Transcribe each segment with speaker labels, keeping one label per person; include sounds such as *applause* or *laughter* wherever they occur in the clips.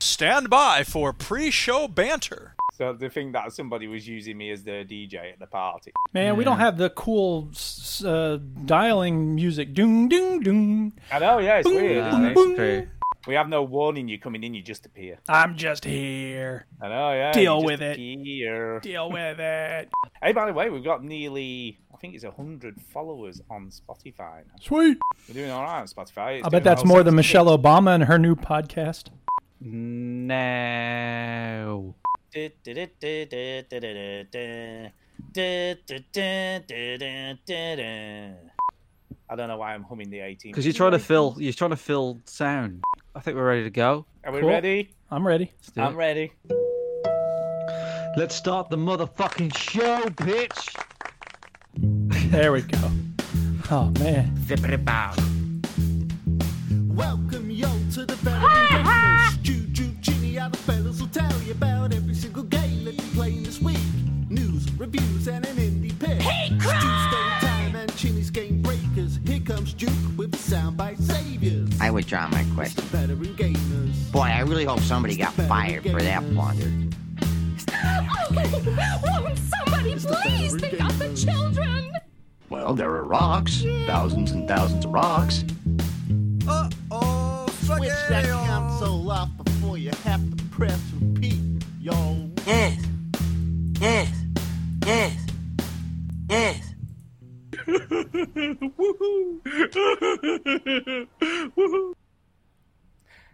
Speaker 1: Stand by for pre-show banter.
Speaker 2: So the thing that somebody was using me as their DJ at the party.
Speaker 3: Man, we don't have the cool s- s- uh, dialing music. Doom, doom, doom.
Speaker 2: I know, yeah, it's weird.
Speaker 3: Yeah,
Speaker 2: Isn't it?
Speaker 3: boom.
Speaker 4: that's true.
Speaker 2: We have no warning you coming in, you just appear.
Speaker 3: I'm just here.
Speaker 2: I know, yeah.
Speaker 3: Deal
Speaker 2: you
Speaker 3: with
Speaker 2: just
Speaker 3: it.
Speaker 2: appear.
Speaker 3: Deal with it.
Speaker 2: Hey, by the way, we've got nearly, I think it's 100 followers on Spotify. now.
Speaker 3: Sweet.
Speaker 2: We're doing all right on Spotify. It's
Speaker 3: I
Speaker 2: doing
Speaker 3: bet that's
Speaker 2: well
Speaker 3: more than
Speaker 2: since
Speaker 3: Michelle Obama and her new podcast.
Speaker 4: No.
Speaker 2: I don't know why I'm humming the 18.
Speaker 4: Because you're trying to fill. You're trying to fill sound. I think we're ready to go.
Speaker 2: Are we
Speaker 3: Cool.
Speaker 2: ready?
Speaker 3: I'm ready.
Speaker 4: Let's, do
Speaker 2: I'm
Speaker 4: it.
Speaker 2: ready.
Speaker 4: Let's start the motherfucking show, bitch.
Speaker 3: There we go. Oh, man.
Speaker 5: Welcome yo to the fellas. Juju Genie, how the fellas will tell you about every single game that they play this week. News, reviews, and an indie pick. Hey, Tuesday time and Chinny's game breakers. Here comes Duke with the soundbite saviors.
Speaker 6: I withdraw my
Speaker 5: It's the
Speaker 6: question.
Speaker 5: veteran gamers.
Speaker 6: Boy, I really hope somebody got fired for that blunder.
Speaker 7: Oh, somebody please pick up the children!
Speaker 8: Well, there are rocks, thousands and thousands of rocks.
Speaker 5: Switch that console off before you have to press repeat, yo.
Speaker 6: Yes. Yes. Yes. Yes.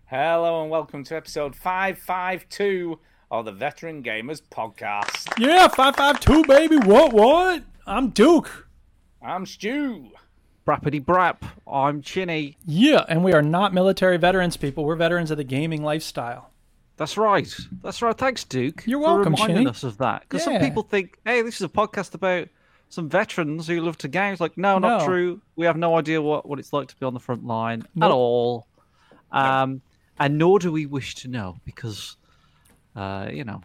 Speaker 2: Hello and welcome to episode 552 of the Veteran Gamers Podcast.
Speaker 3: Yeah, 552, baby. What, what? I'm Duke.
Speaker 2: I'm Stu.
Speaker 4: Brappity brap. I'm Chinny.
Speaker 3: Yeah, and we are not military veterans, people. We're veterans of the gaming lifestyle.
Speaker 4: That's right. That's right. Thanks, Duke.
Speaker 3: You're
Speaker 4: for
Speaker 3: welcome,
Speaker 4: reminding
Speaker 3: Shinny.
Speaker 4: us of that. Because
Speaker 3: Yeah.
Speaker 4: some people think, hey, this is a podcast about some veterans who love to game. It's like, no, not
Speaker 3: No.
Speaker 4: true. We have no idea what, what it's like to be on the front line at all. Um, And nor do we wish to know because, uh, you know,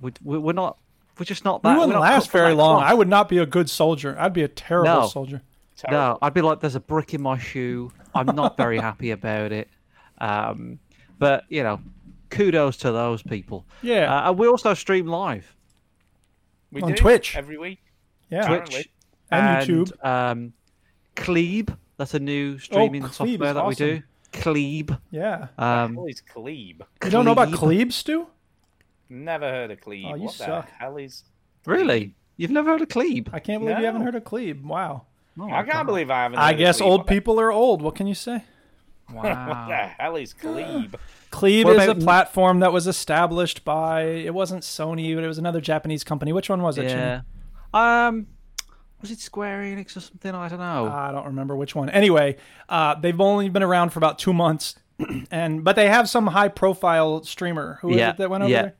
Speaker 4: we, we, we're not. We're just not that.
Speaker 3: We
Speaker 4: we're
Speaker 3: wouldn't
Speaker 4: not
Speaker 3: last
Speaker 4: cut from
Speaker 3: very
Speaker 4: that
Speaker 3: long.
Speaker 4: cloth.
Speaker 3: I would not be a good soldier. I'd be a terrible
Speaker 4: No.
Speaker 3: soldier.
Speaker 4: No, I'd be like, there's a brick in my shoe. I'm not very happy about it. Um, but, you know, kudos to those people.
Speaker 3: Yeah.
Speaker 4: Uh, and we also stream live.
Speaker 2: We
Speaker 3: On
Speaker 2: do
Speaker 3: Twitch.
Speaker 2: Every week.
Speaker 3: Yeah.
Speaker 2: Twitch.
Speaker 4: Twitch
Speaker 3: And YouTube.
Speaker 4: Um, Cleeb, that's a new streaming
Speaker 3: Cleeb is
Speaker 4: software that we do. Cleeb.
Speaker 3: Yeah.
Speaker 4: Um,
Speaker 2: What is Cleve?
Speaker 3: You don't know about Clebes, Stu?
Speaker 2: Never heard of Cleve.
Speaker 3: Oh, you
Speaker 2: what
Speaker 3: suck.
Speaker 2: the hell is.
Speaker 4: Really? You've never heard of Cleeb?
Speaker 3: I can't believe you
Speaker 2: No.
Speaker 3: haven't heard of Clebe. Wow.
Speaker 4: Oh,
Speaker 2: I can't believe I haven't.
Speaker 3: I
Speaker 2: heard of
Speaker 3: guess
Speaker 2: Cleve.
Speaker 3: old
Speaker 2: What the-
Speaker 3: people are old. What can you say?
Speaker 2: What the
Speaker 4: Wow.
Speaker 2: hell
Speaker 3: *sighs*
Speaker 2: is Cleve?
Speaker 3: Cleve
Speaker 4: What
Speaker 3: is a
Speaker 4: about-
Speaker 3: platform that was established by it wasn't Sony, but it was another Japanese company. Which one was it? Shin?
Speaker 4: yeah. Um, was it Square Enix or something? I don't know.
Speaker 3: I don't remember which one. Anyway, uh, they've only been around for about two months, *clears throat* and but they have some high profile streamer. Who is
Speaker 4: Yeah,
Speaker 3: it that went over
Speaker 4: yeah.
Speaker 3: there?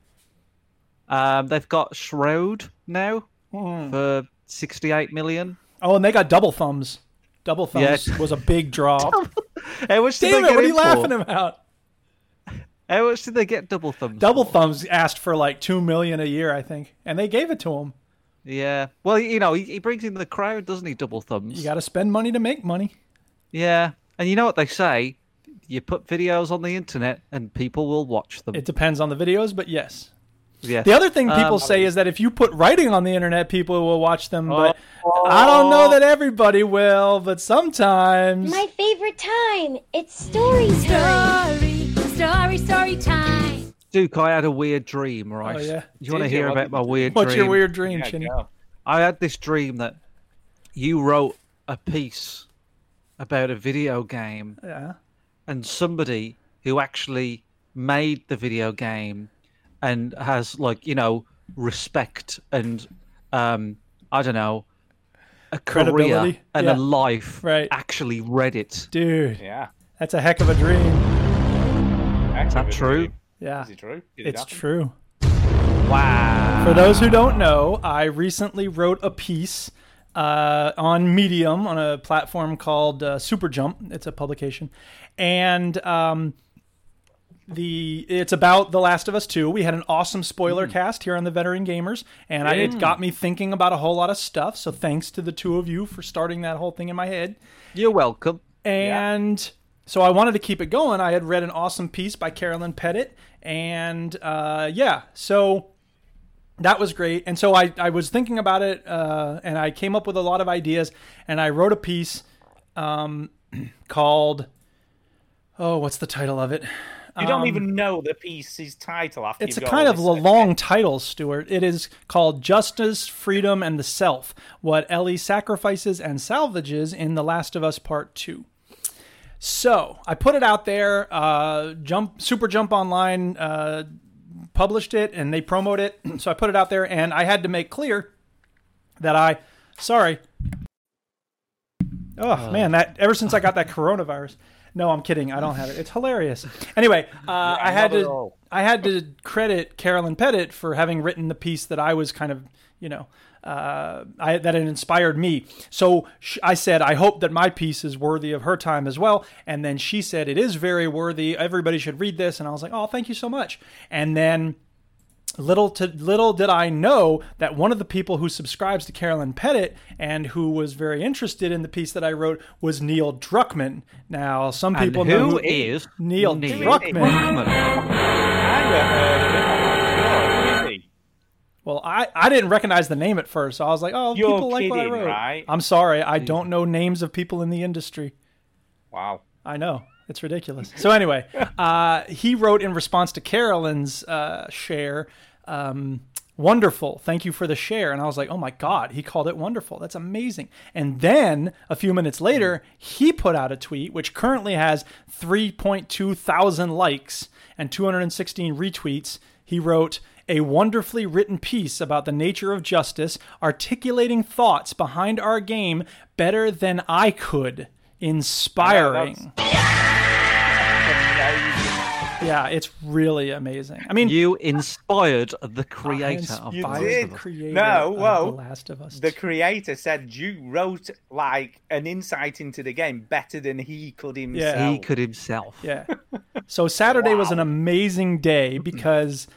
Speaker 4: Um, they've got Shroud now
Speaker 3: Hmm.
Speaker 4: for 68 million.
Speaker 3: Oh, and they got double thumbs. Double thumbs
Speaker 4: Yeah.
Speaker 3: was a big
Speaker 4: *laughs*
Speaker 3: draw.
Speaker 4: How much did
Speaker 3: Damn
Speaker 4: they
Speaker 3: it! What
Speaker 4: get
Speaker 3: are
Speaker 4: in
Speaker 3: you laughing
Speaker 4: for?
Speaker 3: about?
Speaker 4: How much did they get double thumbs?
Speaker 3: Double
Speaker 4: for?
Speaker 3: thumbs asked for like two million a year, I think, and they gave it to him.
Speaker 4: Yeah. Well, you know, he, he brings in the crowd, doesn't he? Double thumbs.
Speaker 3: You got to spend money to make money.
Speaker 4: Yeah, and you know what they say: you put videos on the internet, and people will watch them.
Speaker 3: It depends on the videos, but yes.
Speaker 4: Yes.
Speaker 3: The other thing people
Speaker 4: Um,
Speaker 3: say is that if you put writing on the internet, people will watch them. But I don't know that everybody will. But sometimes,
Speaker 9: My favorite time. It's story time.
Speaker 7: Story, story, story time.
Speaker 4: Duke, I had a weird dream, right?
Speaker 3: Oh, yeah.
Speaker 4: You want to
Speaker 2: Did you?
Speaker 4: hear
Speaker 2: What
Speaker 4: about
Speaker 2: did
Speaker 4: my
Speaker 2: you
Speaker 4: weird
Speaker 3: what's
Speaker 4: dream?
Speaker 3: your weird dream,
Speaker 2: Yeah,
Speaker 3: Chinny?
Speaker 2: go.
Speaker 4: I had this dream that you wrote a piece about a video game,
Speaker 3: Yeah.
Speaker 4: and somebody who actually made the video game and has like you know respect and um I don't know a career
Speaker 3: Credibility?
Speaker 4: and
Speaker 3: Yeah.
Speaker 4: a life
Speaker 3: Right.
Speaker 4: actually read it.
Speaker 3: Dude,
Speaker 2: Yeah.
Speaker 3: that's a heck of a dream.
Speaker 2: Is
Speaker 4: that true?
Speaker 3: Yeah,
Speaker 2: Is it true? Did it
Speaker 3: it's
Speaker 2: happen?
Speaker 3: true.
Speaker 4: Wow.
Speaker 3: For those who don't know, I recently wrote a piece uh, on Medium on a platform called uh, Super Jump. It's a publication, and um, the it's about The Last of Us Two. We had an awesome spoiler cast here on the Veteran Gamers, and I, it got me thinking about a whole lot of stuff. So thanks to the two of you for starting that whole thing in my head.
Speaker 4: You're welcome.
Speaker 3: And So I wanted to keep it going. I had read an awesome piece by Carolyn Pettit, and uh, yeah, so that was great. And so I, I was thinking about it, uh, and I came up with a lot of ideas, and I wrote a piece um, *clears throat* called, oh, what's the title of it?
Speaker 2: You don't even know the piece's title after
Speaker 3: um, It's a
Speaker 2: you've got
Speaker 3: kind
Speaker 2: all
Speaker 3: of a
Speaker 2: this-
Speaker 3: long title, Stuart. It is called Justice, Freedom, and the Self What Ellie Sacrifices and Salvages in The Last of Us Part 2. So I put it out there. Uh, Jump Super Jump Online uh, published it and they promote it. *clears throat* so I put it out there and I had to make clear that I, sorry. Oh man, that ever since I got that coronavirus. No, I'm kidding. I don't have it. It's hilarious. Anyway, uh, I had
Speaker 2: not at
Speaker 3: to
Speaker 2: all.
Speaker 3: I had to credit Carolyn Pettit for having written the piece that I was kind of you know uh, I, that it inspired me. So sh- I said, I hope that my piece is worthy of her time as well. And then she said, it is very worthy. Everybody should read this. And I was like, oh, thank you so much. And then little to little did I know that one of the people who subscribes to Carolyn Pettit and who was very interested in the piece that I wrote was Neil Druckmann. Now some
Speaker 4: And
Speaker 3: people know
Speaker 4: who is
Speaker 3: Neil Druckmann.
Speaker 2: I never heard of it. Oh, really?
Speaker 3: Well, I, I didn't recognize the name at first. So I was like, oh,
Speaker 2: You're
Speaker 3: people like what I
Speaker 2: kidding,
Speaker 3: wrote.
Speaker 2: right?
Speaker 3: I'm sorry, I don't know names of people in the industry.
Speaker 2: Wow.
Speaker 3: I know. It's ridiculous. So anyway, uh, he wrote in response to Carolyn's uh, share, um, "Wonderful, thank you for the share." And I was like, "Oh my god!" He called it wonderful. That's amazing. And then a few minutes later, he put out a tweet which currently has 3.2 thousand likes and 216 retweets. He wrote. A wonderfully written piece about the nature of justice, articulating thoughts behind our game better than I could. Inspiring. Yeah, it's really amazing. I mean,
Speaker 4: You inspired the creator
Speaker 3: I
Speaker 4: of
Speaker 3: inspired the
Speaker 2: did.
Speaker 4: Last of Us.
Speaker 3: creator
Speaker 2: No,
Speaker 3: of
Speaker 2: well,
Speaker 3: uh, The Last of Us.
Speaker 2: The creator said you wrote like an insight into the game better than he could himself.
Speaker 3: Yeah.
Speaker 4: He could himself.
Speaker 3: *laughs* yeah. So Saturday was an amazing *laughs* day because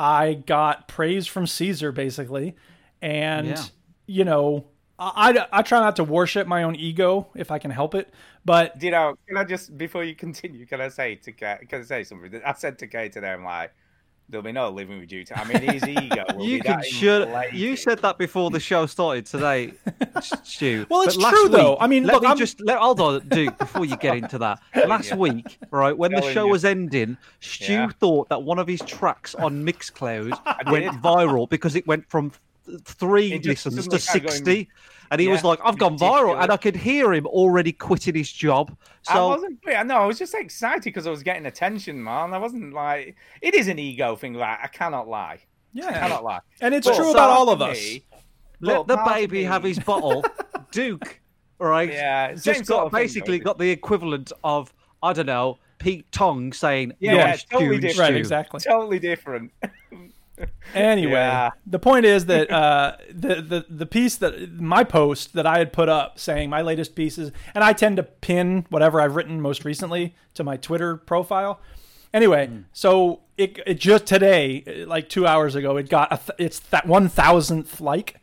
Speaker 3: I got praise from Caesar basically, and
Speaker 4: Yeah.
Speaker 3: you know, I, I I try not to worship my own ego if I can help it, but
Speaker 2: Do you know, can I just before you continue, can I say to Kay, can I say something? I said to Kay today, I'm like, there'll be no living with you. I mean, his ego. Will
Speaker 4: You
Speaker 2: be
Speaker 4: can
Speaker 2: that
Speaker 4: sure.
Speaker 2: inflated.
Speaker 4: You said that before the show
Speaker 3: *laughs*
Speaker 4: started today, Stu.
Speaker 3: Well, it's
Speaker 4: But last
Speaker 3: true, though.
Speaker 4: week-
Speaker 3: I mean,
Speaker 4: let
Speaker 3: look,
Speaker 4: me
Speaker 3: I'm-
Speaker 4: just let, hold on, Duke. Before you get
Speaker 2: *laughs*
Speaker 4: into that, last week, right when the
Speaker 2: Telling
Speaker 4: show
Speaker 2: you.
Speaker 4: was ending, Stu
Speaker 2: Yeah.
Speaker 4: thought that one of his tracks on
Speaker 2: *laughs*
Speaker 4: Mixcloud went
Speaker 2: did.
Speaker 4: viral because it went from th- three
Speaker 2: It just
Speaker 4: listens
Speaker 2: suddenly
Speaker 4: to
Speaker 2: started going-
Speaker 4: sixty, and he was
Speaker 2: Yeah,
Speaker 4: like, "I've gone viral,"
Speaker 2: ridiculous.
Speaker 4: and I could hear him already quitting his job.
Speaker 2: I
Speaker 4: So
Speaker 2: wasn't. I know. I was just excited because I was getting attention, man. I wasn't like. It is an ego thing, right? I cannot lie. I
Speaker 3: yeah,
Speaker 2: cannot lie.
Speaker 3: and it's
Speaker 2: But
Speaker 3: true about all of
Speaker 2: part
Speaker 3: us.
Speaker 2: of me-
Speaker 4: let
Speaker 2: Look,
Speaker 4: the
Speaker 2: part of
Speaker 4: baby
Speaker 2: Oh,
Speaker 4: have
Speaker 2: me- *laughs*
Speaker 4: his bottle, Duke. Right?
Speaker 2: Yeah,
Speaker 4: Just
Speaker 2: same
Speaker 4: got
Speaker 2: sort of thing,
Speaker 4: basically
Speaker 2: though.
Speaker 4: got the equivalent of I don't know Pete Tong saying
Speaker 2: Yeah,
Speaker 4: "You're
Speaker 2: yeah, totally
Speaker 4: huge,
Speaker 2: different.
Speaker 3: Right,
Speaker 4: Stu."
Speaker 3: exactly.
Speaker 2: Totally different.
Speaker 3: Anyway,
Speaker 2: Yeah.
Speaker 3: the point is that uh, the, the the piece that my post that I had put up saying my latest pieces, and I tend to pin whatever I've written most recently to my Twitter profile. Anyway, so it, it just today, like two hours ago, it got a th- it's that one thousandth like,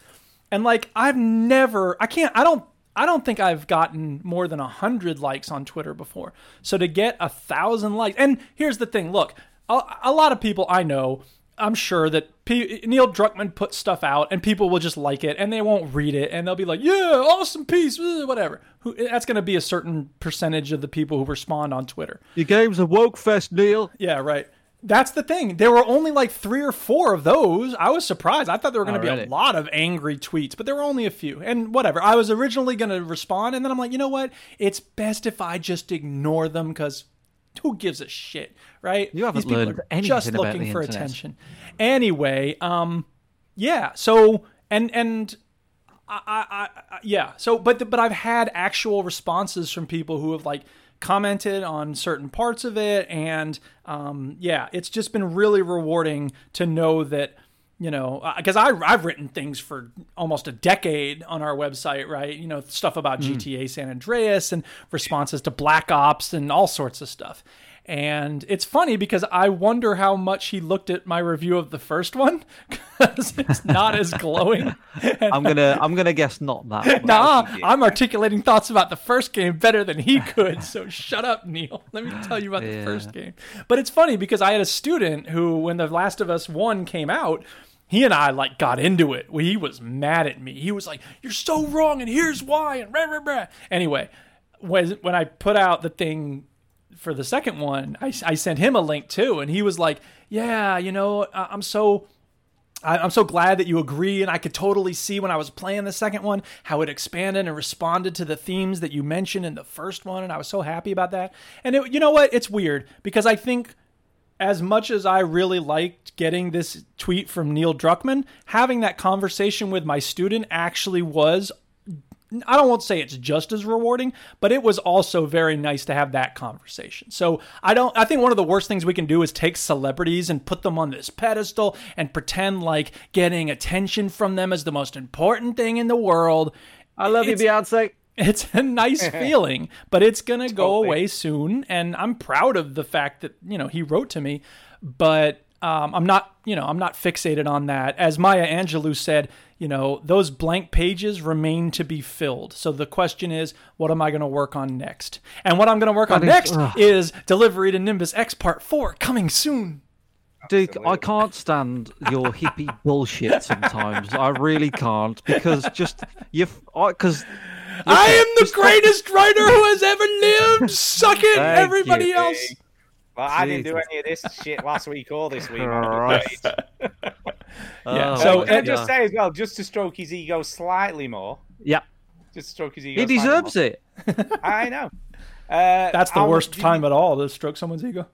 Speaker 3: and like I've never, I can't, I don't, I don't think I've gotten more than a hundred likes on Twitter before. So to get a thousand likes, and here's the thing: look, a, a lot of people I know, I'm sure that P- Neil Druckmann put stuff out, and people will just like it, and they won't read it, and they'll be like, "Yeah, awesome piece," uh, whatever. Who, that's going to be a certain percentage of the people who respond on Twitter.
Speaker 4: Your game's a woke fest, Neil.
Speaker 3: Yeah, right. That's the thing. There were only like three or four of those. I was surprised. I thought there were going to be a
Speaker 4: really?
Speaker 3: lot of angry tweets, but there were only a few. And whatever. I was originally going to respond, and then I'm like, you know what? It's best if I just ignore them because who gives a shit, right?
Speaker 4: You haven't
Speaker 3: These people
Speaker 4: learned
Speaker 3: are
Speaker 4: anything
Speaker 3: just
Speaker 4: about
Speaker 3: looking
Speaker 4: the
Speaker 3: for
Speaker 4: internet.
Speaker 3: attention. Anyway, um, yeah. So and and yeah. So, but but I've had actual responses from people who have like commented on certain parts of it, and um, yeah, it's just been really rewarding to know that you know because I I've written things for almost a decade on our website, right? You know, stuff about GTA San Andreas and responses to Black Ops and all sorts of stuff. And it's funny because I wonder how much he looked at my review of the first one *laughs* it's not as glowing.
Speaker 4: *laughs* I'm gonna I'm gonna guess not
Speaker 2: *laughs*
Speaker 4: that. One.
Speaker 3: Nah,
Speaker 2: should be
Speaker 3: I'm articulating thoughts about the first game better than
Speaker 4: *laughs*
Speaker 3: he could. So shut up, Neil. Let me tell you about the
Speaker 4: Yeah.
Speaker 3: first game. But it's funny because I had a student who, when The Last of Us One came out, he and I like got into it. He was mad at me. He was like, "You're so wrong, and here's why." And rah, rah, rah. anyway, when when I put out the thing for the second one, I, I sent him a link too, and he was like, "Yeah, you know, I, I'm so." I- I'm so glad that you agree, and I could totally see when I was playing the second one how it expanded and responded to the themes that you mentioned in the first one, and I was so happy about that. And it, you know what? It's weird because I think as much as I really liked getting this tweet from Neil Druckmann, having that conversation with my student actually was I don't want to say it's just as rewarding, but it was also very nice to have that conversation. So I don't. I think one of the worst things we can do is take celebrities and put them on this pedestal and pretend like getting attention from them is the most important thing in the world.
Speaker 4: I love you, Beyonce.
Speaker 3: It's a
Speaker 4: *laughs*
Speaker 3: nice feeling, but it's gonna go
Speaker 2: Totally.
Speaker 3: away soon. And I'm proud of the fact that you know he wrote to me, but um, I'm not you know I'm not fixated on that. As Maya Angelou said, you know those blank pages remain to be filled. So the question is, what am I gonna work on next? And what I'm gonna work on
Speaker 4: is-
Speaker 3: next
Speaker 4: ugh.
Speaker 3: is delivery to Nimbus X Part Four coming soon.
Speaker 4: Duke, I can't stand your hippie
Speaker 2: *laughs*
Speaker 4: bullshit sometimes. I really can't because just you because
Speaker 3: I am the greatest writer who has
Speaker 4: *laughs*
Speaker 3: ever lived. Suck it,
Speaker 4: Thank
Speaker 3: everybody
Speaker 4: you.
Speaker 3: else.
Speaker 2: Well, I didn't do
Speaker 4: Jesus.
Speaker 2: any of this shit last week or this week.
Speaker 4: Christ.
Speaker 2: Can
Speaker 3: Yeah,
Speaker 4: Oh,
Speaker 3: so,
Speaker 4: my
Speaker 3: uh,
Speaker 2: I
Speaker 3: and-
Speaker 2: just say as well, just to stroke his ego slightly more.
Speaker 4: yeah,
Speaker 2: Just to stroke his ego.
Speaker 4: he deserves it.
Speaker 2: it. I know. Uh,
Speaker 3: That's the
Speaker 2: our-
Speaker 3: worst
Speaker 2: do you-
Speaker 3: time at all to stroke someone's ego.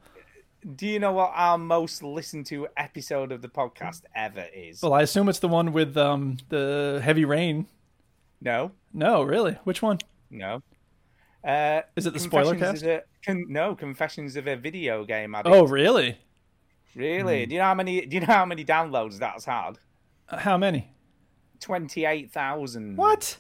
Speaker 2: Do you know what our most listened to episode of the podcast ever is?
Speaker 3: Well, I assume it's the one with um, the heavy rain.
Speaker 2: No,
Speaker 3: No, really. Which one?
Speaker 2: no. Uh,
Speaker 3: Is it the spoiler
Speaker 2: Confessions of a- con- no, confessions of a video game addict.
Speaker 3: Oh, hmm. really?
Speaker 2: really? Do you know how many? Do you know how many downloads that's had?
Speaker 3: Uh, How many?
Speaker 2: Twenty-eight thousand.
Speaker 3: What?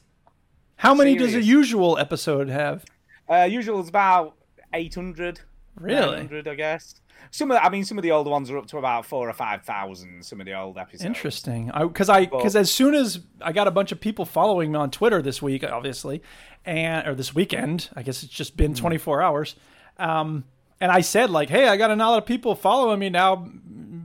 Speaker 3: How many does
Speaker 2: Serious.
Speaker 3: a usual episode have?
Speaker 2: Uh, usual is about 800.
Speaker 3: Really?
Speaker 2: 900, I guess. Some of, the, I mean, some of the older ones are up to about four or five thousand. Some of the old episodes.
Speaker 3: Interesting. I because I because as soon as I got a bunch of people following me on Twitter this week, obviously, and or this weekend, I guess it's just been 24 hours. Um, and I said like, hey, I got a lot of people following me now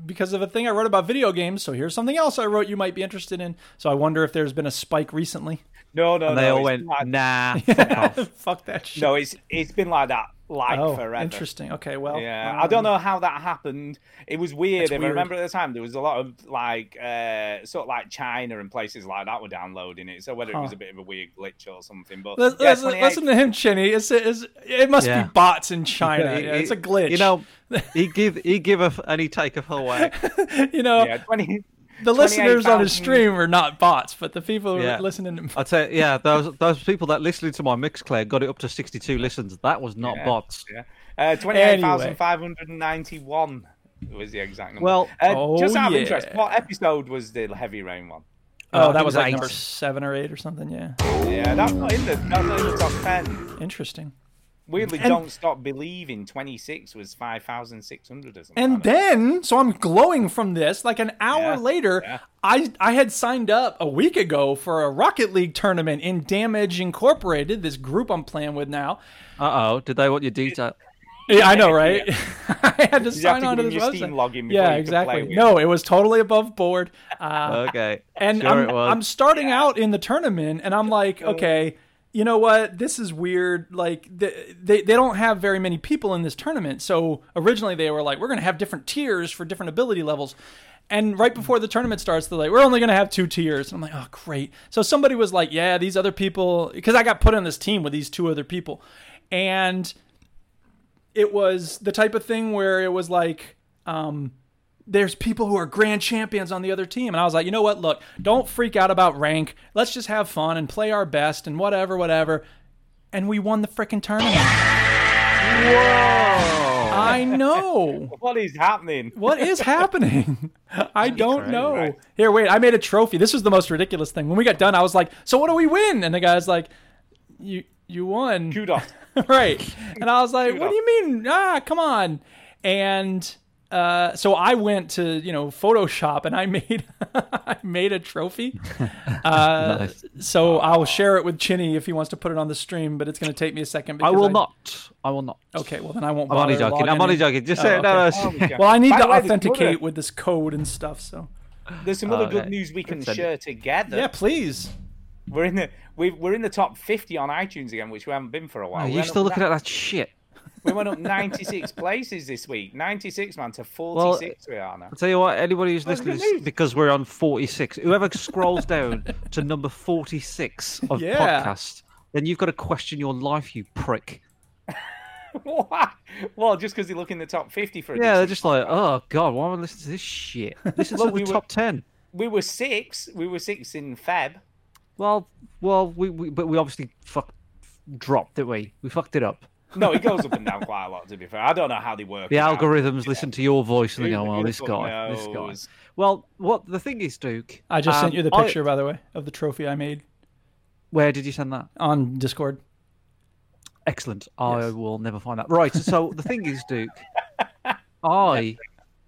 Speaker 3: because of a thing I wrote about video games. So here's something else I wrote you might be interested in. So I wonder if there's been a spike recently.
Speaker 2: No, no,
Speaker 4: And
Speaker 2: no.
Speaker 4: they all
Speaker 2: it's
Speaker 4: went
Speaker 2: been like- *laughs*
Speaker 4: nah. fuck off."
Speaker 3: Fuck that shit.
Speaker 2: No, it's it's been like that, like
Speaker 3: oh,
Speaker 2: forever.
Speaker 3: interesting. Okay, well, um,
Speaker 2: Yeah, I don't know how that happened. It was weird.
Speaker 3: That's
Speaker 2: If I
Speaker 3: weird.
Speaker 2: remember at the time, there was a lot of like uh, sort of like China and places like that were downloading it. So whether it was
Speaker 3: Huh.
Speaker 2: a bit of a weird glitch or something, but
Speaker 3: Listen,
Speaker 2: yeah,
Speaker 3: listen,
Speaker 2: 28
Speaker 3: listen to him, Chinny. It's, it's, it must
Speaker 4: Yeah.
Speaker 3: be bots
Speaker 2: *laughs*
Speaker 3: in China.
Speaker 4: He-
Speaker 3: Yeah, it's
Speaker 4: he-
Speaker 3: a glitch.
Speaker 4: You know, he give he give a f- and he take a full whack.
Speaker 3: *laughs* you know,
Speaker 2: yeah, 20
Speaker 3: the listeners on his
Speaker 2: 28,000.
Speaker 3: stream are not bots, but the people who
Speaker 4: Yeah. Uh,
Speaker 3: are listening to him.
Speaker 4: I tell you, yeah, those those people that listening to my mixcloud got it up to sixty two listens. That was not
Speaker 2: Yeah.
Speaker 4: bots.
Speaker 2: Yeah. Uh, 28,591 was the exact number.
Speaker 4: Well-
Speaker 2: uh,
Speaker 3: Oh,
Speaker 2: just out of
Speaker 3: yeah.
Speaker 2: interest, what episode was the heavy rain one?
Speaker 4: Uh,
Speaker 3: Oh,
Speaker 4: I think
Speaker 3: that was
Speaker 4: it was
Speaker 3: like
Speaker 4: eight.
Speaker 3: number seven or eight or something. Yeah.
Speaker 2: Yeah, that's not in the, that's not in the top 10.
Speaker 3: Interesting.
Speaker 2: Weirdly, Don't Stop Believing 26 was 5,600 or something. I
Speaker 3: And
Speaker 2: don't know.
Speaker 3: then, so I'm glowing from this. Like an hour
Speaker 2: Yeah,
Speaker 3: later,
Speaker 2: yeah.
Speaker 3: I I had signed up a week ago for a Rocket League tournament in Damage Incorporated, this group I'm playing with now.
Speaker 4: Uh oh, did they want your detail?
Speaker 3: Yeah, I know, right? *laughs* I had to
Speaker 2: you have
Speaker 3: sign
Speaker 2: to
Speaker 3: on to
Speaker 2: give
Speaker 3: this
Speaker 2: them your Steam
Speaker 3: website.
Speaker 2: login before you
Speaker 3: Yeah,
Speaker 2: could play
Speaker 3: exactly.
Speaker 2: with.
Speaker 3: No, it was totally above board. Uh,
Speaker 4: Okay,
Speaker 3: and
Speaker 4: sure
Speaker 3: I'm,
Speaker 4: it was.
Speaker 3: I'm starting out in the tournament and i'm like okay you know what this is weird like they, they, they don't have very many people in this tournament so originally they were like we're going to have different tiers for different ability levels and right before the tournament starts they're like we're only going to have two tiers and i'm like oh great so somebody was like yeah these other people because i got put on this team with these two other people and it was the type of thing where it was like there's people who are grand champions on the other team. And I was like, you know what? Look, don't freak out about rank. Let's just have fun and play our best and whatever, whatever. And we won the frickin' tournament. I know.
Speaker 2: What is happening?
Speaker 3: What is happening? *laughs* I don't know.
Speaker 2: right.
Speaker 3: Here, wait, I made a trophy. This was the most ridiculous thing. When we got done, I was like, so what do we win? And the guy's like, you you won.
Speaker 2: Kudos.
Speaker 3: *laughs* right. And I was like, what do you mean? Ah, come on. And Uh, so I went to you know Photoshop and I *laughs* made I made a trophy. Uh,
Speaker 4: Nice.
Speaker 3: So I'll share it with Chinny if he wants to put it on the stream, but it's going to take me a second.
Speaker 4: I
Speaker 3: because
Speaker 4: will not. I will not.
Speaker 3: Okay, well then I won't.
Speaker 4: I'm only
Speaker 3: bother
Speaker 4: joking.
Speaker 3: logging
Speaker 4: I'm only
Speaker 3: in.
Speaker 4: joking. Just
Speaker 3: Oh,
Speaker 4: say no,
Speaker 3: okay.
Speaker 4: no. it's-
Speaker 2: yeah.
Speaker 3: Well, I need
Speaker 2: By
Speaker 3: to
Speaker 2: the way, there's
Speaker 3: authenticate
Speaker 2: other-
Speaker 3: with Oh, this code and stuff. So
Speaker 2: There's some other good
Speaker 4: Okay.
Speaker 2: news we can
Speaker 4: Good send.
Speaker 2: share together.
Speaker 3: yeah, please.
Speaker 2: We're in the we we're in the top 50 on iTunes again, which we haven't been for a while.
Speaker 4: Are
Speaker 2: we
Speaker 4: you
Speaker 2: went
Speaker 4: still
Speaker 2: up
Speaker 4: looking
Speaker 2: ni-
Speaker 4: at that shit?
Speaker 2: We went up 96 *laughs* places this week. 96 man to 46 we are now.
Speaker 4: I'll tell you what, anybody who's
Speaker 2: That's
Speaker 4: listening,
Speaker 2: good
Speaker 4: it's
Speaker 2: news.
Speaker 4: because we're on 46, whoever scrolls down to number 46
Speaker 3: *laughs*
Speaker 4: of
Speaker 3: Yeah.
Speaker 4: podcast, then you've got to question your life, you prick.
Speaker 2: *laughs* Why? well, just because they look in the top 50 for a
Speaker 4: Yeah, they're
Speaker 2: decent-
Speaker 4: just like, oh, God, why am I listening to this *laughs* shit? Listen to
Speaker 2: Well,
Speaker 4: the
Speaker 2: we were-
Speaker 4: top 10.
Speaker 2: we were six. We were six in Feb.
Speaker 4: Well, well, we, we but we obviously fucked, dropped, didn't we? We fucked it up.
Speaker 2: No, it goes up and down *laughs* quite a lot. To be fair, I don't know how they work.
Speaker 4: The
Speaker 2: it out.
Speaker 4: algorithms listen to your voice and they
Speaker 2: Who
Speaker 4: go,
Speaker 2: the
Speaker 4: well, this
Speaker 2: fuck
Speaker 4: guy, this guy.
Speaker 2: knows?
Speaker 4: Well, what the thing is, Duke.
Speaker 3: I just
Speaker 4: um,
Speaker 3: sent you the picture, by the way, of the trophy I made
Speaker 4: Where did you send that?
Speaker 3: on Discord.
Speaker 4: Excellent. I will never find that. Right. So *laughs* the thing is, Duke, I,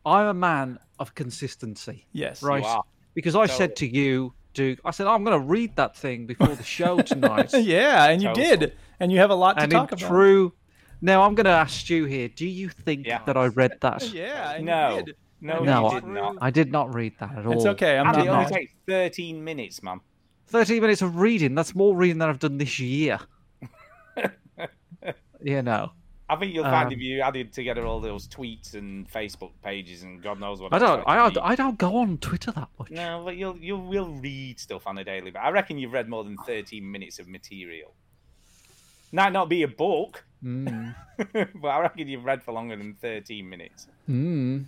Speaker 4: I'm a man of consistency.
Speaker 3: Yes.
Speaker 4: Right.
Speaker 2: are.
Speaker 4: Because I said to you, Duke, I said I'm going to read that thing before the show *laughs*
Speaker 3: *laughs*
Speaker 4: tonight.
Speaker 3: Yeah, and you did, and you have a lot to
Speaker 4: and in
Speaker 3: talk about.
Speaker 4: true. Now I'm going to ask you here. Do you think
Speaker 2: Yeah.
Speaker 4: that I read that?
Speaker 3: *laughs* Yeah. and you
Speaker 2: No,
Speaker 3: did.
Speaker 2: no,
Speaker 4: No,
Speaker 2: you
Speaker 4: I-
Speaker 2: did not.
Speaker 4: I did not read that at all.
Speaker 3: It's okay. I'm
Speaker 2: And
Speaker 3: not
Speaker 2: it only
Speaker 3: mad.
Speaker 2: takes 13 minutes, man.
Speaker 4: 30 minutes of reading. That's more reading than I've done
Speaker 3: *laughs*
Speaker 4: this year. you know.
Speaker 2: I think you'll find
Speaker 4: Um,
Speaker 2: if you added together all those tweets and Facebook pages and God knows what.
Speaker 4: I
Speaker 2: else
Speaker 4: don't. I,
Speaker 2: could
Speaker 4: don't- I don't go on Twitter that much.
Speaker 2: read. No, but you'll you will read stuff on a daily. But I reckon you've read more than 13 minutes of material. Might not be a book,
Speaker 3: Mm.
Speaker 2: *laughs* but I reckon you've read for longer than 13 minutes.
Speaker 3: Mm.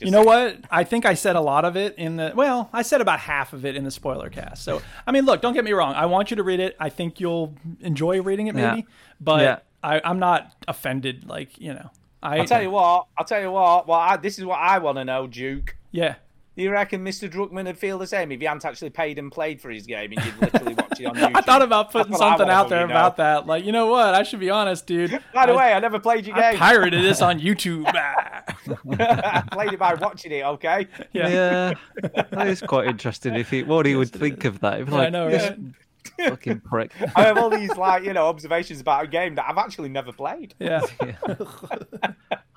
Speaker 3: You know what? I think I said a lot of it in the well, I said about half of it in the spoiler cast. So I mean, look, don't get me wrong. I want you to read it. I think you'll enjoy reading it, maybe.
Speaker 4: Yeah.
Speaker 3: But
Speaker 4: Yeah.
Speaker 3: I, I'm not offended. Like you know, I
Speaker 2: I'll tell you what. I'll tell you what. Well, I, this is what I want to know, Duke.
Speaker 3: yeah.
Speaker 2: Do you reckon Mr. Druckman would feel the same if he hadn't actually paid and played for his game and you'd literally watch it on YouTube?
Speaker 3: *laughs* I thought about putting
Speaker 2: That's what I
Speaker 3: something
Speaker 2: wanna
Speaker 3: out there
Speaker 2: really know.
Speaker 3: about that. Like, you know what? I should be honest, dude.
Speaker 2: *laughs* By the
Speaker 3: I-
Speaker 2: way, I never played your
Speaker 3: I
Speaker 2: game.
Speaker 3: pirated this on YouTube.
Speaker 2: *laughs*
Speaker 3: Ah.
Speaker 2: I played it by watching it. Okay.
Speaker 3: yeah.
Speaker 4: Yeah, that is quite interesting. If he, what he would think of that, He'd be
Speaker 3: I
Speaker 4: like,
Speaker 3: know,
Speaker 4: this
Speaker 3: right? *laughs*
Speaker 4: fucking prick.
Speaker 2: I have all these like you know observations about a game that I've actually never played.
Speaker 3: Yeah.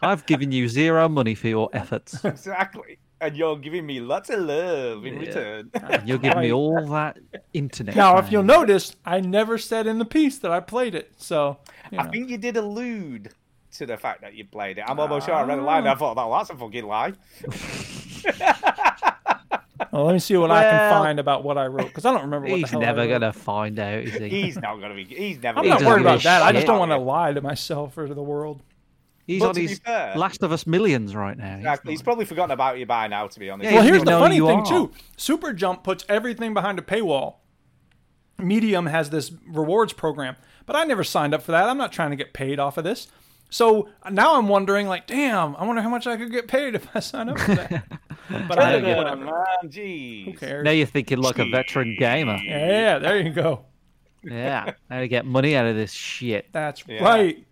Speaker 4: I've given you zero money for your efforts, and
Speaker 2: Exactly. And you're giving me lots of love in
Speaker 4: Yeah.
Speaker 2: return.
Speaker 4: you're giving
Speaker 3: Right.
Speaker 4: me all that internet.
Speaker 3: Now, if
Speaker 4: time.
Speaker 3: you'll notice, I never said in the piece that I played it. So, you
Speaker 2: I
Speaker 3: know.
Speaker 2: think you did allude to the fact that you played it. I'm almost sure I read a line. and
Speaker 3: Ah.
Speaker 2: I thought, oh, that's a fucking lie.
Speaker 3: Well, let me see what I can
Speaker 4: Well-
Speaker 3: find about what I wrote because I don't remember what the
Speaker 4: he's
Speaker 3: hell I
Speaker 4: never
Speaker 3: wrote.
Speaker 4: gonna find out, is he?
Speaker 2: He's not gonna be. He's never.
Speaker 3: I'm
Speaker 4: He
Speaker 3: not
Speaker 4: doesn't
Speaker 3: worried
Speaker 4: give a
Speaker 3: about that. I just
Speaker 4: shit.
Speaker 3: don't want to lie to myself or to the world.
Speaker 4: He's
Speaker 2: But
Speaker 4: on
Speaker 2: to be
Speaker 4: his
Speaker 2: fair-
Speaker 4: Last of Us millions right now. He's
Speaker 2: Exactly. He's
Speaker 4: not-
Speaker 2: probably forgotten about you by now, to be honest.
Speaker 4: Yeah,
Speaker 3: Well,
Speaker 4: he
Speaker 3: here's
Speaker 4: doesn't
Speaker 3: the
Speaker 4: know
Speaker 3: funny
Speaker 4: you
Speaker 3: thing
Speaker 4: are.
Speaker 3: too. Super Jump puts everything behind a paywall. Medium has this rewards program, but I never signed up for that. I'm not trying to get paid off of this. So now I'm wondering, like, damn, I wonder how much I could get paid if I sign up for that. but I
Speaker 4: don't
Speaker 3: don't
Speaker 4: get
Speaker 3: know.
Speaker 4: it.
Speaker 3: Whatever.
Speaker 2: Oh, man, jeez.
Speaker 3: Who cares?
Speaker 4: Now you're thinking like a veteran gamer.
Speaker 3: Yeah, there you go.
Speaker 4: Yeah, how to get money out of this shit.
Speaker 3: That's right.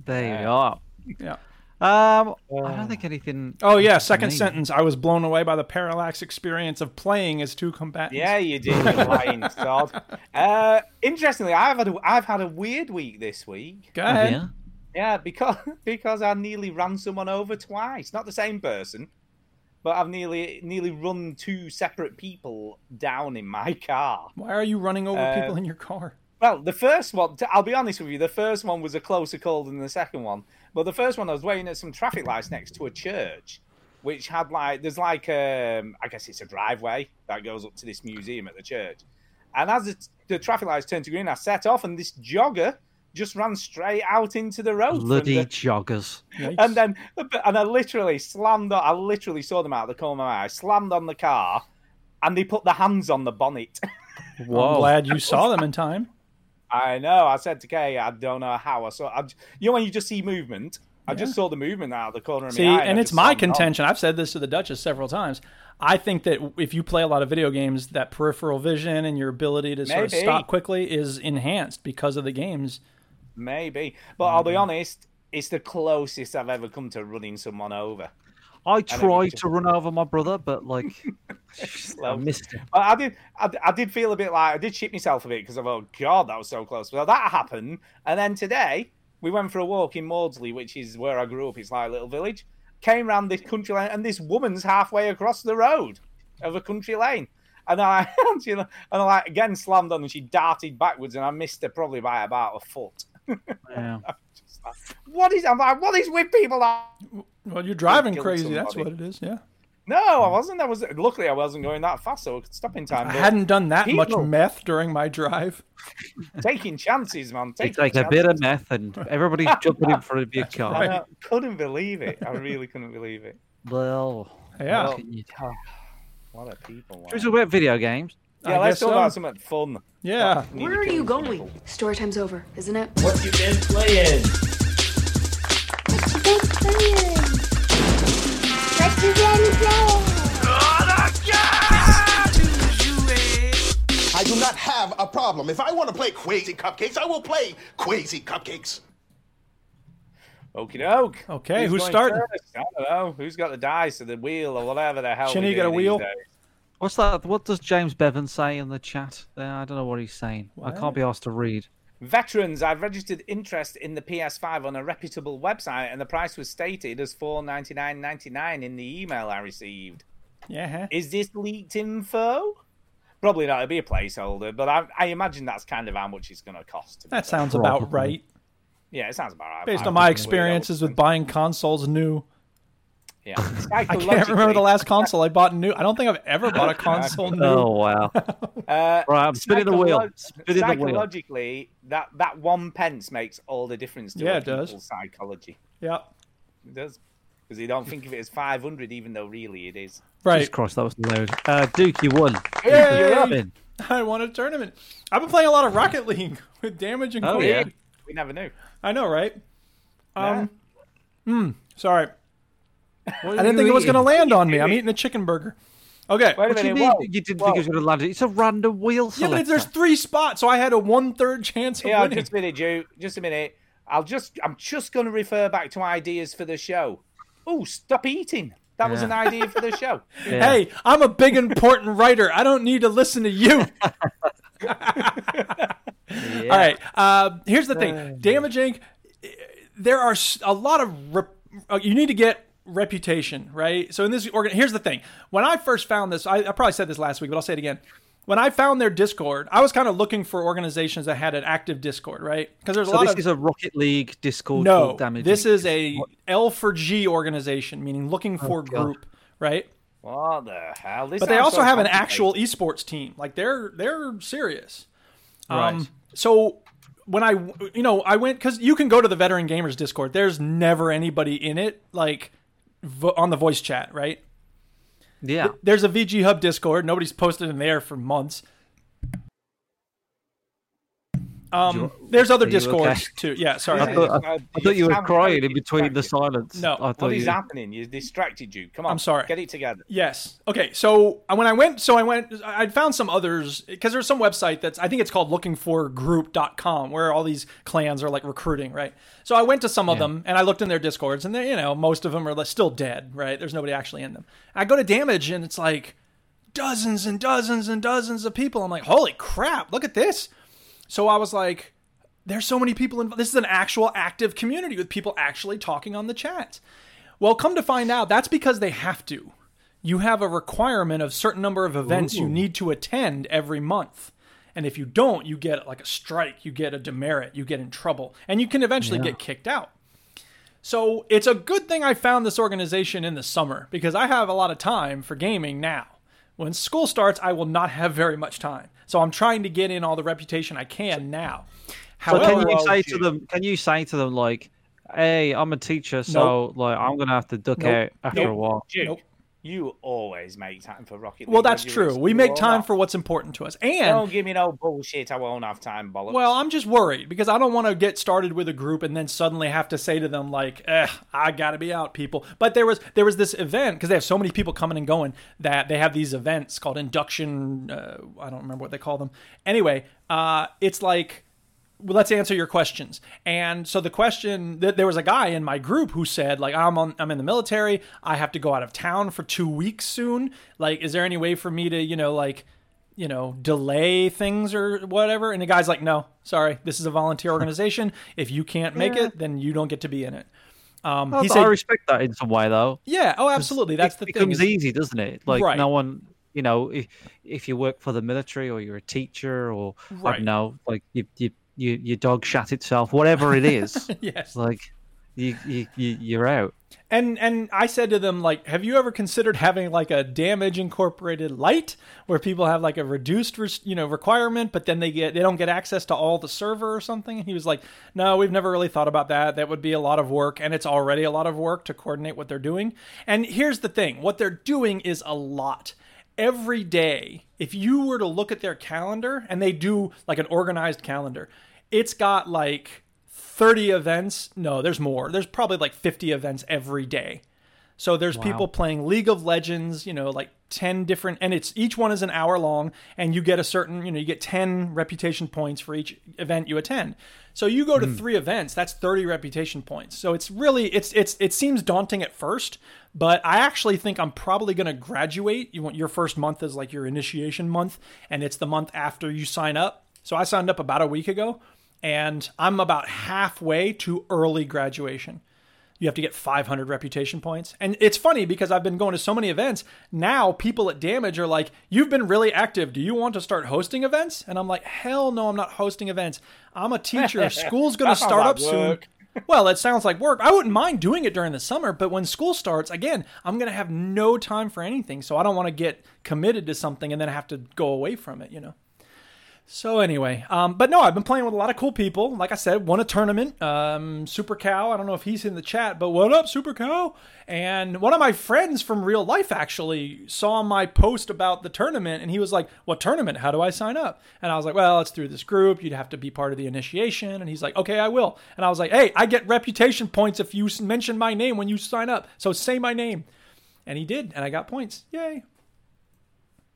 Speaker 4: There you are.
Speaker 3: Yeah.
Speaker 4: Um, I don't think anything.
Speaker 3: Oh yeah. Second
Speaker 4: Me.
Speaker 3: sentence. I was blown away by the parallax experience of playing as two combatants.
Speaker 2: Yeah, you did. You lying sod.
Speaker 3: *laughs*
Speaker 2: Uh, interestingly, I've had a, I've had a weird week this week.
Speaker 3: Go
Speaker 4: Have
Speaker 3: ahead.
Speaker 4: you?
Speaker 2: Yeah, because *laughs* because I nearly ran someone over twice. Not the same person, but I've nearly nearly run two separate people down in my car.
Speaker 3: Why are you running over
Speaker 2: Uh,
Speaker 3: people in your car?
Speaker 2: Well, the first one, t- I'll be honest with you, the first one was a closer call than the second one. But the first one, I was waiting at some traffic lights next to a church, which had like, there's like, um, I guess it's a driveway that goes up to this museum at the church. And as the, the traffic lights turned to green, I set off, and this jogger just ran straight out into the road. from
Speaker 4: Bloody
Speaker 2: the-
Speaker 4: joggers.
Speaker 2: and then, and I literally slammed on, I literally saw them out of the corner of my eye, slammed on the car, and they put their hands on the bonnet. *laughs*
Speaker 3: I'm
Speaker 4: Whoa.
Speaker 3: glad you saw them in time.
Speaker 2: I know. I said to Kay, I don't know how I saw. I, j- you know, when you just see movement, I just saw the movement out of the corner of
Speaker 3: See,
Speaker 2: my eye.
Speaker 3: and
Speaker 2: I
Speaker 3: it's
Speaker 2: just
Speaker 3: my
Speaker 2: slammed on.
Speaker 3: contention. I've said this to the Duchess several times. I think that if you play a lot of video games, that peripheral vision and your ability to sort of
Speaker 2: Maybe.
Speaker 3: stop quickly is enhanced because of the games. Mm-hmm.
Speaker 2: Maybe, but I'll be honest. it's the closest I've ever come to running someone over.
Speaker 4: I
Speaker 2: think
Speaker 4: tried
Speaker 2: it's-
Speaker 4: to run over my brother, but like, I
Speaker 2: Slow.
Speaker 4: missed it.
Speaker 2: But I did, I, d- I did feel a bit like I did shit myself a bit because I thought, God, that was so close. So that happened, and then today we went for a walk in Maudsley, which is where I grew up. It's like a little village. Came round this country lane, and this woman's halfway across the road of a country lane, and I, *laughs* and she- and I like again slammed on, and she darted backwards, and I missed her probably by about a foot.
Speaker 4: Yeah.
Speaker 2: Just like, what is? I'm like, what is with people? Like?
Speaker 3: Well, you're driving
Speaker 2: killed
Speaker 3: crazy. That's what
Speaker 2: somebody.
Speaker 3: it is. Yeah.
Speaker 2: No, I wasn't. I was luckily I wasn't going that fast, so I could stop in time.
Speaker 3: I
Speaker 2: but-
Speaker 3: hadn't done that much
Speaker 2: people-
Speaker 3: meth during my drive.
Speaker 2: taking chances, man.
Speaker 4: You
Speaker 2: Taking
Speaker 4: take a
Speaker 2: chances.
Speaker 4: bit of meth and everybody's jumping in front of your car.
Speaker 2: I know, couldn't believe it. I really couldn't believe it.
Speaker 4: Well,
Speaker 3: Yeah.
Speaker 4: what can you do?
Speaker 2: What a people.
Speaker 4: Should we
Speaker 2: wow.
Speaker 4: talk about video games?
Speaker 2: Yeah,
Speaker 3: I
Speaker 2: let's
Speaker 3: guess
Speaker 2: talk
Speaker 3: so. Ah.
Speaker 2: about something fun.
Speaker 3: Yeah.
Speaker 10: Where are you going? Story time's over, isn't it?
Speaker 5: What you been playing?
Speaker 9: What you been playing?
Speaker 5: I do not have a problem. If I want to play Quazy Cupcakes, I will play Quazy Cupcakes.
Speaker 2: Okie doke.
Speaker 3: Okay, who's
Speaker 2: going
Speaker 3: starting?
Speaker 2: first? I don't know. Who's got the dice or the wheel or whatever the hell?
Speaker 3: Shinny,
Speaker 2: we
Speaker 3: you got
Speaker 2: do
Speaker 3: a
Speaker 2: these
Speaker 3: wheel?
Speaker 2: days.
Speaker 4: What's that? What does James Bevan say in the chat? There, I don't know what he's saying. I can't be asked to read.
Speaker 2: Veterans, I've registered interest in the PS5 on a reputable website, and the price was stated as four ninety nine ninety nine in the email I received.
Speaker 3: Yeah.
Speaker 2: Is this leaked info? Probably not. It'll be a placeholder, but I, I imagine that's kind of how much it's going to cost. to be
Speaker 3: That
Speaker 2: fair.
Speaker 3: sounds about
Speaker 4: Probably.
Speaker 3: right.
Speaker 2: Yeah, it sounds about right.
Speaker 3: Based
Speaker 2: I
Speaker 3: on my
Speaker 2: think we're all-
Speaker 3: experiences with buying consoles
Speaker 2: *laughs*
Speaker 3: new.
Speaker 2: Yeah.
Speaker 3: *laughs* I can't remember the last console I bought new. I don't think I've ever
Speaker 2: *laughs*
Speaker 3: bought a console new.
Speaker 4: Oh wow! *laughs*
Speaker 2: Uh,
Speaker 4: Right, I'm spinning the wheel.
Speaker 2: psycholo-
Speaker 4: Spinning the wheel.
Speaker 2: Psychologically, that that one pence makes all the difference to
Speaker 3: Yeah,
Speaker 2: yeah,
Speaker 3: it does.
Speaker 2: people's psychology.
Speaker 3: Yeah.
Speaker 2: It does because they don't think of it as five hundred, even though really it is.
Speaker 3: Right.
Speaker 4: Jesus Christ, that was loud. Uh, Duke, you won.
Speaker 3: Yay!
Speaker 4: You're up in.
Speaker 3: *laughs* I won a tournament. I've been playing a lot of Rocket League *laughs* with damage and
Speaker 4: Oh,
Speaker 3: Quick.
Speaker 4: yeah.
Speaker 2: We never knew.
Speaker 3: I know, right?
Speaker 2: Nah.
Speaker 3: Um, mm, sorry.
Speaker 4: What
Speaker 3: I
Speaker 4: are you
Speaker 3: didn't think it was going to
Speaker 4: eating?
Speaker 3: land on me. I'm eating a chicken burger. Okay.
Speaker 2: Wait a
Speaker 4: What do you
Speaker 2: minute.
Speaker 4: mean
Speaker 2: whoa,
Speaker 4: you didn't
Speaker 2: whoa.
Speaker 4: think it was going to land? It's a random wheel
Speaker 3: Yeah, but
Speaker 4: selector.
Speaker 3: there's three spots, so I had a one third chance of
Speaker 2: Yeah,
Speaker 3: winning.
Speaker 2: just a minute, Joe. Just a minute. I'll just. I'm just going to refer back to ideas for the show. Oh, stop eating. That was
Speaker 4: Yeah.
Speaker 2: an idea for the show.
Speaker 4: Yeah.
Speaker 3: Hey, I'm a
Speaker 2: *laughs*
Speaker 3: big important writer. I don't need to listen to you.
Speaker 4: Yeah.
Speaker 3: All right. Uh, here's the thing. Damage Inc. There are s- a lot of. Rep- uh, you need to get reputation, right? So in this organ, here's the thing. When I first found this, I, I probably said this last week, but I'll say it again. When I found their Discord, I was kind of looking for organizations that had an active Discord, right? Because there's a
Speaker 4: So
Speaker 3: lot
Speaker 4: this
Speaker 3: of
Speaker 4: is a Rocket League Discord
Speaker 3: no.
Speaker 4: called Damage.
Speaker 3: This is a L for G organization, meaning looking for
Speaker 4: Oh, God.
Speaker 3: group, right?
Speaker 2: What the hell? This
Speaker 3: but they
Speaker 2: sounds
Speaker 3: also
Speaker 2: so
Speaker 3: have an
Speaker 2: complicated.
Speaker 3: actual esports team. Like they're they're serious. Um,
Speaker 4: right.
Speaker 3: So when I you know I went because you can go to the veteran gamers Discord. There's never anybody in it like vo- on the voice chat, right? *laughs*
Speaker 4: yeah.
Speaker 3: There's a VG Hub Discord. Nobody's posted in there for months. Um,
Speaker 4: You-
Speaker 3: there's other
Speaker 4: are you okay?
Speaker 3: discords too. Yeah, sorry.
Speaker 4: I thought, I,
Speaker 2: Yeah,
Speaker 4: I thought you were
Speaker 2: sound
Speaker 4: crying
Speaker 2: very
Speaker 4: in between the
Speaker 2: distracted.
Speaker 4: silence.
Speaker 3: No.
Speaker 4: I thought
Speaker 2: What is
Speaker 4: you.
Speaker 2: happening? You're distracted, you. Come on.
Speaker 3: I'm sorry.
Speaker 2: Get it together.
Speaker 3: Yes. Okay. So uh, when I went, so I went, I I'd found some others because there's some website that's, I think it's called lookingforgroup.com where all these clans are like recruiting, right? So I went to some of them and I looked in their discords and they, you know, most of them are like, still dead, right? There's nobody actually in them. I go to damage and it's like dozens and dozens and dozens of people. I'm like, holy crap, look at this. So I was like, there's so many people involved. This is an actual active community with people actually talking on the chat. Well, come to find out, that's because they have to. You have a requirement of certain number of events you need to attend every month. And if you don't, you get like a strike, you get a demerit, you get in trouble, and you can eventually get kicked out. So it's a good thing I found this organization in the summer because I have a lot of time for gaming now. When school starts, I will not have very much time. So I'm trying to get in all the reputation I can now.
Speaker 4: So
Speaker 3: However,
Speaker 4: can you
Speaker 2: I'll
Speaker 4: say to
Speaker 2: shoot.
Speaker 4: them? Can you say to them like, "Hey, I'm a teacher, so like I'm gonna have to duck
Speaker 3: Nope.
Speaker 4: out after a while."
Speaker 2: Duke,
Speaker 3: Nope.
Speaker 2: you always make time for Rocket League.
Speaker 3: well, that's
Speaker 2: whether you're
Speaker 3: true.
Speaker 2: at
Speaker 3: We
Speaker 2: school
Speaker 3: make
Speaker 2: or
Speaker 3: time
Speaker 2: not.
Speaker 3: for what's important to us. And
Speaker 2: Don't give me no bullshit. I won't have time, bollocks.
Speaker 3: Well, I'm just worried because I don't want to get started with a group and then suddenly have to say to them like, eh, "I got to be out, people." But there was there was this event because they have so many people coming and going that they have these events called induction. Uh, I don't remember what they call them. Anyway, uh, it's like well, let's answer your questions. And so the question that there was a guy in my group who said like I'm on I'm in the military. I have to go out of town for 2 weeks soon. Like is there any way for me to, you know, like you know, delay things or whatever. And the guy's like, "No, sorry. This is a volunteer organization. If you can't make it, then you don't get to be in it." Um,
Speaker 4: Well,
Speaker 3: he
Speaker 4: Oh, but
Speaker 3: said,
Speaker 4: I respect that in some way, though.
Speaker 3: "Yeah, oh, absolutely. That's the
Speaker 4: it
Speaker 3: thing.
Speaker 4: becomes
Speaker 3: is-
Speaker 4: easy, doesn't it? Like
Speaker 3: Right.
Speaker 4: no one, you know, if, if you work for the military or you're a teacher or I
Speaker 3: Right.
Speaker 4: don't know, like you, you, you, your dog shat itself, whatever
Speaker 3: *laughs*
Speaker 4: it is,
Speaker 3: Yes.
Speaker 4: it's like you, you, you you're out.
Speaker 3: And and I said to them like, "Have you ever considered having like a damage incorporated light where people have like a reduced res- you know requirement, but then they get they don't get access to all the server or something?" And he was like, "No, we've never really thought about that. That would be a lot of work, and it's already a lot of work to coordinate what they're doing." And here's the thing: what they're doing is a lot every day, if you were to look at their calendar and they do like an organized calendar, it's got like 30 events. No, there's more. There's probably like 50 events every day. So there's people playing League of Legends, you know, like 10 different and it's each one is an hour long and you get a certain, you know, you get 10 reputation points for each event you attend. So you go to 3 events, that's 30 reputation points. So it's really it's it's it seems daunting at first, but I actually think I'm probably going to graduate. You want your first month is like your initiation month and it's the month after you sign up. So I signed up about a week ago and I'm about halfway to early graduation you have to get 500 reputation points. And it's funny because I've been going to so many events. Now people at Damage are like, "You've been really active. Do you want to start hosting events?" And I'm like, "Hell no, I'm not hosting events. I'm a teacher. School's going to
Speaker 2: That sounds
Speaker 3: start
Speaker 2: like
Speaker 3: up soon."
Speaker 2: work.
Speaker 3: Well, it sounds like work. I wouldn't mind doing it during the summer, but when school starts, again, I'm going to have no time for anything. So I don't want to get committed to something and then have to go away from it, you know. So anyway, um, but no, I've been playing with a lot of cool people. Like I said, won a tournament. Um, Super Cow. I don't know if he's in the chat, but what up, Super Cow? And one of my friends from real life actually saw my post about the tournament, and he was like, "What tournament? How do I sign up?" And I was like, "Well, it's through this group. You'd have to be part of the initiation." And he's like, "Okay, I will." And I was like, "Hey, I get reputation points if you s- mention my name when you sign up. So say my name." And he did, and I got points. Yay!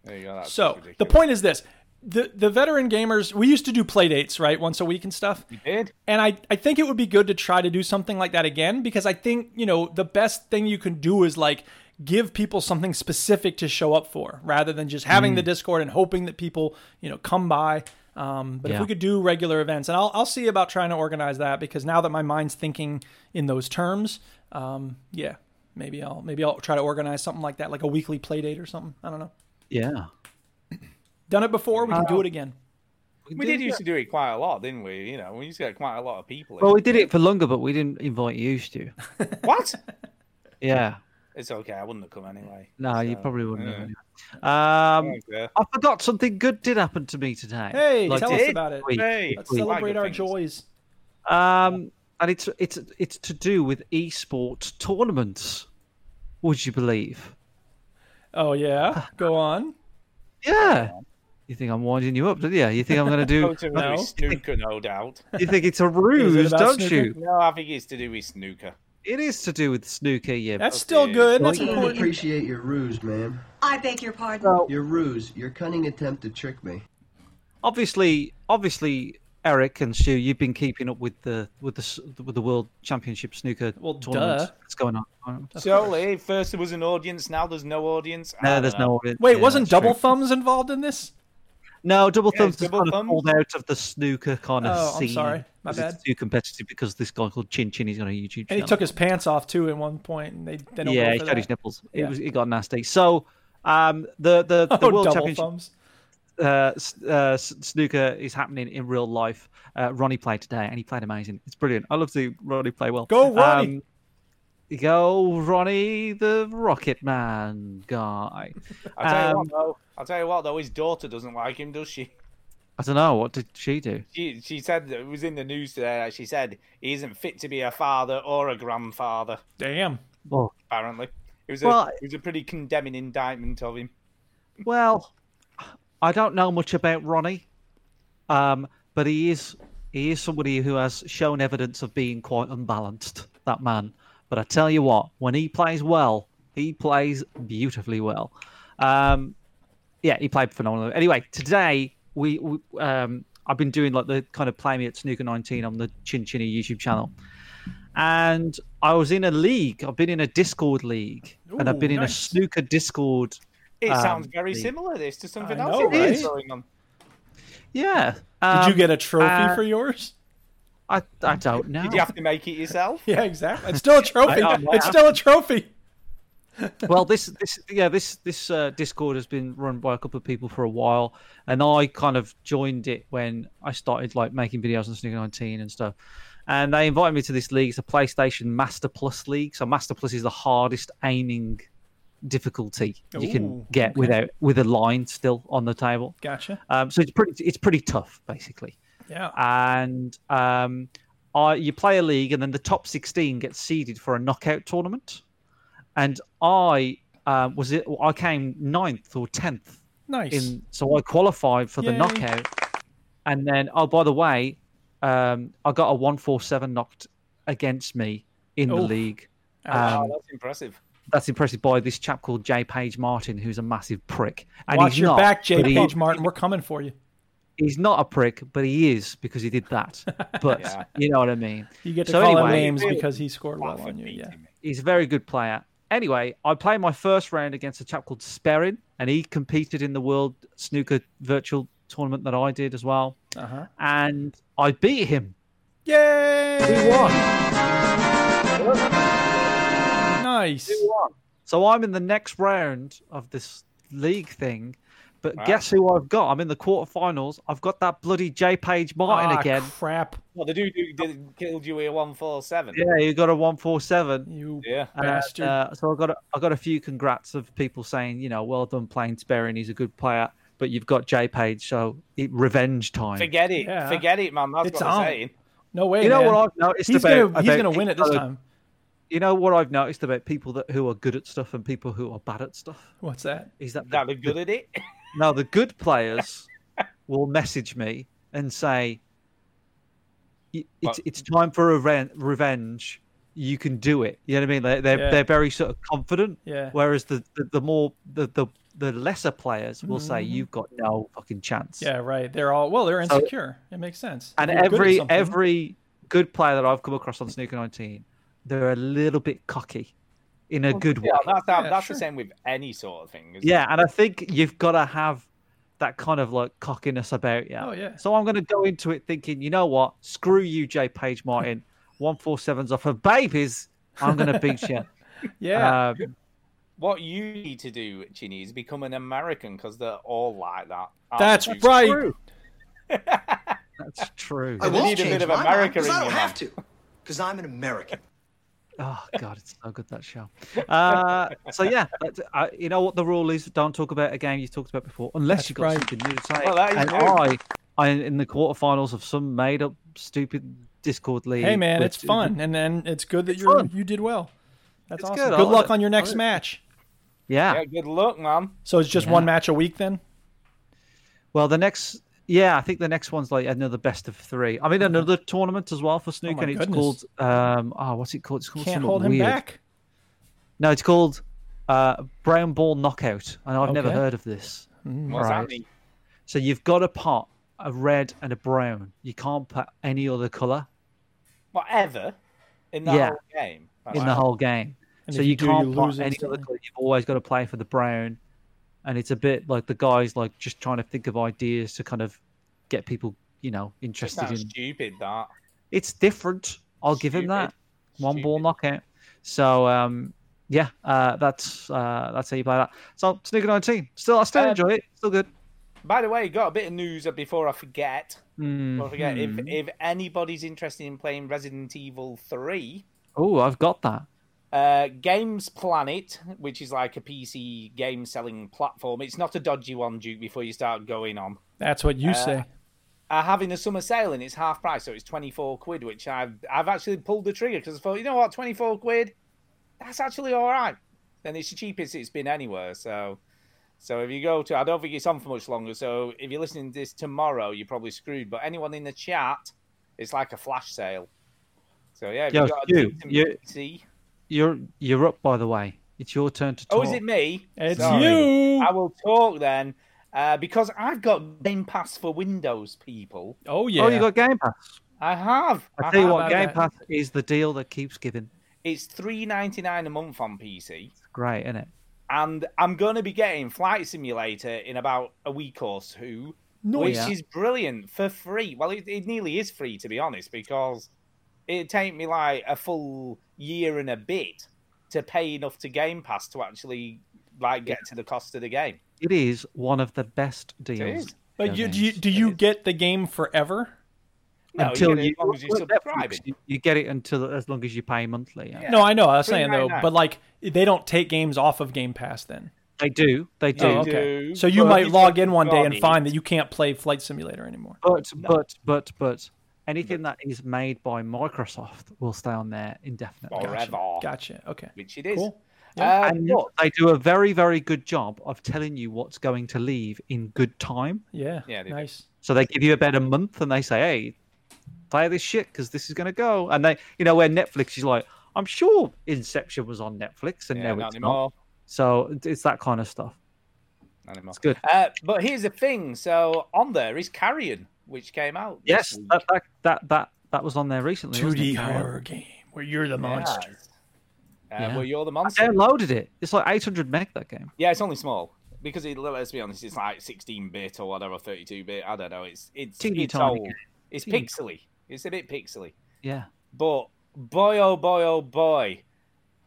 Speaker 2: There you go. That's
Speaker 3: So
Speaker 2: ridiculous.
Speaker 3: the point is this: the the veteran gamers, we used to do play dates, right, once a week and stuff.
Speaker 2: Did?
Speaker 3: And I, I think it would be good to try to do something like that again because I think, you know, the best thing you can do is like give people something specific to show up for rather than just having the Discord and hoping that people, you know, come by. Um, but if
Speaker 4: Yeah.
Speaker 3: we could do regular events, and I'll, I'll see about trying to organize that because now that my mind's thinking in those terms, um, yeah, maybe I'll maybe I'll try to organize something like that, like a weekly play date or something. I don't know.
Speaker 4: Yeah,
Speaker 3: Done it before, we can
Speaker 4: Uh,
Speaker 3: do it again.
Speaker 2: We did used to do it quite a lot, didn't we? You know, we used to get quite a lot of people. in.
Speaker 4: Well, we did it for longer, but we didn't invite you, Stu.
Speaker 3: *laughs*
Speaker 4: *laughs*
Speaker 2: what?
Speaker 4: Yeah.
Speaker 2: It's okay. I wouldn't have come anyway.
Speaker 4: No, you
Speaker 2: so,
Speaker 4: probably wouldn't. have
Speaker 2: yeah.
Speaker 4: anyway. Um,
Speaker 3: *laughs*
Speaker 2: Yeah.
Speaker 4: I forgot something good did happen to me today.
Speaker 3: Hey,
Speaker 4: Like,
Speaker 3: tell us
Speaker 4: this
Speaker 3: about it.
Speaker 4: week-
Speaker 2: Hey,
Speaker 4: this
Speaker 3: Let's
Speaker 2: Please.
Speaker 4: week.
Speaker 3: celebrate
Speaker 2: Like
Speaker 3: our
Speaker 2: things.
Speaker 3: joys.
Speaker 4: Um, and it's it's it's to do with esports tournaments. Would you believe?
Speaker 3: Oh
Speaker 4: *laughs*
Speaker 3: yeah, go on.
Speaker 4: Yeah. You think I'm winding you up, did you? You think I'm going to
Speaker 3: *laughs*
Speaker 2: Go
Speaker 4: do?
Speaker 2: to
Speaker 3: No.
Speaker 2: no. snooker, no doubt.
Speaker 3: *laughs*
Speaker 4: You think it's a ruse,
Speaker 3: about
Speaker 4: don't
Speaker 3: snooker?
Speaker 4: you?
Speaker 2: No, I think it's to do with snooker.
Speaker 4: It is to do with snooker, yeah.
Speaker 3: That's still good. That's
Speaker 5: I don't
Speaker 3: important.
Speaker 5: appreciate your ruse, ma'am.
Speaker 7: I beg your pardon.
Speaker 5: Your ruse, your cunning attempt to trick me.
Speaker 4: obviously, obviously, Eric and Stu, you've been keeping up with the with the s- with the World Championship snooker
Speaker 3: Well,
Speaker 4: tournament
Speaker 3: duh.
Speaker 4: that's going on.
Speaker 2: Surely, first there was an audience, now there's no audience. I
Speaker 4: No,
Speaker 2: don't
Speaker 4: there's
Speaker 2: know.
Speaker 4: no. audience.
Speaker 3: Wait,
Speaker 4: Yeah,
Speaker 3: wasn't
Speaker 4: that's true.
Speaker 3: Double Thumbs involved in this?
Speaker 4: No, double
Speaker 2: Yeah,
Speaker 4: thumbs has
Speaker 2: double
Speaker 4: kind of
Speaker 2: thumbs.
Speaker 4: pulled out of the snooker kind of
Speaker 3: Oh, I'm
Speaker 4: scene.
Speaker 3: sorry. My
Speaker 4: because it's
Speaker 3: bad.
Speaker 4: too competitive because this guy called Chin Chin, he's on a YouTube
Speaker 3: And
Speaker 4: channel.
Speaker 3: he took his pants off too at one point, and they, they don't
Speaker 4: yeah,
Speaker 3: go
Speaker 4: he
Speaker 3: for
Speaker 4: showed his
Speaker 3: that.
Speaker 4: nipples.
Speaker 3: Yeah.
Speaker 4: It was it got nasty. So um, the the, the
Speaker 3: *laughs* *laughs* Oh,
Speaker 4: World
Speaker 3: double
Speaker 4: Championship
Speaker 3: thumbs.
Speaker 4: uh, s- uh, s- snooker is happening in real life. Uh, Ronnie played today, and he played amazing. It's brilliant. I love to see Ronnie play well.
Speaker 3: Go, Ronnie!
Speaker 4: Um, go Ronnie, the Rocket Man guy.
Speaker 2: I'll tell you
Speaker 4: Um,
Speaker 2: what, though. I'll tell you what, though. His daughter doesn't like him, does she?
Speaker 4: I don't know what did she do.
Speaker 2: She, she said that it was in the news today. She said he isn't fit to be a father or a grandfather.
Speaker 3: Damn.
Speaker 2: Oh,
Speaker 4: Well,
Speaker 2: Apparently, it was
Speaker 4: Well,
Speaker 2: a it was a pretty condemning indictment of him.
Speaker 4: Well, I don't know much about Ronnie, um, but he is he is somebody who has shown evidence of being quite unbalanced. That man. But I tell you what, when he plays well, he plays beautifully well. Um, yeah, he played phenomenally. Anyway, today we, we um, I've been doing like the kind of play me at snooker 19 on the Chin Chinny YouTube channel, and I was in a league. I've been in a Discord league, and I've
Speaker 3: Ooh,
Speaker 4: been in
Speaker 3: nice.
Speaker 4: a snooker Discord.
Speaker 2: It
Speaker 4: um,
Speaker 2: sounds very
Speaker 4: league.
Speaker 2: similar. This to something
Speaker 3: I
Speaker 2: else
Speaker 3: know,
Speaker 2: you've got
Speaker 3: right?
Speaker 2: going on.
Speaker 4: Yeah.
Speaker 3: Did you
Speaker 4: um,
Speaker 3: get a trophy
Speaker 4: uh,
Speaker 3: for yours? *laughs*
Speaker 4: I, I don't know.
Speaker 2: Did you have to make it yourself?
Speaker 3: Yeah, exactly. It's still a trophy.
Speaker 4: I- I-
Speaker 3: it's still a trophy.
Speaker 4: well this this yeah this this uh, discord has been run by a couple of people for a while and i kind of joined it when i started like making videos on sneaker 19 and stuff and they invited me to this league it's a playstation master plus league so master plus is the hardest aiming difficulty you
Speaker 3: Ooh,
Speaker 4: can get without with a line still on the table
Speaker 3: Gotcha.
Speaker 4: um, so it's pretty it's pretty tough basically
Speaker 3: Yeah.
Speaker 4: Uh, and um, I, you play a league, and then the top 16 gets seeded for a knockout tournament. And I um, was it I came ninth or tenth
Speaker 3: nice.
Speaker 4: in, so I qualified for the
Speaker 3: Yay.
Speaker 4: knockout. And then, oh by the way, um, I got a one four seven knocked against me in the
Speaker 3: Oof.
Speaker 4: league.
Speaker 2: Wow,
Speaker 4: Um,
Speaker 2: Oh, that's impressive.
Speaker 4: that's impressive by this chap called J. Page Martin, who's a massive prick. And
Speaker 3: Watch
Speaker 4: he's
Speaker 3: your
Speaker 4: not,
Speaker 3: back, J.
Speaker 4: but he-
Speaker 3: Page Martin. We're coming for you.
Speaker 4: he's not a prick, but he is because he did
Speaker 3: *laughs*
Speaker 4: that. But
Speaker 2: Yeah.
Speaker 4: you know what I mean.
Speaker 3: You get to
Speaker 4: So
Speaker 3: call him
Speaker 4: anyway-
Speaker 3: names because he scored well
Speaker 2: Wow,
Speaker 3: on you. Yeah.
Speaker 2: beating me.
Speaker 4: He's a very good player. Anyway, I played my first round against a chap called Sperrin, and he competed in the World Snooker Virtual Tournament that I did as well.
Speaker 3: Uh huh.
Speaker 4: And I beat him.
Speaker 3: Yay! Nice.
Speaker 4: So I'm in the next round of this league thing. But
Speaker 2: Wow.
Speaker 4: guess who I've got? I'm in the quarterfinals. I've got that bloody J. Page Martin
Speaker 3: Ah,
Speaker 4: again.
Speaker 3: crap.
Speaker 2: Well, the dude who did, killed you here one four seven.
Speaker 4: Yeah, you got a 147.
Speaker 3: You
Speaker 2: Yeah.
Speaker 4: And,
Speaker 3: bastard.
Speaker 4: uh, so I got a, I got a few congrats of people saying, you know, well done playing Sperrin. He's a good player, but you've got J Page, so it, revenge time.
Speaker 2: Forget it.
Speaker 3: Yeah.
Speaker 2: Forget it, man. That's
Speaker 3: It's
Speaker 2: what
Speaker 3: on.
Speaker 2: I'm saying.
Speaker 3: no way.
Speaker 4: you know
Speaker 3: man.
Speaker 4: what I've noticed
Speaker 3: He's
Speaker 4: about,
Speaker 3: gonna he's
Speaker 4: about
Speaker 3: gonna win it this
Speaker 4: people-
Speaker 3: time.
Speaker 4: You know what I've noticed about people that who are good at stuff and people who are bad at stuff
Speaker 3: What's that?
Speaker 4: is that the-
Speaker 2: That'd be good
Speaker 3: *laughs*
Speaker 2: at it.
Speaker 4: now the good players will message me and say, "Y- "It's
Speaker 2: But-
Speaker 4: it's time for reven- revenge. You can do it." You know what I mean? They they're,
Speaker 3: Yeah.
Speaker 4: they're very sort of confident.
Speaker 3: Yeah.
Speaker 4: Whereas the the, the more the, the the lesser players will say, "You've got no fucking chance."
Speaker 3: Mm. Yeah, right. They're all well. They're
Speaker 4: So-
Speaker 3: insecure. it makes sense.
Speaker 4: And
Speaker 3: If you're good at
Speaker 4: every
Speaker 3: something-
Speaker 4: every good player that I've come across on Snooker 19, they're a little bit cocky, in a good way.
Speaker 2: Yeah, that's how,
Speaker 3: Yeah,
Speaker 2: that's
Speaker 3: sure.
Speaker 2: the same with any sort of thing. isn't
Speaker 4: Yeah, and I think you've got to have that kind of like cockiness about you.
Speaker 3: Oh, yeah.
Speaker 4: So I'm going to go into it thinking, you know what? Screw you, J. Page Martin. One four sevens off for babies. I'm going to beat you.
Speaker 3: *laughs* yeah,
Speaker 4: Um,
Speaker 2: it? What you need to do, Chinny, is become an American because they're all like that. aren't
Speaker 3: that's
Speaker 2: they?
Speaker 3: right.
Speaker 4: that's true.
Speaker 5: I will
Speaker 2: need a
Speaker 5: change
Speaker 2: bit of
Speaker 5: my mind,
Speaker 2: America
Speaker 5: 'cause
Speaker 2: in
Speaker 5: I don't
Speaker 2: you,
Speaker 5: have
Speaker 2: man.
Speaker 5: to, because I'm an American.
Speaker 4: Oh God, it's so good that show. Uh, so yeah, that's, uh, you know what the rule is: don't talk about a game you talked about before, unless
Speaker 3: That's
Speaker 4: you've got
Speaker 3: right.
Speaker 4: something new to say.
Speaker 2: Well, that is
Speaker 4: and I,
Speaker 2: true.
Speaker 4: I, am in the quarterfinals of some made-up, stupid Discord league.
Speaker 3: Hey man,
Speaker 4: with-
Speaker 3: it's fun, and then it's good that you
Speaker 4: fun.
Speaker 3: are you did well. That's
Speaker 4: It's
Speaker 3: awesome.
Speaker 4: good. I
Speaker 3: Good
Speaker 4: love
Speaker 3: luck
Speaker 4: it.
Speaker 3: on your
Speaker 4: I
Speaker 3: next
Speaker 4: love it.
Speaker 3: match.
Speaker 4: Yeah.
Speaker 2: Yeah, good luck, man.
Speaker 3: So it's just one match a week then.
Speaker 4: Well, the next, yeah, I think the next one's like another best of three. I'm in another tournament as well for snooker,
Speaker 3: Oh, my
Speaker 4: and it's
Speaker 3: goodness.
Speaker 4: called, um, oh, what's it called? It's called
Speaker 3: Can't
Speaker 4: something
Speaker 3: hold him
Speaker 4: weird.
Speaker 3: back.
Speaker 4: No, it's called uh, Brown Ball Knockout, and I've never
Speaker 3: Okay.
Speaker 4: heard of this.
Speaker 2: What's
Speaker 4: Right.
Speaker 2: that mean?
Speaker 4: So you've got a pot, a red and a brown. You can't put any other color
Speaker 2: Whatever. In the
Speaker 4: Yeah.
Speaker 2: whole game. That's
Speaker 4: in the
Speaker 2: right.
Speaker 4: whole game.
Speaker 3: And
Speaker 4: so
Speaker 3: if
Speaker 4: you,
Speaker 3: you do, you
Speaker 4: can't
Speaker 3: lose
Speaker 4: put any other
Speaker 3: instantly.
Speaker 4: color. You've always got to play for the brown, and it's a bit like the guys like just trying to think of ideas to kind of get people, you know,
Speaker 2: It
Speaker 4: interested
Speaker 2: sounds
Speaker 4: in
Speaker 2: stupid, that.
Speaker 4: it's different. I'll give him that.
Speaker 2: Stupid.
Speaker 4: One ball
Speaker 2: Stupid.
Speaker 4: knockout. So um, yeah, uh, that's uh, that's how you play that. So snooker nineteen. Still, I still
Speaker 2: Um,
Speaker 4: enjoy it. Still good.
Speaker 2: By the way, got a bit of news before I forget. Before I forget,
Speaker 4: Mhm.
Speaker 2: if, if anybody's interested in playing Resident Evil 3,
Speaker 4: Oh, I've got that.
Speaker 2: Uh, Games Planet, which is like a PC game selling platform, it's not a dodgy one, Duke, before you start going on.
Speaker 3: That's what you
Speaker 4: Uh,
Speaker 3: say.
Speaker 2: Are uh, having a summer sale and it's half price, so it's 24 quid, which I've I've actually pulled the trigger because I thought, you know what, 24 quid, that's actually all right. And it's the cheapest it's been anywhere. So, so if you go to, I don't think it's on for much longer. So if you're listening to this tomorrow, you're probably screwed. But anyone in the chat, it's like a flash sale. So yeah, if
Speaker 4: Yo,
Speaker 2: you've got a
Speaker 4: Stu,
Speaker 2: decent
Speaker 4: you-
Speaker 2: PC.
Speaker 4: You're you're up by the way. It's your turn to talk.
Speaker 2: Oh, is oh, it me?
Speaker 3: It's
Speaker 2: Sorry.
Speaker 3: you.
Speaker 2: I will talk then. uh, because I've got Game Pass for Windows, people.
Speaker 3: Oh yeah.
Speaker 4: Oh, you got Game Pass.
Speaker 2: I have.
Speaker 4: I tell you
Speaker 2: have.
Speaker 4: what, Game
Speaker 3: that.
Speaker 4: Pass is the deal that keeps giving.
Speaker 2: It's three ninety nine a month on PC,
Speaker 4: It's great, isn't it?
Speaker 2: and I'm going to be getting Flight Simulator in about a week or two, which
Speaker 4: Oh, Yeah.
Speaker 2: is brilliant for free. Well, it, it nearly is free to be honest, because it take me like a full year and a bit to pay enough to Game Pass to actually like get to the cost of the game.
Speaker 4: It is one of the best deals.
Speaker 2: is.
Speaker 3: But you, do you do you get the game forever?
Speaker 2: No,
Speaker 4: until
Speaker 2: get it
Speaker 4: you,
Speaker 2: as long as you're
Speaker 4: *laughs* Netflix,
Speaker 2: subscribing.
Speaker 4: you- you get it until as long as you pay monthly. Yeah.
Speaker 3: No, I know. I was saying though,
Speaker 2: $3.99.
Speaker 3: but like they don't take games off of Game Pass then.
Speaker 4: They do. They do.
Speaker 2: They
Speaker 3: Oh, okay.
Speaker 2: do,
Speaker 3: so you
Speaker 2: but
Speaker 3: might
Speaker 2: if
Speaker 3: log
Speaker 2: they've
Speaker 3: in one day
Speaker 2: got
Speaker 3: and
Speaker 2: it-
Speaker 3: find that you can't play Flight Simulator anymore.
Speaker 4: But but but but anything that is made by Microsoft will stay on there indefinitely.
Speaker 2: forever,
Speaker 3: Gotcha. Okay.
Speaker 2: which it is.
Speaker 3: Cool.
Speaker 2: Uh,
Speaker 4: And
Speaker 2: but-
Speaker 4: look, they do a very very good job of telling you what's going to leave in good time.
Speaker 3: Yeah.
Speaker 2: Yeah, they do.
Speaker 3: nice.
Speaker 4: So they give you about a month, and they say, "Hey, play this shit because this is going to go." And they, you know, where Netflix is like, "I'm sure Inception was on Netflix, and
Speaker 2: Yeah,
Speaker 4: now
Speaker 2: not
Speaker 4: it's
Speaker 2: anymore.
Speaker 4: not." So it's that kind of stuff.
Speaker 2: Not anymore.
Speaker 4: It's good.
Speaker 2: Uh, but here's the thing. So on there is Carrion, which came out. this
Speaker 4: Yes,
Speaker 2: week.
Speaker 4: that that that, that, that was on there recently. wasn't it?
Speaker 3: game where you're the
Speaker 2: Yes. Uh, Well, you're the
Speaker 4: I
Speaker 2: monster.
Speaker 4: downloaded it. It's like 800 meg that game.
Speaker 2: Yeah, it's only small because it, let's be honest, it's like 16 bit or whatever, 32 bit. I don't know. It's it's
Speaker 4: Teeny
Speaker 2: it's
Speaker 4: tiny
Speaker 2: old. It's
Speaker 4: Teeny-
Speaker 2: pixely. It's a bit pixely.
Speaker 4: Yeah.
Speaker 2: But boy, oh boy, oh boy,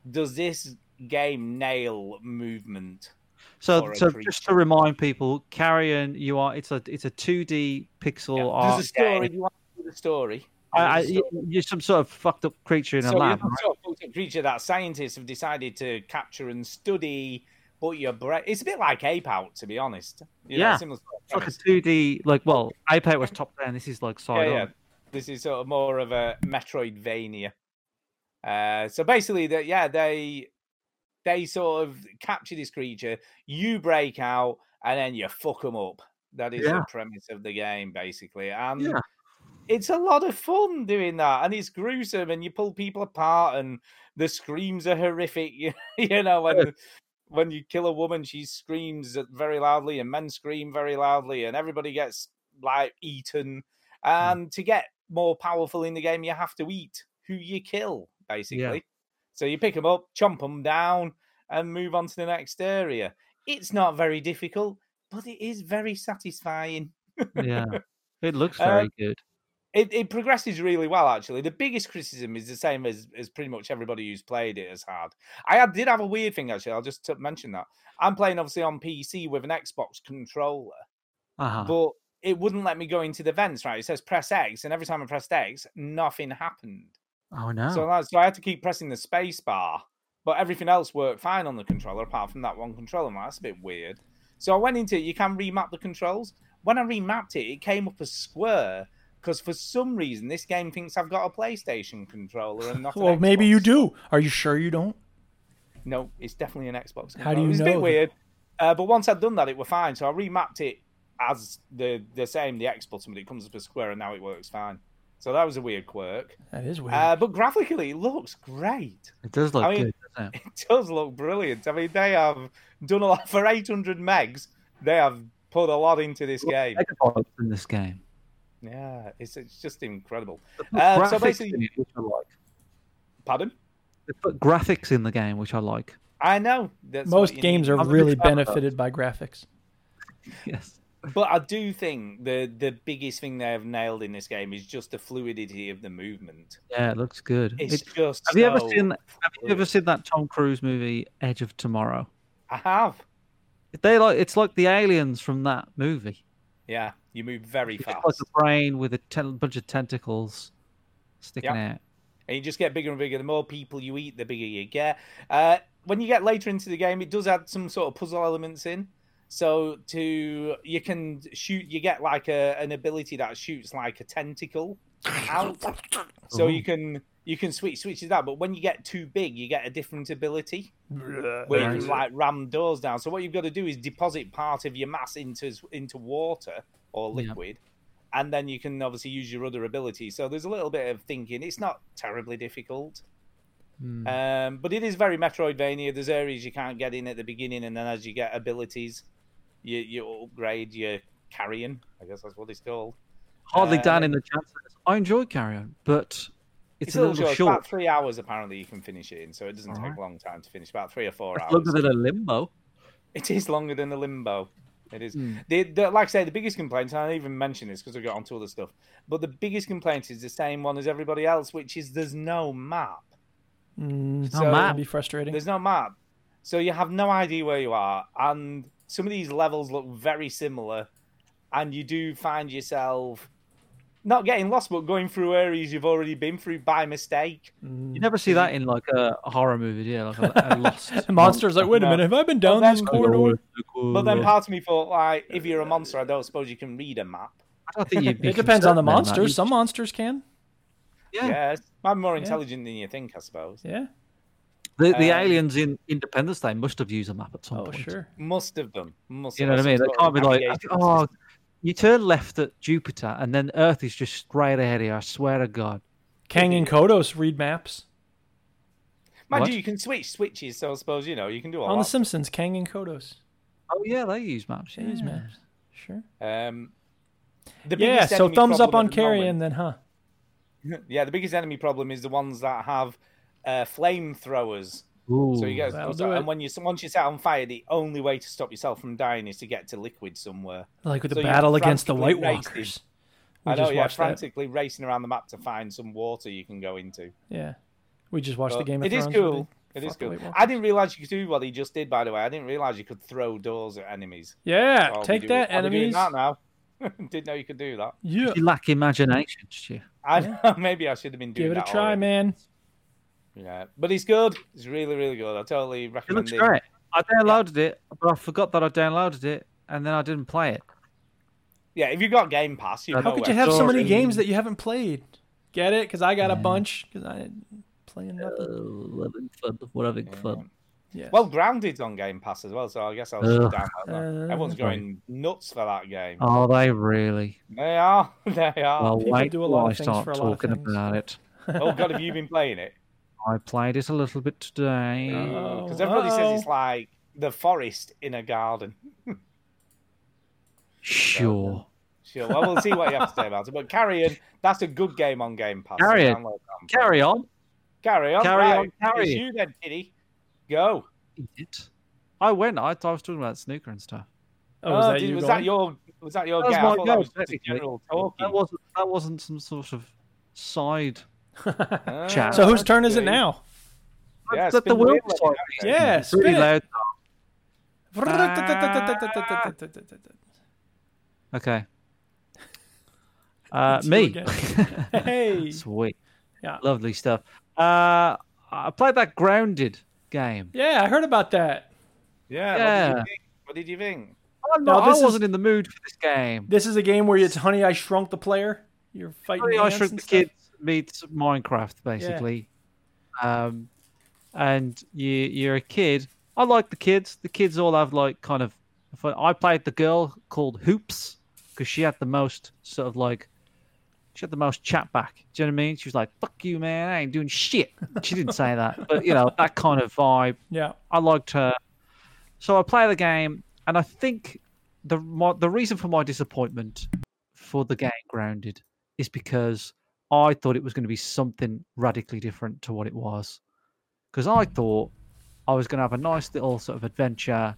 Speaker 2: does this game nail movement?
Speaker 4: So
Speaker 2: Or a
Speaker 4: so just to
Speaker 2: creature.
Speaker 4: remind people, Carrion, you are it's a it's a 2D pixel art.
Speaker 2: There's a story. You want to do the story?
Speaker 4: uh, I, I,
Speaker 2: There's a story.
Speaker 4: you're some sort of fucked up creature in a
Speaker 2: so
Speaker 4: lab.
Speaker 2: you're the sort of fucking creature that scientists have decided to capture and study, but your brain. It's a bit like Ape Out, to be honest. You know,
Speaker 4: Yeah.
Speaker 2: similar sort of
Speaker 4: It's like a
Speaker 2: premise.
Speaker 4: 2D like well, Ape Out was top down. This is like side
Speaker 2: yeah, yeah.
Speaker 4: on.
Speaker 2: This is sort of more of a Metroidvania. Uh, so basically, that yeah, they they sort of capture this creature. You break out, and then you fuck them up. That is
Speaker 4: Yeah.
Speaker 2: the premise of the game, basically. And
Speaker 4: Yeah.
Speaker 2: it's a lot of fun doing that, and it's gruesome, and you pull people apart, and the screams are horrific. *laughs* You, you know, when when you kill a woman, she screams very loudly, and men scream very loudly, and everybody gets like eaten. And to get more powerful in the game, you have to eat who you kill, basically. So you pick them up, chomp them down, and move on to the next area. It's not very difficult, but it is very satisfying.
Speaker 4: Yeah. It looks
Speaker 2: *laughs*
Speaker 4: very
Speaker 2: Um,
Speaker 4: good.
Speaker 2: It, it progresses really well, actually. The biggest criticism is the same as, as pretty much everybody who's played it has had. I had, did have a weird thing, actually. I'll just t- mention that. I'm playing, obviously, on PC with an Xbox controller,
Speaker 4: Uh-huh.
Speaker 2: but it wouldn't let me go into the vents, right? It says press X, and every time I pressed X, nothing happened.
Speaker 4: oh no.
Speaker 2: So, that's, so I had to keep pressing the space bar, but everything else worked fine on the controller apart from that one controller. I'm like, that's a bit weird. So I went into it. You can remap the controls. When I remapped it, it came up as square because for some reason this game thinks I've got a PlayStation controller and not. an
Speaker 3: Well, maybe you
Speaker 2: Xbox.
Speaker 3: do. Are you sure you don't?
Speaker 2: No, it's definitely an Xbox.
Speaker 3: How do
Speaker 2: controller.
Speaker 3: you
Speaker 2: It was a
Speaker 3: know
Speaker 2: bit
Speaker 3: that?
Speaker 2: weird, uh, but once I'd done that, it were fine. So I remapped it as the the same the X button, but it comes up as square, and now it works fine. So that was a weird quirk.
Speaker 3: That is weird.
Speaker 2: Uh, but graphically, it looks great.
Speaker 4: it does look
Speaker 2: I mean-
Speaker 4: good, doesn't it?
Speaker 2: it *laughs* does look brilliant. I mean, they have done a lot for 800 megs. They have put a lot into this game.
Speaker 4: Megabytes in this game.
Speaker 2: Yeah, it's, it's just incredible.
Speaker 4: The
Speaker 2: Uh, so
Speaker 4: graphics in
Speaker 2: basically,
Speaker 4: it, which I like.
Speaker 2: pardon?
Speaker 4: They put graphics in the game, which I like. *laughs*
Speaker 2: I know that's what
Speaker 3: Most
Speaker 2: you
Speaker 3: games
Speaker 2: need.
Speaker 3: are
Speaker 4: I'm
Speaker 3: really
Speaker 4: really proud of
Speaker 3: benefited by graphics.
Speaker 4: Yes.
Speaker 2: but I do think the the biggest thing they have nailed in this game is just the fluidity of the movement.
Speaker 4: Yeah, it looks good.
Speaker 2: It's
Speaker 4: It-
Speaker 2: just.
Speaker 4: have you ever
Speaker 2: so
Speaker 4: seen Have you ever
Speaker 2: fluid.
Speaker 4: seen that Tom Cruise movie Edge of Tomorrow?
Speaker 2: I have.
Speaker 4: They like it's like the aliens from that movie.
Speaker 2: Yeah, you move very
Speaker 4: It's like
Speaker 2: fast,
Speaker 4: a brain with a ten, bunch of tentacles sticking out.
Speaker 2: and you just get bigger and bigger. The more people you eat, the bigger you get. Uh, when you get later into the game, it does add some sort of puzzle elements in. So to you can shoot, you get like a, an ability that shoots like a tentacle out. So you can you can switch switches that, but when you get too big, you get a different ability where you can like ram doors down. So what you've got to do is deposit part of your mass into s- into water or
Speaker 4: Yeah.
Speaker 2: liquid, and then you can obviously use your other ability. So there's a little bit of thinking. It's not terribly difficult.
Speaker 4: Hmm.
Speaker 2: Um, but it is very Metroidvania. There's areas you can't get in at the beginning, and then as you get abilities, you you upgrade your carrion. I guess that's what it's called.
Speaker 4: Hardly
Speaker 2: Uh,
Speaker 4: down in the chat. says, I enjoy carrion, but it's,
Speaker 2: It's
Speaker 4: a little
Speaker 2: short.
Speaker 4: short.
Speaker 2: About three hours apparently you can finish it in, so it doesn't take
Speaker 4: Alright.
Speaker 2: a long time to finish. About three or four
Speaker 4: It's
Speaker 2: hours.
Speaker 4: longer than a limbo.
Speaker 2: It is longer than the limbo. It is.
Speaker 4: Hmm.
Speaker 2: The, the, like I say, the biggest complaint, and I didn't even mention this because I got onto other stuff, but the biggest complaint is the same one as everybody else, which is there's no map.
Speaker 3: Mm,
Speaker 2: So-
Speaker 3: that would be frustrating.
Speaker 2: There's no map. So you have no idea where you are. And some of these levels look very similar. And you do find yourself not getting lost, but going through areas you've already been through by mistake.
Speaker 4: You never see
Speaker 2: Mm.
Speaker 4: that in like a a horror movie, yeah, like a, a lost.
Speaker 3: The *laughs* monster's
Speaker 2: *laughs*
Speaker 4: *laughs*
Speaker 3: like, wait a
Speaker 2: No.
Speaker 3: minute, have I been down
Speaker 2: Well,
Speaker 3: this
Speaker 2: then-
Speaker 3: corridor?
Speaker 2: But then part of me thought, like, if you're a monster, I don't suppose you can read a map.
Speaker 4: I don't think you'd be
Speaker 3: It depends on the
Speaker 4: concerned about that.
Speaker 3: monsters.
Speaker 4: You'd-
Speaker 3: Some monsters can.
Speaker 4: yeah.
Speaker 2: Yes. I'm more intelligent than you think, I suppose.
Speaker 3: Yeah.
Speaker 4: The, the
Speaker 2: Um,
Speaker 4: aliens in Independence Day must have used a map at some
Speaker 3: Oh,
Speaker 4: point.
Speaker 3: sure.
Speaker 2: Most of them. Most
Speaker 4: You
Speaker 2: of
Speaker 4: know what I
Speaker 2: them.
Speaker 4: mean? They
Speaker 2: Some
Speaker 4: can't
Speaker 2: sort
Speaker 4: be
Speaker 2: of
Speaker 4: like,
Speaker 2: navigation
Speaker 4: oh,
Speaker 2: system.
Speaker 4: you turn left at Jupiter and then Earth is just straight ahead here. I swear to God.
Speaker 3: Kang and Kodos read maps.
Speaker 2: Mind
Speaker 4: what?
Speaker 2: you, you can switch switches, so I suppose, you know, you can do all
Speaker 3: On The
Speaker 2: that.
Speaker 3: Simpsons, Kang and Kodos.
Speaker 4: Oh yeah, they use maps.
Speaker 3: They
Speaker 4: Yeah.
Speaker 3: use maps. Sure.
Speaker 2: Um,
Speaker 3: Yeah,
Speaker 2: the biggest
Speaker 3: so
Speaker 2: enemy
Speaker 3: thumbs up
Speaker 2: problem
Speaker 3: on
Speaker 2: at the moment-
Speaker 3: Carrion then, huh?
Speaker 2: *laughs* Yeah, the biggest enemy problem is the ones that have uh, flamethrowers.
Speaker 4: Ooh.
Speaker 2: So you guys,
Speaker 3: that'll do
Speaker 2: and
Speaker 3: it.
Speaker 2: when you once you set on fire, the only way to stop yourself from dying is to get to liquid somewhere.
Speaker 3: Like with the
Speaker 2: So you
Speaker 3: battle against the White
Speaker 2: frantically raced
Speaker 3: Walkers. We
Speaker 2: I know,
Speaker 3: just
Speaker 2: yeah,
Speaker 3: watched that.
Speaker 2: frantically racing around the map to find some water you can go into.
Speaker 3: Yeah. We just watched the
Speaker 2: But
Speaker 3: Game of
Speaker 2: it is
Speaker 3: Thrones. where
Speaker 2: cool.
Speaker 3: they
Speaker 2: It is
Speaker 3: fought the
Speaker 2: cool.
Speaker 3: White Walkers.
Speaker 2: I didn't realize you could do what he just did. By the way, I didn't realize you could throw doors at enemies. *laughs*
Speaker 3: Yeah,
Speaker 2: Oh, we
Speaker 3: take
Speaker 2: do-
Speaker 3: that,
Speaker 2: oh, we're doing
Speaker 3: enemies.
Speaker 2: that now. *laughs* Didn't know you could do that.
Speaker 3: Yeah.
Speaker 4: You lack imagination, didn't you?
Speaker 2: I *laughs* maybe I should have been doing
Speaker 3: Give it a
Speaker 2: that
Speaker 3: try,
Speaker 2: already.
Speaker 3: man.
Speaker 2: Yeah, but it's good. It's really, really good. I totally
Speaker 4: It
Speaker 2: recommend
Speaker 4: looks great. I downloaded it, but I forgot that I downloaded it and then I didn't play it.
Speaker 2: Yeah, if you got Game Pass, you
Speaker 4: How
Speaker 2: know
Speaker 3: How could
Speaker 2: it.
Speaker 3: you have so many
Speaker 4: Sorry.
Speaker 3: games that you haven't played? Get it? Because I got a bunch. Because I didn't play
Speaker 4: Uh,
Speaker 3: nothing.
Speaker 4: we're having fun. We're having fun.
Speaker 3: Yeah.
Speaker 2: Well, Grounded's on Game Pass as well, so I guess I'll shut
Speaker 4: Ugh.
Speaker 2: down that.
Speaker 3: Uh,
Speaker 2: Everyone's
Speaker 4: that's right.
Speaker 2: going nuts for that game.
Speaker 4: Are Oh, they really?
Speaker 2: They are. *laughs* They are.
Speaker 4: Well,
Speaker 3: Oh, people
Speaker 4: wait
Speaker 3: do a
Speaker 4: till
Speaker 3: lot of
Speaker 4: I
Speaker 3: things
Speaker 4: start
Speaker 3: for a lot of
Speaker 4: talking
Speaker 3: things.
Speaker 4: about it.
Speaker 3: *laughs*
Speaker 2: oh God, have you been playing
Speaker 4: *laughs*
Speaker 2: it?
Speaker 4: I played it a little bit today.
Speaker 3: Oh,
Speaker 2: Because everybody
Speaker 3: uh-oh.
Speaker 2: says it's like the forest in a garden.
Speaker 4: sure.
Speaker 2: Sure. Well, we'll see what you have to say about it. But Carrion, that's a good game on Game Pass. so
Speaker 4: Carrion.
Speaker 2: download that and play it.
Speaker 4: Carry on.
Speaker 2: Carry on.
Speaker 4: Carry on,
Speaker 2: right.
Speaker 4: carry.
Speaker 2: It's you then, Kitty. Go.
Speaker 4: Idiot. I went. I, I was talking about snooker and stuff.
Speaker 3: oh, was
Speaker 2: Oh,
Speaker 3: that
Speaker 2: did-
Speaker 3: you?
Speaker 2: was
Speaker 3: going?
Speaker 2: that your? Was that your
Speaker 4: That was
Speaker 2: game?
Speaker 4: my
Speaker 2: I thought
Speaker 4: game,
Speaker 2: that was just a
Speaker 4: technically.
Speaker 2: general talking.
Speaker 4: That wasn't. That wasn't some sort of side.
Speaker 2: Ah,
Speaker 3: *laughs* so whose turn is it
Speaker 2: okay.
Speaker 3: now?
Speaker 2: Yeah,
Speaker 4: That the
Speaker 2: spin the
Speaker 4: wheel
Speaker 2: wheel
Speaker 4: was
Speaker 2: then,
Speaker 4: like-
Speaker 2: okay.
Speaker 3: Yeah,
Speaker 4: It's really
Speaker 3: spin it.
Speaker 4: loud.
Speaker 2: Ah.
Speaker 3: *laughs*
Speaker 4: Okay. Uh,
Speaker 3: It's you
Speaker 4: me. *laughs*
Speaker 3: again. *laughs* Hey.
Speaker 4: Sweet.
Speaker 3: Yeah.
Speaker 4: Lovely stuff. Uh, I played that grounded game.
Speaker 3: Yeah, I heard about that.
Speaker 2: Yeah.
Speaker 4: Yeah.
Speaker 2: What did you think?
Speaker 4: I'm
Speaker 3: Now,
Speaker 4: not- I
Speaker 3: this is-
Speaker 4: wasn't in the mood for this game.
Speaker 3: This is a game where it's Honey I Shrunk the player. You're fighting.
Speaker 4: Honey, I
Speaker 3: ants
Speaker 4: Shrunk
Speaker 3: and
Speaker 4: the
Speaker 3: stuff.
Speaker 4: Kids meets Minecraft, basically. Um, and you, you're a kid. I like the kids. The kids all have like kind of. Fun. I played the girl called Hoops because she had the most sort of like. She had the most chat back. Do you know what I mean? She was like, "Fuck you, man! I ain't doing shit." She didn't say that, but you know that kind of vibe.
Speaker 3: Yeah.
Speaker 4: I liked her. So I play the game, and I think the my, the reason for my disappointment for the game grounded is because I thought it was going to be something radically different to what it was. Because I thought I was going to have a nice little sort of adventure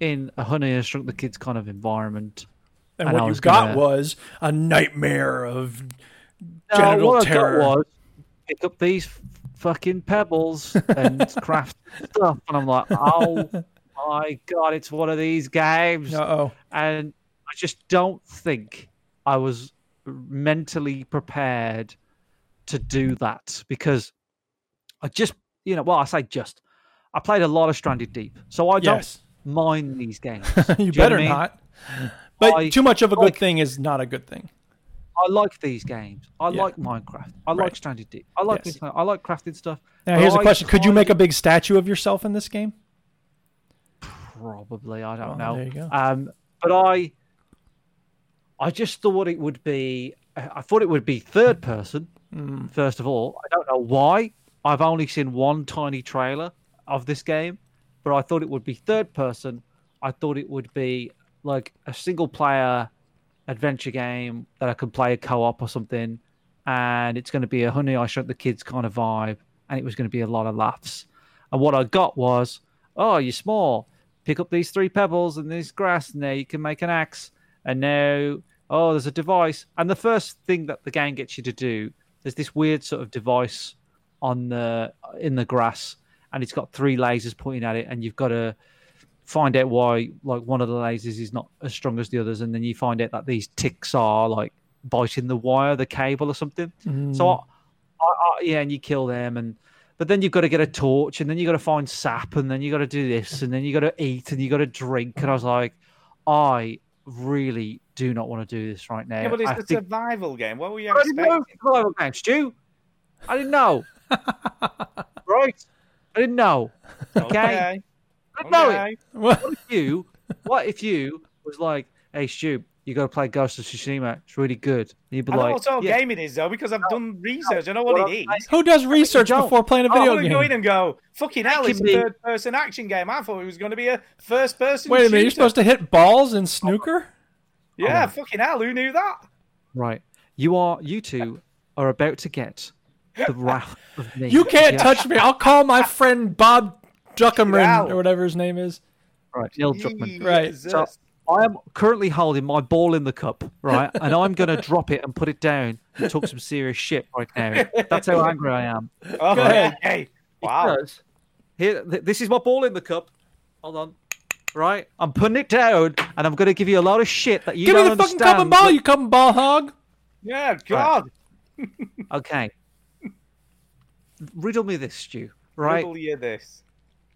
Speaker 4: in a Honey and Shrunk the Kids kind of environment.
Speaker 3: And,
Speaker 4: And I
Speaker 3: what you
Speaker 4: was
Speaker 3: got
Speaker 4: gonna-
Speaker 3: was a nightmare of
Speaker 4: No,
Speaker 3: Genital
Speaker 4: what
Speaker 3: terror.
Speaker 4: I got was pick up these f- fucking pebbles and
Speaker 3: *laughs*
Speaker 4: craft stuff, and I'm like, oh my god, it's one of these games.
Speaker 3: uh oh.
Speaker 4: and I just don't think I was mentally prepared to do that because I just, you know, well, I say just, I played a lot of Stranded Deep, so I don't
Speaker 3: Yes.
Speaker 4: mind these games. Do
Speaker 3: *laughs* *laughs* you
Speaker 4: know what I
Speaker 3: better
Speaker 4: mean?
Speaker 3: not. But
Speaker 4: I-
Speaker 3: too much of a good
Speaker 4: like-
Speaker 3: thing is not a good thing.
Speaker 4: I like these games. I
Speaker 3: Yeah.
Speaker 4: like Minecraft. I
Speaker 3: Right.
Speaker 4: like Stranded Deep. I like
Speaker 3: Yes.
Speaker 4: this. I like crafting stuff.
Speaker 3: Now
Speaker 4: but
Speaker 3: here's a
Speaker 4: I
Speaker 3: question: Could you make a
Speaker 4: find-
Speaker 3: big statue of yourself in this game? *laughs*
Speaker 4: probably? I don't
Speaker 3: Oh,
Speaker 4: know.
Speaker 3: there you go.
Speaker 4: Um, but I, I just thought it would be. I I thought it would be third person.
Speaker 3: Hmm.
Speaker 4: First of all, I don't know why. I've only seen one tiny trailer of this game, but I thought it would be third person. I thought it would be like a single player adventure game that I could play a co op or something, and it's going to be a Honey I Shrunk the Kids kind of vibe, and it was going to be a lot of laughs. And what I got was, oh, you're small. Pick up these three pebbles and this grass, and there you can make an axe. And now, oh, there's a device. And the first thing that the game gets you to do, there's this weird sort of device on the in the grass, and it's got three lasers pointing at it, and you've got to find out why like one of the lasers is not as strong as the others, and then you find out that these ticks are like biting the wire, the cable, or something.
Speaker 2: Mm.
Speaker 4: So, I, I, I, yeah, and you kill them, and but then you've got to get a torch, and then you got to find sap, and then you got to do this, and then you got to eat, and you got to drink. And I was like, I really do not want to do this right now.
Speaker 2: Yeah, but it's
Speaker 4: I
Speaker 2: a
Speaker 4: think-
Speaker 2: survival game. What were you
Speaker 4: I didn't know it
Speaker 2: expecting?
Speaker 4: was a survival game, Stu. I didn't know. right? I didn't know. Okay. I didn't know it
Speaker 2: Okay.
Speaker 4: you what if you was like, hey Stu, you gotta play Ghost of Tsushima, it's really good. And you'd be
Speaker 2: I know
Speaker 4: like
Speaker 2: what sort of
Speaker 4: yeah,
Speaker 2: gaming is though, because I've done research. I know what
Speaker 4: well,
Speaker 2: it is.
Speaker 4: I-
Speaker 3: Who does research
Speaker 4: don't.
Speaker 3: before playing a
Speaker 2: I
Speaker 3: video
Speaker 2: wouldn't go in
Speaker 3: game?
Speaker 2: and go, fucking hell, it's a
Speaker 4: Making me-
Speaker 2: third person action game. I thought it was going to be a first person
Speaker 3: Wait a minute,
Speaker 2: shooter.
Speaker 3: you're supposed to Oh. hit balls in snooker?
Speaker 2: Yeah, fucking hell, who knew that?
Speaker 4: Right. You are you two are about to get the wrath of me.
Speaker 3: You can't
Speaker 4: Yeah,
Speaker 3: touch me. I'll call my friend Bob Duckerman
Speaker 2: out.
Speaker 3: or whatever his name is.
Speaker 4: right, Neil Druckmann.
Speaker 3: Right.
Speaker 2: Jesus.
Speaker 4: So I am currently holding my ball in the cup, right? And I'm gonna *laughs* drop it and put it down and talk some serious shit right now. That's how angry I am.
Speaker 2: Oh,
Speaker 3: ahead.
Speaker 2: hey,
Speaker 3: Oh.
Speaker 2: wow.
Speaker 4: Because Here, th- this is my ball in the cup. Hold on. Right, I'm putting it down, and I'm going to give you a lot of shit that you
Speaker 3: Give me
Speaker 4: don't
Speaker 3: the fucking cup and ball,
Speaker 4: understand,
Speaker 3: you cup and ball hog.
Speaker 2: Yeah, God.
Speaker 4: but- Okay. Riddle me this, Stu. Right,
Speaker 2: Riddle you this.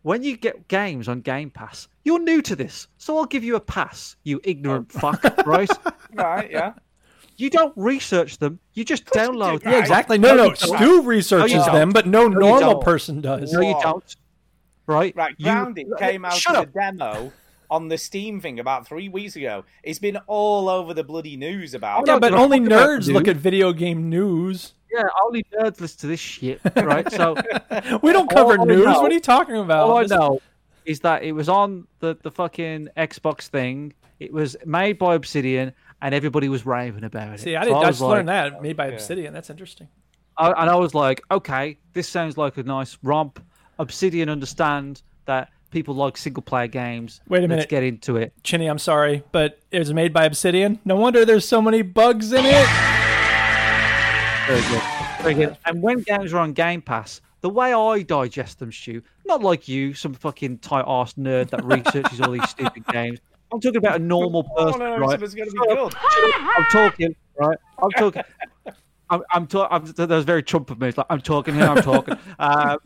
Speaker 4: when you get games on Game Pass, you're new to this, so I'll give you a pass. You ignorant
Speaker 3: Oh.
Speaker 4: fuck. Right? *laughs*
Speaker 2: Right, yeah.
Speaker 4: You don't research them. You just
Speaker 2: do.
Speaker 4: download. them.
Speaker 2: Yeah,
Speaker 3: Exactly. No, no. Stu researches
Speaker 4: don't.
Speaker 3: them, but no
Speaker 4: you
Speaker 3: normal
Speaker 4: don't.
Speaker 3: person does.
Speaker 4: No, you
Speaker 2: Whoa.
Speaker 4: don't. Right?
Speaker 2: Right,
Speaker 4: You-
Speaker 2: Grounded came out
Speaker 4: Shut
Speaker 2: as
Speaker 4: up.
Speaker 2: a demo on the Steam thing about three weeks ago. It's been all over the bloody news
Speaker 4: Oh,
Speaker 2: about
Speaker 3: Yeah,
Speaker 2: it.
Speaker 3: but
Speaker 4: give a
Speaker 3: only
Speaker 4: fuck about
Speaker 3: nerds
Speaker 4: you.
Speaker 3: look at video game news.
Speaker 4: Yeah, only nerds listen to this shit. Right? So.
Speaker 3: *laughs* We don't cover
Speaker 4: I
Speaker 3: news.
Speaker 4: know-
Speaker 3: What are you talking about?
Speaker 4: All Oh, I
Speaker 3: This-
Speaker 4: know is that it was on the, the fucking Xbox thing. It was made by Obsidian, and everybody was raving about it.
Speaker 3: See, I,
Speaker 4: So
Speaker 3: did, I,
Speaker 4: was
Speaker 3: just learned
Speaker 4: like-
Speaker 3: that made by Obsidian. That's interesting.
Speaker 4: I- and I was like, okay, this sounds like a nice romp. Obsidian understand that people like single player games.
Speaker 3: Wait a
Speaker 4: Let's
Speaker 3: minute.
Speaker 4: get into it.
Speaker 3: Chinny, I'm sorry, but it was made by Obsidian. No wonder there's so many bugs in it.
Speaker 4: *laughs* Very good. Very good. And when games are on Game Pass, the way I digest them, Stu, not like you, some fucking tight ass nerd that researches all these stupid *laughs* games. I'm talking about a normal
Speaker 2: Oh,
Speaker 4: person,
Speaker 2: no, no,
Speaker 4: right?
Speaker 2: it's going to be
Speaker 4: Shut
Speaker 2: good.
Speaker 4: I'm talking, right? I'm *laughs* talking. I'm, I'm talking. That was very Trump of me. It's like I'm talking here. I'm *laughs* talking. um,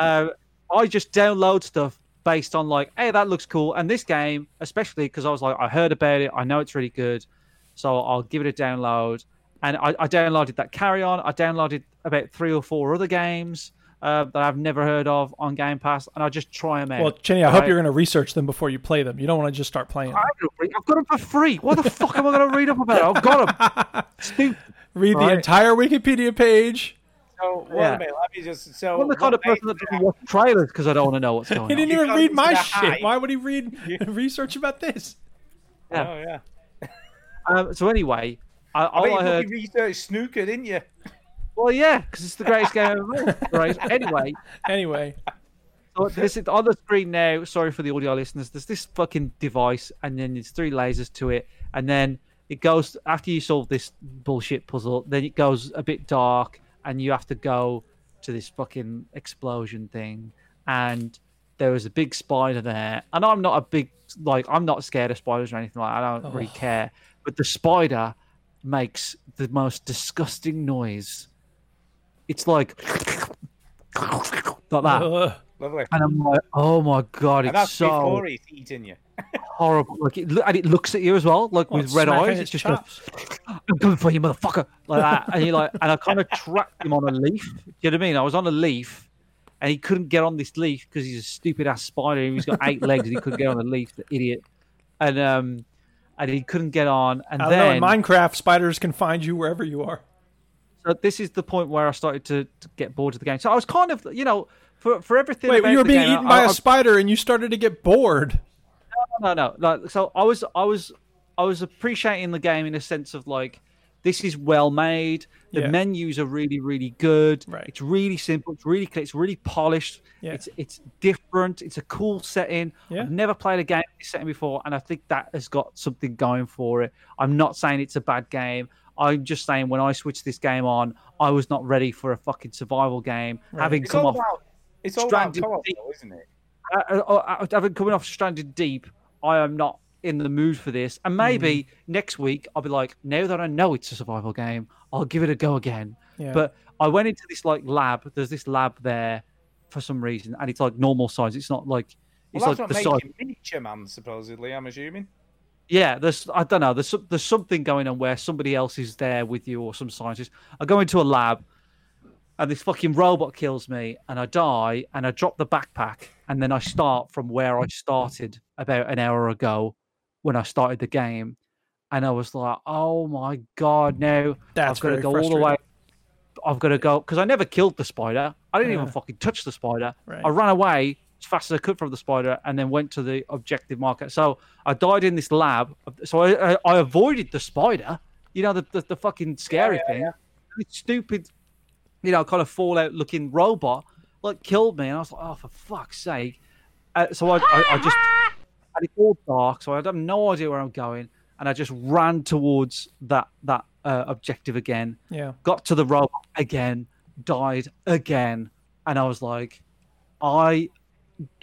Speaker 4: um, I just download stuff based on like, hey, that looks cool, and this game, especially because I was like, I heard about it. I know it's really good, so I'll give it a download. And I, I downloaded that Carry On. I downloaded about three or four other games uh, that I've never heard of on Game Pass, and I just try them out.
Speaker 3: Well, Chinny, I hope
Speaker 4: Right.
Speaker 3: you're going to research them before you play them. You don't want to just start playing. them.
Speaker 4: I'm gonna read- I've got them for free. Why the fuck am I going to read up about it? I've got them.
Speaker 3: *laughs*
Speaker 4: Stupid.
Speaker 3: Read the
Speaker 4: Right.
Speaker 3: entire Wikipedia page.
Speaker 2: So, wait
Speaker 4: Yeah.
Speaker 2: a minute, let me just. So,
Speaker 4: I'm the kind of
Speaker 2: what they-
Speaker 4: person that doesn't watch trailers because I don't want to know
Speaker 3: *laughs*
Speaker 4: what's
Speaker 3: He
Speaker 4: going on.
Speaker 3: didn't even
Speaker 2: got
Speaker 3: read
Speaker 2: into
Speaker 3: my
Speaker 2: the
Speaker 3: shit.
Speaker 2: hype.
Speaker 3: Why would he read *laughs*
Speaker 4: *laughs*
Speaker 3: research about this?
Speaker 4: Yeah.
Speaker 2: Oh, yeah.
Speaker 4: Um, so anyway, I, all
Speaker 2: But
Speaker 4: I,
Speaker 2: you
Speaker 4: heard,
Speaker 2: fucking researched snooker, didn't you?
Speaker 4: well, yeah, because it's the greatest game ever, right? Anyway, *laughs*
Speaker 3: Anyway,
Speaker 4: so this is on the screen now. Sorry for the audio listeners. There's this fucking device, and then there's three lasers to it, and then it goes after you solve this bullshit puzzle. Then it goes a bit dark, and you have to go to this fucking explosion thing, and there was a big spider there. And I'm not a big like I'm not scared of spiders or anything like. That. I don't really care, but the spider makes the most disgusting noise. It's like *laughs* like that.
Speaker 3: Ugh.
Speaker 2: Lovely.
Speaker 4: And I'm like, oh my god,
Speaker 2: And
Speaker 4: it's um,
Speaker 2: that's
Speaker 4: so
Speaker 2: before he's eating you.
Speaker 4: horrible. Like, it, lo- and it looks at you as well, like
Speaker 3: Well,
Speaker 4: with red
Speaker 3: smacking
Speaker 4: eyes.
Speaker 3: his
Speaker 4: It's just goes,
Speaker 3: chops.
Speaker 4: I'm coming for you, motherfucker, like that. And you're like, and
Speaker 3: *laughs*
Speaker 4: I kind of trapped him on a leaf. Do you know what I mean? I was on a leaf, and he couldn't get on this leaf because he's a stupid ass spider. He's got eight legs, and he couldn't get on the leaf. The idiot. And um, and he couldn't get on. And
Speaker 3: I don't
Speaker 4: then
Speaker 3: know. In Minecraft, spiders can find you wherever you are.
Speaker 4: so this is the point where I started to, to get bored of the game. So I was kind of, you know, for for everything.
Speaker 3: Wait,
Speaker 4: about
Speaker 3: you were
Speaker 4: the
Speaker 3: being
Speaker 4: game,
Speaker 3: eaten
Speaker 4: I-
Speaker 3: by
Speaker 4: I-
Speaker 3: a spider and you started to get bored.
Speaker 4: no, no. Like, so I was, I was, I was appreciating the game in a sense of like, this is well made. The
Speaker 3: Yeah.
Speaker 4: menus are really, really good.
Speaker 3: Right.
Speaker 4: It's really simple. It's really clear. It's really polished.
Speaker 3: Yeah.
Speaker 4: It's it's different. It's a cool setting.
Speaker 3: Yeah.
Speaker 4: I've never played a game in this setting before, and I think that has got something going for it. I'm not saying it's a bad game. I'm just saying when I switched this game on, I was not ready for a fucking survival game. Having
Speaker 2: It's
Speaker 4: come
Speaker 2: all
Speaker 4: off
Speaker 2: about it's all about
Speaker 4: Stranded
Speaker 2: co-op,
Speaker 4: Deep.
Speaker 2: though, isn't it?
Speaker 4: uh, uh, uh, having coming off stranded deep, I am not in the mood for this. And maybe
Speaker 2: Mm-hmm.
Speaker 4: next week I'll be like, now that I know it's a survival game, I'll give it a go again.
Speaker 3: Yeah.
Speaker 4: But I went into this like lab. There's this lab there for some reason, and it's like normal size. It's not like it's
Speaker 2: Well, that's
Speaker 4: like
Speaker 2: what
Speaker 4: the
Speaker 2: makes
Speaker 4: size.
Speaker 2: him miniature man, supposedly. I'm assuming.
Speaker 4: Yeah, there's I don't know. There's some- there's something going on where somebody else is there with you or some scientist. I go into a lab, and this fucking robot kills me, and I die, and I drop the backpack, and then I start from where I started about an hour ago, when I started the game, and I was like, oh my god, no,
Speaker 3: That's
Speaker 4: I've got to
Speaker 3: very
Speaker 4: go all the way.
Speaker 3: frustrating.
Speaker 4: I've got to go because I never killed the spider. I didn't
Speaker 3: Yeah.
Speaker 4: even fucking touch the spider.
Speaker 3: Right.
Speaker 4: I ran away as fast as I could from the spider and then went to the objective marker. So I died in this lab. So I, I, I avoided the spider, you know, the, the, the fucking scary thing. This stupid, you know, kind of Fallout looking robot like killed me. And I was like, oh, for fuck's sake. Uh, so I, I, I just, and it's all dark. So I have no idea where I'm going. And I just ran towards that, that uh, objective again
Speaker 3: Yeah.
Speaker 4: got to the robot again, died again, and I was like, I,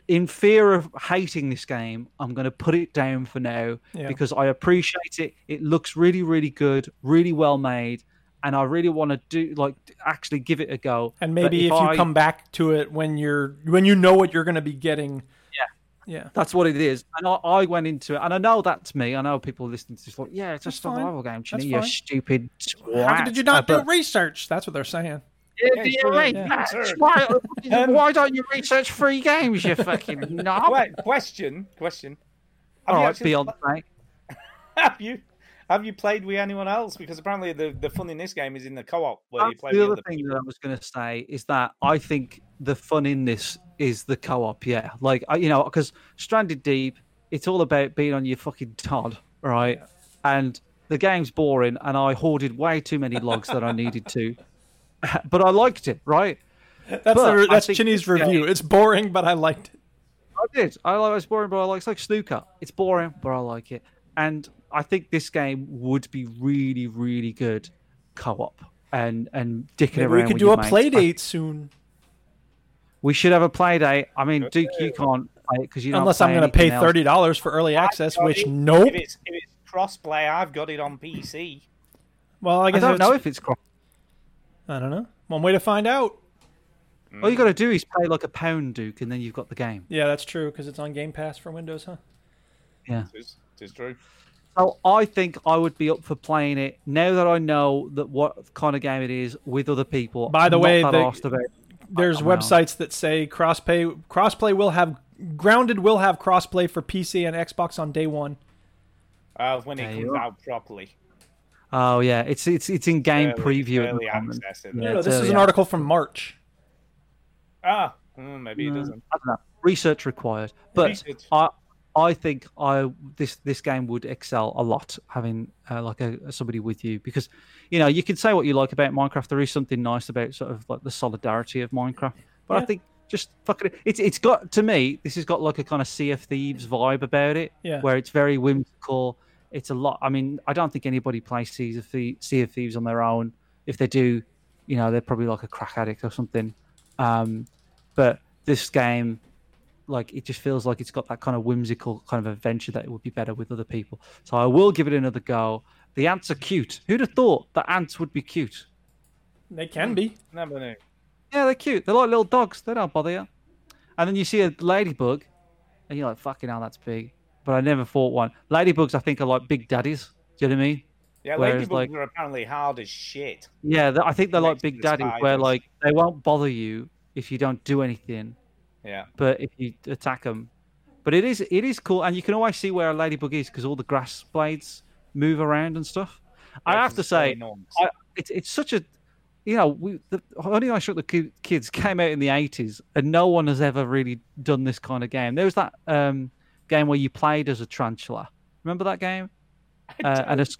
Speaker 4: in fear of hating this game, I'm going to put it down for now
Speaker 3: Yeah.
Speaker 4: because I appreciate it. It looks really, really good, really well made, and I really want to do like actually give it a go.
Speaker 3: And
Speaker 4: But
Speaker 3: maybe if, you
Speaker 4: I-
Speaker 3: come back to it when you're when you know what you're going to be getting. Yeah. Yeah.
Speaker 4: That's what it is. And I, I went into it, and I know that's me. I know people listening to this like, yeah, it's a
Speaker 3: That's fine.
Speaker 4: survival game,
Speaker 3: That's
Speaker 4: Chinny, you
Speaker 3: fine.
Speaker 4: stupid
Speaker 3: How
Speaker 4: twat."
Speaker 3: did you not do
Speaker 4: Uh, but-
Speaker 3: research? That's what they're saying.
Speaker 4: Yeah,
Speaker 2: it's
Speaker 4: yeah,
Speaker 2: true,
Speaker 4: right.
Speaker 2: yeah.
Speaker 4: That's
Speaker 2: Absurd.
Speaker 4: why, *laughs* why don't you research free games, you *laughs* fucking knob?
Speaker 2: Wait, question, question. Have
Speaker 4: Oh. All
Speaker 2: you
Speaker 4: right,
Speaker 2: actually-
Speaker 4: beyond mate.
Speaker 2: Have you have you played with anyone else? Because apparently the the fun in this game is in the co-op where you
Speaker 4: That's
Speaker 2: play
Speaker 4: the
Speaker 2: with
Speaker 4: other
Speaker 2: other
Speaker 4: thing
Speaker 2: people.
Speaker 4: that I was going to say is that I think the fun in this is the co-op. Yeah, like I, you know, because Stranded Deep, it's all about being on your fucking Todd, right? And the game's boring, and I hoarded way too many logs that I needed to, *laughs* but I liked it, right?
Speaker 3: That's
Speaker 4: But
Speaker 3: the,
Speaker 4: I
Speaker 3: that's
Speaker 4: think-
Speaker 3: Chinny's
Speaker 4: yeah.
Speaker 3: review. It's boring, but I liked it.
Speaker 4: I did. I like it's boring, but I like it's like snooker. It's boring, but I like it. And I think this game would be really, really good co-op and and dicking
Speaker 3: Maybe
Speaker 4: around.
Speaker 3: we could
Speaker 4: with
Speaker 3: do
Speaker 4: your
Speaker 3: a
Speaker 4: mates.
Speaker 3: play
Speaker 4: I-
Speaker 3: date soon.
Speaker 4: We should have a play date. I mean, Duke, you can't play it because you don't
Speaker 3: Unless I'm
Speaker 4: play
Speaker 3: going to pay
Speaker 4: anything else.
Speaker 3: thirty dollars for early access,
Speaker 2: Got
Speaker 3: which
Speaker 2: it.
Speaker 3: nope.
Speaker 2: If it's if it's crossplay, I've got it on PC.
Speaker 3: Well, I
Speaker 4: I
Speaker 3: guess
Speaker 4: don't know
Speaker 3: it's-
Speaker 4: if it's. Cross-
Speaker 3: I don't know. One way to find out.
Speaker 4: All you got to do is pay like a pound, Duke, and then you've got the game.
Speaker 3: Yeah, that's true because it's on Game Pass for Windows, huh?
Speaker 4: Yeah.
Speaker 2: It's, it's true.
Speaker 4: So I think I would be up for playing it now that I know that what kind of game it is with other people.
Speaker 3: By the
Speaker 4: Not
Speaker 3: way,
Speaker 4: that
Speaker 3: the-
Speaker 4: arsed about it.
Speaker 3: There's
Speaker 4: Wow.
Speaker 3: websites that say crossplay crossplay will have grounded will have crossplay for PC and Xbox on day one.
Speaker 2: Uh, when it
Speaker 4: There you
Speaker 2: comes
Speaker 4: are.
Speaker 2: out properly.
Speaker 4: Oh yeah, it's it's it's in game
Speaker 2: Early-
Speaker 4: preview. at the
Speaker 2: early
Speaker 4: moment.
Speaker 2: access, isn't
Speaker 4: Yeah,
Speaker 2: it?
Speaker 3: No,
Speaker 4: it's
Speaker 3: this
Speaker 4: early
Speaker 3: is an
Speaker 4: access.
Speaker 3: article from March.
Speaker 2: Ah, hmm, maybe it doesn't.
Speaker 4: I don't know. Research required, but
Speaker 2: Research.
Speaker 4: I I think I this this game would excel a lot having uh, like a somebody with you because you know you can say what you like about Minecraft. There is something nice about sort of like the solidarity of Minecraft, but I think just fucking it's it's got to me. This has got like a kind of Sea of Thieves vibe about it,
Speaker 3: Yeah.
Speaker 4: where it's very whimsical. It's a lot. I mean, I don't think anybody plays Sea of, Thie- sea of Thieves on their own. If they do, you know, they're probably like a crack addict or something. Um, but this game like it just feels like it's got that kind of whimsical kind of adventure that it would be better with other people so i will give it another go the ants are cute who'd have thought that ants would be cute
Speaker 3: They can be.
Speaker 2: Never knew.
Speaker 4: yeah they're cute they're like little dogs they don't bother you and then you see a ladybug and you're like fucking hell that's big but i never fought one ladybugs i think are like big daddies do you know what i mean
Speaker 2: Yeah,
Speaker 4: Whereas,
Speaker 2: ladybugs
Speaker 4: like-
Speaker 2: are apparently hard as shit.
Speaker 4: yeah th- i think they're like
Speaker 2: Next to
Speaker 4: big
Speaker 2: the
Speaker 4: daddies where
Speaker 2: spiders.
Speaker 4: like they won't bother you if you don't do anything
Speaker 2: Yeah.
Speaker 4: but if you attack them, but it is it is cool, and you can always see where a ladybug is because all the grass blades move around and stuff. I
Speaker 2: Yeah,
Speaker 4: have
Speaker 2: 'cause
Speaker 4: to
Speaker 2: it's very
Speaker 4: say,
Speaker 2: enormous.
Speaker 4: I, it's it's such a you know we the only I shook the Ki- kids came out in the eighties, and no one has ever really done this kind of game. There was that um, game where you played as a tarantula. Remember that game? Uh, and it's,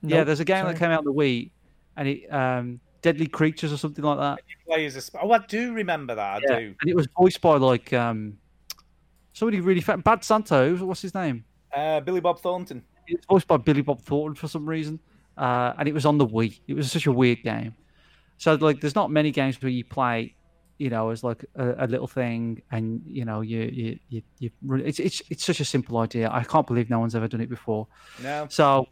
Speaker 4: yeah,
Speaker 3: Nope,
Speaker 4: there's a game
Speaker 3: sorry.
Speaker 4: that came out on the Wii, and it um, Deadly Creatures or something like that.
Speaker 2: Play as a sp- oh, I do remember that. I
Speaker 4: Yeah,
Speaker 2: do.
Speaker 4: And it was voiced by like um, somebody really fat. Bad Santo. What's his name?
Speaker 2: Uh, Billy Bob Thornton.
Speaker 4: It was voiced by Billy Bob Thornton for some reason, uh, and it was on the Wii. It was such a weird game. So like, there's not many games where you play, you know, as like a, a little thing, and you know, you you you, you really, it's it's it's such a simple idea. I can't believe no one's ever done it before.
Speaker 2: No.
Speaker 4: So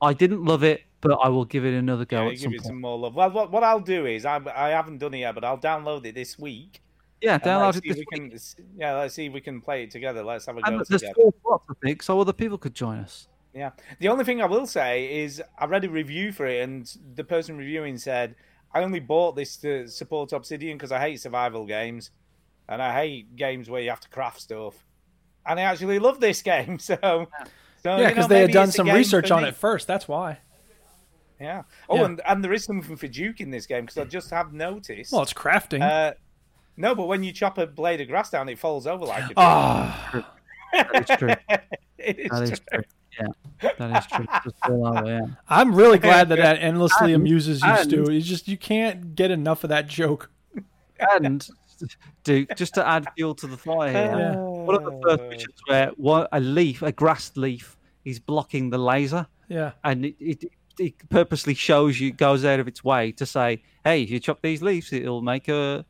Speaker 4: I didn't love it, but I will give it another go
Speaker 2: Yeah,
Speaker 4: at
Speaker 2: give
Speaker 4: some
Speaker 2: it
Speaker 4: point.
Speaker 2: some more love. Well, what, what I'll do is I, I haven't done it yet, but I'll download it this week.
Speaker 4: yeah,
Speaker 2: and let's
Speaker 4: download it
Speaker 2: see
Speaker 4: this
Speaker 2: if we
Speaker 4: week.
Speaker 2: can, Yeah, let's see if we can play it together. Let's have a go
Speaker 4: And there's
Speaker 2: together.
Speaker 4: four slots, I think, so other people could join us.
Speaker 2: Yeah. The only thing I will say is I read a review for it, and the person reviewing said, I only bought this to support Obsidian because I hate survival games and I hate games where you have to craft stuff. And I actually love this *laughs* game. So, so,
Speaker 3: yeah,
Speaker 2: Oh, you
Speaker 3: because
Speaker 2: know,
Speaker 3: they had
Speaker 2: maybe
Speaker 3: done
Speaker 2: it's a
Speaker 3: some
Speaker 2: game
Speaker 3: research
Speaker 2: for
Speaker 3: on
Speaker 2: me.
Speaker 3: it first. That's why.
Speaker 2: Yeah. Oh,
Speaker 3: Yeah.
Speaker 2: And, and there is something for Duke in this game because I just have noticed.
Speaker 3: Well, it's crafting.
Speaker 2: Uh, no, but when you chop a blade of grass down, it falls over like a *laughs*
Speaker 3: Ah,
Speaker 4: That is true.
Speaker 2: It is
Speaker 4: That is
Speaker 2: true.
Speaker 4: true. Yeah, that is true. Just fill out, yeah.
Speaker 3: I'm really glad that that endlessly
Speaker 4: And-
Speaker 3: amuses you,
Speaker 4: and-
Speaker 3: Stu. It's just you can't get enough of that joke.
Speaker 4: *laughs* And Duke, just to add fuel to the fire here,
Speaker 3: Yeah.
Speaker 4: one of the first missions where one, a leaf, a grass leaf, is blocking the laser,
Speaker 3: Yeah.
Speaker 4: and it, it, it purposely shows you goes out of its way to say, "Hey, if you chop these leaves, it'll make a,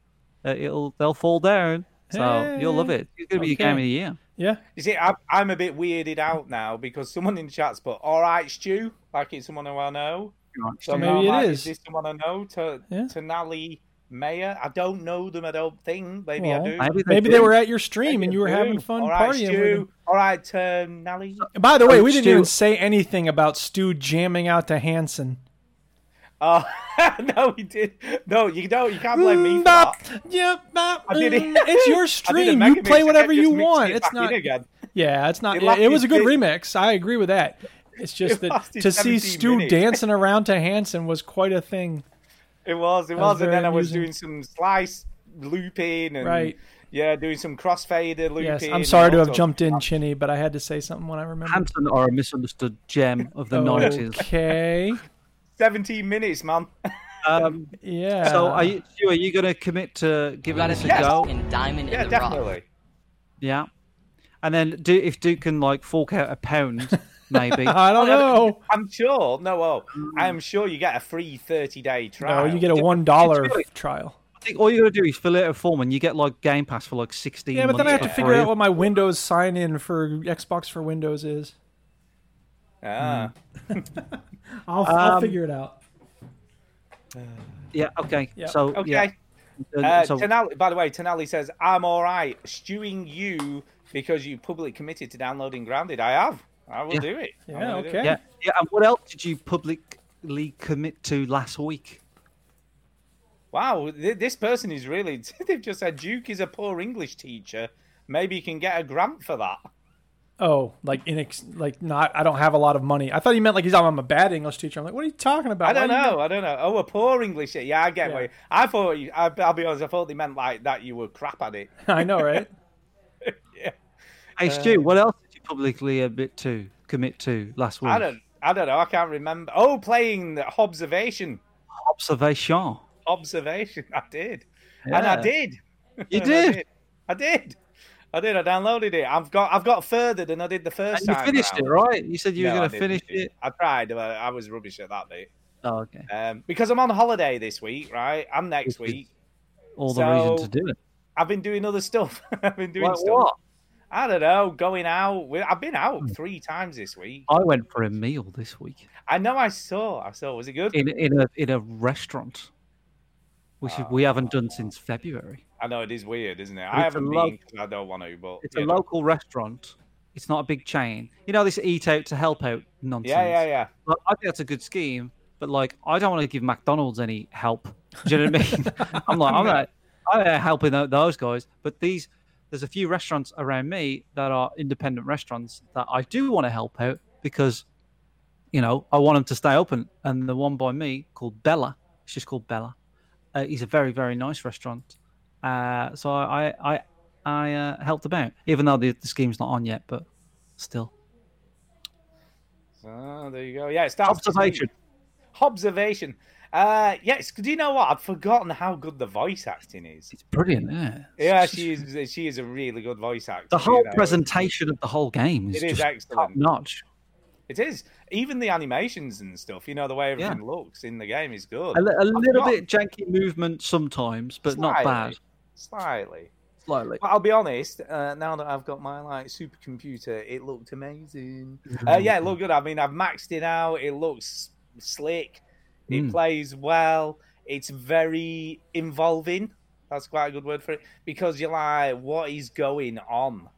Speaker 4: uh, it'll they'll fall down." So you'll love it. It's gonna be
Speaker 3: Okay.
Speaker 4: your game of the year.
Speaker 3: Yeah.
Speaker 2: You see, I'm, I'm a bit weirded out now because someone in the chat's put, all right, Stu, like it's someone who I know.
Speaker 3: Stu.
Speaker 2: So now I'm
Speaker 3: Maybe it
Speaker 2: like,
Speaker 3: is.
Speaker 2: Is this someone I know? To,
Speaker 3: Yeah.
Speaker 2: Tonali Mayer? I don't know them, I don't think. Maybe
Speaker 3: Well,
Speaker 2: I do.
Speaker 3: Maybe they were at your stream
Speaker 2: Maybe
Speaker 3: and
Speaker 2: I
Speaker 3: you were
Speaker 2: do.
Speaker 3: having fun
Speaker 2: All right,
Speaker 3: partying. With
Speaker 2: Stu. All right, um, Tonali.
Speaker 3: them. By the way,
Speaker 4: Oh,
Speaker 3: we didn't
Speaker 4: Stu.
Speaker 3: even say anything about Stu jamming out to Hanson.
Speaker 2: Oh, *laughs* no, he did. No, you don't. You can't blame me for that.
Speaker 3: Bop, yep, bop,
Speaker 2: I did it.
Speaker 3: mm. It's your
Speaker 2: *laughs* I did a
Speaker 3: stream.
Speaker 2: mega
Speaker 3: You
Speaker 2: mix
Speaker 3: play
Speaker 2: and I
Speaker 3: whatever
Speaker 2: just
Speaker 3: you
Speaker 2: mixed
Speaker 3: want.
Speaker 2: it
Speaker 3: It's
Speaker 2: back in
Speaker 3: not.
Speaker 2: Again.
Speaker 3: Yeah, it's not.
Speaker 2: It locked
Speaker 3: It, was a
Speaker 2: his
Speaker 3: good
Speaker 2: big-
Speaker 3: remix. I agree with that. It's just
Speaker 2: *laughs* It
Speaker 3: that
Speaker 2: locked his
Speaker 3: to see
Speaker 2: 17
Speaker 3: Stu
Speaker 2: minutes.
Speaker 3: dancing around to Hanson was quite a thing.
Speaker 2: It was, it
Speaker 3: was
Speaker 2: was, and then
Speaker 3: very
Speaker 2: I was
Speaker 3: amusing.
Speaker 2: doing some slice looping and
Speaker 3: Right.
Speaker 2: yeah, doing some crossfader looping.
Speaker 3: Yes, I'm
Speaker 2: and
Speaker 3: sorry to
Speaker 2: all
Speaker 3: have
Speaker 2: sorts.
Speaker 3: jumped in, Chinny, but I had to say something when I remembered.
Speaker 4: Hampton are a misunderstood gem of
Speaker 3: Oh,
Speaker 4: the nineties. *laughs*
Speaker 3: Okay.
Speaker 2: Seventeen minutes, man. *laughs*
Speaker 4: Um,
Speaker 3: Yeah.
Speaker 4: so, are you, Stu, are you going to commit to giving this a
Speaker 2: Yes.
Speaker 4: go?
Speaker 5: In diamond
Speaker 2: yeah,
Speaker 5: in the rough.
Speaker 2: definitely.
Speaker 4: Yeah. And then do if Duke can like fork out a pound, maybe.
Speaker 3: I don't know.
Speaker 2: I'm sure. No, oh, I am sure you get a free thirty-day
Speaker 3: No,
Speaker 2: trial.
Speaker 3: you get a one dollar
Speaker 4: It's-
Speaker 3: trial.
Speaker 4: I think all you gotta do is fill out a form and you get like Game Pass for like sixteen.
Speaker 3: Yeah, but then I have
Speaker 4: months
Speaker 3: to
Speaker 4: for
Speaker 3: figure
Speaker 4: free.
Speaker 3: out what my Windows sign in for Xbox for Windows is.
Speaker 2: Ah.
Speaker 3: Mm. I'll, I'll
Speaker 4: Um,
Speaker 3: figure it out.
Speaker 4: Yeah, okay.
Speaker 3: Yeah.
Speaker 4: So
Speaker 2: Okay.
Speaker 4: yeah. And
Speaker 2: Uh,
Speaker 4: so-
Speaker 2: Tenali, by the way, Tenali says I'm all right stewing you because you publicly committed to downloading Grounded. I have. I will
Speaker 4: Yeah.
Speaker 2: do it. I'm
Speaker 3: Yeah,
Speaker 2: gonna do it.
Speaker 3: okay.
Speaker 4: yeah, yeah. And what else did you publicly commit to last week?
Speaker 2: Wow, th- this person is really. *laughs* They've just said Duke is a poor English teacher. Maybe you can get a grant for that.
Speaker 3: Oh, like inex, like not. I don't have a lot of money. I thought he meant like he's. I'm a bad English teacher. I'm like, what are you talking about?
Speaker 2: I don't
Speaker 3: Why you-
Speaker 2: know. I don't know. Oh, a poor English. teacher. Yeah, I get.
Speaker 3: Yeah.
Speaker 2: What you, I thought. You, I, I'll be honest. I thought they meant like that. You were crap at it.
Speaker 3: *laughs* I know,
Speaker 2: *laughs*
Speaker 3: right?
Speaker 4: Hey Stu, what else did you publicly admit to commit to last week?
Speaker 2: I don't. I don't know. I can't remember. Oh, playing the observation.
Speaker 4: Observation.
Speaker 2: Observation. I did, and I
Speaker 4: Yeah.
Speaker 2: did.
Speaker 4: You
Speaker 2: I
Speaker 4: did.
Speaker 2: I did. I did. I downloaded it. I've got. I've got further than I did the first
Speaker 4: And you
Speaker 2: time.
Speaker 4: finished
Speaker 2: round.
Speaker 4: it, right? You said you
Speaker 2: No,
Speaker 4: were
Speaker 2: I
Speaker 4: gonna
Speaker 2: didn't
Speaker 4: finish
Speaker 2: do
Speaker 4: it.
Speaker 2: I tried, but I was rubbish at that bit.
Speaker 4: Oh, okay.
Speaker 2: Um, because I'm on holiday this week, right? I'm next
Speaker 4: Which is-
Speaker 2: week.
Speaker 4: All the reason
Speaker 2: So-
Speaker 4: to do it.
Speaker 2: I've been doing other stuff. *laughs* I've been doing
Speaker 4: Like
Speaker 2: stuff.
Speaker 4: what?
Speaker 2: I don't know. Going out. We- I've been
Speaker 4: Hmm.
Speaker 2: out three times this week.
Speaker 4: I went for a meal this week.
Speaker 2: I know. I saw. I saw. Was it good?
Speaker 4: in in a in a restaurant, which is- we haven't done since February.
Speaker 2: I know it is weird, isn't it?
Speaker 4: it's
Speaker 2: I
Speaker 4: a
Speaker 2: haven't
Speaker 4: lo-
Speaker 2: been 'cause I don't want to. But
Speaker 4: It's
Speaker 2: you
Speaker 4: a
Speaker 2: know.
Speaker 4: local restaurant. It's not a big chain. You know this eat out to help out nonsense.
Speaker 2: Yeah, yeah, yeah.
Speaker 4: Like, I think that's a good scheme, but like I don't want to give McDonald's any help. Do you know what I mean? I'm like I'm not, I'm not helping tho- those guys, but these there's a few restaurants around me that are independent restaurants that I do want to help out because you know I want them to stay open. And the one by me called Bella, it's just called Bella. Uh, he's a very very nice restaurant. Uh, so I I I uh, helped them out, even though the, the scheme's not on yet. But still,
Speaker 2: So there you go. Yeah, it starts
Speaker 4: observation.
Speaker 2: Observation. Uh, yes. Do you know what? I'd forgotten how good the voice acting is.
Speaker 4: It's brilliant. Yeah.
Speaker 2: Yeah, she is. She is a really good voice actor.
Speaker 4: The
Speaker 2: you
Speaker 4: whole
Speaker 2: know.
Speaker 4: presentation of the whole game is
Speaker 2: It is
Speaker 4: just top
Speaker 2: excellent.
Speaker 4: notch.
Speaker 2: It is. Even the animations and stuff. You know the way everything looks in the game is good.
Speaker 4: A, li- a little
Speaker 2: not-
Speaker 4: bit janky movement sometimes, but not bad.
Speaker 2: Slightly.
Speaker 4: Slightly.
Speaker 2: But I'll be honest. Uh, now that I've got my like supercomputer, it looked amazing. uh,
Speaker 4: Mm. Mm-hmm.
Speaker 2: yeah, it looked good. I mean, I've maxed it out. It looks slick. It
Speaker 4: Mm.
Speaker 2: plays well. It's very involving. That's quite a good word for it because you're like, what is going on,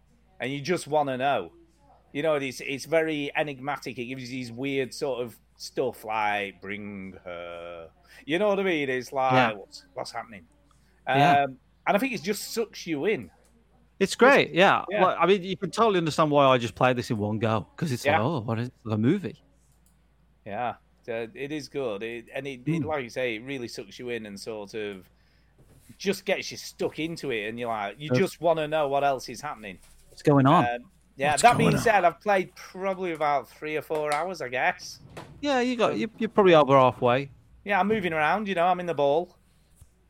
Speaker 2: and you just want to know. You know, it's it's very enigmatic. It gives you these weird sort of stuff like "bring her." You know what I mean? It's like
Speaker 4: Yeah.
Speaker 2: what's what's happening, um,
Speaker 4: Yeah.
Speaker 2: and I think it just sucks you in.
Speaker 4: It's great, yeah.
Speaker 2: yeah.
Speaker 4: Like, I mean, you can totally understand why I just played this in one go because it's like,
Speaker 2: Yeah.
Speaker 4: oh, what is the movie?
Speaker 2: Yeah, uh, it is good, it, and it,
Speaker 4: Hmm.
Speaker 2: it, like you say, it really sucks you in and sort of just gets you stuck into it, and you're like, you
Speaker 4: Yes.
Speaker 2: just want to know what else is happening.
Speaker 4: What's going on?
Speaker 2: Um, yeah,
Speaker 4: What's
Speaker 2: that being
Speaker 4: going on?
Speaker 2: said, I've played probably about three or four hours, I guess.
Speaker 4: yeah, you
Speaker 2: um,
Speaker 4: got you, you're probably over halfway.
Speaker 2: Yeah, I'm moving around. You know, I'm in the ball.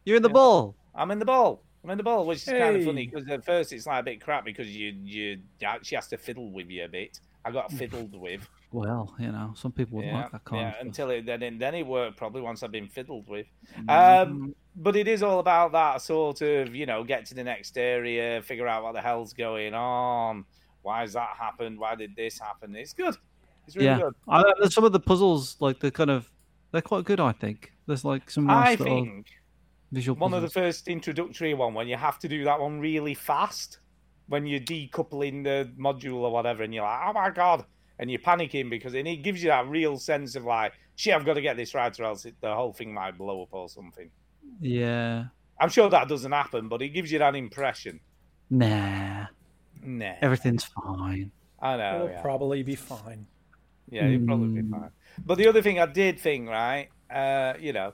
Speaker 4: You're in the ball.
Speaker 2: I'm in the ball. I'm in the ball, which is kind of funny
Speaker 3: Hey.
Speaker 2: because at first it's like a bit crap because you you she has to fiddle with you a bit. I got fiddled with.
Speaker 4: Well, you know, some people would
Speaker 2: yeah,
Speaker 4: like that kind
Speaker 2: yeah,
Speaker 4: of stuff.
Speaker 2: until it then it- then it worked probably once I've been fiddled with.
Speaker 4: Mm-hmm.
Speaker 2: Um, but it is all about that sort of you know get to the next area, figure out what the hell's going on, why has that happened, why did this happen? It's good. It's really
Speaker 4: yeah.
Speaker 2: good.
Speaker 4: I, uh, some of the puzzles, like they're kind of, they're quite good. I think there's like some nice
Speaker 2: I
Speaker 4: little
Speaker 2: think
Speaker 4: visual
Speaker 2: one of the
Speaker 4: puzzles.
Speaker 2: first introductory one when you have to do that one really fast when you're decoupling the module or whatever and you're like oh my god and you're panicking because and it gives you that real sense of like shit i've got to get this right or else it, the whole thing might blow up or something
Speaker 4: Yeah.
Speaker 2: i'm sure that doesn't happen but it gives you that impression
Speaker 4: Nah,
Speaker 2: nah
Speaker 4: everything's fine.
Speaker 2: i know
Speaker 3: It'll
Speaker 2: Oh, yeah.
Speaker 3: probably be fine.
Speaker 2: Yeah, you'd probably be fine. But the other thing I did think, right? Uh, you know,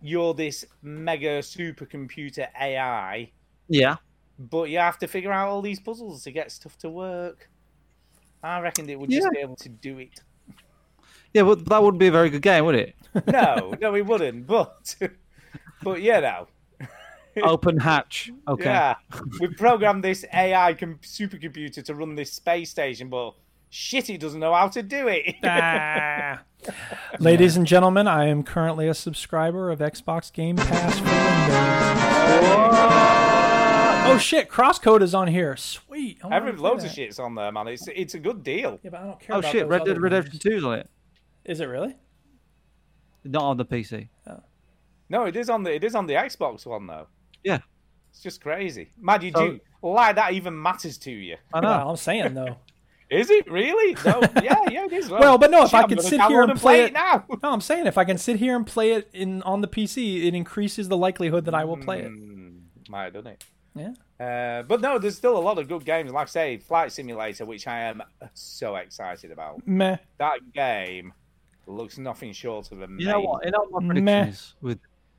Speaker 2: you're this mega supercomputer AI,
Speaker 4: Yeah.
Speaker 2: but you have to figure out all these puzzles to get stuff to work. I reckoned it would just
Speaker 4: Yeah.
Speaker 2: be able to do it.
Speaker 4: Yeah, but that wouldn't be a very good game, would it?
Speaker 2: No, no, it wouldn't. But, but you know,
Speaker 4: Open hatch. Okay.
Speaker 2: yeah, we programmed this AI com- supercomputer to run this space station, but shit, it doesn't know how to do it.
Speaker 3: Ah. Ladies and gentlemen, I am currently a subscriber of Xbox Game Pass for Windows. Oh shit, Crosscode is on here. Sweet. Oh, I wanna
Speaker 2: Every
Speaker 3: play
Speaker 2: loads of
Speaker 3: that.
Speaker 2: shits on there, man. It's it's a good deal.
Speaker 3: Yeah, but I don't care
Speaker 4: Oh
Speaker 3: about
Speaker 4: shit!
Speaker 3: those
Speaker 4: Red Dead
Speaker 3: other
Speaker 4: Redemption
Speaker 3: ones.
Speaker 4: 2 is on it.
Speaker 3: Is it really?
Speaker 4: Not on the PC.
Speaker 2: No, it is on the it is on the Xbox one though.
Speaker 4: Yeah.
Speaker 2: It's just crazy. Mad you
Speaker 4: So-
Speaker 2: do like that even matters to you.
Speaker 4: I know.
Speaker 3: Well, I'm saying though.
Speaker 2: Is it really?
Speaker 3: *laughs*
Speaker 2: No, yeah, yeah, it is.
Speaker 3: Well, but no, if
Speaker 2: shit,
Speaker 3: I
Speaker 2: I'm
Speaker 3: could
Speaker 2: gonna
Speaker 3: sit
Speaker 2: download
Speaker 3: here and
Speaker 2: and
Speaker 3: play it-
Speaker 2: now. *laughs*
Speaker 3: No, I'm saying if I can sit here and play it in on the PC, it increases the likelihood that I will play it.
Speaker 2: Hmm. Might have done it.
Speaker 3: Yeah.
Speaker 2: Uh, but no, there's still a lot of good games. Like I say, Flight Simulator, which I am so excited about.
Speaker 3: Meh.
Speaker 2: That game looks nothing short of amazing.
Speaker 4: You know what? You know what my prediction
Speaker 3: Meh.
Speaker 4: is with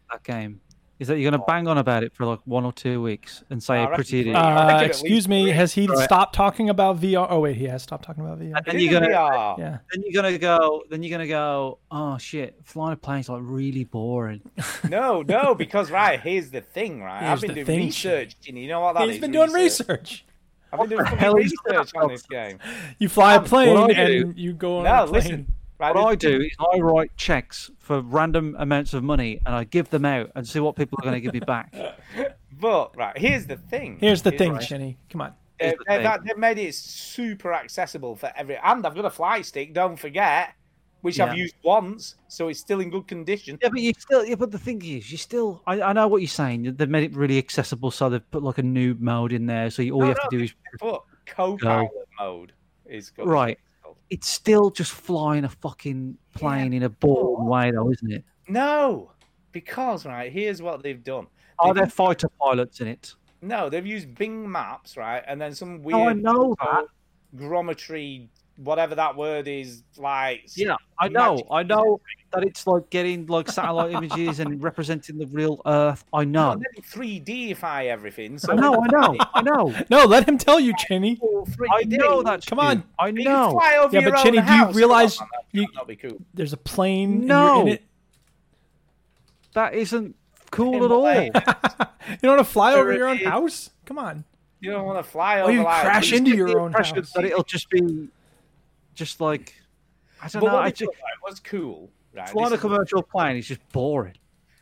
Speaker 4: that game is that you're going to bang on about it for like one or two weeks and say
Speaker 2: I
Speaker 4: how
Speaker 2: reckon
Speaker 4: pretty it is,
Speaker 2: three. I reckon
Speaker 3: Uh,
Speaker 2: at least
Speaker 3: excuse me,
Speaker 2: three.
Speaker 3: has he
Speaker 4: Right.
Speaker 3: stopped talking about VR? Oh wait, he has stopped talking about VR.
Speaker 4: and then
Speaker 2: It is uh,
Speaker 4: you're going to
Speaker 2: VR.
Speaker 3: Yeah.
Speaker 4: then you're going to go then you're going to go oh shit, flying a plane's like really boring.
Speaker 2: No, no, because right here's the thing, right?
Speaker 3: Here's
Speaker 2: I've been
Speaker 3: the
Speaker 2: doing
Speaker 3: thing,
Speaker 2: research, and you know what that
Speaker 3: He's
Speaker 2: is?
Speaker 3: been doing
Speaker 2: Research.
Speaker 3: research.
Speaker 2: I've been doing
Speaker 4: the
Speaker 2: fucking
Speaker 4: hell is that?
Speaker 2: research on this game.
Speaker 3: You fly a plane
Speaker 4: I do-
Speaker 3: and you go on
Speaker 2: No,
Speaker 3: a plane.
Speaker 2: listen. Right,
Speaker 4: What I
Speaker 2: this-
Speaker 4: do is I write checks for random amounts of money and I give them out and see what people are going to give me back.
Speaker 2: But right, here's the thing.
Speaker 3: Here's the
Speaker 2: is,
Speaker 3: thing,
Speaker 2: right,
Speaker 3: Shinny. Come on.
Speaker 2: they-
Speaker 4: Here's the
Speaker 2: they-
Speaker 4: thing.
Speaker 2: that- They've made it super accessible for every. And I've got a flight stick. Don't forget, which I've
Speaker 4: Yeah.
Speaker 2: used once, so it's still in good condition.
Speaker 4: Yeah, but you still. Yeah, but the thing is, you still. I, I know what you're saying. They've made it really accessible, so they've put like a noob mode in there. So you, all
Speaker 2: No,
Speaker 4: you have
Speaker 2: no,
Speaker 4: to do is
Speaker 2: But co-pilot mode is good.
Speaker 4: Right. it's still just flying a fucking plane in a boring way, though, isn't it?
Speaker 2: No, because right here's what they've done.
Speaker 4: Are
Speaker 2: They've-
Speaker 4: there fighter pilots in it?
Speaker 2: No, they've used Bing Maps, right, and then some weird
Speaker 4: No, I know
Speaker 2: Oh,
Speaker 4: that.
Speaker 2: Grometry whatever that word is, like
Speaker 4: Yeah, I know. I know that it's like getting like satellite images and representing the real Earth. I know.
Speaker 2: three Dify everything. So
Speaker 4: I know. I know.
Speaker 2: *laughs*
Speaker 4: I know.
Speaker 3: No, let him tell you, Chinny.
Speaker 4: I know that.
Speaker 3: Come on.
Speaker 4: shit. I
Speaker 2: You
Speaker 4: know.
Speaker 2: can fly over
Speaker 3: Yeah,
Speaker 2: your
Speaker 3: but
Speaker 2: own
Speaker 3: Chinny, do you
Speaker 2: house. Come
Speaker 3: realize
Speaker 2: on, that-
Speaker 3: you-
Speaker 2: that'd be cool.
Speaker 3: There's a plane. And
Speaker 4: No.
Speaker 3: you're in it.
Speaker 4: That isn't cool
Speaker 2: In
Speaker 4: at
Speaker 2: the *laughs*
Speaker 4: all.
Speaker 2: way.
Speaker 3: You don't want to fly over
Speaker 2: There
Speaker 3: your own
Speaker 2: it is.
Speaker 3: house? Come on.
Speaker 2: You don't want to fly
Speaker 3: Or
Speaker 2: over.
Speaker 3: you
Speaker 2: like,
Speaker 3: crash
Speaker 2: these-
Speaker 3: into
Speaker 4: Get
Speaker 3: your
Speaker 4: the
Speaker 3: own
Speaker 4: impression
Speaker 3: house.
Speaker 4: That it'll just be, just like, I don't
Speaker 2: But
Speaker 4: know.
Speaker 2: what
Speaker 4: I
Speaker 2: we
Speaker 4: just,
Speaker 2: thought about was cool. Right?
Speaker 4: flying
Speaker 2: This
Speaker 4: a
Speaker 2: is-
Speaker 4: commercial plane is just boring.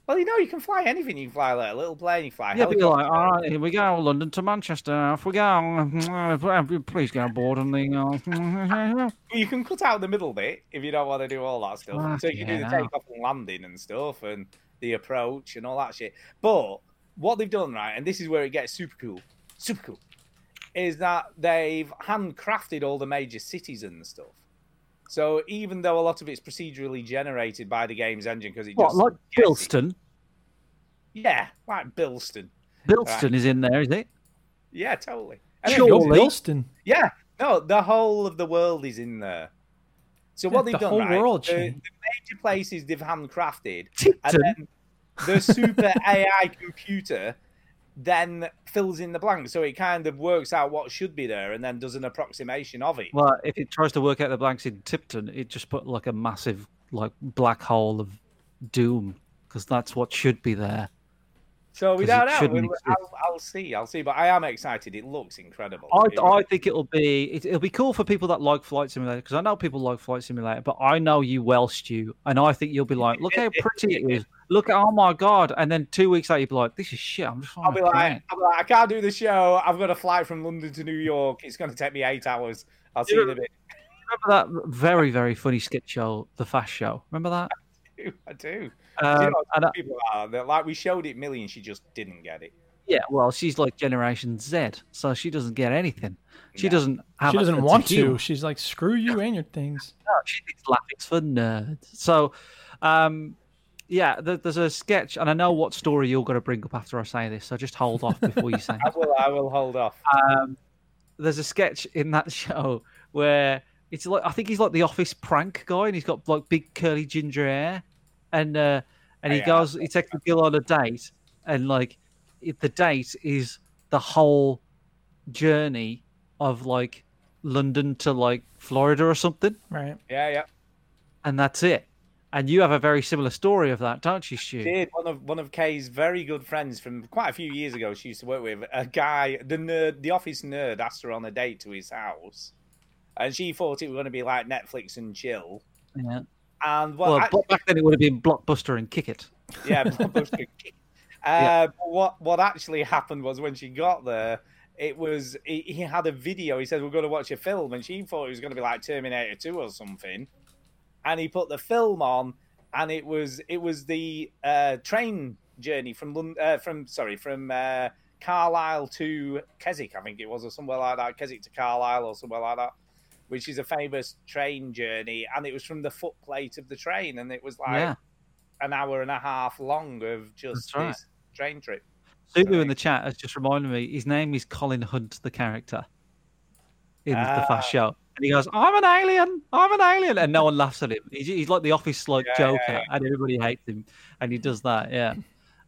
Speaker 2: Well, you know, you can fly anything. You can fly like a little plane. You can fly a
Speaker 4: Yeah, but you're
Speaker 2: helicopter.
Speaker 4: like, all right, here we go, London to Manchester. Off we go. *laughs* Please get aboard on uh, *laughs* the.
Speaker 2: you can cut out the middle bit if you don't want to do all that stuff.
Speaker 4: Fuck
Speaker 2: so you can do
Speaker 4: yeah,
Speaker 2: the
Speaker 4: no.
Speaker 2: takeoff and landing and stuff and the approach and all that shit. But what they've done, right, and this is where it gets super cool, super cool, is that they've handcrafted all the major cities and stuff. So even though a lot of it's procedurally generated by the game's engine because it
Speaker 4: What,
Speaker 2: just
Speaker 4: like
Speaker 2: gets it.
Speaker 4: Bilston?
Speaker 2: yeah, like Bilston,
Speaker 4: Bilston is in there, is it?
Speaker 2: yeah, totally. And
Speaker 3: Go
Speaker 4: Surely.
Speaker 3: Wilston.
Speaker 2: Yeah, no, the whole of the world is in there. So what
Speaker 3: Yeah,
Speaker 2: they've
Speaker 3: the
Speaker 2: done,
Speaker 3: whole
Speaker 2: right,
Speaker 3: world,
Speaker 2: the, the
Speaker 3: Shane.
Speaker 2: major places they've handcrafted, and
Speaker 4: Tipton?
Speaker 2: then the
Speaker 4: *laughs*
Speaker 2: super AI computer then fills in the blanks. So it kind of works out what should be there, and then does an approximation of it.
Speaker 4: Well, if it tries to work out the blanks in Tipton, it just put like a massive like black hole of doom because that's what should be there.
Speaker 2: so we don't
Speaker 4: it
Speaker 2: know.
Speaker 4: shouldn't
Speaker 2: We'll,
Speaker 4: exist.
Speaker 2: I'll, I'll see. I'll see. But I am excited. It looks incredible.
Speaker 4: I,
Speaker 2: It
Speaker 4: I
Speaker 2: really-
Speaker 4: think it'll be it, it'll be cool for people that like Flight Simulator because I know people like Flight Simulator, but I know you well, Stu, and I think you'll be like,
Speaker 2: *laughs*
Speaker 4: look how pretty it is. Look, oh my god! And then two weeks later, you'll be like, this is shit. I'm just.
Speaker 2: I'll be like, I'll be like, I can't do the show. I've got a flight from London to New York. It's going to take me eight hours. I'll see you in a bit. *laughs*
Speaker 4: remember that very very funny skit show, The Fast Show.
Speaker 2: *laughs*
Speaker 4: Remember that?
Speaker 2: I do. Do you
Speaker 4: Um,
Speaker 2: know
Speaker 4: and I-
Speaker 2: people are? They're like, we showed it Millie and she just didn't get it.
Speaker 4: yeah, well, she's like Generation Z, so she doesn't get anything. She
Speaker 2: No.
Speaker 4: doesn't have.
Speaker 3: She
Speaker 4: a
Speaker 3: doesn't
Speaker 4: sense of
Speaker 3: want to.
Speaker 4: humor.
Speaker 3: She's like, screw you and your things.
Speaker 4: No, she thinks laughing's for nerds. So, um, yeah, th- there's a sketch, and I know what story you're going to bring up after I say this, so just hold off before you say
Speaker 2: I *laughs*
Speaker 4: it.
Speaker 2: will. I will hold *laughs* off.
Speaker 4: There's a sketch in that show where it's like I think he's like the office prank guy, and he's got like big curly ginger hair, and uh, and he
Speaker 2: Yeah.
Speaker 4: goes, he takes the girl on a date, and like it, the date is the whole journey of like London to like Florida or something.
Speaker 3: Right.
Speaker 2: Yeah, yeah.
Speaker 4: and that's it. And you have a very similar story of that, don't you, Stu?
Speaker 2: Did one of one of Kay's very good friends from quite a few years ago? She used to work with a guy. The nerd, the office nerd, asked her on a date to his house, and she thought it was going to be like Netflix and chill.
Speaker 4: Yeah.
Speaker 2: And what
Speaker 4: Well,
Speaker 2: act-
Speaker 4: back then it would have been Blockbuster and Kick It.
Speaker 2: yeah, *laughs* blockbuster. Uh, but What what actually happened was when she got there, it was he, he had a video. He said we're going to watch a film, and she thought it was going to be like Terminator Two or something. And he put the film on, and it was it was the uh, train journey from London, uh, from sorry from uh, Carlisle to Keswick, I think it was, or somewhere like that. Keswick to Carlisle or somewhere like that. Which is a famous train journey, and it was from the footplate of the train, and it was like
Speaker 4: yeah.
Speaker 2: an hour and a half long of just
Speaker 4: That's right.
Speaker 2: this train trip.
Speaker 4: Zulu in the chat has just reminded me his name is Colin Hunt, the character in the
Speaker 2: Ah.
Speaker 4: Fast Show. And he goes, I'm an alien. I'm an alien. And no one laughs at him. He's, he's like the office like
Speaker 2: Yeah,
Speaker 4: joker,
Speaker 2: yeah,
Speaker 4: and everybody hates him. And he does that. Yeah.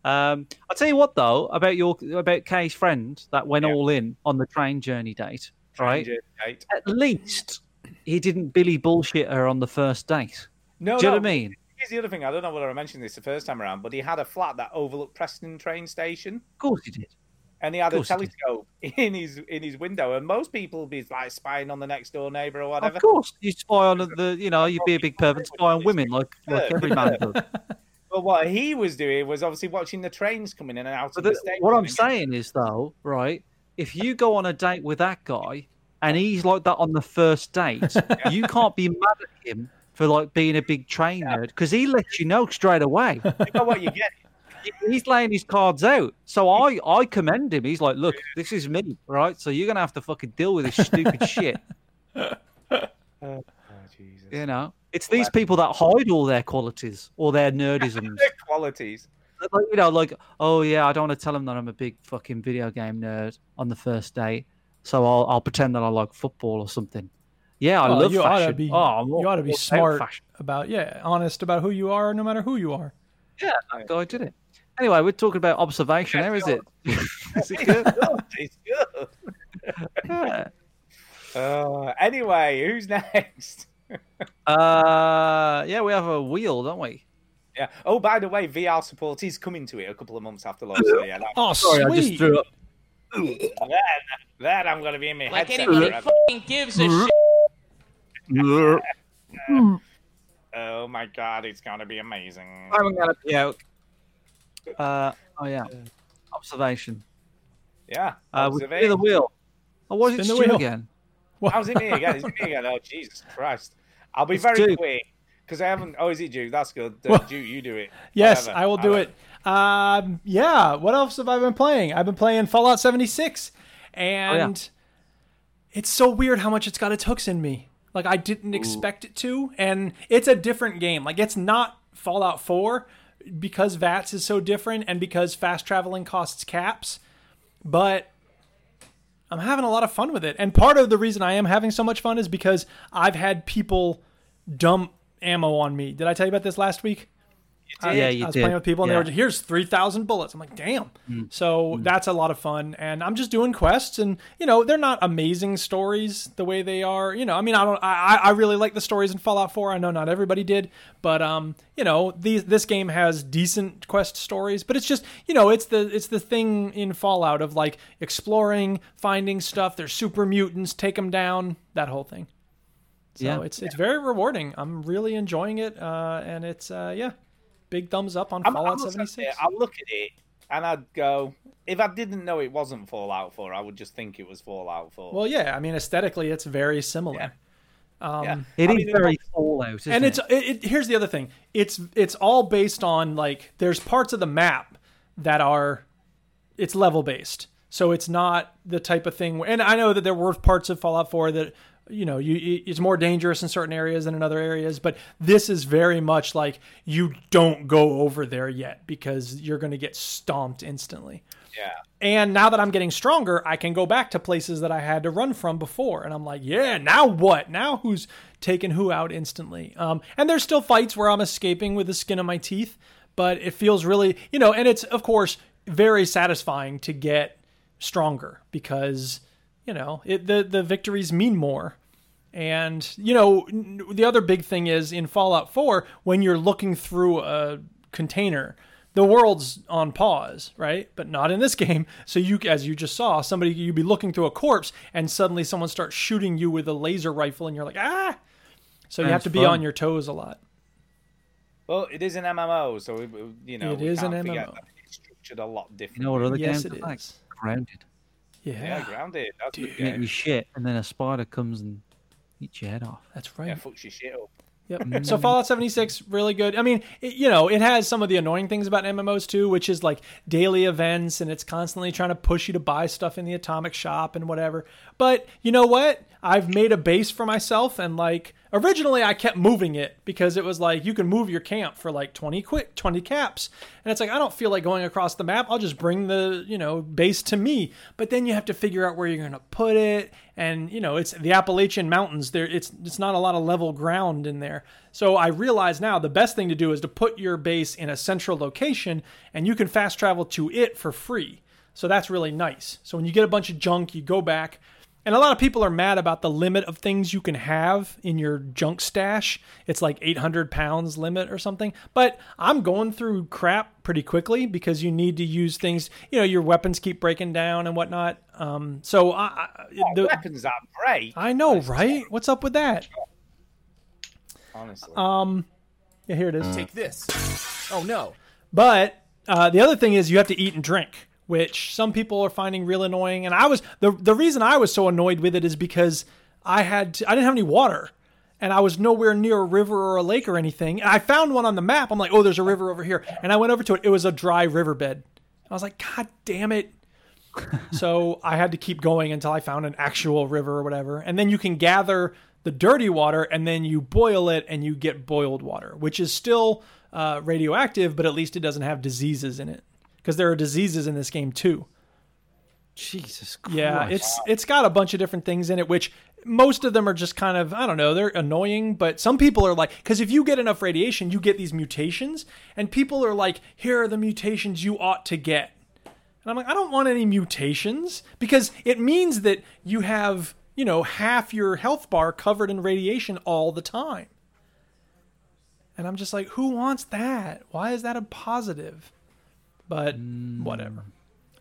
Speaker 4: Um, I'll tell you what, though, about your about Kay's friend that went
Speaker 2: Yeah.
Speaker 4: all in on the train journey date,
Speaker 2: Train
Speaker 4: right?
Speaker 2: journey date.
Speaker 4: At least he didn't Billy bullshit her on the first date.
Speaker 2: No,
Speaker 4: Do you
Speaker 2: no.
Speaker 4: know what I mean?
Speaker 2: Here's the other thing. I don't know whether I mentioned this the first time around, but he had a flat that overlooked Preston train station,
Speaker 4: Of course he did.
Speaker 2: and he had a
Speaker 4: course he did.
Speaker 2: telescope *laughs* in his in his window. And most people would be like spying on the next door neighbor or whatever.
Speaker 4: Of course, you spy on the, you know, you'd be a big perv and spy on women like like every man does.
Speaker 2: But what he was doing was obviously watching the trains coming in and out
Speaker 4: But
Speaker 2: of the,
Speaker 4: the-
Speaker 2: station.
Speaker 4: what I'm saying is though, right? If you go on a date with that guy and he's like that on the
Speaker 2: *laughs*
Speaker 4: first date, you can't be mad at him for like being a big train nerd because he lets you know
Speaker 2: *laughs*
Speaker 4: straight away.
Speaker 2: you know what you
Speaker 4: *laughs*
Speaker 2: get.
Speaker 4: he's laying his cards out. So I, I commend him. He's like, look, this is me, right? So you're gonna have to fucking deal with this stupid *laughs* shit.
Speaker 2: Oh, Jesus.
Speaker 4: You know, it's these people that hide all their qualities or their *laughs* nerdisms.
Speaker 2: Their qualities.
Speaker 4: like, you know, like, oh yeah, I don't want to tell them that I'm a big fucking video game nerd on the first date, so I'll I'll pretend that I like football or something. Yeah, I
Speaker 3: Well,
Speaker 4: love
Speaker 3: you
Speaker 4: fashion.
Speaker 3: ought to be
Speaker 4: oh, I'm all-
Speaker 3: you ought to be
Speaker 4: all about
Speaker 3: smart
Speaker 4: fashion.
Speaker 3: about yeah, honest about who you are, no matter who you are.
Speaker 4: Yeah, I, I did it. Anyway, we're talking about observation there, is it? *laughs* Is it good?
Speaker 2: It's good.
Speaker 4: Yeah.
Speaker 2: Uh, anyway, who's *laughs* next?
Speaker 4: Uh, yeah, we have a wheel, don't we?
Speaker 2: Yeah. Oh, by the way, VR support is coming to it a couple of months after launch. So yeah, that,
Speaker 3: Oh, sweet.
Speaker 4: *laughs* up.
Speaker 2: that, that I'm gonna be in my
Speaker 11: Like
Speaker 2: headset
Speaker 11: anybody
Speaker 2: forever.
Speaker 11: fucking gives a shit.
Speaker 2: Oh my god, it's gonna be amazing.
Speaker 4: gonna Uh, oh yeah, observation.
Speaker 2: Yeah.
Speaker 4: Uh, we spin the
Speaker 2: observation.
Speaker 4: wheel. Oh, was it
Speaker 3: Spin the
Speaker 4: Stu
Speaker 3: wheel.
Speaker 4: again?
Speaker 3: *laughs*
Speaker 2: How's it me again? Is it me again? Oh Jesus Christ! I'll be
Speaker 4: It's
Speaker 2: very
Speaker 4: Duke.
Speaker 2: quick because I haven't. Oh, is it Duke? That's good. Uh,
Speaker 3: Well-
Speaker 2: Duke, you do it.
Speaker 3: Yes,
Speaker 2: Whatever.
Speaker 3: I will do
Speaker 2: I'll-
Speaker 3: it. Um, yeah. What else have I been playing? I've been playing Fallout 76, and it's so weird how much it's got its hooks in me. Like I didn't expect it to, and it's a different game. Like it's not Fallout 4 because VATS is so different, and because fast traveling costs caps. But I'm having a lot of fun with it, and part of the reason I am having so much fun is because I've had people dump ammo on me. Did I tell you about this last week? I,
Speaker 4: Yeah,
Speaker 3: was-
Speaker 4: you
Speaker 3: I was
Speaker 4: did.
Speaker 3: playing with people, and they
Speaker 4: Yeah. Mm.
Speaker 3: were just, here's three thousand bullets. I'm like, damn. So that's a lot of fun, and I'm just doing quests, and you know, they're not amazing stories the way they are. You know, I mean, I don't, I, I I really like the stories in Fallout 4. I know not everybody did, but um, you know, these this game has decent quest stories, but it's just, you know, it's the it's the thing in Fallout of like exploring, finding stuff. There's super mutants, take them down, that whole thing. So
Speaker 4: Yeah.
Speaker 3: it's it's very rewarding. I'm really enjoying it, uh, and it's uh, yeah, big thumbs up on
Speaker 2: I'm- I
Speaker 3: Fallout
Speaker 2: must admit,
Speaker 3: 76.
Speaker 2: I'll look at it and I'd go. If I didn't know it wasn't Fallout 4, I would just think it was Fallout 4.
Speaker 3: Well, yeah, I mean aesthetically, it's very similar.
Speaker 2: Yeah.
Speaker 3: Um,
Speaker 2: Yeah.
Speaker 4: It
Speaker 2: I
Speaker 4: is
Speaker 2: mean,
Speaker 4: very Fallout, isn't
Speaker 3: and it's
Speaker 4: it?
Speaker 3: it, it, here's the other thing. It's it's all based on like there's parts of the map that are it's level based, so it's not the type of thing. And I know that there were parts of Fallout 4 that you know you it's more dangerous in certain areas than in other areas, but this is very much like you don't go over there yet because you're going to get stomped instantly.
Speaker 2: Yeah.
Speaker 3: And now that I'm getting stronger, I can go back to places that I had to run from before. And I'm like, yeah, now what? Now who's taking who out instantly? Um, and there's still fights where I'm escaping with the skin of my teeth, but it feels really, you know, and it's, of course, very satisfying to get stronger because, you know, it, the, the victories mean more. And, you know, n- the other big thing is in Fallout 4, when you're looking through a container, the world's on pause, right? But not in this *laughs* game. So you, as you just saw, somebody, you'd be looking through a corpse and suddenly someone starts shooting you with a laser rifle and you're like, ah! So you have
Speaker 4: Sounds
Speaker 3: to be
Speaker 4: fun.
Speaker 3: on your toes a lot.
Speaker 2: Well, it is an MMO, so we- we- you know
Speaker 3: It
Speaker 2: we
Speaker 3: is an
Speaker 2: can't forget
Speaker 3: MMO.
Speaker 2: that It's structured a lot
Speaker 4: You
Speaker 2: different.
Speaker 4: know what other
Speaker 3: yes,
Speaker 4: games
Speaker 3: it
Speaker 4: are like?
Speaker 3: is.
Speaker 4: Grounded.
Speaker 2: yeah,
Speaker 3: Yeah,
Speaker 2: grounded. That's a good
Speaker 4: You eat
Speaker 2: game.
Speaker 4: your shit, and then a spider comes and eats your head off.
Speaker 3: that's right.
Speaker 2: Yeah, fucks your shit up.
Speaker 3: Yep. *laughs* so Fallout 76 really good. I mean, it, you know, it has some of the annoying things about MMOs too, which is like daily events and it's constantly trying to push you to buy stuff in the atomic shop and whatever. But you know what? I've made a base for myself and like originally I kept moving it because it was like you can move your camp for like 20 quick 20 caps. And it's like I don't feel like going across the map. I'll just bring the, you know, base to me. But then you have to figure out where you're going to put it and you know, it's the Appalachian Mountains. There it's it's not a lot of level ground in there. So I realize now the best thing to do is to put your base in a central location and you can fast travel to it for free. So that's really nice. So when you get a bunch of junk, you go back. And a lot of people are mad about the limit of things you can have in your junk stash. It's like 800 pounds limit or something. But I'm going through crap pretty quickly because you need to use things. You know, your weapons keep breaking down and whatnot. Um, so I, I, the,
Speaker 2: Weapons that break,
Speaker 3: I know, right? What's up with that?
Speaker 2: honestly.
Speaker 3: Yeah, here it is.
Speaker 5: Take this. Oh no.
Speaker 3: But uh, the other thing is you have to eat and drink, which some people are finding real annoying. And I was the the reason I was so annoyed with it is because I had to, I didn't have any water, and I was nowhere near a river or a lake or anything. And I found one on the map. I'm like, oh, there's a river over here, and I went over to it. It was a dry riverbed. I was like, god damn it. so I had to keep going until I found an actual river or whatever. And then you can gather the dirty water and then you boil it and you get boiled water, which is still uh, radioactive, but at least it doesn't have diseases in it. Because there are diseases in this game too.
Speaker 4: Jesus Christ.
Speaker 3: Yeah, it's it's got a bunch of different things in it, which most of them are just kind of I don't know, they're annoying, but some people are like, because if you get enough radiation, you get these mutations, and people are like, here are the mutations you ought to get, and I'm like, I don't want any mutations because it means that you have you know half your health bar covered in radiation all the time, and I'm just like, who wants that? Why is that a positive? But
Speaker 4: Mm.
Speaker 3: whatever.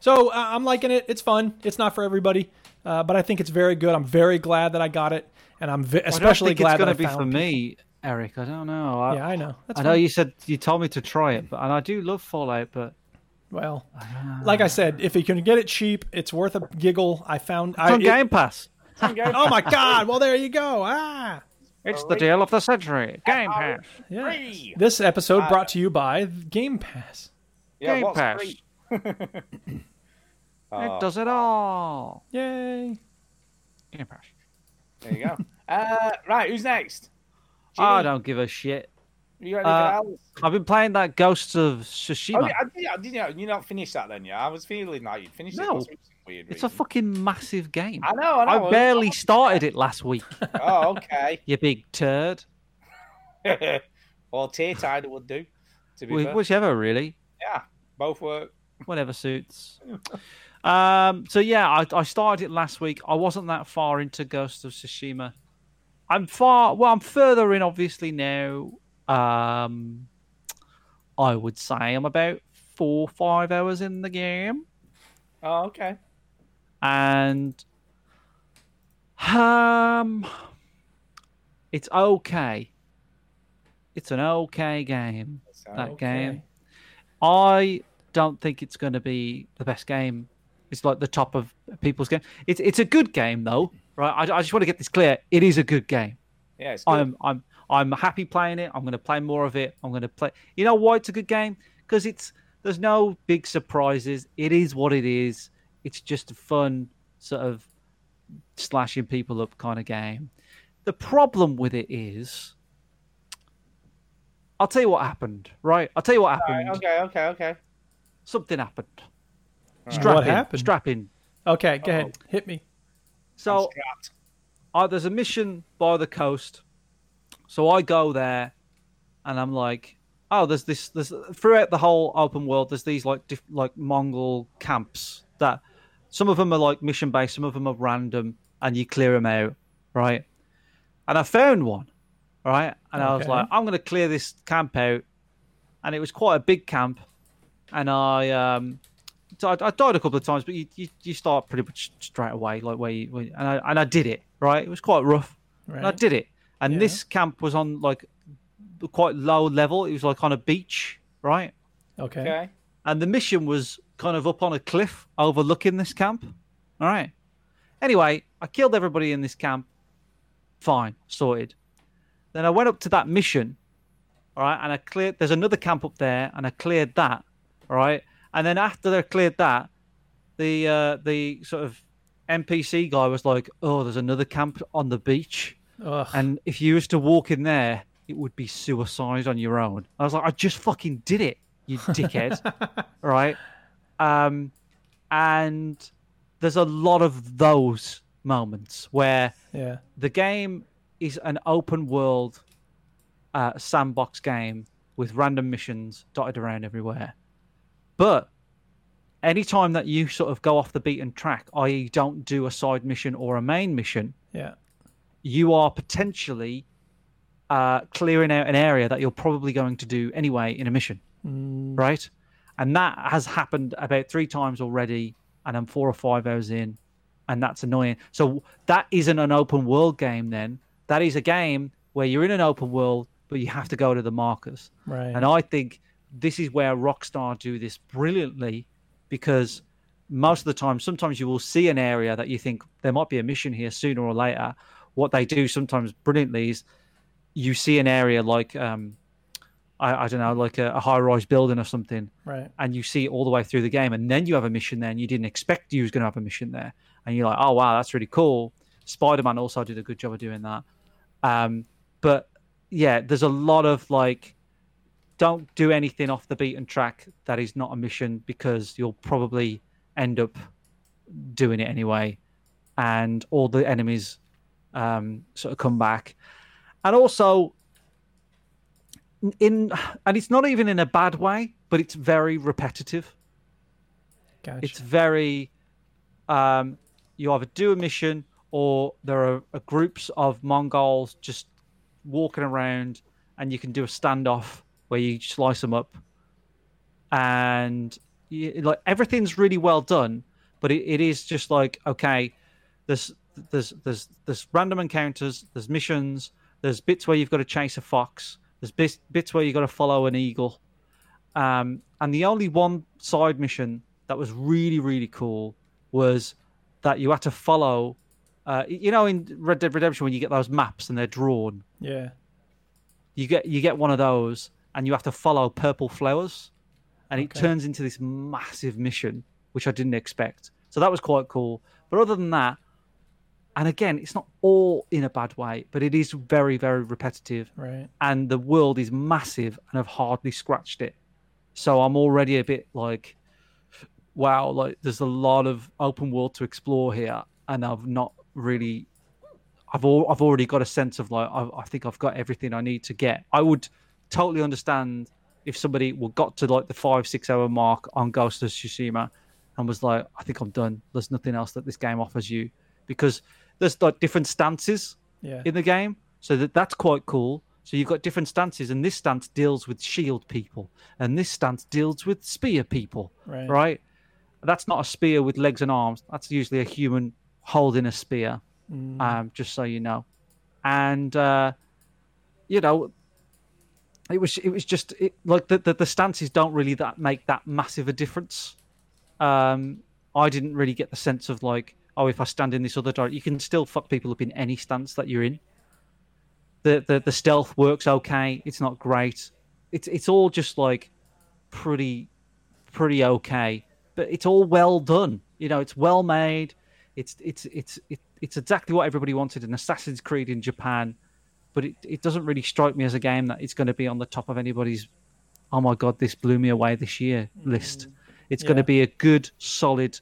Speaker 3: So uh, I'm liking it. It's fun. It's not for everybody, uh, but I think it's very good. I'm very glad that I got it, and I'm ve-
Speaker 4: I don't
Speaker 3: especially
Speaker 4: think
Speaker 3: glad
Speaker 4: it's gonna
Speaker 3: that
Speaker 4: be
Speaker 3: I found
Speaker 4: for me, Eric. I don't know. I,
Speaker 3: Yeah, I know. That's
Speaker 4: I know
Speaker 3: fine.
Speaker 4: you said you told me to try it, but and I do love Fallout, but *sighs*
Speaker 3: Well,
Speaker 4: Ah.
Speaker 3: like I said, if you can get it cheap, it's worth a giggle. I found
Speaker 4: it's
Speaker 3: I,
Speaker 4: on
Speaker 3: it-
Speaker 4: Game Pass.
Speaker 3: Oh my god! Well, there you go. Ah,
Speaker 4: It's the deal of the century. Game Pass.
Speaker 3: yeah.
Speaker 2: Free.
Speaker 3: This
Speaker 4: Ah.
Speaker 3: episode brought to you by Game Pass.
Speaker 2: Yeah,
Speaker 4: Game
Speaker 2: what's
Speaker 4: Pass.
Speaker 2: free?
Speaker 4: It does it all.
Speaker 3: Yay!
Speaker 4: Game Pass.
Speaker 2: There you go. Uh, right, who's next?
Speaker 4: *laughs* I don't Uh, give a shit.
Speaker 2: You got anything else?
Speaker 4: I've been playing that Ghost of Tsushima.
Speaker 2: Oh, yeah, I, did, I did, you, you not finish that then, yeah? I was feeling like you'd finished
Speaker 4: No.
Speaker 2: it. for some Weird
Speaker 4: It's a
Speaker 2: reason.
Speaker 4: fucking massive game.
Speaker 2: I know, I know.
Speaker 4: I barely started it last week.
Speaker 2: *laughs* Oh, okay. *laughs*
Speaker 4: you big turd.
Speaker 2: or tear tied would do. To be
Speaker 4: Wh-
Speaker 2: fair.
Speaker 4: Whichever, really.
Speaker 2: yeah, both work.
Speaker 4: whatever suits. Um, so yeah, I, I started it last week. I wasn't that far into Ghost of Tsushima. I'm far. Well, I'm further in, obviously now. Um, I would say I'm about four, five hours in the game,
Speaker 2: Oh, okay.
Speaker 4: and um, it's okay. It's an okay game. That
Speaker 2: So,
Speaker 4: game. I don't think it's going to be the best game. It's like the top of people's game. It's it's a good game though, right? I, I just want to get this clear. It is a good game.
Speaker 2: yeah, it's good.
Speaker 4: I'm I'm I'm happy playing it. I'm going to play more of it. I'm going to play. You know why it's a good game? Because it's there's no big surprises. It is what it is. It's just a fun sort of slashing people up kind of game. The problem with it is, I'll tell you what happened. Right? I'll tell you what happened.
Speaker 2: Right, okay, okay, okay.
Speaker 4: Something happened. Strap
Speaker 3: What
Speaker 4: in,
Speaker 3: happened?
Speaker 4: Strap in.
Speaker 3: Okay, go ahead.
Speaker 4: Oh.
Speaker 3: Hit me.
Speaker 4: So
Speaker 2: Strapped.
Speaker 4: uh, there's a mission by the coast. So I go there, and I'm like, oh, there's this. There's throughout the whole open world. There's these like diff, like Mongol camps that some of them are like mission based, some of them are random, and you clear them out, right? And I found one, right? And I was
Speaker 3: Okay.
Speaker 4: like, I'm gonna clear this camp out, and it was quite a big camp, and I um. So I, I died a couple of times, but you, you, you start pretty much straight away, like where you, where- and I and I did it right. It was quite rough, and I
Speaker 3: Right.
Speaker 4: did it. And
Speaker 3: Yeah.
Speaker 4: this camp was on like quite low level. It was like on a beach, right?
Speaker 3: Okay.
Speaker 2: Okay.
Speaker 4: and the mission was kind of up on a cliff overlooking this camp. All right. Anyway, I killed everybody in this camp. Fine, sorted. Then I went up to that mission. All right, and I cleared. There's another camp up there, and I cleared that. All right, and then after I cleared that, the uh, the sort of NPC guy was like, "Oh, there's another camp on the beach."
Speaker 3: Ugh.
Speaker 4: And if you was to walk in there, it would be suicide on your own. I was like, I just fucking did it, you dickhead. right? Um, and there's a lot of those moments where
Speaker 3: yeah.
Speaker 4: the game is an open world uh, sandbox game with random missions dotted around everywhere. But anytime that you sort of go off the beaten track, i.e., don't do a side mission or a main mission,
Speaker 3: Yeah.
Speaker 4: you are potentially uh, clearing out an area that you're probably going to do anyway in a mission, right? And that has happened about three times already, and I'm four or five hours in, and that's annoying. So that isn't an open world game. Then that is a game where you're in an open world, but you have to go to the markers.
Speaker 3: Right.
Speaker 4: And I think this is where Rockstar do this brilliantly because most of the time, sometimes you will see an area that you think there might be a mission here sooner or later. What they do sometimes brilliantly is you see an area like, um, I, I don't know, like a, a high rise building or something,
Speaker 3: Right.
Speaker 4: and you see it all the way through the game, and then you have a mission there, and you didn't expect you was going to have a mission there, and you're like, oh wow, that's really cool. Spider Man also did a good job of doing that, um, but yeah, there's a lot of like, don't do anything off the beaten track that is not a mission because you'll probably end up doing it anyway, and all the enemies um, sort of come back, and also in and it's not even in a bad way, but it's very repetitive.
Speaker 3: Gotcha.
Speaker 4: It's very um, you either do a mission or there are, are groups of Mongols just walking around, and you can do a standoff where you slice them up, and you, like everything's really well done, but it, it is just like okay, there's there's there's there's random encounters, there's missions, there's bits where you've got to chase a fox, there's bits bits where you've got to follow an eagle, um, and the only one side mission that was really really cool was that you had to follow. Uh, you know, in Red Dead Redemption, when you get those maps and they're drawn,
Speaker 3: yeah.
Speaker 4: you get you get one of those and you have to follow purple flowers and it
Speaker 3: Okay.
Speaker 4: turns into this massive mission which i didn't expect so that was quite cool but other than that and again it's not all in a bad way but it is very very repetitive
Speaker 3: Right.
Speaker 4: and the world is massive and i've hardly scratched it so i'm already a bit like wow like there's a lot of open world to explore here and i've not really I've all, I've already got a sense of like I, I think I've got everything I need to get. I would totally understand if somebody well, got to like the five six hour mark on Ghost of Tsushima and was like, I think I'm done. There's nothing else that this game offers you because there's like different stances
Speaker 3: Yeah.
Speaker 4: in the game, so that that's quite cool. So you've got different stances, and this stance deals with shield people, and this stance deals with spear people,
Speaker 3: Right.
Speaker 4: right? That's not a spear with legs and arms. That's usually a human holding a spear um, just so you know. And uh, you know, it was it was just it, like the, the the stances don't really that make that massive a difference. Um, I didn't really get the sense of like, oh, if I stand in this other direction, you can still fuck people up in any stance that you're in. The the the stealth works okay. It's not great. It's it's all just like pretty pretty okay, but it's all well done. You know, it's well made. It's it's it's it, it's exactly what everybody wanted an Assassin's Creed in Japan, but it, it doesn't really strike me as a game that it's going to be on the top of anybody's oh my god this blew me away this year list. It's
Speaker 3: Mm-hmm.
Speaker 4: going
Speaker 3: Yeah.
Speaker 4: to be a good solid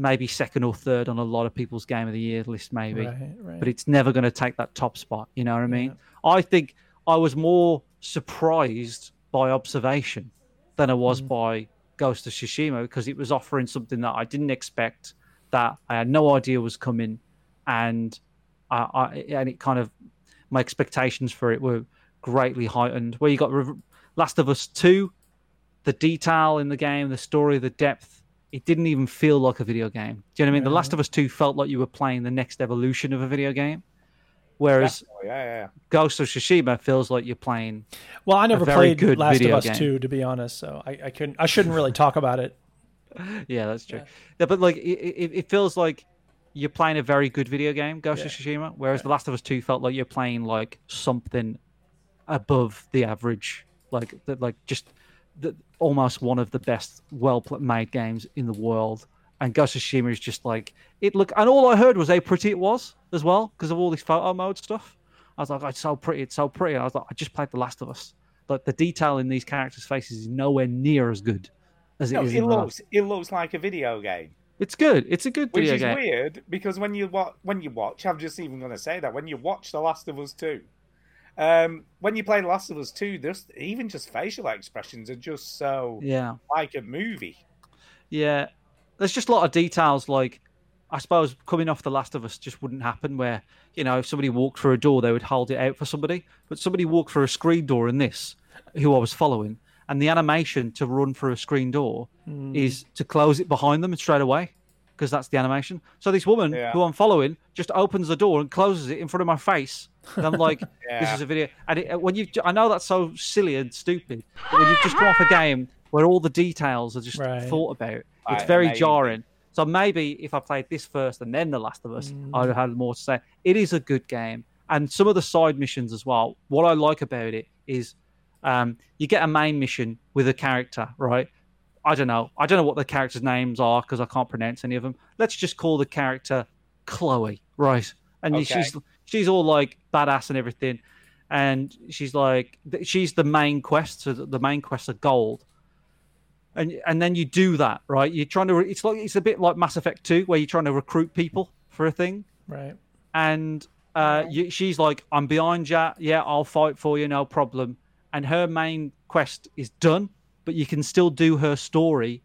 Speaker 4: maybe second or third on a lot of people's game of the year list maybe
Speaker 3: Right, right.
Speaker 4: but it's never going to take that top spot you know what i mean i think i was more surprised by observation than i was by ghost of tsushima because it was offering something that i didn't expect that i had no idea was coming and i, I and it kind of my expectations for it were greatly heightened where you got Re- last of us 2 the detail in the game, the story, the depth, it didn't even feel like a video game. Do you know what I mean? The Last of Us 2 felt like you were playing the next evolution of a video game. Whereas
Speaker 2: Oh, yeah, yeah. yeah.
Speaker 4: Ghost of Tsushima feels like you're playing.
Speaker 3: Well, I never
Speaker 4: very
Speaker 3: played
Speaker 4: good
Speaker 3: Last of
Speaker 4: video
Speaker 3: Us
Speaker 4: game.
Speaker 3: two, to be honest. So I, I couldn't. I shouldn't really talk about it.
Speaker 4: Yeah, that's true. Yeah, but like it, it, it feels like you're playing a very good video game, Ghost of Tsushima. Whereas The Last of Us 2 felt like you're playing like something above the average, like that, like just the, almost one of the best well-made games in the world. And Ghost of Tsushima is just like it look. And all I heard was how pretty it was as well because of all this photo mode stuff. I was like, "Oh, it's so pretty, it's so pretty. And I was like, I just played The Last of Us. Like the detail in these characters' faces is nowhere near as good as it is
Speaker 2: No, it
Speaker 4: in The Last
Speaker 2: looks it looks like a video game,
Speaker 4: it's good. It's a good
Speaker 2: which
Speaker 4: video
Speaker 2: is
Speaker 4: game.
Speaker 2: weird because when you watch when you watch, I'm just even going to say that when you watch The Last of Us two, um, when you play The Last of Us two, there's even just facial expressions are just so
Speaker 4: Yeah,
Speaker 2: like a movie.
Speaker 4: yeah. There's just a lot of details. Like, I suppose coming off The Last of Us just wouldn't happen. Where you know, if somebody walked through a door, they would hold it out for somebody. But somebody walked through a screen door in this, who I was following, and the animation to run through a screen door
Speaker 2: Hmm.
Speaker 4: is to close it behind them straight away. Because that's the animation. So this woman
Speaker 2: Yeah.
Speaker 4: who I'm following just opens the door and closes it in front of my face. And I'm like, this
Speaker 2: *laughs* Yeah.
Speaker 4: is a video. And it, when you, I know that's so silly and stupid, but when you've just come off a game where all the details are just
Speaker 3: Right.
Speaker 4: thought about, it's
Speaker 2: Right,
Speaker 4: very
Speaker 2: amazing.
Speaker 4: jarring. So maybe if I played this first and then The Last of Us, I'd have had more to say. It is a good game, and some of the side missions as well. What I like about it is um, you get a main mission with a character, right? I don't know. I don't know what the characters' names are because I can't pronounce any of them. Let's just call the character Chloe, right? And
Speaker 2: Okay.
Speaker 4: she's she's all like badass and everything, and she's like th- she's the main quest. So the the main quests are gold, and and then you do that, right? You're trying to. Re- it's like it's a bit like Mass Effect Two, where you're trying to recruit people for a thing,
Speaker 3: Right.
Speaker 4: and uh, you, she's like, "I'm behind you. Yeah, I'll fight for you. No problem." And her main quest is done, but you can still do her story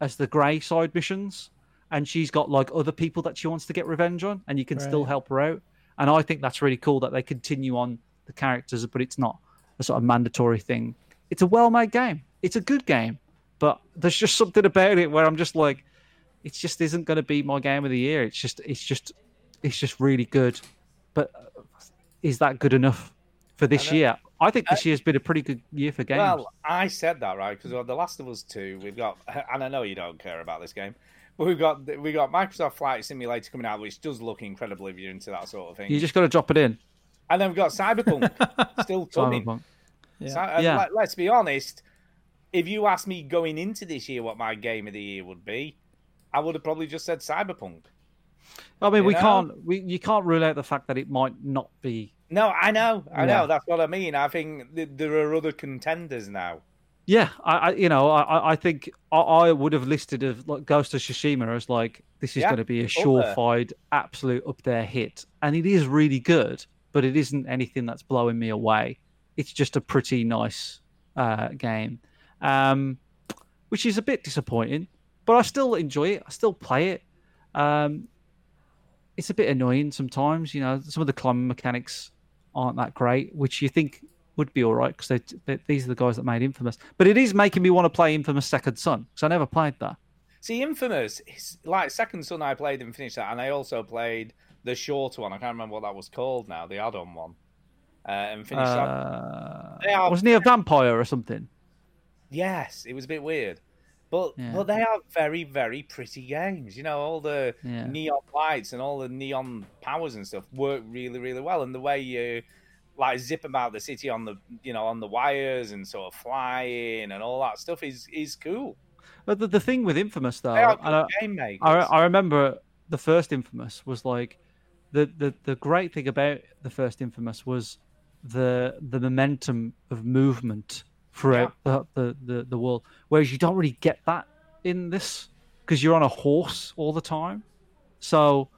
Speaker 4: as the grey side missions, and she's got like other people that she wants to get revenge on, and you can still
Speaker 3: Right.
Speaker 4: help her out. And I think that's really cool that they continue on the characters, but it's not a sort of mandatory thing. It's a well-made game. It's a good game, but there's just something about it where I'm just like, it just isn't going to be my game of the year. It's just, it's just, it's just really good. But uh, is that good enough for this year? I think this year's been a pretty good year for games.
Speaker 2: Well, I said that right because The Last of Us Two. We've got, *laughs* and I know you don't care about this game, but we've got we have got Microsoft Flight Simulator coming out, which does look incredible if you're into that sort of thing.
Speaker 4: you just got to drop it in.
Speaker 2: And then we've got
Speaker 4: *laughs*
Speaker 2: Cyberpunk still coming.
Speaker 4: Cyberpunk.
Speaker 2: So, uh,
Speaker 4: Yeah.
Speaker 2: let, let's be honest. If you asked me going into this year what my game of the year would be, I would have probably just said Cyberpunk.
Speaker 4: I mean,
Speaker 2: You
Speaker 4: we
Speaker 2: know?
Speaker 4: can't. We you can't rule out the fact that it might not be.
Speaker 2: No, I know, I
Speaker 4: Yeah.
Speaker 2: know. That's what I mean. I think th- there are other contenders now.
Speaker 4: Yeah, I, I you know, I- I, I think I, I would have listed of like Ghost of Tsushima as like this is
Speaker 2: Yeah,
Speaker 4: going to be a
Speaker 2: it's up there.
Speaker 4: surefide, absolute up there hit, and it is really good, but it isn't anything that's blowing me away. It's just a pretty nice uh, game, um, which is a bit disappointing, but I still enjoy it. I still play it. Um, it's a bit annoying sometimes. You know, some of the climbing mechanics aren't that great, which you think would be all right because they, they, these are the guys that made Infamous. But it is making me want to play Infamous Second Son because I never played that.
Speaker 2: See, Infamous, is like Second Son, I played and finished that, and I also played the shorter one. I can't remember what that was called now, the add-on one, uh, and finished that.
Speaker 4: Uh,
Speaker 2: They are-
Speaker 4: wasn't he a vampire or something?
Speaker 2: Yes, it was a bit weird. But
Speaker 4: Yeah.
Speaker 2: but they are very, very pretty games. You know, all the
Speaker 4: Yeah.
Speaker 2: neon lights and all the neon powers and stuff work really, really well. And the way you like zip about the city on the you know, on the wires and sort of flying and all that stuff is is cool.
Speaker 4: But the, the thing with Infamous though,
Speaker 2: They are
Speaker 4: and I,
Speaker 2: good game makers.
Speaker 4: I, I remember the first Infamous was like the, the the great thing about the first Infamous was the the momentum of movement throughout the, the, the the world, whereas you don't really get that in this because you're on a horse all the time. So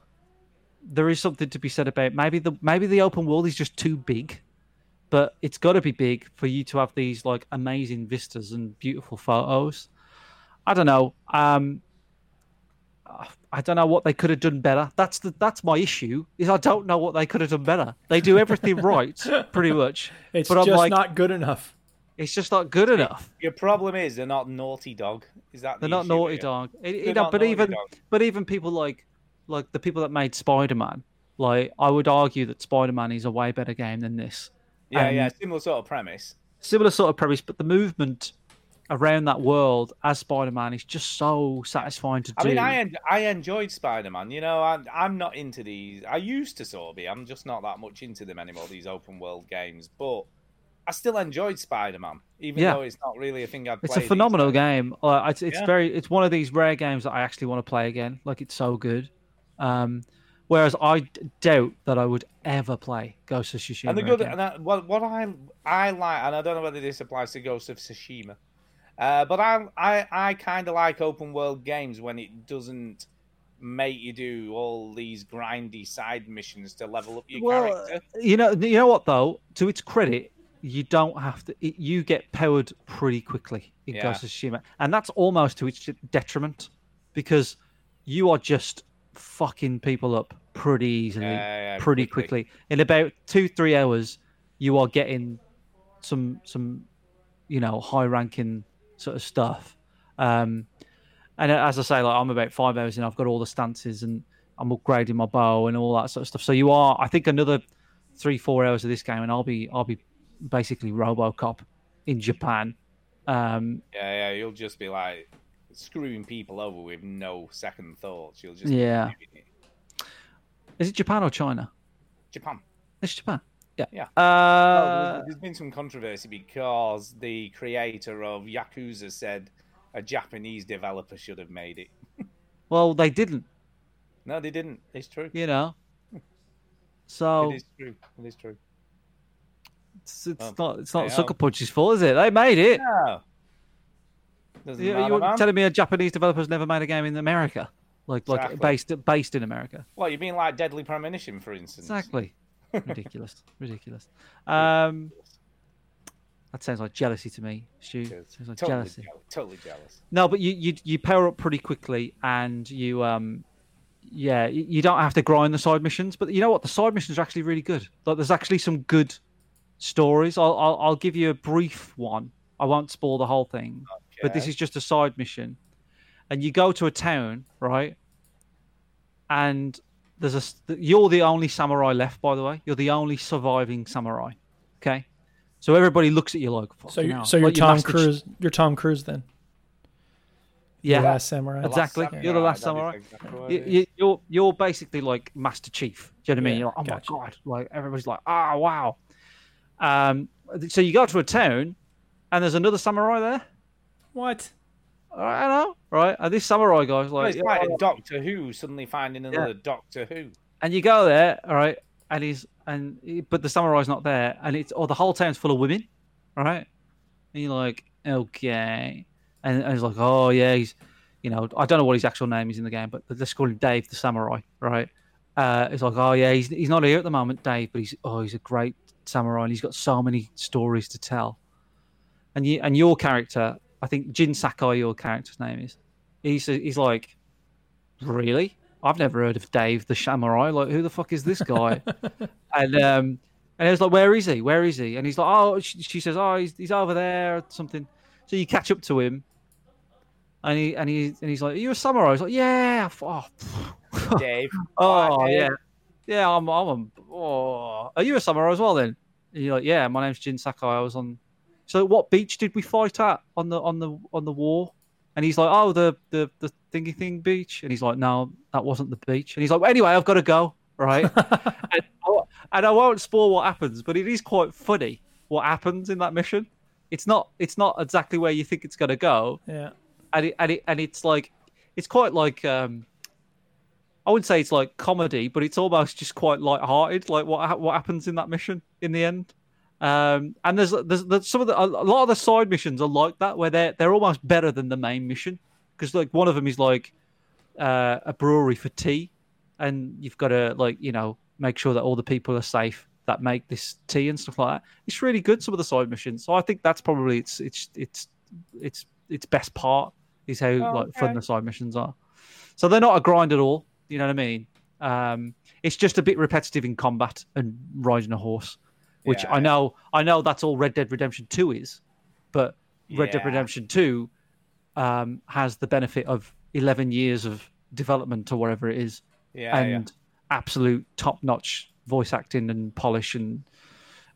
Speaker 4: there is something to be said about maybe the maybe the open world is just too big, but it's got to be big for you to have these like amazing vistas and beautiful photos. I don't know. Um, I don't know what they could have done better. That's the that's my issue is I don't know what they could have done better. They
Speaker 3: *laughs*
Speaker 4: do everything right, pretty much.
Speaker 3: It's
Speaker 4: but
Speaker 3: just
Speaker 4: I'm like,
Speaker 3: not good enough.
Speaker 4: it's just not good enough.
Speaker 2: Your problem is they're not naughty dog. Is that the
Speaker 4: They're not
Speaker 2: issue
Speaker 4: Naughty
Speaker 2: here?
Speaker 4: Dog. It- it-
Speaker 2: They're
Speaker 4: no,
Speaker 2: not
Speaker 4: but
Speaker 2: Naughty
Speaker 4: even
Speaker 2: Dog.
Speaker 4: but even people like like the people that made Spider Man, like I would argue that Spider Man is a way better game than this.
Speaker 2: Yeah,
Speaker 4: And
Speaker 2: yeah, similar sort of premise.
Speaker 4: Similar sort of premise, but the movement around that world as Spider Man is just so satisfying to do.
Speaker 2: I mean, I en- I enjoyed Spider Man. You know, I'm I'm not into these. I used to sort of be. I'm just not that much into them anymore. These open world games, but I still enjoyed Spider Man, even
Speaker 4: Yeah.
Speaker 2: though it's not really a thing I've
Speaker 4: It's
Speaker 2: played.
Speaker 4: a
Speaker 2: these
Speaker 4: phenomenal
Speaker 2: days.
Speaker 4: game. Uh, it's it's
Speaker 2: Yeah.
Speaker 4: very it's one of these rare games that I actually want to play again. Like it's so good. Um, whereas I d- doubt that I would ever play Ghost of Tsushima.
Speaker 2: And the good,
Speaker 4: again.
Speaker 2: and I, what what I I like, and I don't know whether this applies to Ghost of Tsushima, uh, but I I I kind of like open world games when it doesn't make you do all these grindy side missions to level up your character.
Speaker 4: you know, you know what though. To its credit, you don't have to. It, you get powered pretty quickly in
Speaker 2: Yeah.
Speaker 4: Ghost of Tsushima, and that's almost to its detriment because you are just fucking people up pretty easily,
Speaker 2: Yeah, yeah,
Speaker 4: pretty
Speaker 2: Uh, quickly.
Speaker 4: quickly. In about two, three hours, you are getting some some, you know, high ranking sort of stuff. Um, and as I say, like I'm about five hours in, I've got all the stances and I'm upgrading my bow and all that sort of stuff. So you are, I think, another three, four hours of this game, and I'll be, I'll be basically RoboCop in Japan. Um,
Speaker 2: Yeah, yeah, you'll just be like screwing people over with no second thoughts. You'll just
Speaker 4: Yeah.
Speaker 2: be doing it.
Speaker 4: is it Japan or China?
Speaker 2: Japan.
Speaker 4: It's Japan. Yeah.
Speaker 2: Yeah.
Speaker 4: Uh,
Speaker 2: Well, there's been some controversy because the creator of Yakuza said a Japanese developer should have made it.
Speaker 4: well, they didn't,
Speaker 2: No, they didn't. It's true.
Speaker 4: you know. So
Speaker 2: It is true. It is true.
Speaker 4: it's, it's
Speaker 2: Oh,
Speaker 4: not, it's not
Speaker 2: yeah.
Speaker 4: Sucker Punch's fault, is it? They made it.
Speaker 2: No. Doesn't
Speaker 4: You-
Speaker 2: matter,
Speaker 4: You're
Speaker 2: man.
Speaker 4: telling me a Japanese developer's never made a game in America, like like
Speaker 2: Exactly.
Speaker 4: based based
Speaker 2: *laughs*
Speaker 4: in America.
Speaker 2: Well, you mean like Deadly Premonition, for instance?
Speaker 4: Exactly.
Speaker 2: *laughs*
Speaker 4: ridiculous, ridiculous. Um, that sounds like jealousy to me, Stu. Sounds like
Speaker 2: Totally jealous.
Speaker 4: jealousy.
Speaker 2: Totally jealous.
Speaker 4: No, but you, you you power up pretty quickly, and you um, yeah, you, you don't have to grind the side missions. But you know what? The side missions are actually really good. Like, there's actually some good stories. I'll I'll, I'll give you a brief one. I won't spoil the whole thing, but this
Speaker 2: Okay.
Speaker 4: is just a side mission, and you go to a town, right? And there's a s- you're the only samurai left, by the way. You're the only surviving samurai. Okay, so everybody looks at you like,
Speaker 3: So
Speaker 4: "Fucking
Speaker 3: you
Speaker 4: hell,"
Speaker 3: so you're
Speaker 4: like you
Speaker 3: Tom
Speaker 4: master ch-
Speaker 3: Cruise. You're Tom Cruise then.
Speaker 4: yeah,
Speaker 3: The Last Samurai.
Speaker 2: The Last
Speaker 4: Exactly. You're the last
Speaker 2: Samurai, that
Speaker 4: samurai.
Speaker 2: is exactly what
Speaker 4: You,
Speaker 2: it
Speaker 4: you, you're you're basically like Master Chief. Do you know what I mean?
Speaker 3: Yeah,
Speaker 4: You're like, oh
Speaker 3: gotcha.
Speaker 4: my god! Like everybody's like, ah, wow. Um, so you go to a town, and there's another samurai there.
Speaker 3: What?
Speaker 4: I know, right? And this samurai guy's
Speaker 2: Well,
Speaker 4: like,
Speaker 2: it's like a Doctor Who suddenly finding another Doctor Who.
Speaker 4: and you go there, all right, and he's and but the samurai's not there, and it's or the whole town's full of women, all right, and you're like, okay, and, and he's like, oh yeah, he's, you know, I don't know what his actual name is in the game, but let's call him Dave the samurai, right? Uh, it's like, oh yeah, he's he's not here at the moment, Dave, but he's oh he's a great samurai, and he's got so many stories to tell, and you and your character, I think Jin Sakai, your character's name is, he's he's like really? I've never heard of Dave the Samurai. Like, who the fuck is this guy? and um, and it was like, where is he? Where is he? And he's like, oh, she, she says, oh, he's, he's over there or something. So you catch up to him, and he and he and he's like, are you a samurai? He's like, yeah. Oh,
Speaker 2: Dave.
Speaker 4: oh
Speaker 2: Hi, Dave.
Speaker 4: yeah, yeah. I'm I'm a. Oh. Are you a samurai as well then? And you're like, yeah. My name's Jin Sakai. I was on. So what beach did we fight at on the on the on the war? And he's like, oh, the the the thingy thing beach. And he's like, no, that wasn't the beach. And he's like, well, anyway, I've got to go. Right. and, I- and I won't spoil what happens, but it is quite funny what happens in that mission. It's not it's not exactly where you think it's going to go
Speaker 3: Yeah.
Speaker 4: and it, and it and it's like it's quite like um I wouldn't say it's like comedy, but it's almost just quite light-hearted. Like what ha- what happens in that mission in the end, um, and there's, there's there's some of the a lot of the side missions are like that where they're they're almost better than the main mission because like one of them is like uh, a brewery for tea, and you've got to like you know make sure that all the people are safe that make this tea and stuff like that. It's really good some of the side missions. So I think that's probably its its its its its best part is how like fun
Speaker 2: Oh, Okay.
Speaker 4: the side missions are. So they're not a grind at all. You know what I mean? Um, it's just a bit repetitive in combat and riding a horse, which
Speaker 2: Yeah.
Speaker 4: I know I know that's all Red Dead Redemption Two is, but Red Dead
Speaker 2: Yeah.
Speaker 4: Redemption Two um, has the benefit of eleven years of development or whatever it is,
Speaker 2: Yeah, yeah.
Speaker 4: and absolute top notch voice acting and polish and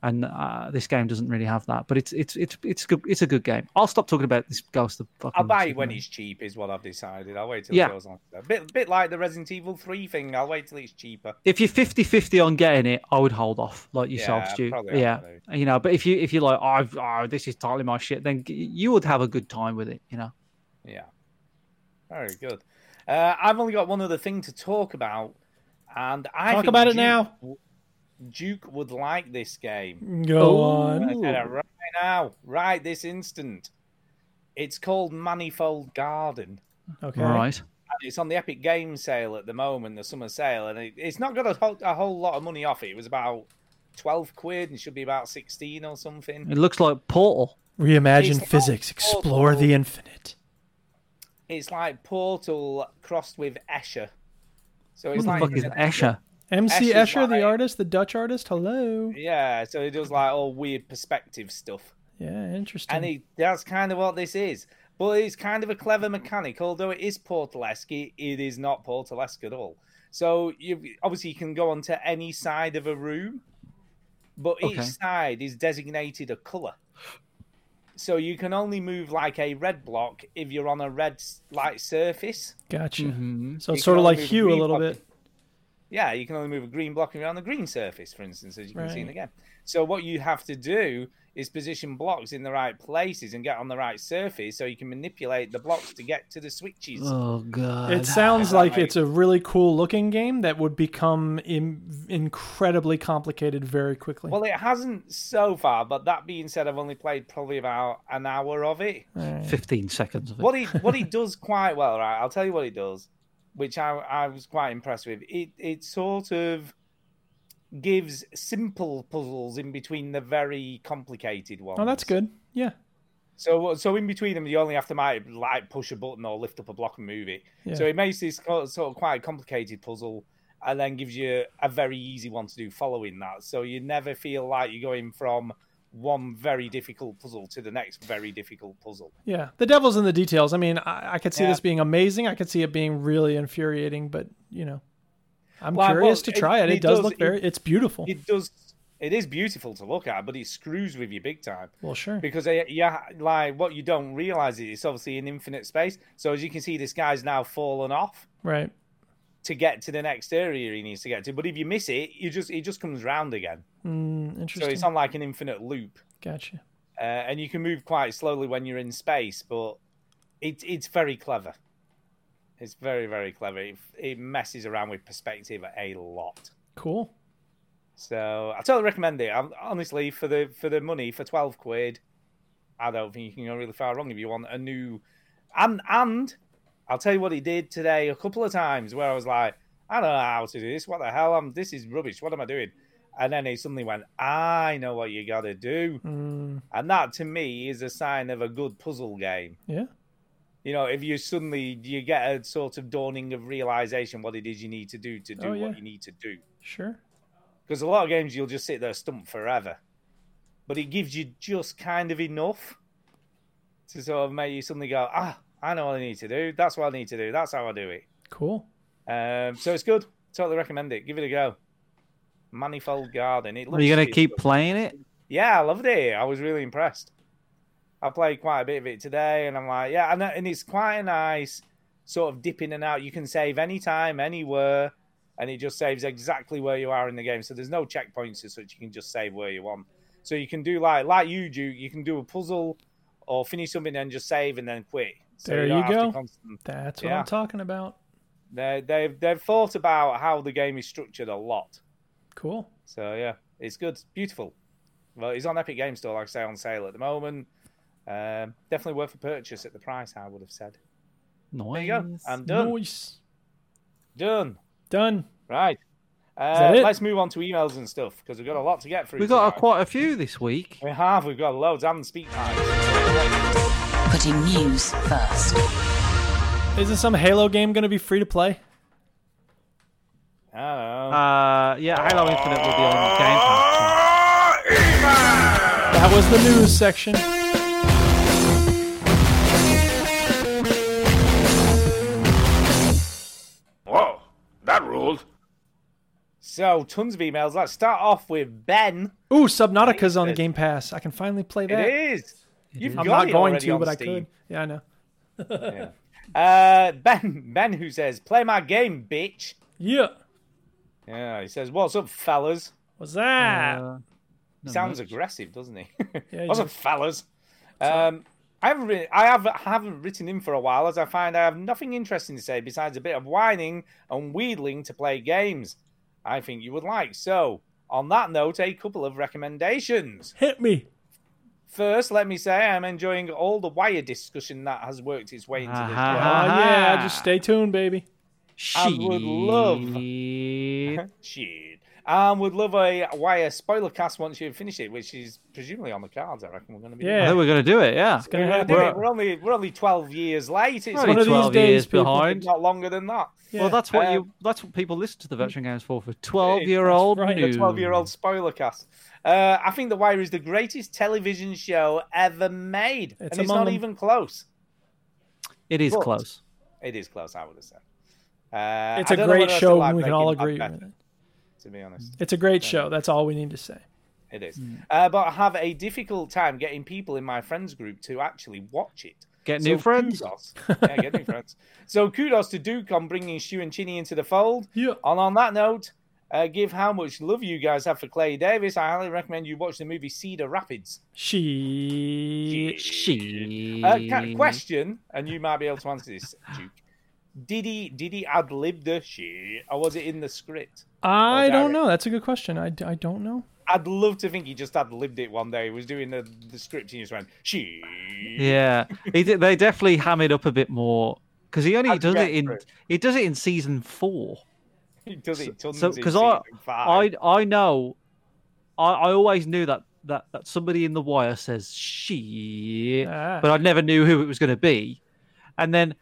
Speaker 4: and uh, this game doesn't really have that. But it's it's it's it's good. It's a good game. I'll stop talking about this Ghost of fucking.
Speaker 2: I'll buy it when
Speaker 4: Tsushima.
Speaker 2: it's cheap, is what I've decided. I'll wait till
Speaker 4: Yeah.
Speaker 2: it goes on. A bit, bit like the Resident Evil 3 thing. I'll wait till it's cheaper.
Speaker 4: if you're 50 50 on getting it, I would hold off, like yourself,
Speaker 2: Yeah,
Speaker 4: Stu.
Speaker 2: probably
Speaker 4: Yeah,
Speaker 2: absolutely.
Speaker 4: you know. But if you if you're like, I've oh, this is totally my shit, then g- you would have a good time with it, you know.
Speaker 2: Yeah. Very good. Uh, I've only got one other thing to talk about, and I
Speaker 3: Talk
Speaker 2: think
Speaker 3: about it
Speaker 2: Duke-
Speaker 3: now.
Speaker 2: Duke would like this game.
Speaker 3: Go
Speaker 4: Oh.
Speaker 2: I
Speaker 3: on.
Speaker 2: said it right now, right this instant. It's called Manifold Garden.
Speaker 3: Okay.
Speaker 4: All right.
Speaker 2: and It's on the Epic Game Sale at the moment, the summer sale, and it, it's not got a whole, a whole lot of money off it. It was about twelve quid, and should be about sixteen or something.
Speaker 4: It looks like Portal.
Speaker 3: Reimagine
Speaker 2: It's-
Speaker 3: physics. Explore the infinite.
Speaker 2: It's like Portal crossed with Escher. So
Speaker 4: What
Speaker 2: it's
Speaker 4: the
Speaker 2: like
Speaker 4: fuck is Escher?
Speaker 3: MC
Speaker 2: Escher's
Speaker 3: Escher, the
Speaker 2: like-
Speaker 3: artist, the Dutch artist. Hello.
Speaker 2: Yeah, so it does like all weird perspective stuff.
Speaker 3: Yeah, interesting.
Speaker 2: And he, that's kind of what this is. But it's kind of a clever mechanic, although it is portalesque, it, it is not portalesque at all. So you obviously you can go onto any side of a room, but
Speaker 4: Okay.
Speaker 2: each side is designated a color. So you can only move like a red block if you're on a red s- light surface.
Speaker 3: gotcha. So
Speaker 2: You
Speaker 3: it's sort
Speaker 4: Mm-hmm.
Speaker 2: can
Speaker 3: of like
Speaker 2: only
Speaker 3: Hugh a
Speaker 2: read
Speaker 3: little
Speaker 2: what-
Speaker 3: bit.
Speaker 2: Yeah, you can only move a green block around the green surface, for instance, as you can see in the
Speaker 3: Right.
Speaker 2: game. So what you have to do is position blocks in the right places and get on the right surface so you can manipulate the blocks to get to the switches.
Speaker 4: Oh god.
Speaker 3: It sounds like
Speaker 2: like-
Speaker 3: it's a really cool looking game that would become Im- incredibly complicated very quickly.
Speaker 2: Well, it hasn't so far, but that being said, I've only played probably about an hour of it.
Speaker 4: Fifteen seconds of it.
Speaker 2: What he
Speaker 3: *laughs*
Speaker 2: what he does quite well, right? I'll tell you what he does, which I I was quite impressed with. It it sort of gives simple puzzles in between the very complicated ones.
Speaker 3: oh, that's good. Yeah.
Speaker 2: So so in between them, you only have to might like push a button or lift up a block and move it. So
Speaker 3: Yeah.
Speaker 2: it makes this co- sort of quite complicated puzzle, and then gives you a very easy one to do following that. So you never feel like you're going from one very difficult puzzle to the next very difficult puzzle.
Speaker 3: Yeah. The devil's in the details. I mean, I, I could see
Speaker 2: Yeah.
Speaker 3: this being amazing. I could see it being really infuriating, but, you know, I'm
Speaker 2: Well, well,
Speaker 3: curious to
Speaker 2: it-
Speaker 3: try it. It,
Speaker 2: it
Speaker 3: does,
Speaker 2: does-
Speaker 3: look very,
Speaker 2: it-
Speaker 3: it's beautiful.
Speaker 2: It does. It is beautiful to look at, but it screws with you big time.
Speaker 3: well, sure.
Speaker 2: because they, yeah, like what you don't realize is it's obviously an infinite space. So as you can see, this guy's now fallen off
Speaker 3: Right.
Speaker 2: to get to the next area he needs to get to. But if you miss it, you just it just comes round again. So
Speaker 3: Interesting.
Speaker 2: it's on like an infinite loop,
Speaker 3: gotcha.
Speaker 2: uh, and you can move quite slowly when you're in space. But it it's very clever. It's very very clever. It, it messes around with perspective a lot.
Speaker 3: Cool.
Speaker 2: So I totally recommend it. I'm, honestly, for the for the money for twelve quid, I don't think you can go really far wrong if you want a new. And and I'll tell you what he did today a couple of times where I was like, I don't know how to do this. What the hell? I'm this is rubbish. What am I doing? And then he suddenly went, I know what you got to do.
Speaker 3: Mm.
Speaker 2: And that to me is a sign of a good puzzle game
Speaker 3: Yeah.
Speaker 2: you know if you suddenly you get a sort of dawning of realization what it is you need to do to do
Speaker 3: Oh, yeah.
Speaker 2: what you need to do
Speaker 3: Sure.
Speaker 2: because a lot of games you'll just sit there stumped forever but it gives you just kind of enough to sort of make you suddenly go ah i know what i need to do that's what i need to do that's how i do it
Speaker 3: Cool.
Speaker 2: um, so it's good totally recommend it give it a go manifold garden it
Speaker 4: Are
Speaker 2: looks
Speaker 4: you gonna
Speaker 2: it's
Speaker 4: keep playing it?
Speaker 2: yeah, I loved it. I was really impressed. I played quite a bit of it today, and I'm like, yeah, and, and it's quite a nice sort of dip in and out. You can save anytime, anywhere, and it just saves exactly where you are in the game. So there's no checkpoints as such. You can just save where you want. So you can do like like you do. You can do a puzzle or finish something and just save and then quit. So
Speaker 3: There
Speaker 2: don't
Speaker 3: you
Speaker 2: have to
Speaker 3: go.
Speaker 2: constant-
Speaker 3: That's what
Speaker 2: Yeah.
Speaker 3: I'm talking about.
Speaker 2: They, they've they've thought about how the game is structured a lot.
Speaker 3: Cool.
Speaker 2: So yeah, it's good, beautiful. Well, it's on Epic Game Store, like I say, on sale at the moment. Um, definitely worth a purchase at the price. I would have said.
Speaker 4: Nice.
Speaker 2: There you go. I'm done.
Speaker 3: Nice.
Speaker 2: Done.
Speaker 3: Done.
Speaker 2: Right.
Speaker 3: that
Speaker 2: Uh,
Speaker 3: it?
Speaker 2: let's move on to emails and stuff because we've got a lot to get through.
Speaker 4: We got a,
Speaker 2: tonight.
Speaker 4: quite a few this week.
Speaker 2: We have. We've got loads and speak time.
Speaker 5: Putting news first.
Speaker 3: Isn't some Halo game going to be free to play?
Speaker 2: I don't know.
Speaker 4: Uh, yeah, Halo Infinite will be on Game Pass.
Speaker 3: That was the news section.
Speaker 8: Whoa, that ruled.
Speaker 2: so tons of emails. Let's start off with Ben.
Speaker 3: Ooh, Subnautica's on Game Pass. I can finally play
Speaker 2: It
Speaker 3: that.
Speaker 2: is. You've
Speaker 3: I'm
Speaker 2: got
Speaker 3: not
Speaker 2: it
Speaker 3: going
Speaker 2: already
Speaker 3: to,
Speaker 2: on
Speaker 3: but I
Speaker 2: Steam.
Speaker 3: could. Yeah, I know.
Speaker 2: Uh, ben, *laughs* Ben, who says, "Play my game, bitch."
Speaker 3: Yeah.
Speaker 2: Yeah, he says, "What's up, fellas?"
Speaker 3: What's that?
Speaker 4: Uh, no,
Speaker 2: Ah! Sounds
Speaker 4: no.
Speaker 2: aggressive, doesn't he?
Speaker 3: *laughs* Yeah, he
Speaker 2: What's up,
Speaker 3: does.
Speaker 2: fellas? Um, I haven't, re- I have, I haven't written in for a while as I find I have nothing interesting to say besides a bit of whining and wheedling to play games. I think you would like. So, on that note, a couple of recommendations.
Speaker 3: Hit me.
Speaker 2: First, let me say I'm enjoying all the wire discussion that has worked its way into this.
Speaker 3: Oh,
Speaker 4: Aha.
Speaker 2: show.
Speaker 3: yeah. Just stay tuned, baby.
Speaker 2: I would love- *laughs*
Speaker 4: Shit.
Speaker 2: Shit. And would love a wire spoiler cast once you finish it, which is presumably on the cards. I reckon we're going to be. doing.
Speaker 3: Yeah.
Speaker 4: I think we're gonna do it. Yeah.
Speaker 3: It's going to
Speaker 2: We're,
Speaker 3: happen.
Speaker 2: doing it. We're only we're only twelve years late. It's
Speaker 4: Only
Speaker 3: one of these
Speaker 4: twelve
Speaker 3: days,
Speaker 4: years
Speaker 3: people.
Speaker 4: behind.
Speaker 2: not longer than that.
Speaker 3: Yeah.
Speaker 4: Well, that's what
Speaker 2: Um,
Speaker 4: you. That's what people listen to the veteran games for. For twelve-year-old
Speaker 3: right,
Speaker 4: news.
Speaker 3: the
Speaker 2: 12 year old spoiler cast. Uh, I think The Wire is the greatest television show ever made. and it's
Speaker 3: among
Speaker 2: not
Speaker 3: them.
Speaker 2: even close.
Speaker 4: It is
Speaker 2: But-
Speaker 4: close.
Speaker 2: It is close, I would have said. Uh,
Speaker 3: it's
Speaker 2: I
Speaker 3: a
Speaker 2: don't know
Speaker 3: great
Speaker 2: whether I
Speaker 3: show,
Speaker 2: still like
Speaker 3: and we can all
Speaker 2: Breaking Bad
Speaker 3: agree
Speaker 2: better,
Speaker 3: with it.
Speaker 2: To be honest,
Speaker 3: It's a great show. That's all we need to say. Mm.
Speaker 2: it is. Uh, but I have a difficult time getting people in my friends group to actually watch it.
Speaker 4: Get new
Speaker 2: So
Speaker 4: friends.
Speaker 2: Kudos. Yeah, get new friends.
Speaker 4: *laughs*
Speaker 2: So kudos to Duke on bringing Stu and Chinny into the fold.
Speaker 3: Yeah.
Speaker 2: And on that note, uh, give how much love you guys have for Clay Davis. I highly recommend you watch the movie Cedar Rapids.
Speaker 3: She.
Speaker 4: She.
Speaker 2: Uh, ca- question, and you might be able to answer
Speaker 4: *laughs*
Speaker 2: this, Duke. Did he did he ad lib the shit, or was it in the script?
Speaker 3: I
Speaker 2: Oh,
Speaker 3: don't
Speaker 2: Gary.
Speaker 3: know. That's a good question. I, I don't know.
Speaker 2: I'd love to think he just ad libbed it one day. He was doing the, the script and he just went she.
Speaker 4: *laughs* Yeah, he, did- they definitely ham it up a bit more because he only
Speaker 2: I'd
Speaker 4: does
Speaker 2: get
Speaker 4: it in
Speaker 2: through.
Speaker 4: he does it in season four.
Speaker 2: He does it tons
Speaker 4: So
Speaker 2: in
Speaker 4: because I,
Speaker 2: season
Speaker 4: I
Speaker 2: five.
Speaker 4: I know, I, I always knew that that that somebody in the wire says she,
Speaker 3: Ah.
Speaker 4: but I never knew who it was going to be, and then.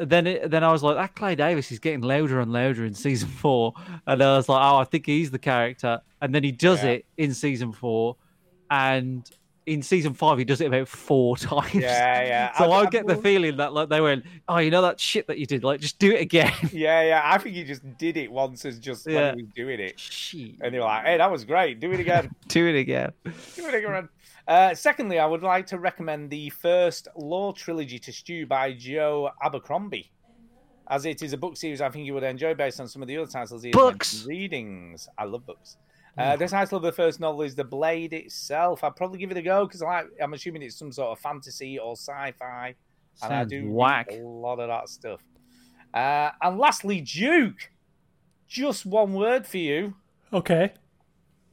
Speaker 4: Then, it, then I was like, that Clay Davis is getting louder and louder in season four, and I was like, oh, I think he's the character. And then he does
Speaker 2: Yeah.
Speaker 4: it in season four, and in season five he does it about four *laughs* times.
Speaker 2: Yeah, yeah.
Speaker 4: So
Speaker 2: I-
Speaker 4: I,
Speaker 2: I
Speaker 4: get the
Speaker 2: believe-
Speaker 4: feeling that like they went, oh, you know that shit that you did, like just do
Speaker 2: *laughs*
Speaker 4: it again.
Speaker 2: Yeah, yeah. I think he just did it once as just
Speaker 4: Yeah.
Speaker 2: when he was doing it.
Speaker 4: Shit,
Speaker 2: And they were like, hey, that was great. Uh, Do it again.
Speaker 4: do it again.
Speaker 2: Do it
Speaker 4: *laughs*
Speaker 2: again. Uh, secondly, I would like to recommend the first Law trilogy to Stew by Joe Abercrombie, as it is a book series I think you would enjoy based on some of the other titles he has
Speaker 4: Books. Mm.
Speaker 2: mentioned. readings. I love books. Uh, the title of the first novel is The Blade itself. I'd probably give it a go because like, I'm assuming it's some sort of fantasy or sci-fi, and I
Speaker 4: Sounds
Speaker 2: do read
Speaker 4: whack.
Speaker 2: a lot of that stuff. Uh, and lastly, Duke. Just one word for you,
Speaker 3: Okay.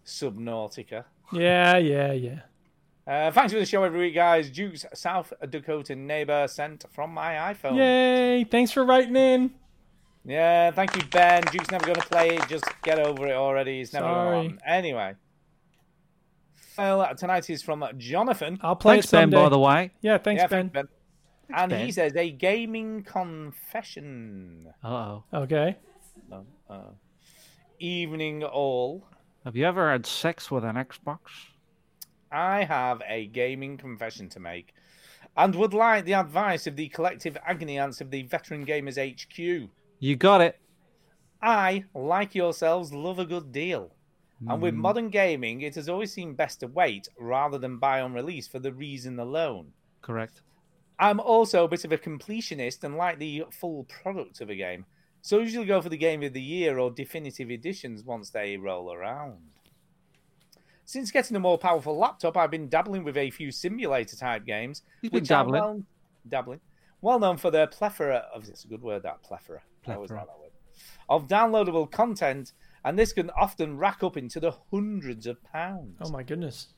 Speaker 2: Subnautica.
Speaker 3: Yeah, yeah, yeah.
Speaker 2: Uh, thanks for the show every week, guys. Duke's South Dakota neighbor sent from my iPhone.
Speaker 3: Yay. Thanks for writing in.
Speaker 2: Yeah, thank you, Ben. Duke's never going to play it. Just get over it already. He's never
Speaker 3: Sorry.
Speaker 2: going to Anyway. Well, tonight is from Jonathan.
Speaker 3: I'll play
Speaker 4: Thanks,
Speaker 3: it
Speaker 4: Ben.
Speaker 3: someday.
Speaker 4: By the way,
Speaker 3: Yeah, Oh, thanks,
Speaker 2: Yeah,
Speaker 3: Ben.
Speaker 2: thank you, And
Speaker 4: Ben.
Speaker 2: he says a gaming confession.
Speaker 4: oh,
Speaker 3: Okay.
Speaker 2: Oh, oh. Evening all.
Speaker 4: have you ever had sex with an Xbox?
Speaker 2: I have a gaming confession to make and would like the advice of the collective agony ants of the Veteran Gamers HQ.
Speaker 4: You got it.
Speaker 2: I, like yourselves, love a good deal. And with modern gaming, it has always seemed best to wait rather than buy on release for the reason alone.
Speaker 4: Correct.
Speaker 2: I'm also a bit of a completionist and like the full product of a game. So I usually go for the game of the year or definitive editions once they roll around. Since getting a more powerful laptop, I've been dabbling with a few simulator type games.
Speaker 4: You've been
Speaker 2: which are
Speaker 4: dabbling.
Speaker 2: well- dabbling. Well known for their plethora of it's a good word that plethora. I always
Speaker 4: Plethora.
Speaker 2: like that word. Of downloadable content, and this can often rack up into the hundreds of pounds.
Speaker 3: Oh, my goodness.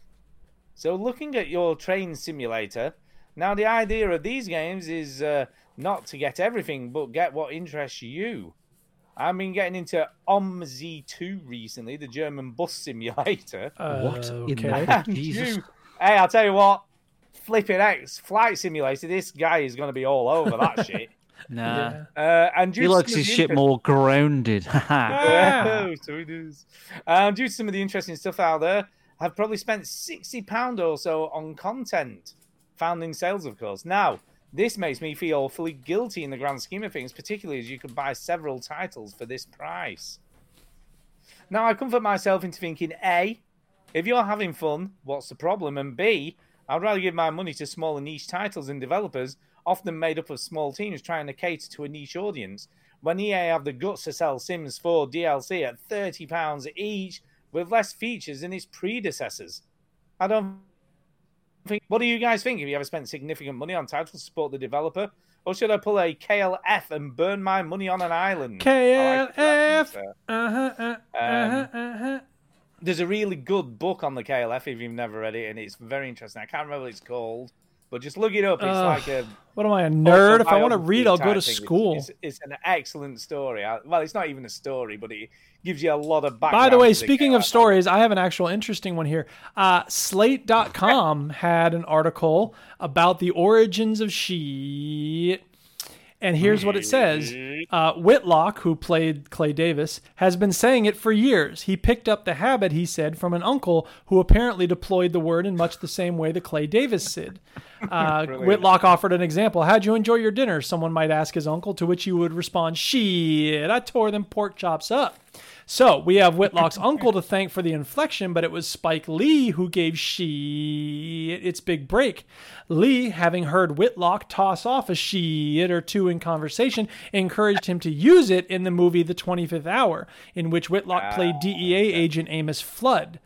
Speaker 2: So, looking at your train simulator, now the idea of these games is uh, not to get everything, but get what interests you. I've been getting into OMZ 2 recently, the German bus *laughs* simulator.
Speaker 4: What
Speaker 3: Uh,
Speaker 4: in the
Speaker 3: okay.
Speaker 4: heck?
Speaker 2: And
Speaker 4: Oh, Jesus.
Speaker 2: you- hey, I'll tell you what, flipping X, Flight Simulator, this guy is going to be all over
Speaker 4: *laughs*
Speaker 2: that shit.
Speaker 4: Nah,
Speaker 3: Yeah.
Speaker 2: Uh, and due
Speaker 4: he
Speaker 2: to
Speaker 4: likes
Speaker 2: some of
Speaker 4: his
Speaker 2: the
Speaker 4: shit
Speaker 2: interest-
Speaker 4: more grounded. *laughs* Haha.
Speaker 3: *laughs* Ah.
Speaker 2: *laughs* Oh, so it is. Um, due to some of the interesting stuff out there, I've probably spent sixty pound or so on content, found in sales, of course. Now, this makes me feel awfully guilty in the grand scheme of things, particularly as you could buy several titles for this price. Now, I comfort myself into thinking: a, if you're having fun, what's the problem? And b, I'd rather give my money to smaller niche titles and developers, often made up of small teams trying to cater to a niche audience, when EA have the guts to sell Sims 4 DLC at £30 each with less features than its predecessors. I don't think. What do you guys think? Have you ever spent significant money on titles to support the developer? Or should I pull a KLF and burn my money on an island? I like that
Speaker 3: KLF.
Speaker 2: one, sir.
Speaker 3: Uh huh. Uh huh. Uh huh.
Speaker 2: There's a really good book on the KLF if you've never read it, and it's very interesting. I can't remember what it's called, but just look it up. It's
Speaker 3: Ugh.
Speaker 2: like a
Speaker 3: What am I, a nerd? If I want to
Speaker 2: autobiography
Speaker 3: read, I'll
Speaker 2: type
Speaker 3: go to
Speaker 2: thing. It's-
Speaker 3: school.
Speaker 2: It's, it's an excellent story. I- well, it's not even a story, but it gives you a lot of background.
Speaker 3: By the way,
Speaker 2: to
Speaker 3: speaking of
Speaker 2: character.
Speaker 3: stories, I have an actual interesting one here. Uh, Slate.com had an article about the origins of she. And here's what it says uh, Whitlock, who played Clay Davis, has been saying it for years. He picked up the habit, he said, from an uncle who apparently deployed the word in much the same way that Clay Davis did. Uh, Whitlock offered an example. How'd you enjoy your dinner? Someone might ask his uncle, to which he would respond, Shit, I tore them pork chops up. So we have Whitlock's uncle to thank for the inflection, but it was Spike Lee who gave she its big break. Lee, having heard Whitlock toss off a she it or two in conversation, encouraged him to use it in the movie The 25th Hour, in which Whitlock played DEA agent Amos Flood.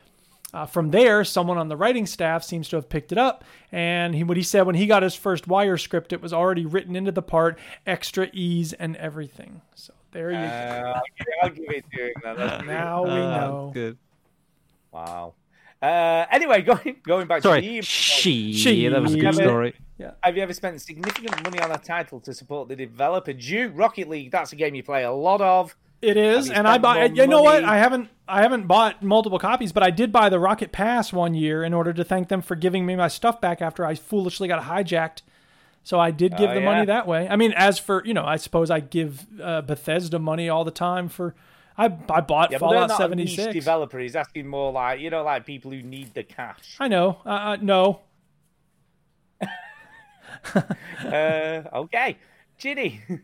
Speaker 3: Uh, from there, someone on the writing staff seems to have picked it up, and he, what he said when he got his first wire script, it was already written into the part, extra ease and everything. So there you go.
Speaker 2: Uh, I'll give it to him. Then. That's pretty-
Speaker 3: *laughs* Now we
Speaker 4: Ah,
Speaker 3: know.
Speaker 4: Good.
Speaker 2: Wow. Uh, anyway, *laughs* going going back to
Speaker 4: Sorry,
Speaker 2: the
Speaker 4: she.
Speaker 3: She.
Speaker 4: That was a
Speaker 3: Yeah,
Speaker 4: good
Speaker 2: but-
Speaker 4: story.
Speaker 2: Have you ever spent significant money on a title to support the developer? Duke Rocket League. That's a game you play a lot of.
Speaker 3: It is,
Speaker 2: you
Speaker 3: and I
Speaker 2: spent
Speaker 3: buy.
Speaker 2: more
Speaker 3: You know what?
Speaker 2: money?
Speaker 3: I haven't. I haven't bought multiple copies, but I did buy the Rocket Pass one year in order to thank them for giving me my stuff back after I foolishly got hijacked. So I did give
Speaker 2: Oh,
Speaker 3: the
Speaker 2: yeah.
Speaker 3: money that way. I mean, as for you know, I suppose I give uh, Bethesda money all the time for. I I bought
Speaker 2: Yeah, but they're
Speaker 3: Fallout
Speaker 2: not a niche
Speaker 3: seventy six.
Speaker 2: developer. He's asking more like you know, like people who need the
Speaker 4: *laughs*
Speaker 2: cash.
Speaker 3: I know. Uh, uh, no,
Speaker 2: uh, okay, Ginny. *laughs*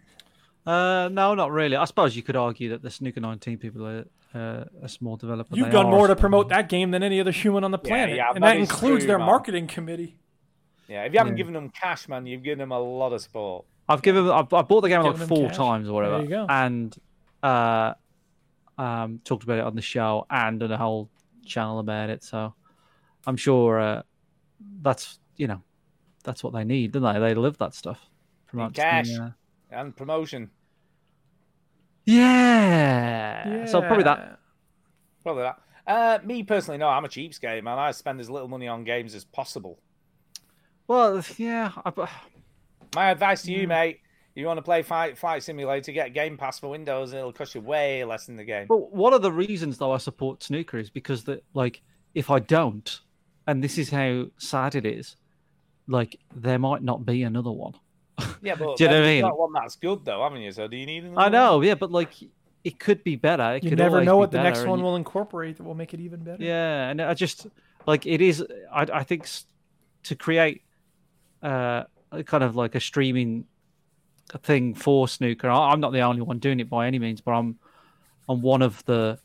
Speaker 4: Uh, no, not really. I suppose you could argue that the Snooker 19 people are uh, a small developer.
Speaker 3: you've
Speaker 4: They
Speaker 3: done
Speaker 4: are
Speaker 3: more
Speaker 4: a
Speaker 3: to
Speaker 4: small-
Speaker 3: promote that game than any other human on the planet,
Speaker 2: yeah,
Speaker 3: and
Speaker 2: that
Speaker 3: that
Speaker 2: is
Speaker 3: includes
Speaker 2: true,
Speaker 3: their
Speaker 2: man.
Speaker 3: marketing committee.
Speaker 2: Yeah, if you haven't given them cash, man, you've given them a lot of support.
Speaker 4: I've given. I've, I bought the game like
Speaker 3: Given them
Speaker 4: four
Speaker 3: cash.
Speaker 4: times or whatever,
Speaker 3: There you go.
Speaker 4: and uh, um, talked about it on the show and on a whole channel about it. So I'm sure uh, that's you know that's what they need, don't they? They live that stuff. Promotes the,
Speaker 2: cash.
Speaker 4: uh,
Speaker 2: And promotion,
Speaker 4: Yeah. So probably that.
Speaker 2: probably that. Uh, me personally, no, I'm a cheapskate, man. I spend as little money on games as possible.
Speaker 4: Well, yeah. I, but-
Speaker 2: My advice to
Speaker 4: Hmm.
Speaker 2: you, mate, you want to play Flight, Flight Simulator, get Game Pass for Windows, and it'll cost you way less than the game.
Speaker 4: But one of the reasons though I support snooker is because that like if I don't, and this is how sad it is, like there might not be another one.
Speaker 2: Yeah, but
Speaker 4: Do you
Speaker 2: then
Speaker 4: know what I
Speaker 2: you've
Speaker 4: mean?
Speaker 2: got one that's good though, haven't you? So do you need another?
Speaker 4: I
Speaker 2: one?
Speaker 4: know, yeah, but like it could be better. It
Speaker 3: You
Speaker 4: could
Speaker 3: never
Speaker 4: always
Speaker 3: know
Speaker 4: be
Speaker 3: what the
Speaker 4: better,
Speaker 3: next
Speaker 4: and
Speaker 3: one
Speaker 4: you-
Speaker 3: will incorporate that will make it even better.
Speaker 4: Yeah, and I just like it is. I I think s- to create uh a kind of like a streaming thing for snooker. I, I'm not the only one doing it by any means, but I'm I'm one of the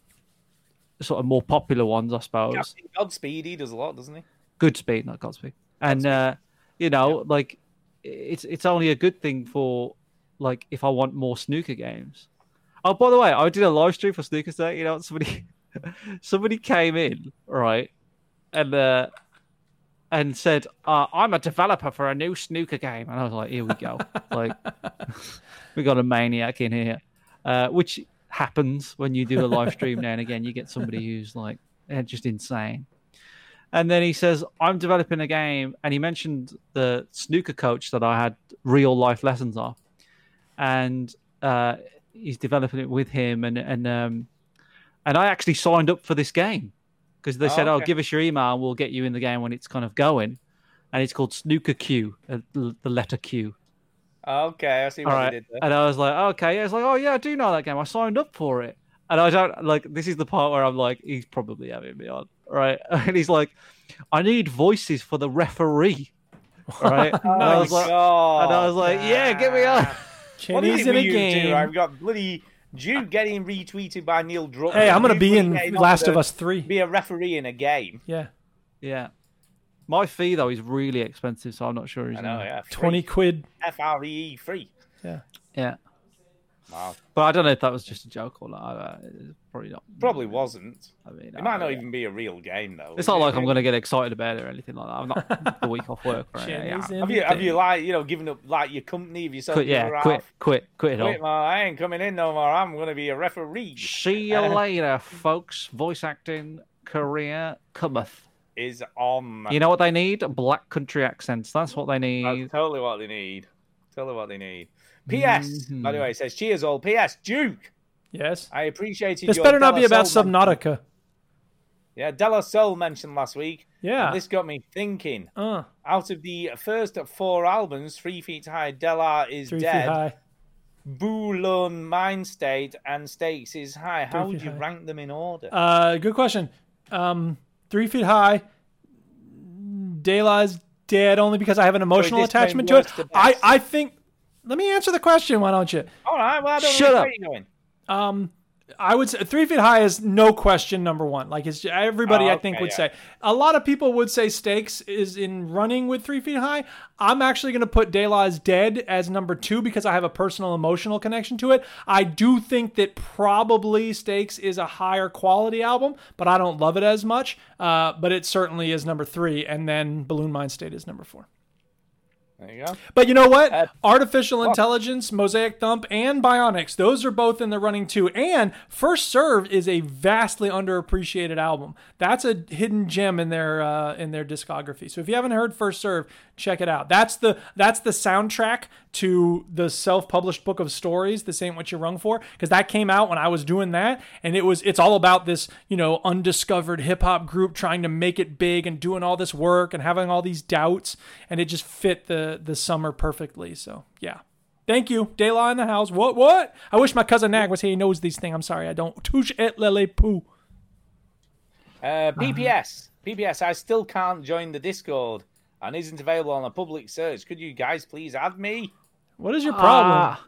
Speaker 4: sort of more popular ones, I suppose.
Speaker 2: Captain Godspeed, he does a lot, doesn't he?
Speaker 4: good speed, not Godspeed. And uh, you know, like it's it's only a good thing for like if I want more snooker games. Oh, by the way, I did a live stream for snooker today. You know, *laughs* somebody somebody came in right and uh, and said, uh, "I'm a developer for a new snooker game," and I was like, "Here we go! like we got a maniac in here," uh, which happens when you do a live stream now and again. You get somebody who's like eh, just insane. And then he says, I'm developing a game. And he mentioned the snooker coach that I had real life lessons of. And uh, he's developing it with him. And, and, um, and I actually signed up for this game because they
Speaker 2: Oh,
Speaker 4: said, Oh,
Speaker 2: okay.
Speaker 4: give us your email. and We'll get you in the game when it's kind of going. And it's called Snooker Q, uh, the the letter Q.
Speaker 2: Okay, I see what
Speaker 4: All
Speaker 2: he
Speaker 4: right.
Speaker 2: did there.
Speaker 4: And I was like, okay. Yeah. It's like, oh, yeah, I do know that game. I signed up for it. And I don't like, this is the part where I'm like, he's probably having me on. Right. *laughs* And he's like, I need voices for the referee.
Speaker 2: *laughs*
Speaker 4: Right. and I was
Speaker 2: Oh,
Speaker 4: like,
Speaker 2: God.
Speaker 4: and I was like, yeah, get me on.
Speaker 2: What is
Speaker 3: Kenny's in
Speaker 2: it
Speaker 3: a
Speaker 2: with you two?
Speaker 3: game.
Speaker 2: I've got bloody you getting retweeted by Neil Druckmann.
Speaker 3: Hey, I'm gonna
Speaker 2: You
Speaker 3: be in
Speaker 2: getting
Speaker 3: Last
Speaker 2: offered
Speaker 3: of Us Three.
Speaker 2: to Be a referee in a game.
Speaker 3: yeah,
Speaker 4: *laughs* Yeah. My fee, though, is really expensive. So I'm not sure. He's
Speaker 2: I know,
Speaker 4: gonna-
Speaker 2: yeah.
Speaker 3: twenty quid.
Speaker 2: F R E E free.
Speaker 4: Yeah.
Speaker 2: Wow.
Speaker 4: But I don't know if that was just a joke or not. I, uh, it's probably not.
Speaker 2: Probably wasn't.
Speaker 4: I mean,
Speaker 2: It might
Speaker 3: Oh,
Speaker 2: not even be a real game though.
Speaker 4: It's not like I'm going to get excited about it or anything like that. I'm not the week
Speaker 2: *laughs*
Speaker 4: off work. Right? Yeah.
Speaker 3: Kenny's in
Speaker 2: Have
Speaker 3: a
Speaker 2: you have you
Speaker 3: game.
Speaker 2: like you know given up like your company? Have you said
Speaker 4: Quit, yeah,
Speaker 2: "You're
Speaker 4: quit,
Speaker 2: off,
Speaker 4: quit, quit it all.
Speaker 2: quit, man, I ain't coming in no more. I'm going to be a referee.
Speaker 4: See you later, folks. Voice acting career cometh.
Speaker 2: Is on.
Speaker 4: You know what they need? Black country accents. That's what they need.
Speaker 2: That's totally what they need. Totally what they need. P.S. By
Speaker 4: Mm-hmm.
Speaker 2: the way, it says cheers all. P.S. Duke,
Speaker 3: Yes.
Speaker 2: I appreciated.
Speaker 3: This
Speaker 2: your
Speaker 3: better not
Speaker 2: Della
Speaker 3: be about
Speaker 2: Soul mention-
Speaker 3: Subnautica.
Speaker 2: Yeah, Della Soul mentioned last week.
Speaker 3: Yeah.
Speaker 2: And this got me thinking.
Speaker 3: Uh,
Speaker 2: Out of the first four albums, Three Feet High, Della is
Speaker 3: three feet
Speaker 2: dead,
Speaker 3: high.
Speaker 2: Boulon Mind State, and Stakes is High. How
Speaker 3: Feet
Speaker 2: would you
Speaker 3: High.
Speaker 2: rank them in order?
Speaker 3: Uh, good question. Um, three feet high. Daylight's dead only because I have an emotional
Speaker 2: this came
Speaker 3: attachment to it.
Speaker 2: worst to
Speaker 3: I,
Speaker 2: best.
Speaker 3: I think. Let me answer the question. Why don't you?
Speaker 2: all right. Well, I don't know
Speaker 4: shut
Speaker 2: which
Speaker 4: up.
Speaker 2: way you're going.
Speaker 3: Um, I would say three feet high is no question number one. Like it's everybody
Speaker 2: Oh,
Speaker 3: I think
Speaker 2: okay,
Speaker 3: would
Speaker 2: yeah.
Speaker 3: say. A lot of people would say stakes is in running with three feet high. I'm actually going to put De La is Dead as number two because I have a personal emotional connection to it. I do think that probably stakes is a higher quality album, but I don't love it as much. Uh, but it certainly is number three, and then Balloon Mind State is number four.
Speaker 2: There you go.
Speaker 3: But you know what? Artificial intelligence, Mosaic Thump, and Bionics, those are both in the running too. And First Serve is a vastly underappreciated album. That's a hidden gem in their uh, in their discography. So if you haven't heard First Serve, check it out. That's the that's the soundtrack to the self-published book of stories, This Ain't What You Rung For, because that came out when I was doing that, and it was it's all about this, you know, undiscovered hip hop group trying to make it big and doing all this work and having all these doubts, and it just fit the the summer perfectly. So yeah. Thank you. De La in the house. What what? I wish my cousin Nag was here. He knows these things. I'm sorry I don't. Touche et lele poo. Uh-huh.
Speaker 2: Uh, PPS. PPS, I still can't join the Discord and isn't available on a public search. Could you guys please add me?
Speaker 3: What is your problem?
Speaker 4: Ah.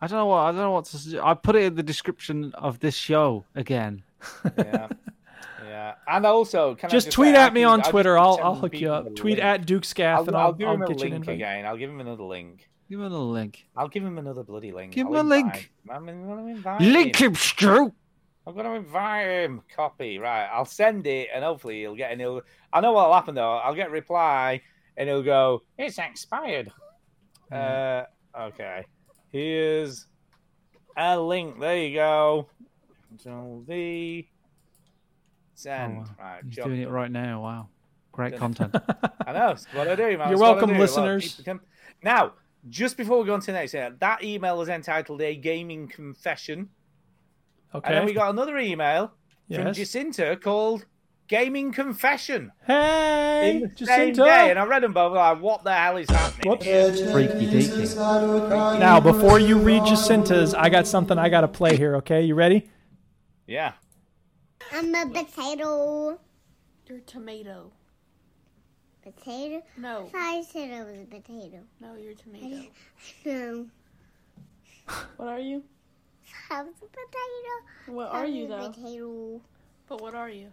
Speaker 4: I don't know what I don't know what to. s- I put it in the description of this show again.
Speaker 3: *laughs*
Speaker 2: Yeah. yeah. And also, can I
Speaker 3: just
Speaker 2: just
Speaker 3: tweet
Speaker 2: say, I
Speaker 3: at me
Speaker 2: can-
Speaker 3: on
Speaker 2: just
Speaker 3: Twitter.
Speaker 2: send
Speaker 3: I'll I'll
Speaker 2: some
Speaker 3: hook you
Speaker 2: people
Speaker 3: up.
Speaker 2: the
Speaker 3: Tweet
Speaker 2: link.
Speaker 3: at Duke Scath
Speaker 2: I'll,
Speaker 3: and
Speaker 2: I'll
Speaker 3: I'll,
Speaker 2: give
Speaker 3: I'll
Speaker 2: him a
Speaker 3: get you an
Speaker 2: link
Speaker 3: invite.
Speaker 2: again. I'll give him another link.
Speaker 4: Give me a link.
Speaker 2: I'll give him another bloody link.
Speaker 4: Give
Speaker 2: I'll
Speaker 4: him a link.
Speaker 2: invite I'm, I'm gonna invite
Speaker 4: Link
Speaker 2: him.
Speaker 4: him, Screw.
Speaker 2: I'm gonna invite him. Copy. Right. I'll send it, and hopefully he'll get. And he'll. I know what'll happen though. I'll get a reply, and he'll go. It's expired. Uh. Okay. Here's a link. There you go. Control V. Send.
Speaker 4: wow.
Speaker 2: Right.
Speaker 4: Oh, He's
Speaker 2: jump.
Speaker 4: doing it right now. Wow, great
Speaker 2: Done.
Speaker 4: content.
Speaker 2: I know. It's what I do, man.
Speaker 3: You're
Speaker 2: It's what I
Speaker 3: welcome,
Speaker 2: do. Look,
Speaker 3: listeners.
Speaker 2: people can- now, just before we go on to the next, uh, that email is entitled "A Gaming Confession,"
Speaker 3: Okay.
Speaker 2: and then we got another email from
Speaker 3: yes.
Speaker 2: Jacinta called "Gaming Confession."
Speaker 3: Hey,
Speaker 2: in the same
Speaker 3: Jacinta.
Speaker 2: day, and I read them both. Like, what the hell is happening?
Speaker 3: Whoops.
Speaker 4: *laughs* Freaky deaky.
Speaker 3: Now, before you read Jacinta's, I got something I got to play here, okay? You ready? *laughs*
Speaker 2: Yeah.
Speaker 9: I'm a potato.
Speaker 7: You're tomato.
Speaker 9: Potato?
Speaker 7: No,
Speaker 9: I said I was a potato.
Speaker 7: no, you're tomato.
Speaker 9: No.
Speaker 7: What are you?
Speaker 9: I was a potato.
Speaker 7: What
Speaker 9: I
Speaker 7: are
Speaker 9: was
Speaker 7: you
Speaker 9: a
Speaker 7: though?
Speaker 9: Potato.
Speaker 7: But what are you?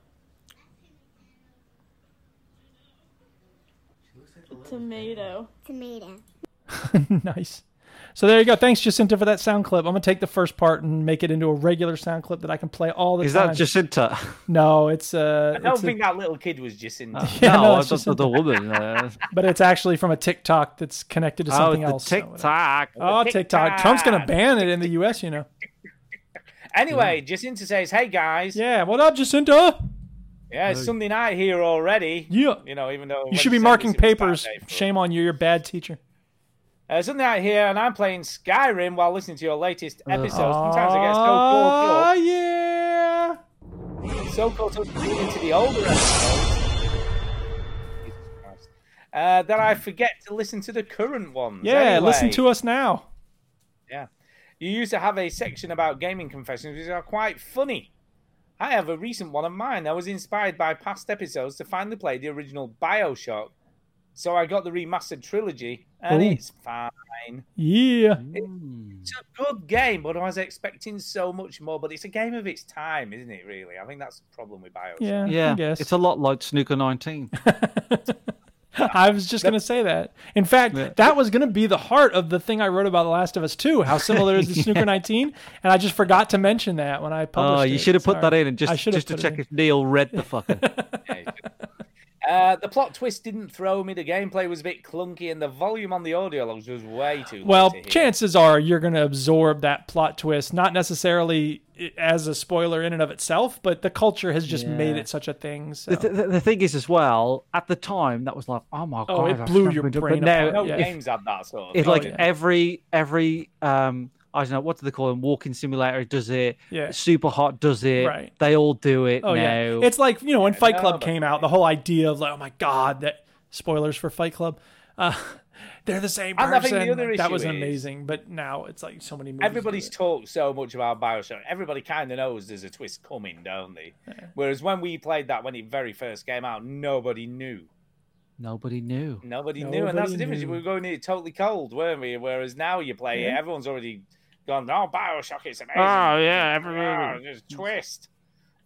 Speaker 7: Tomato.
Speaker 9: Tomato.
Speaker 3: nice. So there you go. Thanks, Jacinta, for that sound clip. I'm gonna take the first part and make it into a regular sound clip that I can play all the
Speaker 4: Is
Speaker 3: time.
Speaker 4: that *laughs* Jacinta?
Speaker 3: no? It's uh,
Speaker 2: I don't
Speaker 3: it's a- Ah,
Speaker 2: think that little kid was Jacinta.
Speaker 3: Yeah, no,
Speaker 4: I
Speaker 3: it's
Speaker 4: thought the woman. Uh, *laughs*
Speaker 3: but it's actually from a TikTok that's connected to
Speaker 4: oh,
Speaker 3: something
Speaker 4: the
Speaker 3: else. so whatever.
Speaker 4: TikTok.
Speaker 3: Oh,
Speaker 2: The
Speaker 3: TikTok. Trump's gonna
Speaker 2: TikTok.
Speaker 3: ban it in the U.S. You know.
Speaker 2: anyway, Jacinta says, "Hey guys, yeah,
Speaker 3: Yeah. What up, Jacinta?
Speaker 2: it's Sunday night here already.
Speaker 3: Yeah.
Speaker 2: You know, even though
Speaker 3: You should be marking papers. Shame on you. You're a bad teacher.
Speaker 2: Uh, Sunday night here, and I'm playing Skyrim while listening to your latest
Speaker 3: Uh,
Speaker 2: episode. Sometimes I get so caught up
Speaker 3: Oh yeah.
Speaker 2: so caught up into the older episodes Jesus Christ, uh, that I forget to listen to the current ones.
Speaker 3: Yeah. Listen
Speaker 2: Anyway,
Speaker 3: to us now.
Speaker 2: You used to have a section about gaming confessions, which are quite funny. I have a recent one of mine. I was inspired by past episodes to finally play the original Bioshock, so I got the remastered trilogy, and
Speaker 3: Ooh.
Speaker 2: it's fine.
Speaker 3: Yeah.
Speaker 2: It's a good game, but I was expecting so much more. But it's a game of its time, isn't it? Really, I think that's the problem with Bioshock.
Speaker 3: Yeah.
Speaker 4: Yeah,
Speaker 3: I guess.
Speaker 4: it's a lot like Snooker 19.
Speaker 3: *laughs* I was just going to say that. In fact,
Speaker 4: Yeah.
Speaker 3: that was going to be the heart of the thing I wrote about The Last of Us 2, how similar is the
Speaker 4: *laughs*
Speaker 3: Snooker 19, and I just forgot to mention that when I published
Speaker 4: oh,
Speaker 3: it.
Speaker 4: you should have put
Speaker 3: Sorry.
Speaker 4: that in and just
Speaker 3: I should have
Speaker 4: just to
Speaker 3: put it
Speaker 4: check
Speaker 3: in.
Speaker 4: if Neil read the fucker.
Speaker 2: Uh, the plot twist didn't throw me. The gameplay was a bit clunky, and the volume on the audio logs was way too. low
Speaker 3: Well,
Speaker 2: to hear.
Speaker 3: chances are you're going to absorb that plot twist, not necessarily i- as a spoiler in and of itself, but the culture has just made
Speaker 4: Yeah.
Speaker 3: it such a thing. So.
Speaker 4: *laughs* the, the, the thing is, as well, at the time that was like, oh my god,
Speaker 3: it
Speaker 4: I've
Speaker 3: blew
Speaker 4: jumped
Speaker 3: your
Speaker 4: into-
Speaker 3: brain
Speaker 4: But now,
Speaker 3: apart. Yeah.
Speaker 2: No
Speaker 3: Oh,
Speaker 2: games had that sort of.
Speaker 4: it's
Speaker 2: thing.
Speaker 4: like
Speaker 3: yeah.
Speaker 4: every every um I don't know what do they call them? Walking simulator does it.
Speaker 3: Yeah.
Speaker 4: Super hot does it.
Speaker 3: Right.
Speaker 4: They all do it
Speaker 3: Oh
Speaker 4: now.
Speaker 3: yeah, it's like you know when Fight
Speaker 2: no,
Speaker 3: Club
Speaker 2: but-
Speaker 3: came out, the whole idea of like, oh my god, that spoilers for Fight Club, uh, *laughs* they're the same
Speaker 2: And I think the
Speaker 3: person.
Speaker 2: other
Speaker 3: Like, that
Speaker 2: issue
Speaker 3: was
Speaker 2: is-
Speaker 3: amazing, but now it's like so many. Movies do
Speaker 2: Everybody's
Speaker 3: it.
Speaker 2: talked so much about Bioshock. Everybody kind of knows there's a twist coming, don't they? Whereas when we played that when it very first came out, nobody knew.
Speaker 4: Nobody knew.
Speaker 2: Nobody, knew, and that's the
Speaker 3: Nobody
Speaker 2: difference.
Speaker 3: knew.
Speaker 2: We were going in it totally cold, weren't we? Whereas now you play it, everyone's already going, "Oh, Bioshock is amazing."
Speaker 4: Oh, yeah,
Speaker 2: Ah,
Speaker 4: everybody.
Speaker 2: just twist.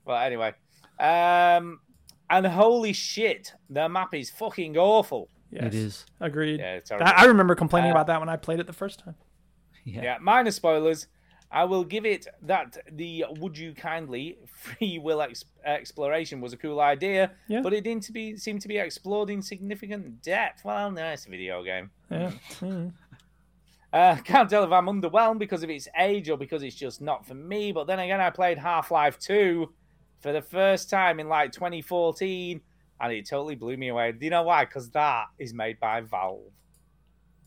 Speaker 2: But anyway, um, and holy shit, the map is fucking awful.
Speaker 3: Yes.
Speaker 4: It is.
Speaker 3: Agreed.
Speaker 2: Yeah, it's
Speaker 3: I-
Speaker 2: horrible.
Speaker 3: I remember complaining
Speaker 2: Uh,
Speaker 3: about that when I played it the first time.
Speaker 2: Yeah, minor spoilers. I will give it that the would you kindly free will ex- exploration was a cool idea,
Speaker 3: Yeah.
Speaker 2: but it didn't to be seem to be explored in significant depth. Well, no, it's a video game.
Speaker 3: Yeah.
Speaker 2: Mm-hmm.
Speaker 3: Mm.
Speaker 2: Uh, *laughs* can't tell if I'm underwhelmed because of its age or because it's just not for me. But then again, I played Half Life 2 for the first time in like 2014 and it totally blew me away. Do you know why? Because that is made by Valve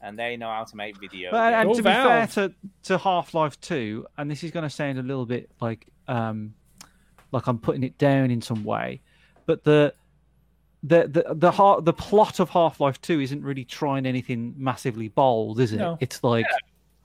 Speaker 2: and they know how to make videos.
Speaker 4: But, uh, and
Speaker 3: Go
Speaker 4: to
Speaker 3: Valve.
Speaker 4: be fair to, to Half Life 2, and this is going to sound a little bit like um, like I'm putting it down in some way, but the the the the, heart, the plot of Half Life 2 isn't really trying anything massively bold, is it?
Speaker 3: No.
Speaker 4: It's like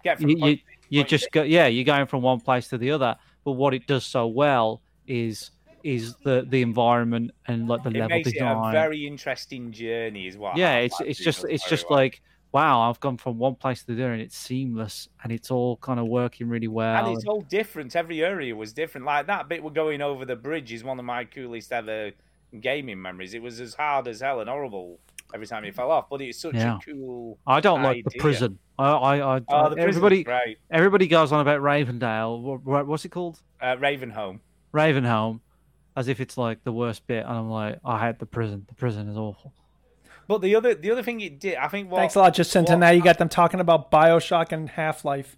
Speaker 2: Get from
Speaker 4: you, you,
Speaker 2: point-
Speaker 4: you
Speaker 2: point
Speaker 4: just go yeah you're going from one place to the other but what it does so well is is the the environment and like the
Speaker 2: it
Speaker 4: level
Speaker 2: makes it a
Speaker 4: design
Speaker 2: very interesting journey, is what.
Speaker 4: yeah
Speaker 2: Half-Life
Speaker 4: it's it's
Speaker 2: 2
Speaker 4: just
Speaker 2: does
Speaker 4: it's
Speaker 2: very
Speaker 4: just
Speaker 2: well.
Speaker 4: like wow i've gone from one place to the other and it's seamless and it's all kind of working really well
Speaker 2: And it's all different. Every area was different. Like that bit we're going over the bridge is one of my coolest ever gaming memories. It was as hard as hell and horrible every time it fell off, but it's such
Speaker 4: Yeah.
Speaker 2: a cool.
Speaker 4: i don't like the
Speaker 2: idea.
Speaker 4: prison i i, I
Speaker 2: Oh, the
Speaker 4: everybody
Speaker 2: everybody, right?
Speaker 4: everybody goes on about ravendale what, what, what's it called
Speaker 2: Uh, Ravenholm.
Speaker 4: ravenholm as if it's like the worst bit and i'm like i hate the prison the prison is awful
Speaker 2: But the other, the other thing it did, I think. What,
Speaker 3: Thanks a lot, Jacinta.
Speaker 2: what-
Speaker 3: Now you got them talking about Bioshock and Half Life.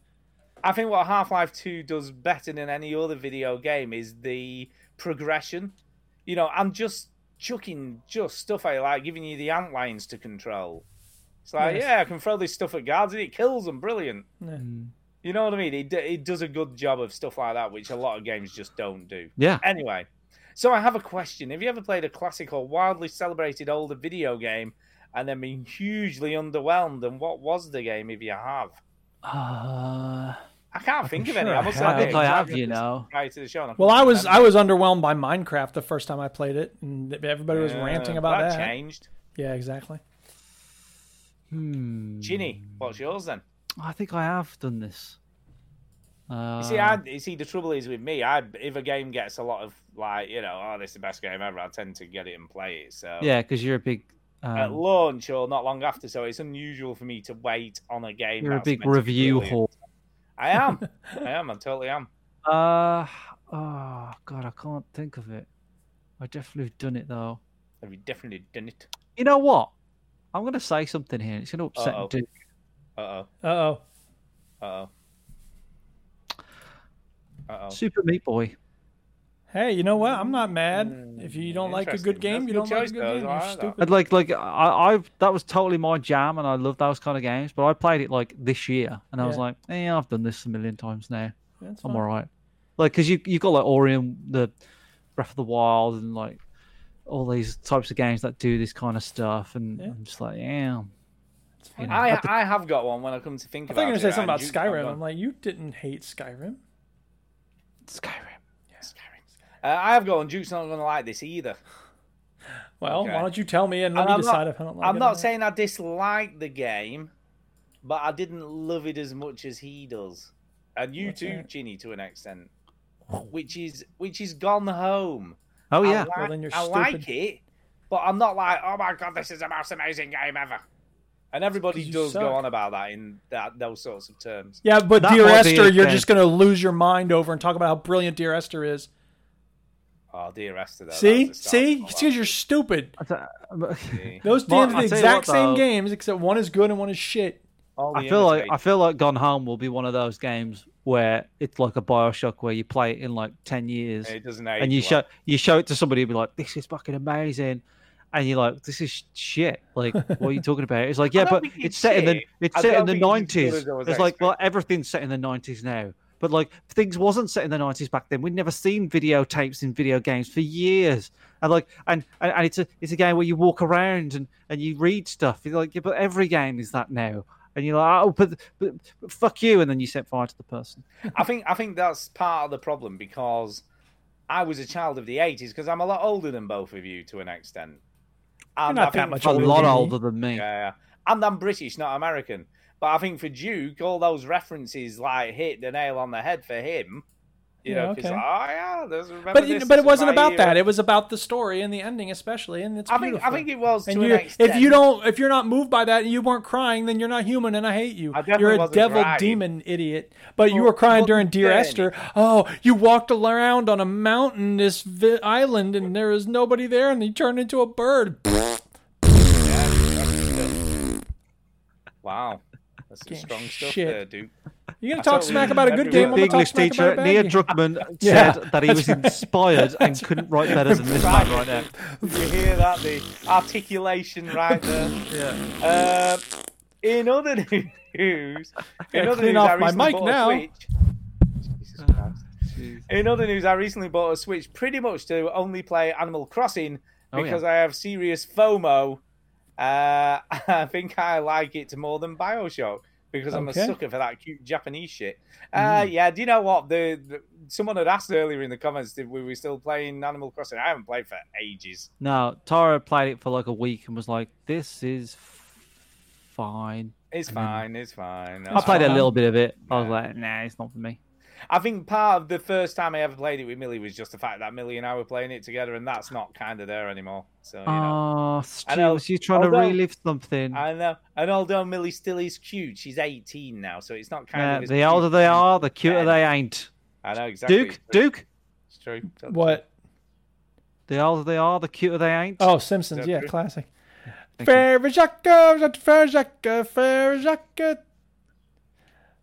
Speaker 2: I think what Half Life Two does better than any other video game is the progression. You know, I'm just chucking just stuff I like, giving you the ant lines to control. It's like,
Speaker 3: Yes.
Speaker 2: yeah, I can throw this stuff at guards and it kills them. Brilliant. You know what I mean? It, d- it does a good job of stuff like that, which a lot of games just don't do.
Speaker 4: yeah
Speaker 2: Anyway, so I have a question. Have you ever played a classic or wildly celebrated older video game and then been hugely underwhelmed? And what was the game if you have?
Speaker 4: uh...
Speaker 2: I can't think of
Speaker 3: sure
Speaker 2: any.
Speaker 3: I
Speaker 2: I must
Speaker 3: have.
Speaker 2: admit,
Speaker 4: I think I
Speaker 2: because
Speaker 4: have,
Speaker 2: read
Speaker 4: you
Speaker 2: this
Speaker 4: know.
Speaker 2: prior to the show and I
Speaker 3: Well, I
Speaker 2: couldn't
Speaker 3: was I
Speaker 2: remember.
Speaker 3: was underwhelmed by Minecraft the first time I played it, and everybody was ranting
Speaker 2: Uh,
Speaker 3: about that.
Speaker 2: changed.
Speaker 3: Yeah, exactly.
Speaker 4: Hmm.
Speaker 2: Ginny, what's yours then?
Speaker 4: I think I have done this. Uh,
Speaker 2: You see, I you see the trouble is with me. I if a game gets a lot of like, you know, oh, this is the best game ever. I tend to get it and play it. So
Speaker 4: yeah, because you're a big,
Speaker 2: at
Speaker 4: um,
Speaker 2: launch or not long after, so it's unusual for me to wait on a game.
Speaker 4: you're a
Speaker 2: that's
Speaker 4: big
Speaker 2: meant to be
Speaker 4: review
Speaker 2: brilliant.
Speaker 4: whore.
Speaker 3: *laughs*
Speaker 2: I am. I am. I totally am.
Speaker 4: Uh, oh God, I can't think of it. I definitely have done it though.
Speaker 2: Have you definitely done it?
Speaker 4: You know what? I'm gonna say something here. and It's gonna
Speaker 3: Oh,
Speaker 4: upset
Speaker 2: Uh-oh.
Speaker 4: Duke.
Speaker 2: Uh
Speaker 3: Uh oh.
Speaker 2: oh. Uh oh. Uh oh.
Speaker 4: Super Meat Boy.
Speaker 3: Hey, you know what? I'm not mad. If you don't like a
Speaker 2: Mm. interesting.
Speaker 3: good game, you
Speaker 2: That's a
Speaker 3: don't
Speaker 2: good
Speaker 3: like a
Speaker 2: choice,
Speaker 3: good
Speaker 2: though.
Speaker 3: game. You're
Speaker 2: I like that.
Speaker 3: stupid.
Speaker 4: I'd like, like I, I, that was totally my jam, and I love those kind of games. But I played it like this year, and I was
Speaker 3: Yeah.
Speaker 4: like, eh, I've done this a million times now.
Speaker 3: That's
Speaker 4: I'm
Speaker 3: fine.
Speaker 4: all right. Like, because you you got like Orion, the Breath of the Wild, and like all these types of games that do this kind of stuff, and
Speaker 3: Yeah.
Speaker 4: I'm just like, yeah, you know,
Speaker 2: I
Speaker 4: at the-
Speaker 2: I have got one when I come to think
Speaker 3: I
Speaker 2: about
Speaker 3: thought you were gonna
Speaker 2: it.
Speaker 3: say something about
Speaker 2: and you- I've
Speaker 3: Skyrim.
Speaker 2: got-
Speaker 3: I'm like, you didn't hate Skyrim.
Speaker 4: Skyrim.
Speaker 2: Uh, I have got one. Duke's not going to like this either.
Speaker 3: Well,
Speaker 2: Okay.
Speaker 3: why don't you tell me and let
Speaker 2: And
Speaker 3: me
Speaker 2: I'm not-
Speaker 3: decide if I don't like
Speaker 2: I'm
Speaker 3: it. or
Speaker 2: not saying I dislike the game, but I didn't love it as much as he does, and you
Speaker 3: What's
Speaker 2: too,
Speaker 3: that?
Speaker 2: Ginny, to an extent. Which is which is gone home.
Speaker 4: Oh
Speaker 2: I
Speaker 4: yeah,
Speaker 2: like-
Speaker 3: Well, then you're
Speaker 2: I like
Speaker 3: stupid.
Speaker 2: it, but I'm not like, oh my god, this is the most amazing game ever. And everybody
Speaker 3: 'cause you
Speaker 2: does
Speaker 3: suck.
Speaker 2: go on about that in that those sorts of terms.
Speaker 3: Yeah, but
Speaker 4: That
Speaker 3: Dear
Speaker 4: might be
Speaker 3: Esther,
Speaker 4: it
Speaker 3: you're
Speaker 4: then.
Speaker 3: just going to lose your mind over and talk about how brilliant Dear Esther is.
Speaker 2: Oh dear, Esther. Though, that
Speaker 3: See?
Speaker 2: was a start.
Speaker 3: See?
Speaker 2: I
Speaker 3: It's because you're stupid.
Speaker 4: I th- *laughs*
Speaker 2: See?
Speaker 3: Those
Speaker 4: Well,
Speaker 3: games are the
Speaker 4: I'll tell you
Speaker 3: exact
Speaker 4: what,
Speaker 3: same
Speaker 4: though.
Speaker 3: games, except one is good and one is shit.
Speaker 2: All the
Speaker 4: I feel like
Speaker 2: imitators.
Speaker 4: I feel like Gone Home will be one of those games where it's like a Bioshock, where you play it in like ten years,
Speaker 2: it doesn't
Speaker 4: and you show you show it to somebody and be like, this is fucking amazing. And you're like, this is shit. Like, what are you talking about? It's like,
Speaker 2: *laughs* I
Speaker 4: yeah,
Speaker 2: don't
Speaker 4: but
Speaker 2: think
Speaker 4: it's
Speaker 2: it's
Speaker 4: set in the
Speaker 2: shit.
Speaker 4: it's
Speaker 2: I
Speaker 4: set
Speaker 2: don't
Speaker 4: in the
Speaker 2: think it's as good
Speaker 4: nineties.
Speaker 2: as I was
Speaker 4: It's like, well, everything's set in the nineties now. But like, things wasn't set in the nineties back then. We'd never seen videotapes in video games for years. And like, and and, and it's a it's a game where you walk around and and you read stuff. You're like, yeah, but every game is that now. And you're like, oh, but, but, but fuck you. And then you set fire to the person.
Speaker 2: I think I think that's part of the problem because I was a child of the eighties because I'm a lot older than both of you to an extent. And
Speaker 3: not
Speaker 2: I
Speaker 3: that
Speaker 2: think
Speaker 3: much
Speaker 4: A
Speaker 2: probably-
Speaker 3: older than
Speaker 4: lot
Speaker 3: me.
Speaker 4: older than me.
Speaker 2: Yeah, yeah. And I'm British, not American. But I think for Duke, all those references like hit the nail on the head for him. You
Speaker 3: Yeah,
Speaker 2: know, 'cause,
Speaker 3: okay.
Speaker 2: oh yeah, there's remember
Speaker 3: But
Speaker 2: this,
Speaker 3: it, but it
Speaker 2: this is
Speaker 3: wasn't
Speaker 2: my
Speaker 3: about
Speaker 2: era."
Speaker 3: that. It was about the story and the ending, especially, and it's
Speaker 2: I
Speaker 3: beautiful.
Speaker 2: think I think it was.
Speaker 3: and
Speaker 2: to an
Speaker 3: you're, if you
Speaker 2: extent.
Speaker 3: don't, if you're not moved by that, and you weren't crying, then you're not human, and I hate you.
Speaker 2: I definitely
Speaker 3: You're a
Speaker 2: wasn't
Speaker 3: devil
Speaker 2: crying.
Speaker 3: demon idiot. But you
Speaker 2: Well,
Speaker 3: were crying
Speaker 2: well,
Speaker 3: during Dear
Speaker 2: then-
Speaker 3: Esther. Oh, you walked around on a mountainous vi- island, and there was nobody there, and you turned into a bird.
Speaker 2: wow, that's some strong stuff
Speaker 3: shit.
Speaker 2: there, Duke.
Speaker 3: You're gonna
Speaker 2: I
Speaker 3: talk
Speaker 2: thought we
Speaker 3: smack
Speaker 2: were
Speaker 3: about a good game.
Speaker 2: everywhere.
Speaker 3: I'm
Speaker 4: the
Speaker 3: gonna talk smack about
Speaker 4: English teacher
Speaker 3: a bad
Speaker 4: Neil
Speaker 3: game.
Speaker 2: *laughs*
Speaker 4: Druckmann
Speaker 3: Yeah,
Speaker 4: said that he was inspired and couldn't write better than this man right now.
Speaker 2: Did *laughs* you hear that? The articulation right there. Yeah. Uh, in other *laughs* news, in
Speaker 3: Gotta
Speaker 2: other
Speaker 3: clean
Speaker 2: news,
Speaker 3: off
Speaker 2: I
Speaker 3: my
Speaker 2: recently
Speaker 3: mic
Speaker 2: bought a
Speaker 3: now. Uh.
Speaker 2: Switch. Jesus Christ. In other news, I recently bought a Switch pretty much to only play Animal Crossing
Speaker 4: Oh, yeah.
Speaker 2: because I have serious FOMO. Uh, *laughs* I think I like it more than Bioshock because I'm
Speaker 3: Okay.
Speaker 2: a sucker for that cute Japanese shit. Uh,
Speaker 4: Hmm.
Speaker 2: Yeah, do you know what? The, the someone had asked earlier in the comments if we were still playing Animal Crossing. I haven't played for ages.
Speaker 4: No, Tara played it for like a week and was like, "This is fine."
Speaker 2: It's fine. It's fine.
Speaker 4: Hmm. I played a
Speaker 3: fine.
Speaker 4: little bit of it. I was like, "Nah, it's not for me."
Speaker 2: I think part of the first time I ever played it with Millie was just the fact that Millie and I were playing it together, and that's not kind of there anymore. So you know.
Speaker 4: Oh,
Speaker 2: I know.
Speaker 4: Stu, so you're trying to
Speaker 2: Although-
Speaker 4: relive something.
Speaker 2: I know, and although Millie still is cute, she's 18 now, so it's not kind
Speaker 4: Yeah,
Speaker 2: of. as
Speaker 4: the older
Speaker 2: cute
Speaker 4: they
Speaker 2: then.
Speaker 4: are, the cuter
Speaker 2: then.
Speaker 4: they ain't.
Speaker 2: I know exactly.
Speaker 4: Duke, Duke.
Speaker 2: It's true. It's true.
Speaker 3: What?
Speaker 4: The older they are, the cuter they ain't.
Speaker 3: Oh, Simpsons.
Speaker 2: that
Speaker 3: Yeah,
Speaker 2: true?
Speaker 3: classic.
Speaker 4: Thank you.
Speaker 3: Ferjaka, Ferjaka, Ferjaka,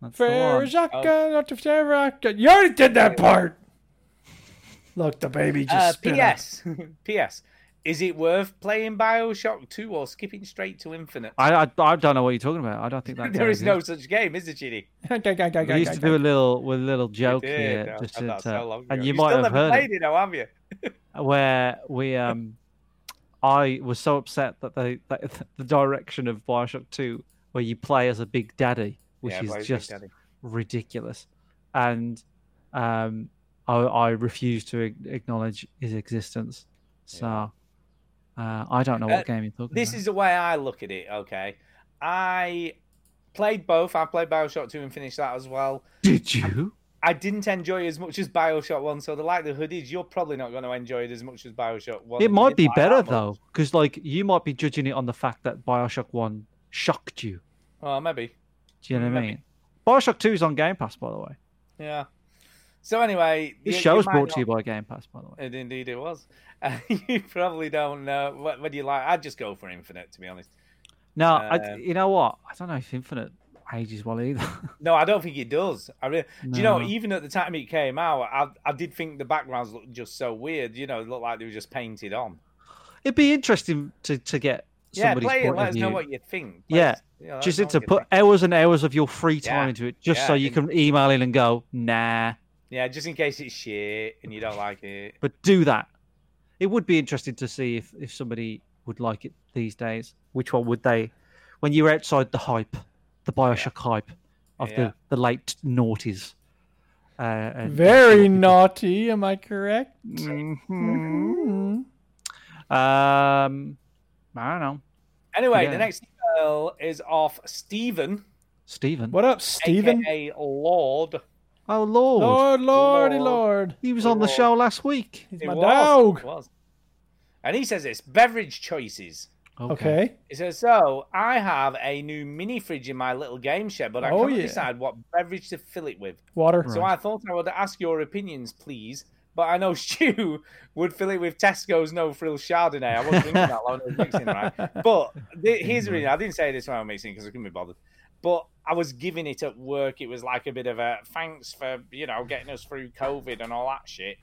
Speaker 4: That's the one.
Speaker 2: Oh.
Speaker 3: Ferjaka, Dr. Ferjaka. You already did that part. Look, the baby just
Speaker 2: Uh,
Speaker 3: spit out.
Speaker 2: *laughs* P.S. P.S. Is it worth playing Bioshock 2 or skipping straight to Infinite? *laughs*
Speaker 4: I, I I don't know what you're talking about. I don't think that
Speaker 2: there
Speaker 4: game
Speaker 2: is no
Speaker 4: exists.
Speaker 2: such game, is there, Ginny?
Speaker 4: We used to *laughs* do a little with a little joke
Speaker 2: did,
Speaker 4: here,
Speaker 2: uh,
Speaker 4: just
Speaker 2: and
Speaker 4: to-
Speaker 2: that's
Speaker 4: to-
Speaker 2: so long
Speaker 4: and
Speaker 2: ago.
Speaker 4: you
Speaker 2: You've
Speaker 4: might
Speaker 2: still
Speaker 4: have
Speaker 2: never
Speaker 4: heard it.
Speaker 2: played it, now, have you?
Speaker 4: where we um I was so upset that they that *laughs* the direction of Bioshock Two, where you play as a big daddy, which
Speaker 2: Yeah, play
Speaker 4: is
Speaker 2: as Big
Speaker 4: just *laughs*
Speaker 2: Daddy.
Speaker 4: ridiculous, and um I, I refuse to ag- acknowledge his existence. So uh, I don't know what
Speaker 2: Uh,
Speaker 4: game you're talking
Speaker 2: This
Speaker 4: about.
Speaker 2: is the way I look at it. Okay, I played both. I played Bioshock 2 and finished that as well.
Speaker 4: Did you?
Speaker 2: I didn't enjoy it as much as Bioshock 1, so the likelihood is you're probably not going to enjoy it as much as Bioshock 1.
Speaker 4: It
Speaker 2: if you didn't
Speaker 4: might be
Speaker 2: like that
Speaker 4: better
Speaker 2: much.
Speaker 4: though, because like you might be judging it on the fact that Bioshock One shocked you.
Speaker 2: Well, Oh, maybe.
Speaker 4: Do you know what I
Speaker 2: Maybe.
Speaker 4: mean? Bioshock Two is on Game Pass, by the way.
Speaker 2: Yeah. So anyway,
Speaker 4: This
Speaker 2: you-
Speaker 4: show
Speaker 2: you
Speaker 4: is
Speaker 2: might
Speaker 4: brought to you
Speaker 2: not-
Speaker 4: by Game Pass, by the way.
Speaker 2: And Indeed, *laughs* it was. *laughs* you probably don't know what, what do you like. I'd just go for Infinite, to be honest.
Speaker 4: No, I,
Speaker 2: Um,
Speaker 4: you know what? I don't know if Infinite ages well either. *laughs*
Speaker 2: No, I don't think it does. I really, do you know,
Speaker 4: No.
Speaker 2: even at the time it came out, I, I did think the backgrounds looked just so weird. You know, it looked like they were just painted on.
Speaker 4: It'd be interesting to, to get
Speaker 2: Yeah,
Speaker 4: somebody's
Speaker 2: play it.
Speaker 4: point
Speaker 2: Let
Speaker 4: of
Speaker 2: us
Speaker 4: view.
Speaker 2: know what you think. Let
Speaker 4: Yeah,
Speaker 2: us- let us
Speaker 4: just
Speaker 2: know
Speaker 4: to
Speaker 2: what you
Speaker 4: put
Speaker 2: think.
Speaker 4: hours and hours of your free time
Speaker 2: Yeah,
Speaker 4: into it, just
Speaker 2: yeah,
Speaker 4: so you
Speaker 2: and-
Speaker 4: can email in and go, nah.
Speaker 2: Yeah, just in case it's shit and you don't like it.
Speaker 4: But do that. It would be interesting to see if, if somebody would like it these days. Which one would they? When you're outside the hype, the Bioshock hype of
Speaker 2: Yeah.
Speaker 4: the, the late noughties. Uh, and-
Speaker 3: Very naughty, am I correct?
Speaker 2: Mm-hmm.
Speaker 3: Mhm.
Speaker 4: Mm-hmm. Um, I don't know.
Speaker 2: Anyway,
Speaker 4: Yeah.
Speaker 2: the next email is off Stephen,
Speaker 4: Steven.
Speaker 3: What up, Steven?
Speaker 2: aka Lord.
Speaker 4: Oh, Lord.
Speaker 3: Lord, lordy,
Speaker 2: Lord.
Speaker 3: lord.
Speaker 4: He was on the
Speaker 2: Lord.
Speaker 4: show last week.
Speaker 3: He's
Speaker 2: It
Speaker 3: my
Speaker 2: was,
Speaker 3: dog.
Speaker 2: it was. And he says this beverage choices.
Speaker 3: Okay.
Speaker 2: He says, So I have a new mini fridge in my little game shed, but I
Speaker 3: Oh,
Speaker 2: can't
Speaker 3: yeah.
Speaker 2: decide what beverage to fill it with.
Speaker 3: Water.
Speaker 2: So I thought I would ask your opinions, please. But I know *laughs* Stu would fill it with Tesco's no frill Chardonnay. I wasn't thinking that long. I was mixing, right?
Speaker 3: *laughs*
Speaker 2: But the, here's the reason I didn't say this when I was mixing because I couldn't be bothered. But I was giving it at work. It was like a bit of a thanks for you know getting us through COVID and all that shit.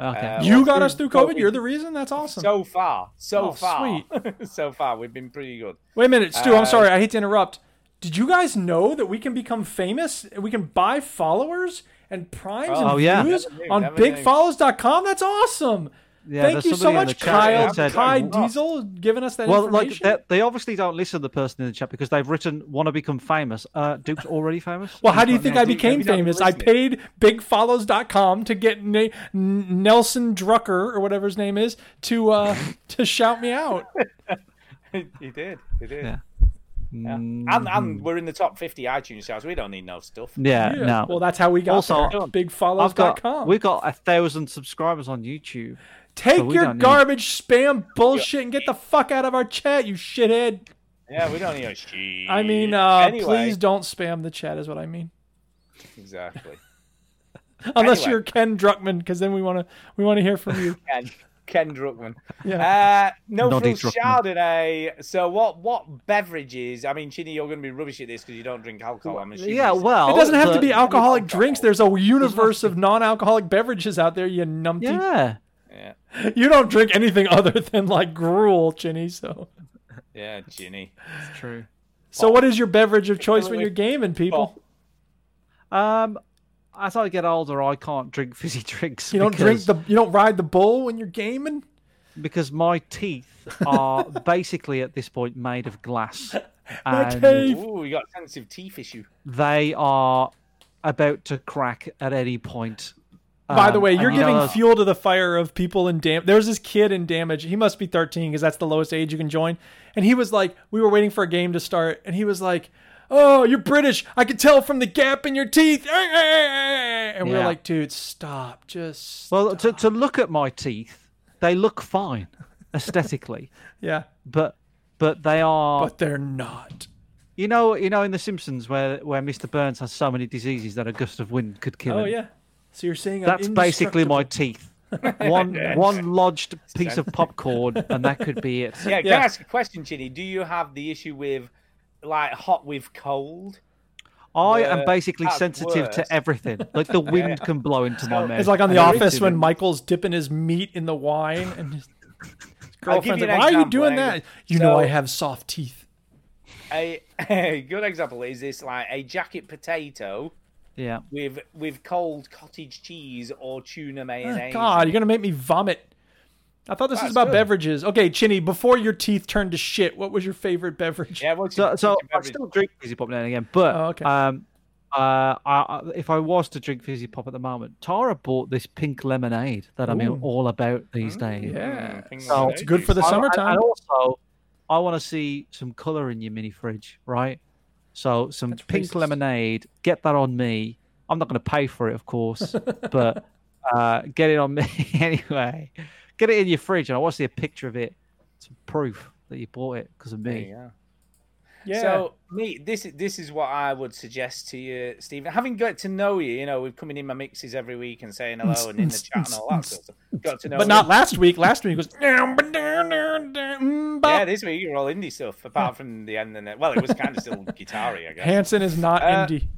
Speaker 4: Okay.
Speaker 2: Uh,
Speaker 3: You
Speaker 2: well,
Speaker 3: got us through COVID.
Speaker 2: we-
Speaker 3: You're the reason. That's awesome.
Speaker 2: so far, so
Speaker 3: Oh,
Speaker 2: far, *laughs* so far, we've been pretty good. *laughs*
Speaker 3: Wait a minute, Stu.
Speaker 2: Uh,
Speaker 3: I'm sorry. I hate to interrupt. Did you guys know that we can become famous? We can buy followers and primes
Speaker 4: Oh,
Speaker 3: and
Speaker 4: yeah.
Speaker 3: views
Speaker 2: Never knew,
Speaker 3: on
Speaker 2: never knew.
Speaker 3: bigfollows.com. That's awesome.
Speaker 4: Yeah,
Speaker 3: Thank
Speaker 4: there's
Speaker 3: you so
Speaker 4: somebody in the
Speaker 3: much,
Speaker 4: chat
Speaker 3: Kyle.
Speaker 4: that said-
Speaker 3: Kai Diesel giving us that
Speaker 4: Well, like
Speaker 3: information.
Speaker 4: they, they obviously don't listen to the person in the chat because they've written "want to become famous." Uh, Duke's already famous.
Speaker 3: well, how
Speaker 4: He's
Speaker 3: do you
Speaker 4: got
Speaker 3: think
Speaker 4: no-
Speaker 3: I became
Speaker 2: maybe not
Speaker 3: famous? I
Speaker 2: listening.
Speaker 3: paid bigfollows.com to get Na- N- Nelson Drucker or whatever his name is to uh, to shout me out.
Speaker 2: he did, he did.
Speaker 4: Yeah.
Speaker 2: Yeah. And, and
Speaker 3: Mm-hmm.
Speaker 2: we're in the top 50 iTunes sales. We don't need no stuff.
Speaker 3: Mm.
Speaker 4: Yeah,
Speaker 3: Yeah.
Speaker 4: no.
Speaker 3: Well, that's how we got
Speaker 4: Also,
Speaker 3: there.
Speaker 4: I've got,
Speaker 3: bigfollows.com.
Speaker 4: we've got a thousand subscribers on YouTube.
Speaker 3: Take
Speaker 4: we
Speaker 3: your
Speaker 4: don't need-
Speaker 3: garbage spam bullshit and get the fuck out of our chat, you shithead.
Speaker 2: Yeah, we don't need no shit.
Speaker 3: I mean, uh,
Speaker 2: Anyway,
Speaker 3: please don't spam the chat, is what I mean.
Speaker 2: Exactly.
Speaker 3: Unless
Speaker 2: Anyway.
Speaker 3: you're Ken Druckman, because then we want to we want to hear from you.
Speaker 2: *laughs* Ken, Ken Druckmann.
Speaker 3: Yeah.
Speaker 2: Uh, no
Speaker 4: Noddy
Speaker 2: frills
Speaker 4: Druckmann.
Speaker 2: Chardonnay. So what? What beverages? I mean, Chini, you're going to be rubbish at this because you don't drink alcohol. I'm assuming.
Speaker 4: Yeah, well,
Speaker 3: it doesn't have to
Speaker 4: the-
Speaker 3: be alcoholic drinks. There's a universe of non-alcoholic beverages out there. You numpty.
Speaker 4: Yeah,
Speaker 2: Yeah,
Speaker 3: You don't drink anything *laughs* other than like gruel, Chinny. So,
Speaker 2: yeah, Ginny.
Speaker 4: it's true.
Speaker 3: so what is your beverage of choice when you're gaming, people?
Speaker 4: Um, as I get older, I can't drink fizzy *laughs* drinks.
Speaker 3: You don't drink
Speaker 4: because-
Speaker 3: the you don't ride the bull when you're gaming.
Speaker 4: because my teeth are *laughs* basically at this point made
Speaker 3: *laughs*
Speaker 4: of glass,
Speaker 3: My
Speaker 4: and
Speaker 3: cave.
Speaker 2: Ooh, you got sensitive teeth issue.
Speaker 4: they are about to crack at any point.
Speaker 3: By the
Speaker 4: Um,
Speaker 3: way,
Speaker 4: and
Speaker 3: you're
Speaker 4: you know
Speaker 3: giving
Speaker 4: those-
Speaker 3: fuel to the fire of people in dam. There's this kid in damage. He must be 13 because that's the lowest age you can join. And he was like, we were waiting for a game to start, and he was like, "Oh, you're British. I could tell from the gap in your teeth." *laughs* And we were
Speaker 4: Yeah.
Speaker 3: like, "Dude, stop. Just
Speaker 4: Well, to, to look at my teeth, they look fine aesthetically, *laughs*
Speaker 3: yeah."
Speaker 4: but but they are
Speaker 3: But they're not.
Speaker 4: you know you know in The Simpsons where where Mr. Burns has so many diseases that a gust of wind could kill
Speaker 3: Oh
Speaker 4: him.
Speaker 3: yeah. So you're saying I'm
Speaker 4: That's basically my teeth.
Speaker 3: *laughs*
Speaker 4: One one lodged piece of popcorn, and that could be it.
Speaker 2: Yeah, can
Speaker 3: *laughs* Yeah.
Speaker 2: I ask a question, Ginny? Do you have the issue with like hot with cold?
Speaker 4: I
Speaker 2: Yeah,
Speaker 4: am basically
Speaker 2: that's
Speaker 4: sensitive
Speaker 2: worse.
Speaker 4: to everything. Like the wind can blow into my mouth.
Speaker 3: It's like on The
Speaker 4: and irritate
Speaker 3: Office when
Speaker 4: it.
Speaker 3: Michael's dipping his meat in the wine and his
Speaker 2: I'll give
Speaker 3: girlfriend's
Speaker 2: you
Speaker 3: like,
Speaker 2: an
Speaker 3: "Why are you
Speaker 2: example,
Speaker 3: doing
Speaker 2: Angus.
Speaker 3: that?" You know, I
Speaker 2: So-
Speaker 3: have soft teeth.
Speaker 2: A, *laughs* a good example is this like a jacket potato
Speaker 4: yeah,
Speaker 2: with with cold cottage cheese or tuna mayonnaise.
Speaker 3: Oh, God, you're gonna make me vomit. I thought this was
Speaker 2: That's
Speaker 3: about
Speaker 2: good.
Speaker 3: beverages. Okay, Chinny, before your teeth turned to shit, what was your favorite beverage?
Speaker 2: Yeah, what's
Speaker 4: so
Speaker 2: your-
Speaker 4: so
Speaker 2: what's your
Speaker 4: I
Speaker 2: beverage?
Speaker 4: still drink fizzy pop now and again, but
Speaker 3: Oh, okay.
Speaker 4: um, uh, I, I, if I was to drink fizzy pop at the moment, Tara bought this pink lemonade that I'm
Speaker 3: Ooh.
Speaker 4: all about these days.
Speaker 3: Yeah.
Speaker 2: Mm, things
Speaker 4: So-
Speaker 2: like
Speaker 3: It's
Speaker 2: that.
Speaker 3: good for the
Speaker 4: I-
Speaker 3: summertime.
Speaker 4: And, and also, I want to see some color in your mini fridge, right? So some pink
Speaker 3: racist.
Speaker 4: lemonade. Get that on me. I'm not going to pay for it,
Speaker 2: *laughs*
Speaker 4: of course, but uh, get it on me *laughs* anyway. Get it in your fridge, and I want to see a picture of it. Some proof that you bought it because of
Speaker 2: There
Speaker 4: me.
Speaker 2: you go.
Speaker 3: yeah.
Speaker 2: So me, this is this is what I would suggest to you, Stephen. Having got to know you, you know, we've coming in my mixes every week and saying hello and in the chat and all that sort of stuff. Got to know,
Speaker 3: but
Speaker 2: you.
Speaker 3: not last week. Last week was. Yeah, mm,
Speaker 2: Yeah, this week you're all indie stuff, apart from the end. And the, well, it was kind of still
Speaker 3: *laughs*
Speaker 2: guitar-y, I guess.
Speaker 3: Hanson is not
Speaker 2: Uh,
Speaker 3: indie.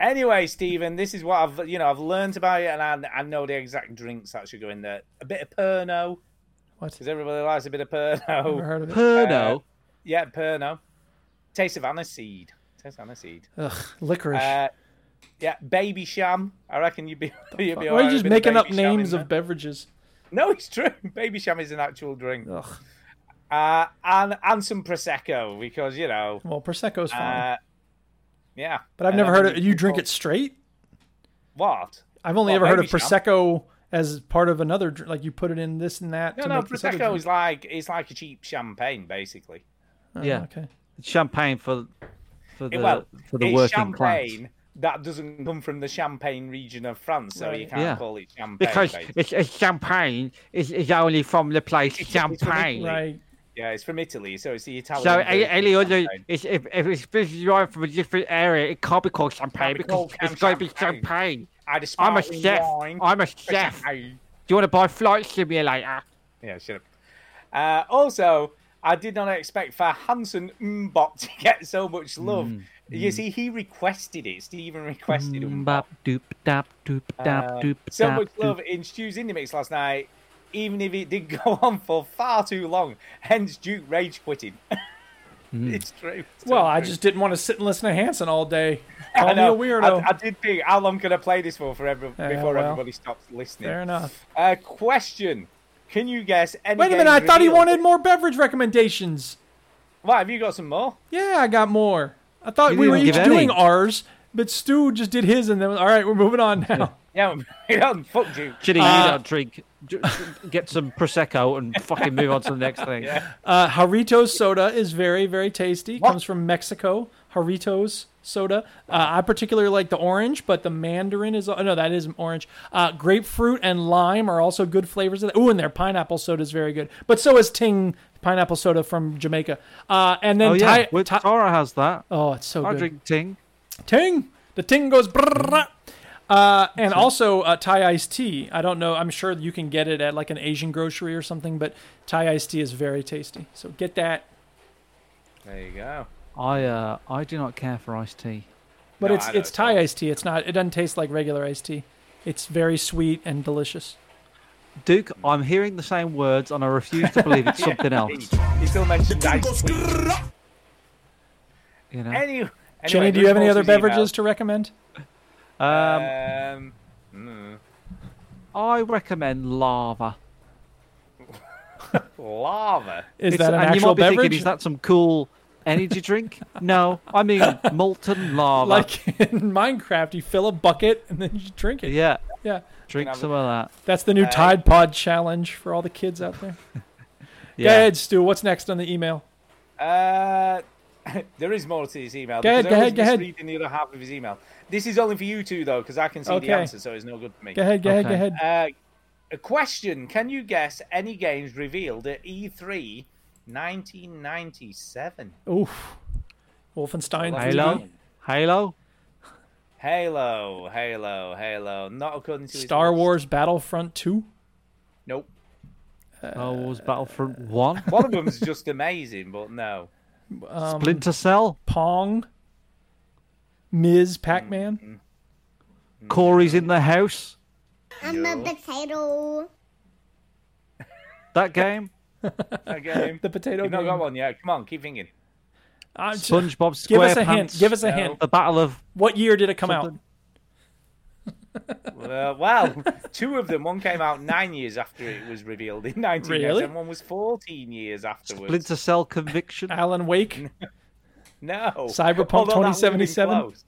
Speaker 2: Anyway, Stephen, this is what I've you know I've learnt about it, and I, I know the exact drinks that should go in there. A bit of perno,
Speaker 3: What?
Speaker 2: because everybody likes a bit of
Speaker 3: Never
Speaker 2: perno.
Speaker 3: heard of it.
Speaker 2: Uh,
Speaker 4: Perno.
Speaker 2: Yeah, perno. Taste of aniseed. Taste of aniseed.
Speaker 3: Ugh, licorice.
Speaker 2: Uh, yeah, baby sham. I reckon you'd be. *laughs* You'd
Speaker 3: Why are
Speaker 2: be
Speaker 3: you
Speaker 2: alright with a
Speaker 3: just
Speaker 2: bit of
Speaker 3: making up
Speaker 2: baby sham in
Speaker 3: names
Speaker 2: there.
Speaker 3: of beverages?
Speaker 2: No, it's true. *laughs* Baby sham is an actual drink.
Speaker 3: Ugh.
Speaker 2: Uh, and and some prosecco because you know.
Speaker 3: Well, prosecco's fine,
Speaker 2: Uh, yeah,
Speaker 3: but I've
Speaker 2: And
Speaker 3: never
Speaker 2: then
Speaker 3: heard of.
Speaker 2: when
Speaker 3: You drink it
Speaker 2: go-
Speaker 3: straight?
Speaker 2: What?
Speaker 3: I've only
Speaker 2: Well,
Speaker 3: ever heard of
Speaker 2: maybe some.
Speaker 3: prosecco as part of another. dr- Like you put it in this and that.
Speaker 2: No,
Speaker 3: to
Speaker 2: no,
Speaker 3: make this other
Speaker 2: prosecco
Speaker 3: drink.
Speaker 2: is like it's like a cheap champagne, basically.
Speaker 3: Oh,
Speaker 4: Yeah.
Speaker 3: Okay.
Speaker 4: Champagne for for the
Speaker 2: well,
Speaker 4: for the
Speaker 2: it's
Speaker 4: working class.
Speaker 2: champagne that doesn't come from the Champagne region of France, so you
Speaker 3: Right.
Speaker 2: can't
Speaker 4: Yeah.
Speaker 2: call it champagne.
Speaker 4: Because
Speaker 2: basically.
Speaker 4: it's, it's champagne is, is only from the place champagne.
Speaker 3: Right.
Speaker 2: yeah, it's from Italy, so it's the Italian.
Speaker 4: So any,
Speaker 2: version
Speaker 4: any
Speaker 2: of
Speaker 4: other,
Speaker 2: champagne.
Speaker 4: it's, if, if it's fizzy wine from a different area, it can't be called champagne
Speaker 2: be
Speaker 4: because
Speaker 2: called
Speaker 4: it's going to be
Speaker 2: champagne.
Speaker 4: champagne.
Speaker 2: I had a
Speaker 4: I'm a
Speaker 2: sparkling
Speaker 4: chef.
Speaker 2: wine.
Speaker 4: I'm a chef. Do
Speaker 2: Champagne.
Speaker 4: you want to buy Flight Simulator?
Speaker 2: Yeah, shut up. Uh, also, I did not expect for Hanson Mbop to *laughs* get so much love.
Speaker 3: Mm,
Speaker 2: you see, he requested it. Stephen requested Mbop.
Speaker 4: Bop doop dap doop
Speaker 2: Uh,
Speaker 4: dap doop
Speaker 2: so
Speaker 4: dap,
Speaker 2: much
Speaker 4: doop.
Speaker 2: love in Stu's Indie Mix last night, even if it did *laughs* go on for far too long. Hence, Duke rage quitting. *laughs* it's true. It's
Speaker 3: Mm. Well,
Speaker 2: all
Speaker 3: I
Speaker 2: true.
Speaker 3: just didn't want to sit and listen to Hanson all day.
Speaker 2: *laughs* I
Speaker 3: Call me a
Speaker 2: know.
Speaker 3: weirdo.
Speaker 2: I, I did think, how long can I play this for, for every,
Speaker 3: Yeah,
Speaker 2: before
Speaker 3: well,
Speaker 2: everybody stops listening?
Speaker 3: Fair enough.
Speaker 2: Uh, question. Can you guess any
Speaker 3: Wait a minute.
Speaker 2: games
Speaker 3: I thought he
Speaker 2: revealed-
Speaker 3: wanted more beverage recommendations.
Speaker 2: What, have you got some more?
Speaker 3: Yeah, I got more. I thought
Speaker 4: You
Speaker 3: we were
Speaker 4: didn't
Speaker 3: each
Speaker 4: give any.
Speaker 3: doing ours, but Stu just did his, and then all right, we're moving on now.
Speaker 2: *laughs* Yeah, we don't fuck you.
Speaker 4: Ginny,
Speaker 3: Uh,
Speaker 4: you don't drink. J- Get some prosecco and fucking move on to the
Speaker 2: *laughs*
Speaker 4: next thing.
Speaker 3: Uh, Jarritos soda is very, very tasty. Comes from Mexico. Jarritos soda. Uh, I particularly like the orange, but the mandarin is oh, no, that is orange. Uh, grapefruit and lime are also good flavors of that. Ooh, and their pineapple soda is very good. But so is Ting pineapple soda from Jamaica. Uh, and then
Speaker 4: Oh yeah,
Speaker 3: Thai-
Speaker 4: with
Speaker 3: Thai-
Speaker 4: Tara has that.
Speaker 3: oh, it's so
Speaker 4: I
Speaker 3: good.
Speaker 4: drink ting.
Speaker 3: Ting. The ting goes. brrrr. Uh, and also uh, Thai iced tea. I don't know. I'm sure you can get it at like an Asian grocery or something, but Thai iced tea is very tasty. So get that.
Speaker 2: There you go.
Speaker 4: I uh, I do not care for iced tea.
Speaker 3: But
Speaker 2: No,
Speaker 3: it's
Speaker 2: I know
Speaker 3: it's
Speaker 2: it's
Speaker 3: Thai
Speaker 2: not.
Speaker 3: iced tea. It's not. It doesn't taste like regular iced tea. It's very sweet and delicious.
Speaker 4: Duke, I'm hearing the same words and I refuse to
Speaker 2: *laughs*
Speaker 4: believe it's something else.
Speaker 2: He still mentioned ice cream.
Speaker 4: You know.
Speaker 2: Any, anyway,
Speaker 3: Jenny, do you
Speaker 2: Luke
Speaker 3: have any other
Speaker 2: Walsh's email.
Speaker 3: beverages to recommend?
Speaker 4: Um,
Speaker 2: Um,
Speaker 4: I recommend lava.
Speaker 2: lava.
Speaker 3: Is
Speaker 4: It's-
Speaker 3: that an
Speaker 4: and
Speaker 3: actual
Speaker 4: you might be
Speaker 3: beverage?
Speaker 4: Thinking, Is that some cool energy drink? No, I mean
Speaker 3: *laughs*
Speaker 4: molten lava.
Speaker 3: like *laughs* in Minecraft, you fill a bucket and then you drink it.
Speaker 4: yeah,
Speaker 3: Yeah.
Speaker 4: drink
Speaker 2: Can I-
Speaker 4: some of that.
Speaker 3: That's the new
Speaker 2: Uh,
Speaker 3: Tide Pod challenge for all the kids out there. Go
Speaker 4: Yeah.
Speaker 3: ahead, Stu. What's next on the email?
Speaker 2: Uh, *laughs* there is more to his email.
Speaker 3: Go ahead, go
Speaker 2: because I always
Speaker 3: ahead, go ahead.
Speaker 2: misread the other half of his email. This is only for you two though, because I can see
Speaker 3: Okay.
Speaker 2: the answer, so it's no good for me.
Speaker 3: Go ahead. Go ahead. Go
Speaker 4: Okay.
Speaker 3: ahead.
Speaker 2: Uh, a question: Can you guess any games revealed at E E3 1997?
Speaker 3: Oof. Wolfenstein.
Speaker 2: Hello?
Speaker 3: 3D.
Speaker 4: Halo, Halo.
Speaker 2: Halo, Halo, Halo. Not according to his
Speaker 3: Star
Speaker 2: list.
Speaker 3: Wars Battlefront 2.
Speaker 2: Nope. Uh,
Speaker 4: Oh, was
Speaker 2: *laughs*
Speaker 4: Battlefront One?
Speaker 2: One of them's just amazing, but no. um,
Speaker 4: Splinter Cell.
Speaker 3: Pong. Ms. Pac
Speaker 4: Mm-hmm.
Speaker 3: Man.
Speaker 2: Hmm.
Speaker 4: Corey's in the house.
Speaker 9: I'm a potato.
Speaker 4: That game.
Speaker 2: That game.
Speaker 3: The potato
Speaker 2: You've not
Speaker 3: game.
Speaker 2: got one yet. Come on, keep thinking.
Speaker 3: I'm just-
Speaker 4: SpongeBob SquarePants.
Speaker 3: Give us a hint. Give us a
Speaker 2: No.
Speaker 3: hint.
Speaker 4: The Battle of
Speaker 3: What year did it come out?
Speaker 4: Something.
Speaker 2: Uh, well, two of them. One came out nine years after it was revealed in 1997.
Speaker 3: Really?
Speaker 2: One was 14 years afterwards.
Speaker 4: Splinter
Speaker 2: *laughs*
Speaker 4: Cell Conviction. Uh,
Speaker 3: Alan Wake.
Speaker 2: No.
Speaker 3: Cyberpunk
Speaker 2: Although that would've been
Speaker 3: 2077?
Speaker 2: close.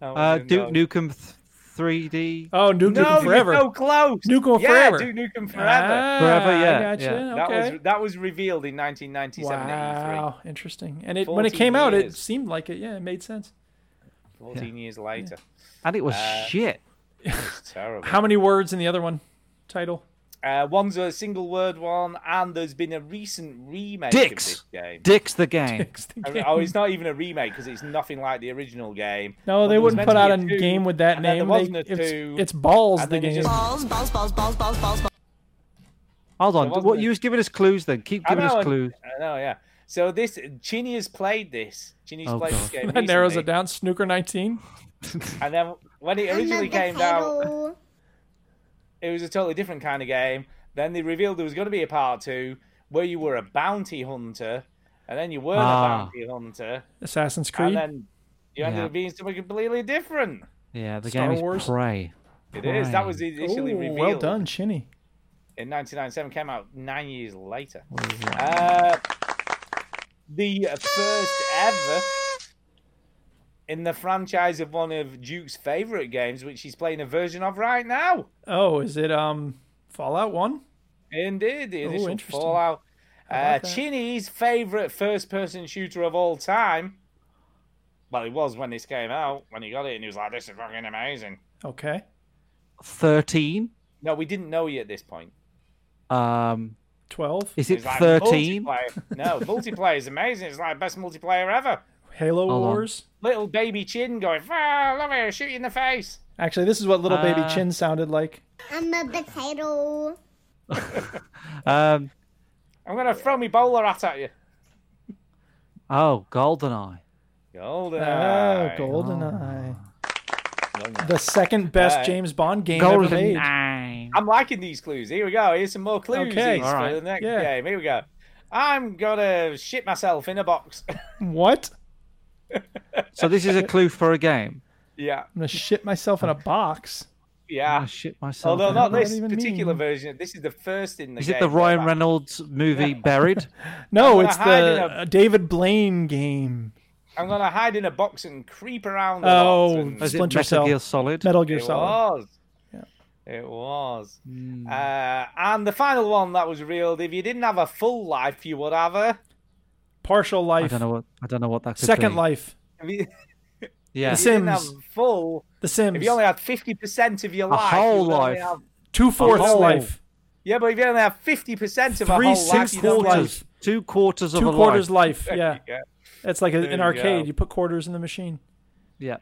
Speaker 2: That
Speaker 4: Uh,
Speaker 2: would've been
Speaker 4: Duke Nukem th- 3D.
Speaker 3: Oh, Nuke
Speaker 2: close. *laughs* No,
Speaker 3: Nukem
Speaker 2: you're
Speaker 3: Forever.
Speaker 2: so close.
Speaker 3: Nuke 'em
Speaker 2: yeah,
Speaker 3: Forever.
Speaker 2: Duke Nukem Forever.
Speaker 3: Ah,
Speaker 4: Forever, yeah,
Speaker 3: I gotcha.
Speaker 4: yeah.
Speaker 2: That
Speaker 3: Okay.
Speaker 2: was that was revealed in 1997 at E3.
Speaker 3: wow, interesting. And it when it
Speaker 2: 14
Speaker 3: came out, it
Speaker 2: years.
Speaker 3: seemed like it. Yeah, it made sense.
Speaker 2: 14 years later.
Speaker 4: And it was
Speaker 2: Uh,
Speaker 4: shit.
Speaker 2: It's terrible.
Speaker 3: How many words in the other one?
Speaker 2: *laughs*
Speaker 3: Title.
Speaker 2: Uh, one's a single word one, and there's been a recent remake
Speaker 4: Dicks.
Speaker 2: of this game.
Speaker 4: Dicks the game.
Speaker 3: Next thing.
Speaker 2: Oh, it's not even a remake because it's nothing like the original game.
Speaker 3: No,
Speaker 2: But
Speaker 3: they
Speaker 2: there was
Speaker 3: wouldn't
Speaker 2: meant
Speaker 3: put
Speaker 2: to
Speaker 3: out
Speaker 2: be
Speaker 3: a
Speaker 2: two,
Speaker 3: game with that
Speaker 2: and then
Speaker 3: name.
Speaker 2: There
Speaker 3: They-
Speaker 2: wasn't a two.
Speaker 3: it's, it's balls
Speaker 2: and
Speaker 3: the
Speaker 2: then it
Speaker 3: game.
Speaker 2: just-
Speaker 5: Balls, balls, balls, balls, balls, balls, balls.
Speaker 4: Hold on.
Speaker 2: There wasn't
Speaker 4: What
Speaker 2: a-
Speaker 4: you was giving us clues then? Keep
Speaker 2: I
Speaker 4: giving
Speaker 2: know,
Speaker 4: us
Speaker 2: and-
Speaker 4: clues.
Speaker 2: I know, yeah. So this Chini has played this. Chini's
Speaker 4: Oh,
Speaker 2: played
Speaker 4: God.
Speaker 2: this game. *laughs*
Speaker 3: That narrows it
Speaker 2: recently,
Speaker 3: down. Snooker 19.
Speaker 2: And then when it
Speaker 9: I'm a
Speaker 2: originally came out,
Speaker 9: potato.
Speaker 2: it was a totally different kind of game. Then they revealed there was going to be a part two where you were a bounty hunter, and then you weren't
Speaker 4: Ah.
Speaker 2: a bounty hunter,
Speaker 3: Assassin's Creed.
Speaker 2: and then you ended
Speaker 4: Yeah.
Speaker 2: up being something completely different.
Speaker 4: Yeah, the
Speaker 3: Star
Speaker 4: game is
Speaker 3: Wars.
Speaker 4: Prey.
Speaker 2: It is. That
Speaker 4: Right.
Speaker 2: was initially
Speaker 3: Ooh,
Speaker 2: revealed.
Speaker 3: well done, Chinny.
Speaker 2: In 1997, came out nine years later. Uh, the first ever in the franchise of one of Duke's favorite games, which he's playing a version of right now.
Speaker 3: Oh, is it um Fallout 1?
Speaker 2: Indeed, the
Speaker 3: Ooh,
Speaker 2: initial
Speaker 3: Oh, interesting.
Speaker 2: Fallout. Uh,
Speaker 3: about that?
Speaker 2: Chinny's favorite first-person shooter of all time. Well, it was when this came out, when he got it, and he was like, "This is fucking amazing."
Speaker 3: Okay.
Speaker 4: 13.
Speaker 2: No, we didn't know he at this point.
Speaker 4: Um,
Speaker 3: 12.
Speaker 4: is
Speaker 2: He
Speaker 4: it
Speaker 2: was like,
Speaker 4: 13?
Speaker 2: "Multiplayer- No, multiplayer is amazing. It's like best multiplayer ever.
Speaker 3: Halo
Speaker 4: Hold on.
Speaker 3: Wars.
Speaker 2: little baby chin going, ah, love it, shoot you in the face.
Speaker 3: Actually, this is what little baby
Speaker 4: Uh,
Speaker 3: Chin sounded like.
Speaker 9: I'm a potato.
Speaker 4: Um,
Speaker 2: I'm gonna throw me bowler hat at you.
Speaker 4: oh, GoldenEye.
Speaker 2: Golden.
Speaker 3: Oh, GoldenEye. The second best
Speaker 2: Alright.
Speaker 3: James Bond game ever made.
Speaker 4: GoldenEye.
Speaker 2: I'm liking these clues. Here we go. Here's some more clues
Speaker 3: Okay.
Speaker 2: for
Speaker 4: Alright.
Speaker 2: the next
Speaker 3: Yeah.
Speaker 2: game. Here we go. I'm gonna shit myself in a box. *laughs*
Speaker 3: What?
Speaker 4: So this is a clue for a game.
Speaker 2: yeah,
Speaker 3: I'm gonna shit myself in a box.
Speaker 4: I
Speaker 3: Ah,
Speaker 2: yeah.
Speaker 4: Oh, shit myself.
Speaker 2: Although
Speaker 4: now.
Speaker 2: Ah, not this
Speaker 3: even
Speaker 2: particular
Speaker 3: mean?
Speaker 2: version. This is the first in the
Speaker 4: Is
Speaker 2: game.
Speaker 4: it the Ryan
Speaker 2: Like,
Speaker 3: *laughs*
Speaker 4: Reynolds movie Buried?
Speaker 3: No,
Speaker 2: I'm gonna
Speaker 3: it's
Speaker 2: hide in
Speaker 3: the
Speaker 2: a-
Speaker 3: uh, David Blaine game.
Speaker 2: I'm gonna hide in a box and creep around. a lot
Speaker 3: Oh,
Speaker 2: and-
Speaker 4: Is it
Speaker 3: Splinter
Speaker 4: Metal
Speaker 3: Cell.
Speaker 4: Gear Solid?
Speaker 3: Metal Gear
Speaker 2: it
Speaker 3: Solid. Hmm.
Speaker 2: was. It was. Uh, and the final one that was reeled. If you didn't have a full life, you would have a.
Speaker 3: Partial
Speaker 4: I
Speaker 3: Life.
Speaker 4: don't know what I don't know what that could
Speaker 3: Second
Speaker 4: be.
Speaker 3: Life.
Speaker 2: If you, *laughs*
Speaker 4: Yeah.
Speaker 2: if you didn't have
Speaker 3: Sims.
Speaker 2: full,
Speaker 3: The Sims.
Speaker 2: if you only had fifty percent of your life, you
Speaker 4: whole
Speaker 2: would only
Speaker 4: life.
Speaker 2: have-
Speaker 3: Two fourths
Speaker 4: Oh.
Speaker 3: life.
Speaker 2: yeah, but if you only have fifty percent of a
Speaker 3: Three
Speaker 2: whole life,
Speaker 3: sixths
Speaker 2: you don't
Speaker 3: life.
Speaker 2: have
Speaker 4: Quarters. Two quarters of
Speaker 3: Two
Speaker 4: a
Speaker 3: quarters
Speaker 4: life.
Speaker 3: life. Yeah.
Speaker 2: Yeah.
Speaker 3: It's like a,
Speaker 2: There
Speaker 3: an
Speaker 2: you
Speaker 3: arcade.
Speaker 2: go.
Speaker 3: You put quarters in the machine.
Speaker 4: Yeah.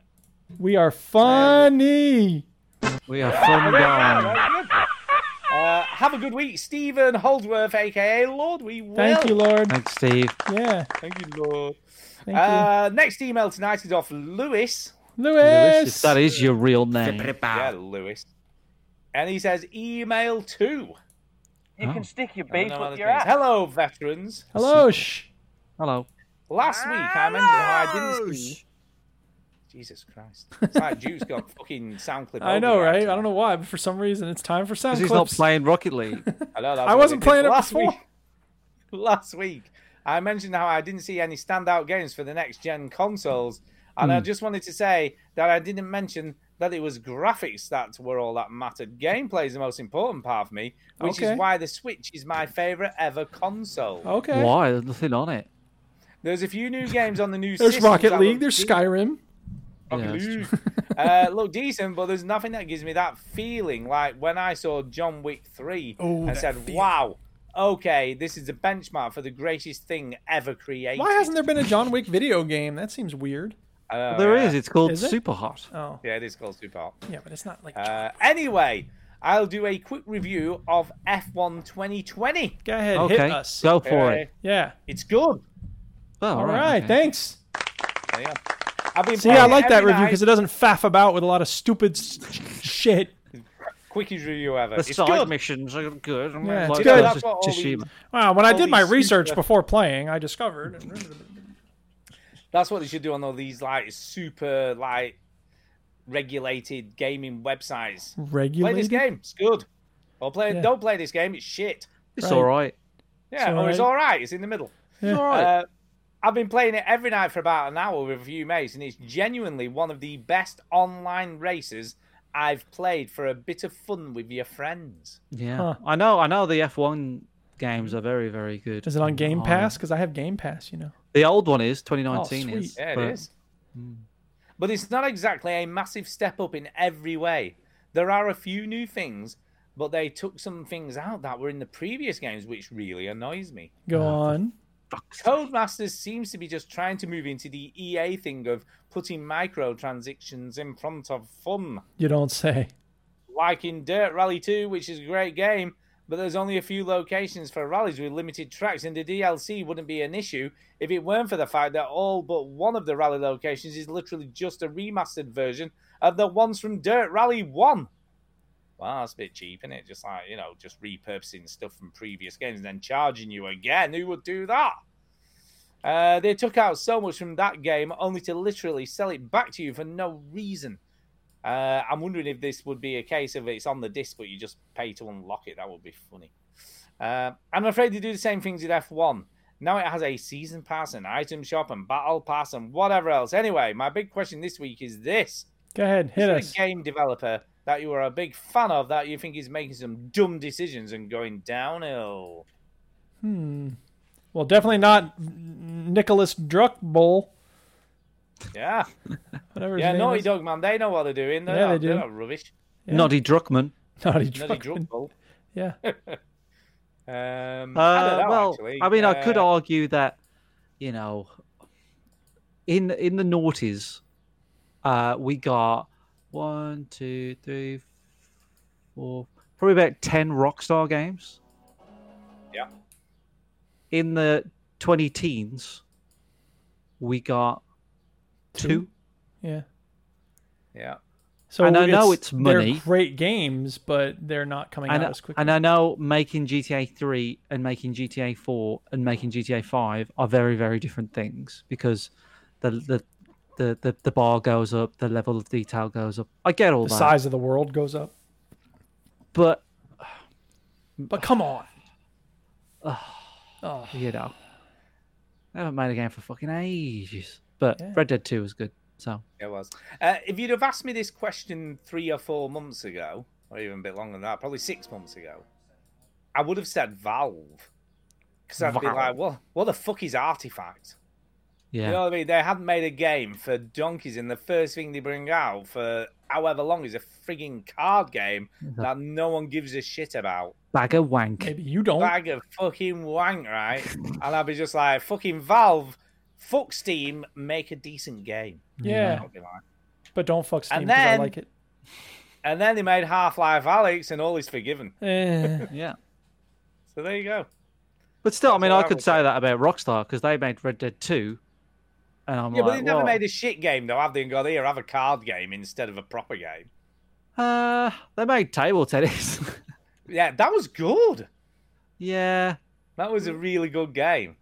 Speaker 3: We are funny.
Speaker 4: We are
Speaker 2: *laughs*
Speaker 4: fun guys.
Speaker 2: Uh, have a good week, Stephen Holdsworth, aka Lord. We will.
Speaker 3: Thank you, Lord.
Speaker 4: Thanks, Steve.
Speaker 3: Yeah.
Speaker 2: Thank you, Lord.
Speaker 3: Thank
Speaker 2: Uh, next email tonight is off Lewis.
Speaker 3: you. Lewis.
Speaker 4: If that is your real name.
Speaker 2: Yeah, Lewis. And he says email two.
Speaker 11: You
Speaker 4: Oh.
Speaker 11: can stick your
Speaker 2: I don't
Speaker 11: beef
Speaker 2: know how
Speaker 11: up
Speaker 2: this
Speaker 11: your
Speaker 2: means.
Speaker 11: ass.
Speaker 2: Hello, veterans.
Speaker 3: Hello. Shh.
Speaker 4: Hello.
Speaker 2: Last week I mentioned how I didn't see. Jesus Christ! It's like Juice got *laughs* fucking sound clip.
Speaker 3: I know, right?
Speaker 2: override.
Speaker 3: I don't know why, but for some reason it's time for sound
Speaker 4: Because
Speaker 3: clips.
Speaker 4: he's not playing
Speaker 3: *laughs*
Speaker 4: Rocket League.
Speaker 2: I, know, that's
Speaker 3: I
Speaker 2: what
Speaker 3: wasn't
Speaker 2: did.
Speaker 3: playing it before.
Speaker 2: Week, *laughs* last week, I mentioned how I didn't see any standout games for the next gen consoles, and
Speaker 3: Hmm.
Speaker 2: I just wanted to say that I didn't mention that it was graphics that were all that mattered. Gameplay is the most important part of me, which
Speaker 3: Okay.
Speaker 2: is why the Switch is my favorite ever console.
Speaker 3: Okay.
Speaker 4: Why? There's nothing on it.
Speaker 2: There's a few new games on the new.
Speaker 3: There's
Speaker 2: systems
Speaker 3: Rocket
Speaker 2: that
Speaker 3: League.
Speaker 2: look
Speaker 3: There's
Speaker 2: deep-
Speaker 3: Skyrim.
Speaker 4: Yeah, that's true.
Speaker 2: *laughs* uh, look decent, but there's nothing that gives me that feeling like when I saw John Wick 3
Speaker 3: Oh,
Speaker 2: and
Speaker 3: that
Speaker 2: said,
Speaker 3: feel-
Speaker 2: wow, okay, this is a benchmark for the greatest thing ever
Speaker 3: *laughs*
Speaker 2: created.
Speaker 3: Why hasn't there been a John Wick video game? That seems weird.
Speaker 2: Oh,
Speaker 4: There
Speaker 2: yeah.
Speaker 4: is. It's called
Speaker 3: Is it?
Speaker 4: Super Hot.
Speaker 3: Oh,
Speaker 2: Yeah, it is called Super Hot.
Speaker 3: yeah, but it's not like
Speaker 2: Uh, anyway, I'll do a quick review of F1 2020.
Speaker 3: go ahead, hit
Speaker 4: Okay.
Speaker 3: us.
Speaker 4: Go for it.
Speaker 3: Yeah.
Speaker 2: Uh, It's good.
Speaker 4: Oh,
Speaker 3: All right.
Speaker 4: okay.
Speaker 3: Thanks.
Speaker 2: There you go. I've been
Speaker 3: See, I like that review because it doesn't faff about with a lot of stupid s- shit.
Speaker 2: quickest review ever.
Speaker 4: The
Speaker 2: it's
Speaker 4: side
Speaker 2: good.
Speaker 4: missions are good.
Speaker 3: Yeah, it's
Speaker 4: Like
Speaker 3: good.
Speaker 4: Ghost of
Speaker 2: That's what all these-
Speaker 4: Tsushima.
Speaker 3: Wow. When I did
Speaker 2: Holy
Speaker 3: my
Speaker 2: super-
Speaker 3: research before playing, I discovered.
Speaker 2: That's what they should do on all these like super like regulated gaming websites. play this
Speaker 3: Regulated.
Speaker 2: game. It's good. Or play.
Speaker 3: Yeah.
Speaker 2: Don't play this game. It's shit.
Speaker 4: It's
Speaker 3: Right.
Speaker 4: all right.
Speaker 2: Yeah,
Speaker 3: It's
Speaker 2: or it's
Speaker 3: alright.
Speaker 2: all right. It's in the middle.
Speaker 4: It's all right.
Speaker 2: Uh, I've been playing it every night for about an hour with a few mates, and it's genuinely one of the best online races I've played for a bit of fun with your friends.
Speaker 4: yeah.
Speaker 3: huh.
Speaker 4: I know. I know the F1 games are very, very good. Oh,
Speaker 3: Is it on Game Pass? Because I have Game Pass, you know.
Speaker 4: The old one is 2019
Speaker 3: Oh,
Speaker 4: is.
Speaker 3: sweet.
Speaker 2: Yeah,
Speaker 4: but-
Speaker 2: it is. Mm. But it's not exactly a massive step up in every way. There are a few new things, but they took some things out that were in the previous games, which really annoys me.
Speaker 3: Go on.
Speaker 2: Codemasters seems to be just trying to move into the EA thing of putting microtransactions in front of fun,
Speaker 3: You don't say.
Speaker 2: like in Dirt Rally 2, which is a great game, but there's only a few locations for rallies with limited tracks, and the DLC wouldn't be an issue if it weren't for the fact that all but one of the rally locations is literally just a remastered version of the ones from Dirt Rally 1. Well, that's a bit cheap, isn't it? Just like, you know, just repurposing stuff from previous games and then charging you again. Who would do that? Uh, they took out so much from that game only to literally sell it back to you for no reason. Uh, I'm wondering if this would be a case of it's on the disc, but you just pay to unlock it. That would be funny. Uh, I'm afraid they do the same things with F1. Now it has a season pass, an item shop, and battle pass, and whatever else. Anyway, my big question this week is this
Speaker 3: Go ahead.
Speaker 2: is
Speaker 3: Hit
Speaker 2: there
Speaker 3: us.
Speaker 2: a game developer that you are a big fan of that you think is making some dumb decisions and going downhill?
Speaker 3: Well, definitely not Nicholas Druckbull.
Speaker 2: Yeah.
Speaker 3: Whatever his
Speaker 2: Yeah,
Speaker 3: name
Speaker 2: Naughty
Speaker 3: is.
Speaker 2: Dog, man. They know what they're doing. They're,
Speaker 3: Yeah,
Speaker 2: not,
Speaker 3: they do.
Speaker 2: they're
Speaker 3: *laughs*
Speaker 2: not rubbish.
Speaker 4: Noddy Druckman.
Speaker 3: Naughty
Speaker 2: Naughty
Speaker 3: Druckman.
Speaker 2: Dog. Ball. *laughs*
Speaker 3: Yeah.
Speaker 2: Um, I don't
Speaker 4: Uh,
Speaker 2: know,
Speaker 4: well,
Speaker 2: actually.
Speaker 4: I mean, I could
Speaker 2: Uh,
Speaker 4: argue that, you know, in in the noughties, uh, we got one, two, three, four, probably about ten Rockstar games.
Speaker 2: Yeah.
Speaker 4: In the twenty teens, we got two.
Speaker 3: Yeah.
Speaker 2: Yeah.
Speaker 3: So
Speaker 4: And I know it's
Speaker 3: they're
Speaker 4: money.
Speaker 3: great games, but they're not coming
Speaker 4: And,
Speaker 3: out
Speaker 4: I-
Speaker 3: as quickly.
Speaker 4: and I know making GTA 3 and making GTA 4 and making GTA 5 are very, very different things because the the the, the, the bar goes up, the level of detail goes up. I get all
Speaker 3: the
Speaker 4: that,
Speaker 3: size of the world goes up.
Speaker 4: but
Speaker 3: But come on.
Speaker 4: you know, I haven't made a game for fucking ages. But Red Dead Two was good. So
Speaker 2: It was. Uh, if you'd have asked me this question three or four months ago, or even a bit longer than that, probably six months ago, I would have said Valve. Because I'd be
Speaker 4: Valve.
Speaker 2: like, well, what the fuck is Artifact?
Speaker 4: yeah,
Speaker 2: You know what I mean? They haven't made a game for donkeys, and the first thing they bring out for however long is a frigging card game that no one gives a shit
Speaker 4: *laughs*
Speaker 2: about.
Speaker 4: bag of wank.
Speaker 3: Maybe you don't.
Speaker 2: Bag of fucking wank, right? and I'd be just like, fucking Valve, fuck Steam, make a decent game.
Speaker 3: yeah,
Speaker 2: I'd be like,
Speaker 3: but don't fuck Steam
Speaker 2: And
Speaker 3: 'cause I
Speaker 2: then-
Speaker 3: like it.
Speaker 2: And then they made Half Life Alex, and all is forgiven.
Speaker 3: Eh, *laughs*
Speaker 4: Yeah.
Speaker 2: So there you go.
Speaker 4: But still, I mean,
Speaker 2: what
Speaker 4: I
Speaker 2: I
Speaker 4: could
Speaker 2: would
Speaker 4: say that about Rockstar because they made Red Dead Two, and I'm
Speaker 2: Yeah, but
Speaker 4: like,
Speaker 2: they've never
Speaker 4: "Whoa."
Speaker 2: made a shit game though, have they? And go here, have a card game instead of a proper game.
Speaker 4: Uh, they made table tennis. *laughs*
Speaker 2: Yeah, that was good.
Speaker 4: yeah,
Speaker 2: That was a really good game.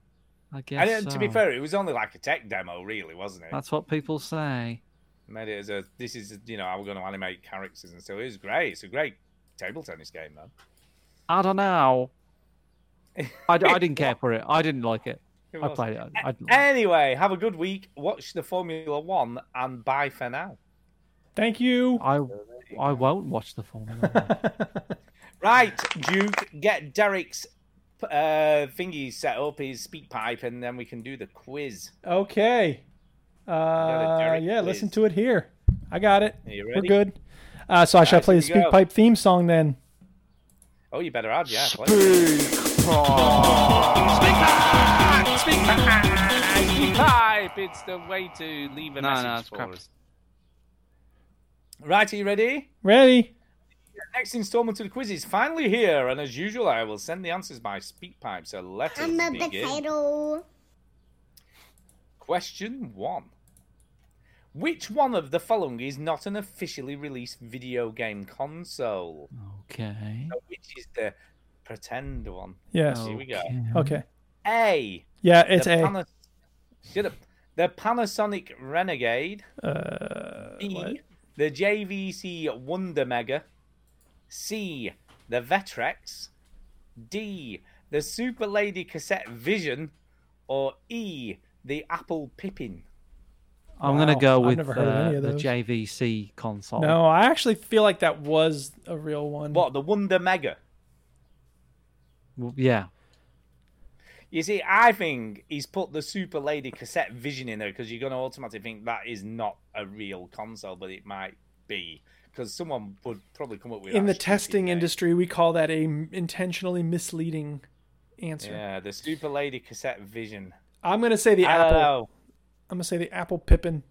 Speaker 4: I
Speaker 2: And
Speaker 4: guess.
Speaker 2: uh, to be
Speaker 4: so.
Speaker 2: fair, it was only like a tech demo, really, wasn't it?
Speaker 4: that's what people say.
Speaker 2: Made it as a this is you know how we're going to animate characters and stuff. It was great. It's a great table tennis game, though.
Speaker 4: I don't know. I, d- I
Speaker 2: *laughs*
Speaker 4: didn't care for it. I didn't like it.
Speaker 2: It
Speaker 4: I
Speaker 2: was.
Speaker 4: played it. I,
Speaker 2: *laughs*
Speaker 4: I didn't like it.
Speaker 2: Anyway, have a good week. Watch the Formula One and bye for now.
Speaker 3: thank you.
Speaker 4: I, I won't watch the Formula.
Speaker 2: *laughs*
Speaker 4: One.
Speaker 2: Right, Duke, get Derek's uh, thingy set up, his speak pipe, and then we can do the quiz.
Speaker 3: Okay. Uh,
Speaker 2: Derek
Speaker 3: yeah, listen
Speaker 2: quiz.
Speaker 3: to it here. I got it.
Speaker 2: Are you
Speaker 3: We're
Speaker 2: ready?
Speaker 3: good. Uh, so I shall
Speaker 2: Alright,
Speaker 3: play the
Speaker 2: here we
Speaker 3: Speak
Speaker 2: go.
Speaker 3: Pipe theme song then.
Speaker 2: Oh, you better add, yeah. play. Pipe, it's the way to leave a message for us. Right, are you ready?
Speaker 3: Ready?
Speaker 2: Next installment of the quiz is finally here, and as usual, I will send the answers by speak pipe. So let us
Speaker 9: I'm a
Speaker 2: begin.
Speaker 9: potato.
Speaker 2: Question one: Which one of the following is not an officially released video game console?
Speaker 4: Okay.
Speaker 2: Which is the pretend one?
Speaker 3: Yes.
Speaker 4: Oh,
Speaker 2: Here we go.
Speaker 3: Okay.
Speaker 2: A.
Speaker 3: Yeah, it's
Speaker 2: the
Speaker 3: A.
Speaker 2: Panas- Shut up. The Panasonic Renegade.
Speaker 3: uh,
Speaker 2: B. The JVC Wonder Mega. C. The Vetrex. D. The Super Lady Cassette Vision. Or E. The Apple Pippin.
Speaker 4: I'm gonna
Speaker 3: Wow,
Speaker 4: go
Speaker 3: I've
Speaker 4: with
Speaker 3: never heard of any
Speaker 4: uh,
Speaker 3: of
Speaker 4: the
Speaker 3: those.
Speaker 4: JVC
Speaker 2: Oh.
Speaker 4: console.
Speaker 3: No, I actually feel like that was a real one.
Speaker 2: What? The Wonder Mega.
Speaker 4: Well, yeah.
Speaker 2: You see, I think he's put the Super Lady Cassette Vision in there because you're going to automatically think that is not a real console, but it might be. Because someone would probably come up with
Speaker 3: in
Speaker 2: that
Speaker 3: the
Speaker 2: stupid
Speaker 3: testing
Speaker 2: name.
Speaker 3: industry, we call that a m- intentionally misleading answer.
Speaker 2: Yeah, the Super Lady Cassette Vision.
Speaker 3: I'm gonna say the
Speaker 2: I
Speaker 3: Apple.
Speaker 2: don't know.
Speaker 3: I'm gonna say the Apple Pippin.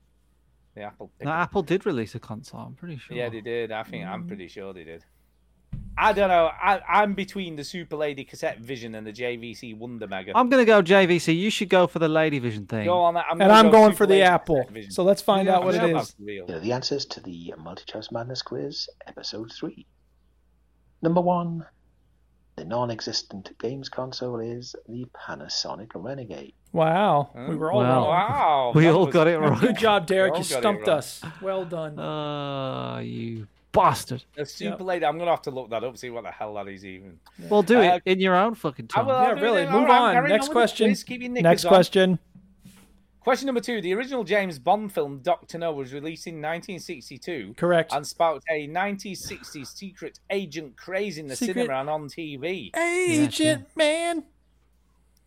Speaker 2: The Apple.
Speaker 4: No, Apple did release a console. I'm pretty sure.
Speaker 2: Yeah, they did. I think I'm pretty sure they did. I don't know. I, I'm between the Super Lady Cassette Vision and the JVC Wonder Mega.
Speaker 4: I'm gonna go JVC. You should go for the Lady Vision thing.
Speaker 2: Go on, I'm
Speaker 3: And
Speaker 2: gonna
Speaker 3: I'm
Speaker 2: go
Speaker 3: going
Speaker 2: Super
Speaker 3: for the
Speaker 2: Lady
Speaker 3: Apple.
Speaker 2: Cassette Vision.
Speaker 3: So let's find out what
Speaker 2: Yeah,
Speaker 3: it
Speaker 2: that's
Speaker 3: is.
Speaker 2: real.
Speaker 8: Here are the answers to the Multi Choice Madness Quiz, Episode 3. Number 1. The non existent games console is the Panasonic Renegade.
Speaker 3: Wow. We were all
Speaker 4: Wow.
Speaker 3: wrong.
Speaker 2: Wow.
Speaker 4: we
Speaker 2: that
Speaker 4: all
Speaker 2: was-
Speaker 4: got it
Speaker 3: Good
Speaker 4: right.
Speaker 3: job, Derek.
Speaker 2: all
Speaker 3: You
Speaker 2: got it
Speaker 3: stumped
Speaker 2: wrong.
Speaker 3: us. Well done.
Speaker 4: Uh, you bastard.
Speaker 2: The Super
Speaker 3: Yep.
Speaker 2: Lady. I'm going to have to look that up, see what the hell that is even.
Speaker 4: Well, do
Speaker 2: Uh,
Speaker 4: it in your own fucking
Speaker 2: I
Speaker 4: time.
Speaker 2: will- I'll
Speaker 3: yeah,
Speaker 2: do it
Speaker 3: really.
Speaker 2: then.
Speaker 3: Move
Speaker 2: All right, I'm
Speaker 3: on.
Speaker 2: carrying
Speaker 3: Next
Speaker 2: with the
Speaker 3: question.
Speaker 2: quiz. Keep your knickers
Speaker 3: Next
Speaker 2: on.
Speaker 3: question.
Speaker 2: Question number two. The original James Bond film, Doctor No, was released in 1962.
Speaker 3: Correct.
Speaker 2: and sparked a 1960s secret agent craze in the
Speaker 3: Secret-
Speaker 2: cinema and on TV.
Speaker 3: Agent man.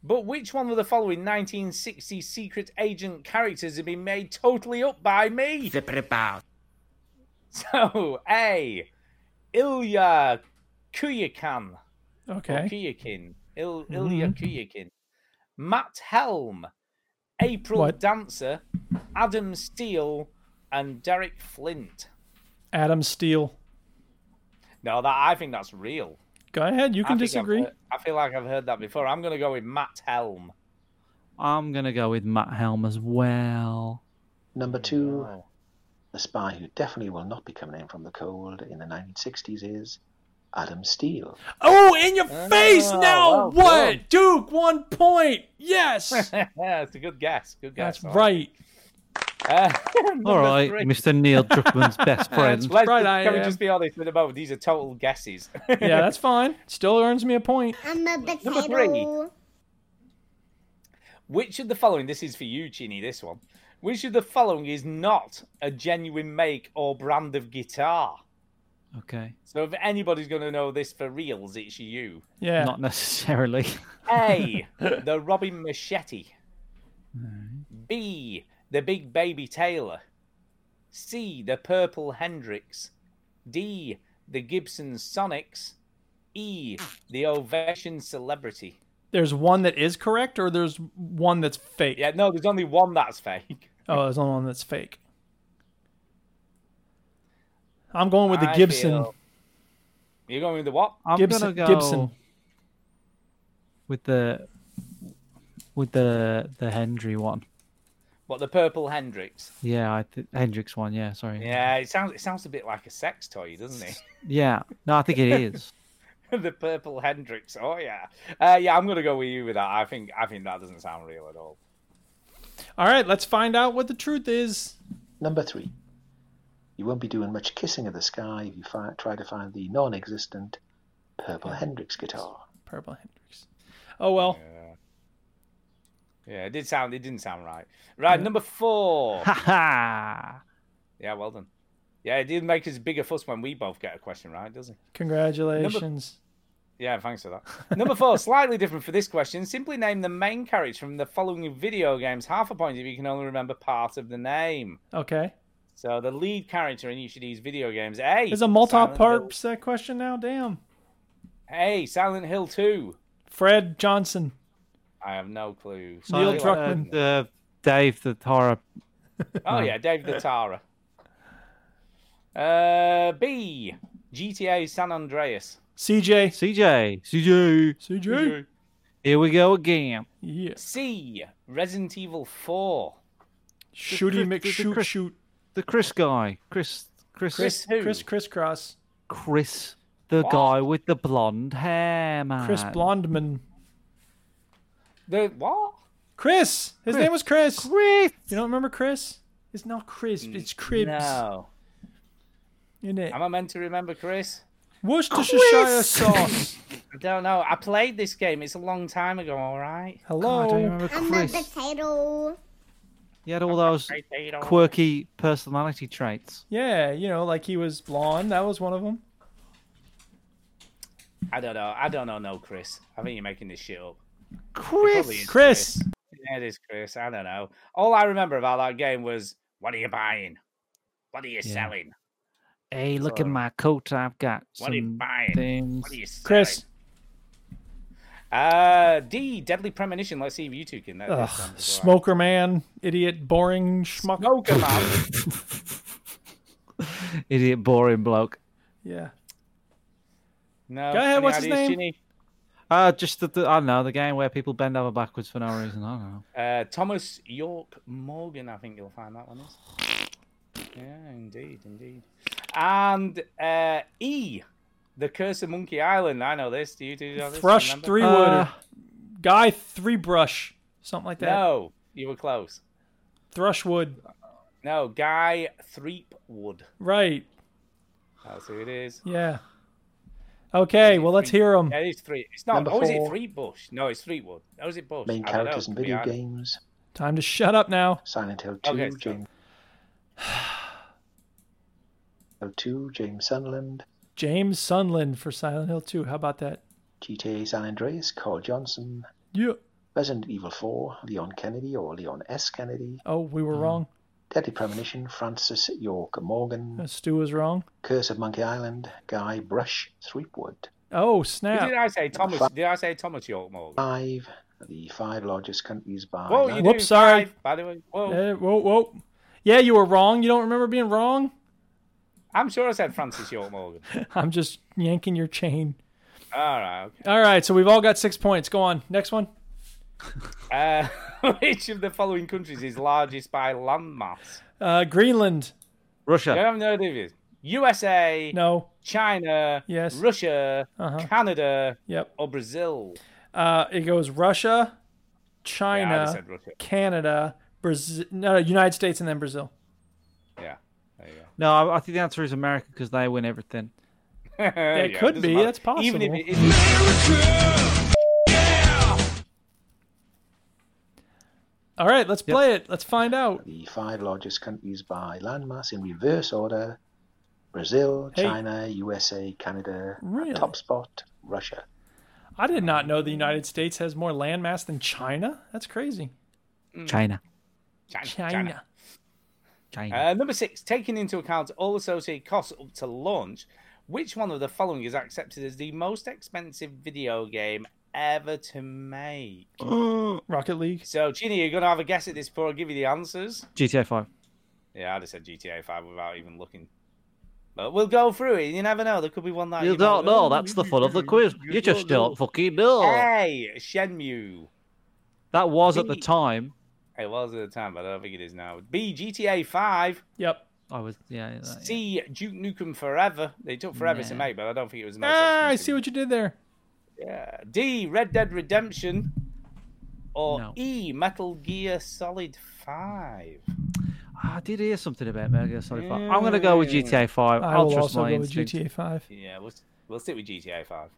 Speaker 2: But which one of the following 1960s secret agent characters have been made totally up by me?
Speaker 6: Flip it about.
Speaker 2: So, A. Ilya Kuyakin. Or
Speaker 3: Okay. Mm-hmm.
Speaker 2: Kuyakin. Il- Ilya Kuyakin. Matt Helm. April
Speaker 3: What?
Speaker 2: Dancer. Adam Steele. And Derek Flint.
Speaker 3: Adam Steele.
Speaker 2: No, that I think that's real.
Speaker 3: Go ahead. You
Speaker 2: I
Speaker 3: can
Speaker 2: think I've
Speaker 3: disagree.
Speaker 2: heard- I feel like I've heard that before. I'm going to go with Matt Helm. *laughs*
Speaker 4: I'm gonna go with Matt Helm as well.
Speaker 8: Number 2. The spy who definitely will not be coming in from the cold in the 1960s is Adam Steele.
Speaker 3: Oh, in your face
Speaker 2: Oh,
Speaker 3: now.
Speaker 2: well
Speaker 3: what?
Speaker 2: done.
Speaker 3: Duke, one point. Yes.
Speaker 2: yeah, it's a good guess. Good guess.
Speaker 3: That's
Speaker 2: all
Speaker 3: right.
Speaker 2: Uh, *laughs*
Speaker 4: All right, Mr. Neil
Speaker 3: *laughs*
Speaker 4: Druckmann's best friend.
Speaker 2: Let's
Speaker 3: right,
Speaker 2: just,
Speaker 3: I
Speaker 2: can we
Speaker 3: am.
Speaker 2: just be honest for the moment? These are total guesses.
Speaker 3: Yeah, that's fine. Still earns me a point.
Speaker 9: I'm a
Speaker 2: three.
Speaker 9: potato.
Speaker 2: Which of the following? This is for you, Chini. This one. Which of the following is not a genuine make or brand of guitar?
Speaker 4: Okay.
Speaker 2: So if anybody's going to know this for reals, it's you.
Speaker 3: Yeah.
Speaker 4: Not necessarily.
Speaker 2: A. the Robin Machete. B. The Big Baby Taylor. C. The Purple Hendrix. D. The Gibson Sonics. E. The Ovation Celebrity.
Speaker 3: There's one that is correct, or there's one that's fake.
Speaker 2: Yeah, no, there's only one that's fake.
Speaker 3: Oh, there's only one that's fake. I'm going with the
Speaker 2: I
Speaker 3: Gibson.
Speaker 2: feel- You're going with the what?
Speaker 4: I'm
Speaker 3: Gibson.
Speaker 4: gonna go
Speaker 3: Gibson.
Speaker 4: with the with the the Hendry one.
Speaker 2: What the Purple Hendrix?
Speaker 4: Yeah, I th- Hendrix one. Yeah, sorry.
Speaker 2: Yeah, it sounds it sounds a bit like a sex toy, doesn't it? *laughs*
Speaker 4: Yeah. No, I think it
Speaker 3: *laughs*
Speaker 4: is.
Speaker 2: the purple Hendrix. Oh yeah, uh, yeah. I'm gonna go with you with that. I think I think that doesn't sound real at all.
Speaker 3: All right, let's find out what the truth is.
Speaker 8: Number three. You won't be doing much kissing in the sky if you fi- try to find the non existent Purple Hendrix guitar.
Speaker 3: Purple Hendrix. Oh well.
Speaker 2: Yeah, it did sound. It didn't sound right. Right, number four.
Speaker 4: Ha ha.
Speaker 2: yeah, well done. Yeah, it did make us bigger fuss when we both get a question right, does it?
Speaker 3: Congratulations.
Speaker 2: Yeah, thanks for
Speaker 3: *laughs*
Speaker 2: that. Number four, slightly different for this question. Simply name the main character from the following video games. Half a point if you can only remember part of the name.
Speaker 3: okay.
Speaker 2: So the lead character in each of these video games. A.
Speaker 3: There's a
Speaker 2: Silent Hill-
Speaker 3: multi-part uh, question now. Damn.
Speaker 2: A. Silent Hill Two.
Speaker 3: Fred Johnson.
Speaker 2: I have no clue.
Speaker 3: Neil
Speaker 4: Sorry,
Speaker 3: Druckmann.
Speaker 4: uh, the- Dave the horror.
Speaker 2: Oh yeah, Dave the Tara. Uh, B. GTA San Andreas.
Speaker 3: CJ.
Speaker 4: CJ. CJ.
Speaker 3: CJ.
Speaker 4: Here we go again.
Speaker 3: Yeah.
Speaker 2: C. Resident Evil Four.
Speaker 3: Shooty
Speaker 4: Chris- the
Speaker 3: McShoot
Speaker 4: Chris-
Speaker 3: shoot.
Speaker 4: The Chris guy. Chris. Chris.
Speaker 2: Chris who?
Speaker 3: Chris crisscross.
Speaker 4: Chris, the
Speaker 2: What?
Speaker 4: guy with the blonde hair, man.
Speaker 3: Chris Blondman.
Speaker 2: The what?
Speaker 3: Chris. His name was Chris.
Speaker 4: Chris.
Speaker 3: You don't remember Chris? It's not Chris. It's Cribs.
Speaker 2: No.
Speaker 3: Isn't it?
Speaker 2: Am I meant to remember Chris?
Speaker 3: Worcestershire sauce.
Speaker 2: I don't know. I played this game. It's a long time ago. All right.
Speaker 4: I don't
Speaker 3: Hello.
Speaker 4: remember
Speaker 9: I'm a
Speaker 4: Chris.
Speaker 9: potato.
Speaker 4: He had all those quirky personality traits.
Speaker 3: Yeah, you know, like he was blonde. That was one of them.
Speaker 2: I don't know. I don't know. No, Chris. I think you're making this shit up. Probably
Speaker 4: Chris.
Speaker 2: is
Speaker 3: Chris.
Speaker 2: Yeah, it is Chris. I don't know. All I remember about that game was, what are you buying? What are you
Speaker 4: Yeah.
Speaker 2: selling?
Speaker 4: Hey, look at my coat. I've got
Speaker 2: What are you
Speaker 4: some
Speaker 2: buying?
Speaker 4: things.
Speaker 2: What are you selling?
Speaker 3: Chris.
Speaker 2: Uh, D, Deadly Premonition. Let's see if you two can. That
Speaker 3: Ugh,
Speaker 2: this one is all right.
Speaker 3: smoker man, idiot, boring schmuck.
Speaker 2: Smoker man.
Speaker 4: Idiot, boring bloke.
Speaker 3: Yeah.
Speaker 2: No.
Speaker 3: Go ahead,
Speaker 2: any
Speaker 3: what's his
Speaker 2: ideas,
Speaker 3: name?
Speaker 2: Ginny?
Speaker 4: Uh, just the, the I don't know the game where people bend over backwards for no reason. I don't know.
Speaker 2: Uh, Thomas York Morgan. I think you'll find that one is. Yeah, indeed, indeed. And uh, E, The Curse of Monkey Island. I know this. Do you two know this?
Speaker 3: Thrush
Speaker 2: Remember?
Speaker 3: three wood.
Speaker 4: Uh,
Speaker 3: Guy three brush. Something like that.
Speaker 2: No, you were close.
Speaker 3: Thrushwood.
Speaker 2: No, Guy Threepwood.
Speaker 3: Right.
Speaker 2: That's who it is.
Speaker 3: Yeah. Okay, well, let's hear him.
Speaker 2: Yeah, it is three. It's not.
Speaker 8: Number
Speaker 2: Oh, is it
Speaker 8: four.
Speaker 2: three Bush? No, it's three Wood. Oh, is it Bush?
Speaker 8: Main
Speaker 2: I don't know.
Speaker 8: characters in
Speaker 2: Could be
Speaker 8: video
Speaker 2: either.
Speaker 8: games
Speaker 3: Time to shut up now.
Speaker 8: Silent Hill 2,
Speaker 2: Okay, so- *sighs*
Speaker 8: James. Hill 2, James Sunderland,
Speaker 3: James Sunland for Silent Hill 2. How about that?
Speaker 8: GTA San Andreas, Carl Johnson,
Speaker 3: Yeah.
Speaker 8: Resident Evil 4, Leon Kennedy or Leon S. Kennedy,
Speaker 3: Oh, we
Speaker 2: Mm.
Speaker 3: were wrong.
Speaker 8: Deadly Premonition, Francis York Morgan,
Speaker 3: Uh, Stu was wrong.
Speaker 8: Curse of Monkey Island, Guy Brush Threepwood.
Speaker 3: Oh,
Speaker 2: Did
Speaker 3: snap.
Speaker 2: I say Thomas? Did I say Thomas York Morgan?
Speaker 8: Five, the five largest countries by.
Speaker 2: Whoa,
Speaker 8: land.
Speaker 2: you
Speaker 3: Whoops,
Speaker 2: do
Speaker 3: sorry.
Speaker 2: five, By the way, whoa.
Speaker 3: Eh, whoa, whoa. Yeah, you were wrong. You don't remember being wrong? *laughs*
Speaker 2: I'm sure I said Francis York Morgan.
Speaker 3: I'm just yanking your chain.
Speaker 2: All right. Okay.
Speaker 3: All right, so we've all got six points. Go on. Next one.
Speaker 2: Uh, *laughs* which of the following countries is largest by landmass?
Speaker 3: Uh, Greenland.
Speaker 4: Russia.
Speaker 2: I haven't heard of it. USA,
Speaker 3: No.
Speaker 2: China,
Speaker 3: Yes.
Speaker 2: Russia,
Speaker 3: Uh-huh.
Speaker 2: Canada,
Speaker 3: Yep.
Speaker 2: or Brazil.
Speaker 3: Uh, it goes Russia,
Speaker 2: Yeah,
Speaker 3: China,
Speaker 2: I just said Russia.
Speaker 3: Canada, Brazil, no, no, United States, and then Brazil.
Speaker 2: Yeah, there you go.
Speaker 4: No, I, I think the answer is America because they win everything.
Speaker 2: Yeah,
Speaker 3: it could
Speaker 2: doesn't
Speaker 3: be.
Speaker 2: matter.
Speaker 3: That's
Speaker 2: Even if
Speaker 3: possible.
Speaker 2: it isn't.
Speaker 3: All right, let's play it. Let's find out.
Speaker 8: The five largest countries by landmass in reverse order Brazil,
Speaker 3: Hey.
Speaker 8: China, USA, Canada, and
Speaker 3: Really?
Speaker 8: top spot, Russia.
Speaker 3: I did not know the United States has more landmass than China. That's crazy.
Speaker 2: Mm.
Speaker 4: China.
Speaker 2: China.
Speaker 3: China.
Speaker 2: China.
Speaker 4: China.
Speaker 2: Uh, number six, taking into account all associated costs up to launch, which one of the following is accepted as the most expensive video game ever to make?
Speaker 3: Rocket League.
Speaker 2: So, Ginny, you're going to have a guess at this before I give you the answers.
Speaker 4: GTA 5.
Speaker 2: Yeah, I'd have said GTA 5 without even looking. But we'll go through it. You never know. There could be one that
Speaker 4: You don't
Speaker 2: might-
Speaker 4: know. That's the fun of the quiz. You just don't Eh, fucking know.
Speaker 2: Hey, Shenmue.
Speaker 4: That was at the time.
Speaker 2: It was at the time, but I don't think it is now. B, GTA 5.
Speaker 3: Yep.
Speaker 4: I was, yeah. yeah, yeah.
Speaker 2: C, Duke Nukem Forever. They took forever to
Speaker 4: Nah.
Speaker 2: make, but I don't think it was the most
Speaker 3: Ah, I
Speaker 2: expensive.
Speaker 3: see what you did there.
Speaker 2: Yeah. D, Red Dead Redemption. Or
Speaker 4: No.
Speaker 2: E, Metal Gear Solid 5.
Speaker 4: Ah, I did hear something about Metal Gear Solid 5. I'm going to go with GTA 5.
Speaker 3: I
Speaker 4: I'll
Speaker 3: will
Speaker 4: trust
Speaker 3: also
Speaker 4: my
Speaker 3: go with
Speaker 4: instinct.
Speaker 3: GTA 5.
Speaker 2: Yeah, we'll, we'll stick with GTA 5.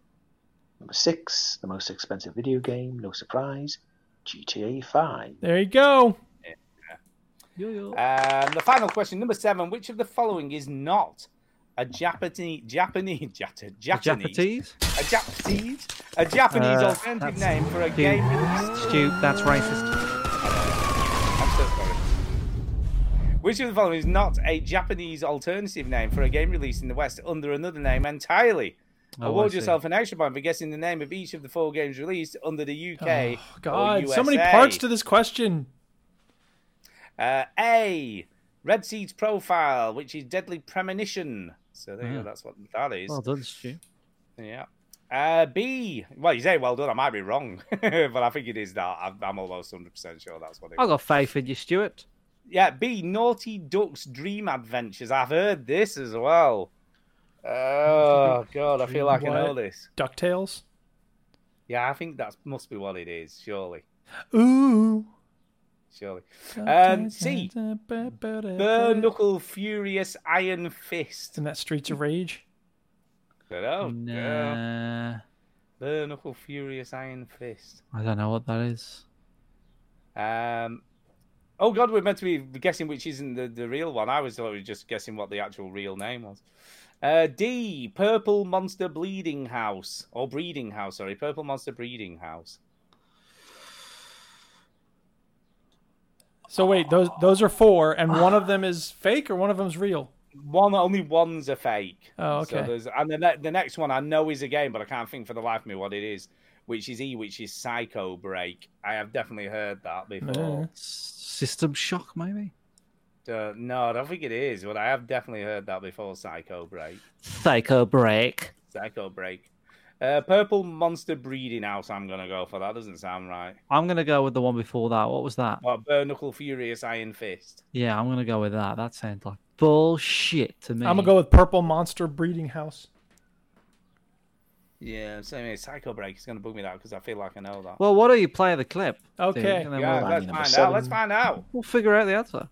Speaker 8: Number six, the most expensive video game, no surprise, GTA 5.
Speaker 3: There you go.
Speaker 4: Yo-yo.
Speaker 2: Um, the final question, number seven. Which of the following is not a Japanese Japanese *laughs* Jata-
Speaker 4: The
Speaker 2: Japanese
Speaker 4: Japanese?
Speaker 2: a Japanese a Japanese
Speaker 4: Uh,
Speaker 2: alternative
Speaker 4: that's
Speaker 2: name for a
Speaker 4: Stu-
Speaker 2: game released?
Speaker 4: Stu, that's racist.
Speaker 2: I'm so sorry. Which of the following is not a Japanese alternative name for a game released in the West under another name entirely?
Speaker 4: Oh, I
Speaker 2: Award
Speaker 4: see.
Speaker 2: yourself an extra point for guessing the name of each of the four games released under the UK.
Speaker 3: Oh,
Speaker 2: or
Speaker 3: God, so many
Speaker 2: USA.
Speaker 3: parts to this question.
Speaker 2: Uh, A. Red Seed's profile, which is Deadly Premonition. So there you
Speaker 3: Mm.
Speaker 2: go. That's what that is.
Speaker 4: Well done, Stu.
Speaker 2: yeah. Uh, B. Well, you say well done. I might be wrong, *laughs* but I think it is that. I'm, I'm almost 100% sure that's what it
Speaker 4: i got faith in you, Stuart.
Speaker 2: Yeah, B. Naughty Duck's Dream Adventures. I've heard this as well. Oh, God. I feel like I know
Speaker 3: What?
Speaker 2: this.
Speaker 3: Ducktales.
Speaker 2: Yeah, I think that must be what it is. Surely.
Speaker 3: Ooh.
Speaker 2: Surely. Um, C.
Speaker 4: Oh,
Speaker 2: Bare
Speaker 3: And
Speaker 2: Knuckle Furious Iron Fist.
Speaker 3: that Streets of Rage.
Speaker 2: Oh, yeah.
Speaker 4: Nah.
Speaker 2: Bare Knuckle Furious Iron Fist.
Speaker 4: I don't know what that is.
Speaker 2: Um, oh God, we're meant to be guessing which isn't the, the real one. I was thought we were just guessing what the actual real name was. Uh, D. Purple Monster Bleeding House or Breeding House. Sorry, Purple Monster Breeding House.
Speaker 3: So wait, those those are four, and one of them is fake, or one of them's real.
Speaker 2: One only one's a fake.
Speaker 3: Oh,
Speaker 2: So
Speaker 3: okay.
Speaker 2: there's, and the, ne- the next one I know is a game, but I can't think for the life of me what it is. Which is E, which is Psycho Break. I have definitely heard that before.
Speaker 4: S- System shock, maybe?
Speaker 2: Uh, no, I don't think it is, but I have definitely heard that before. Psycho Break.
Speaker 4: Psycho break.
Speaker 2: Psycho break. Uh, purple monster breeding house. I'm gonna go for that. Doesn't sound right.
Speaker 4: I'm going to go with the one before that. What was that?
Speaker 2: What bare knuckle furious iron fist?
Speaker 4: Yeah, I'm going to go with that. That sounds like bullshit to me.
Speaker 3: I'm gonna go with Purple Monster Breeding House.
Speaker 2: Yeah, same here. Psycho break. It's gonna bug me that because I feel like I know that.
Speaker 4: Well, why don't you play the clip? dude,
Speaker 3: Okay.
Speaker 4: and then
Speaker 2: yeah,
Speaker 4: we'll,
Speaker 2: let's
Speaker 8: number
Speaker 2: find out. Let's
Speaker 8: seven.
Speaker 2: find out.
Speaker 4: we'll figure out the answer.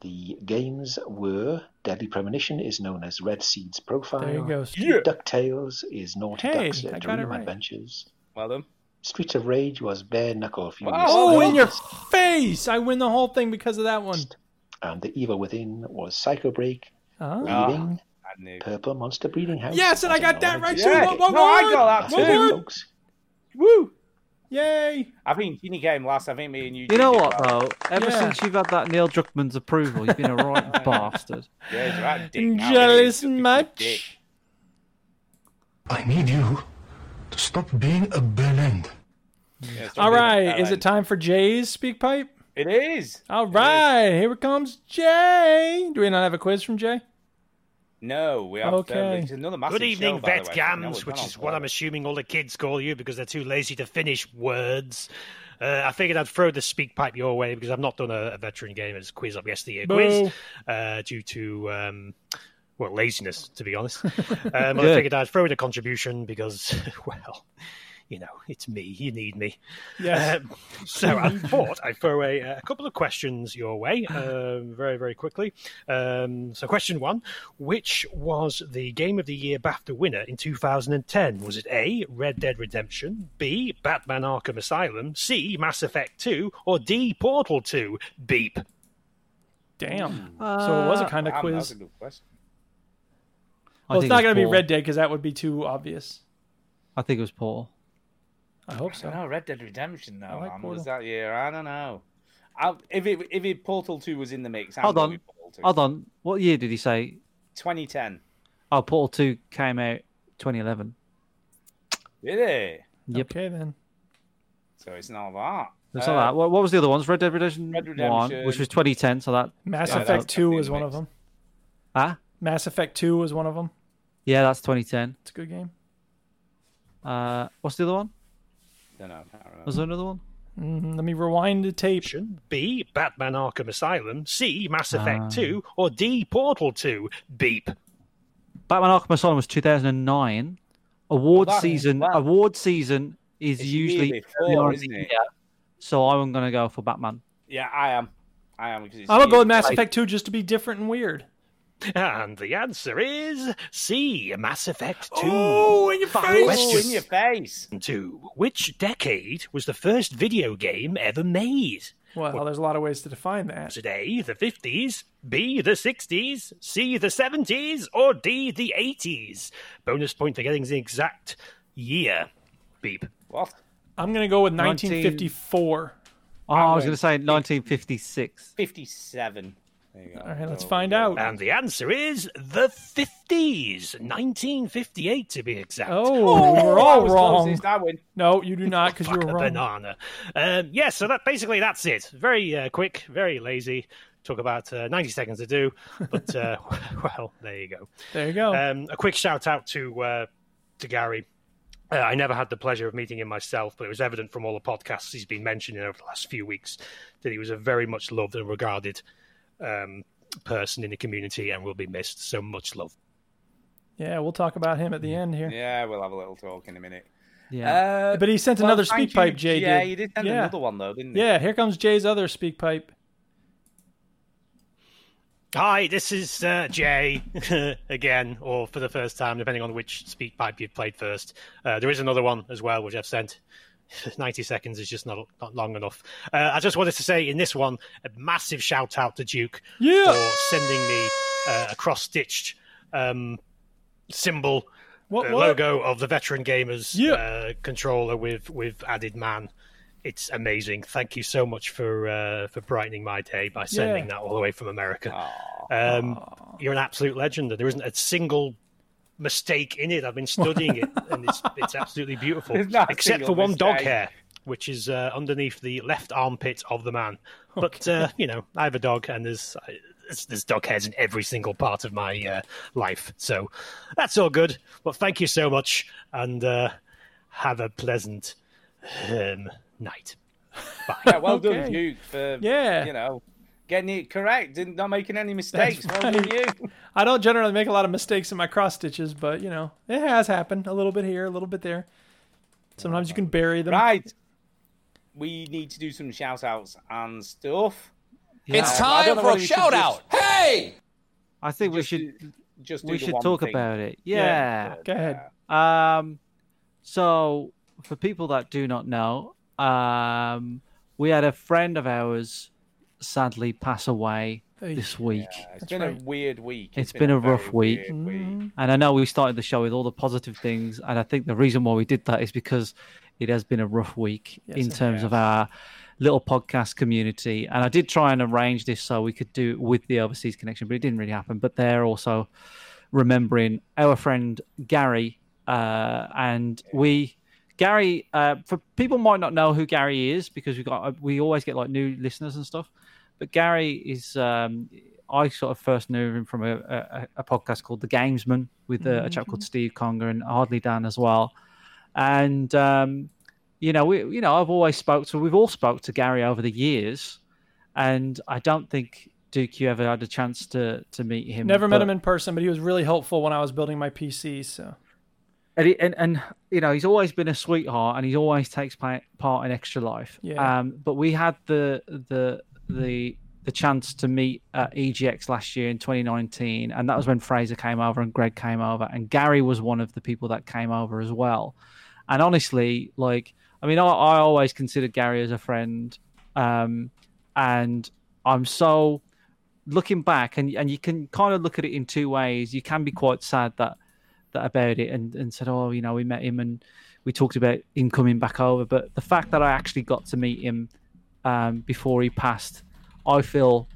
Speaker 8: The games were Deadly Premonition is known as Red Seed's Profile.
Speaker 3: There you go.
Speaker 2: Yeah.
Speaker 8: DuckTales is Naughty
Speaker 3: Hey,
Speaker 8: Duck's
Speaker 3: I
Speaker 8: uh,
Speaker 3: got it
Speaker 8: Dream
Speaker 3: right.
Speaker 8: Adventures.
Speaker 2: Well done.
Speaker 8: Streets of Rage was Bare Knuckle Furious.
Speaker 3: Oh, in
Speaker 8: Iron
Speaker 3: your
Speaker 8: Fist,
Speaker 3: face! I win the whole thing because of that one.
Speaker 8: *laughs* And The Evil Within was Psycho Break,
Speaker 3: Ah.
Speaker 8: Leaving,
Speaker 2: I knew.
Speaker 8: Purple Monster Breeding House.
Speaker 3: Yes, and I got that
Speaker 8: another
Speaker 3: right
Speaker 8: game.
Speaker 3: too.
Speaker 2: Yeah.
Speaker 3: What, what,
Speaker 2: No, I
Speaker 3: what?
Speaker 2: got
Speaker 8: That's
Speaker 2: that
Speaker 3: What,
Speaker 8: it,
Speaker 2: too.
Speaker 3: what?
Speaker 8: folks.
Speaker 2: Woo!
Speaker 3: Yay!
Speaker 2: I think Ginny came last. I think me and you.
Speaker 4: You know
Speaker 2: did
Speaker 4: what,
Speaker 2: well.
Speaker 4: though? Ever
Speaker 3: Yeah.
Speaker 4: since you've had that Neil Druckmann's approval, you've been a
Speaker 2: *laughs*
Speaker 4: right bastard.
Speaker 2: Yeah, it's right, dick. Now it
Speaker 3: Jealous
Speaker 2: is. Just a big dick.
Speaker 3: much?
Speaker 5: I need you to stop being a bellend.
Speaker 2: Yeah, it's
Speaker 3: All
Speaker 2: really
Speaker 3: right, is it
Speaker 2: bad.
Speaker 3: time for Jay's speak pipe?
Speaker 2: It is.
Speaker 3: All right, here comes Jay. Do we not have a quiz from Jay?
Speaker 2: No, we have.
Speaker 3: Okay.
Speaker 2: uh, it's another massive
Speaker 11: Good evening,
Speaker 2: show, by the
Speaker 11: vet
Speaker 2: way. No,
Speaker 11: gams,
Speaker 2: we've
Speaker 11: which
Speaker 2: gone
Speaker 11: is
Speaker 2: on
Speaker 11: what
Speaker 2: for
Speaker 11: I'm
Speaker 2: it.
Speaker 11: assuming all the kids call you because they're too lazy to finish words. Uh, I figured I'd throw the speak pipe your way because I've not done a, a veteran gamers quiz up yesterday, a quiz uh, due to um, well laziness, to be honest. um, but I
Speaker 4: Good.
Speaker 11: figured I'd throw in a contribution because, *laughs* well, you know, it's me. You need me. *laughs*
Speaker 3: Yes.
Speaker 11: Um, so I thought I'd throw a, a couple of questions your way um, very, very quickly. Um, so, question one Which was the Game of the Year BAFTA winner in 2010? Was it A, Red Dead Redemption, B, Batman Arkham Asylum, C, Mass Effect 2, or D, Portal 2? Beep.
Speaker 3: Damn. so it was a kind of
Speaker 2: Wow,
Speaker 3: quiz.
Speaker 2: That's a good question.
Speaker 4: I
Speaker 3: Well, it's
Speaker 4: think
Speaker 3: not
Speaker 4: it was
Speaker 3: going to be
Speaker 4: Paul.
Speaker 3: Red Dead because that would be too obvious.
Speaker 4: I think it was Paul.
Speaker 3: I hope
Speaker 2: I
Speaker 3: so.
Speaker 2: don't know. Red Dead Redemption though.
Speaker 3: I like
Speaker 2: man, was
Speaker 3: Portal.
Speaker 2: that year? I don't know. I, if it if it Portal Two was in the mix, I'm
Speaker 4: Hold
Speaker 2: going
Speaker 4: on.
Speaker 2: with Portal 2.
Speaker 4: Hold on. What year did he say?
Speaker 2: 2010.
Speaker 4: Oh, Portal 2 came out 2011.
Speaker 2: Did it?
Speaker 4: Yep.
Speaker 3: Okay then.
Speaker 2: So it's not that.
Speaker 4: That's
Speaker 2: Uh,
Speaker 4: all that. What, what was the other ones? Red Dead Redemption,
Speaker 2: Red
Speaker 4: 1, which
Speaker 2: Redemption.
Speaker 4: was 2010, so that.
Speaker 3: Mass
Speaker 4: yeah, that-
Speaker 3: Effect Two
Speaker 2: definitely
Speaker 3: was one of
Speaker 2: mixed.
Speaker 3: them.
Speaker 4: Huh?
Speaker 3: Mass Effect Two was one of them.
Speaker 4: Yeah, that's 2010.
Speaker 3: It's a good game.
Speaker 4: Uh, what's the other one?
Speaker 2: Don't know. I can't remember.
Speaker 4: Was there another one?
Speaker 3: Mm, let me rewind the tape.
Speaker 11: B, Batman Arkham Asylum, C, Mass Effect 2, or D, Portal 2? Beep.
Speaker 4: Batman Arkham Asylum was 2009. Award
Speaker 2: Well, Oh, that-
Speaker 4: season.
Speaker 2: well,
Speaker 4: award season is
Speaker 2: it's
Speaker 4: usually
Speaker 2: year
Speaker 4: early
Speaker 2: before,
Speaker 4: on in
Speaker 2: isn't
Speaker 4: the
Speaker 2: it?
Speaker 4: year, so I'm gonna go for Batman.
Speaker 2: Yeah, I am. I am because it's
Speaker 3: I'm gonna go with Mass
Speaker 2: Like,
Speaker 3: Effect Two just to be different and weird.
Speaker 11: And the answer is C, Mass Effect 2.
Speaker 3: in your
Speaker 11: face!
Speaker 2: oh, in your face.
Speaker 11: Two. Which decade was the first video game ever made?
Speaker 3: Well, there's a lot of ways to define that.
Speaker 11: Was it A, the 50s, B, the 60s, C, the 70s, or D, the 80s? Bonus point for getting the exact year. Beep.
Speaker 2: What?
Speaker 3: I'm gonna go with
Speaker 4: 19
Speaker 3: 1954.
Speaker 4: Oh, I was
Speaker 2: going
Speaker 4: gonna say 1956.
Speaker 2: Fifty-seven. There you go.
Speaker 3: All right, let's
Speaker 2: So,
Speaker 3: find
Speaker 2: yeah.
Speaker 3: out.
Speaker 11: Oh, And the answer is the 50s, 1958 to be exact.
Speaker 3: Oh, we
Speaker 2: Oh,
Speaker 3: were
Speaker 2: I
Speaker 3: all
Speaker 2: was
Speaker 3: wrong.
Speaker 2: closest. I win.
Speaker 3: No, you do not, because you
Speaker 11: Fuck
Speaker 3: were
Speaker 11: a
Speaker 3: wrong.
Speaker 11: banana. Um, yeah, so that basically that's it. Very uh, quick, very lazy. Took about uh, 90 seconds to do, but uh, well, there you go.
Speaker 3: There you go.
Speaker 11: Um, a quick shout out to uh, to Gary. Uh, I never had the pleasure of meeting him myself, but it was evident from all the podcasts he's been mentioning over the last few weeks that he was a very much loved and regarded um, person in the community and will be missed. So much love.
Speaker 3: yeah, we'll talk about him at the end here.
Speaker 2: Yeah, we'll have a little talk in a minute.
Speaker 4: Yeah.
Speaker 2: Uh,
Speaker 3: But he sent
Speaker 2: well,
Speaker 3: another
Speaker 2: thank
Speaker 3: speak pipe,
Speaker 2: you.
Speaker 3: Jay
Speaker 2: Yeah,
Speaker 3: did.
Speaker 2: he did send
Speaker 3: Yeah.
Speaker 2: another one though, didn't he?
Speaker 3: yeah, here comes Jay's other speak pipe.
Speaker 11: Hi, this is uh, Jay *laughs* again, or for the first time, depending on which speak pipe you've played first. Uh, there is another one as well, which I've sent. *laughs* 90 seconds is just not, not long enough. Uh, I just wanted to say in this one, a massive shout out to Duke
Speaker 3: Yeah.
Speaker 11: for sending me uh, a cross stitched um, symbol
Speaker 3: What?
Speaker 11: uh,
Speaker 3: what?
Speaker 11: logo of the veteran gamers
Speaker 3: Yeah.
Speaker 11: uh, controller with with added man it's amazing thank you so much for uh, for brightening my day by sending
Speaker 3: Yeah.
Speaker 11: that all the way from america um, you're an absolute legend and there isn't a single mistake in it i've been studying it and it's it's absolutely
Speaker 2: *laughs*
Speaker 11: beautiful
Speaker 2: There's not a
Speaker 11: except for
Speaker 2: single
Speaker 11: one dog
Speaker 2: mistake.
Speaker 11: hair which is uh, underneath the left armpit of the man but uh, you know i have a dog and there's I- there's, there's dog hairs in every single part of my uh, life so that's all good but thank you so much and uh, have a pleasant um, night
Speaker 2: Yeah, *laughs* well done,
Speaker 3: Okay.
Speaker 2: Duke, for
Speaker 3: Yeah.
Speaker 2: you know getting it correct and not making any mistakes.
Speaker 3: That's
Speaker 2: Well done,
Speaker 3: right.
Speaker 2: you.
Speaker 3: I don't generally make a lot of mistakes in my cross stitches, but you know, it has happened a little bit here, a little bit there. Sometimes you can bury them.
Speaker 2: Right. We need to do some shout outs and stuff.
Speaker 1: It's
Speaker 2: Uh, I
Speaker 1: time
Speaker 2: don't
Speaker 1: for
Speaker 2: know
Speaker 1: a
Speaker 2: whether you should
Speaker 1: shout
Speaker 2: just-
Speaker 1: out. Hey!
Speaker 4: I think we
Speaker 2: Just
Speaker 4: should
Speaker 2: do- Just do
Speaker 4: we
Speaker 2: the
Speaker 4: should
Speaker 2: one
Speaker 4: talk
Speaker 2: thing.
Speaker 4: about it.
Speaker 3: Yeah.
Speaker 4: Yeah.
Speaker 3: Go ahead.
Speaker 4: Um, so for people that do not know, um, we had a friend of ours sadly pass away
Speaker 3: Hey.
Speaker 4: this week.
Speaker 2: It's been
Speaker 3: right.
Speaker 2: a weird week.
Speaker 4: It's been a
Speaker 2: very
Speaker 4: rough week. Mm-hmm.
Speaker 2: weird week.
Speaker 4: And I know we started the show with all the positive things, and I think the reason why we did that is because it has been a rough week
Speaker 3: Yes,
Speaker 4: in
Speaker 3: it
Speaker 4: terms of our little podcast community. And I did try and arrange this so we could do it with the overseas connection, but it didn't really happen. But they're also remembering our friend Gary, uh, and we. Gary, uh, for people might not know who Gary is because we got we always get like new listeners and stuff, but Gary is um, I sort of first knew him from a, a, a podcast called The Gamesman with uh, a, a chap
Speaker 3: Mm-hmm.
Speaker 4: called Steve Conger and Hardly Dan as well, and um, you know we you know I've always spoke to we've all spoke to Gary over the years, and I don't think Duke you ever had a chance to to meet him.
Speaker 3: Never met
Speaker 4: but-
Speaker 3: him in person, but he was really helpful when I was building my PC. So
Speaker 4: And, he, and and you know he's always been a sweetheart, and he always takes pa- part in Extra Life.
Speaker 3: Yeah.
Speaker 4: Um, but we had the the the the chance to meet at EGX last year in 2019, and that was when Fraser came over and Greg came over, and Gary was one of the people that came over as well. And honestly, like I mean, I, I always consider Gary as a friend, um, and I'm so looking back, and and you can kind of look at it in two ways. You can be quite sad that that about it and, and said, oh, you know, we met him and we talked about him coming back over. But the fact that I actually got to meet him um, before he passed, I feel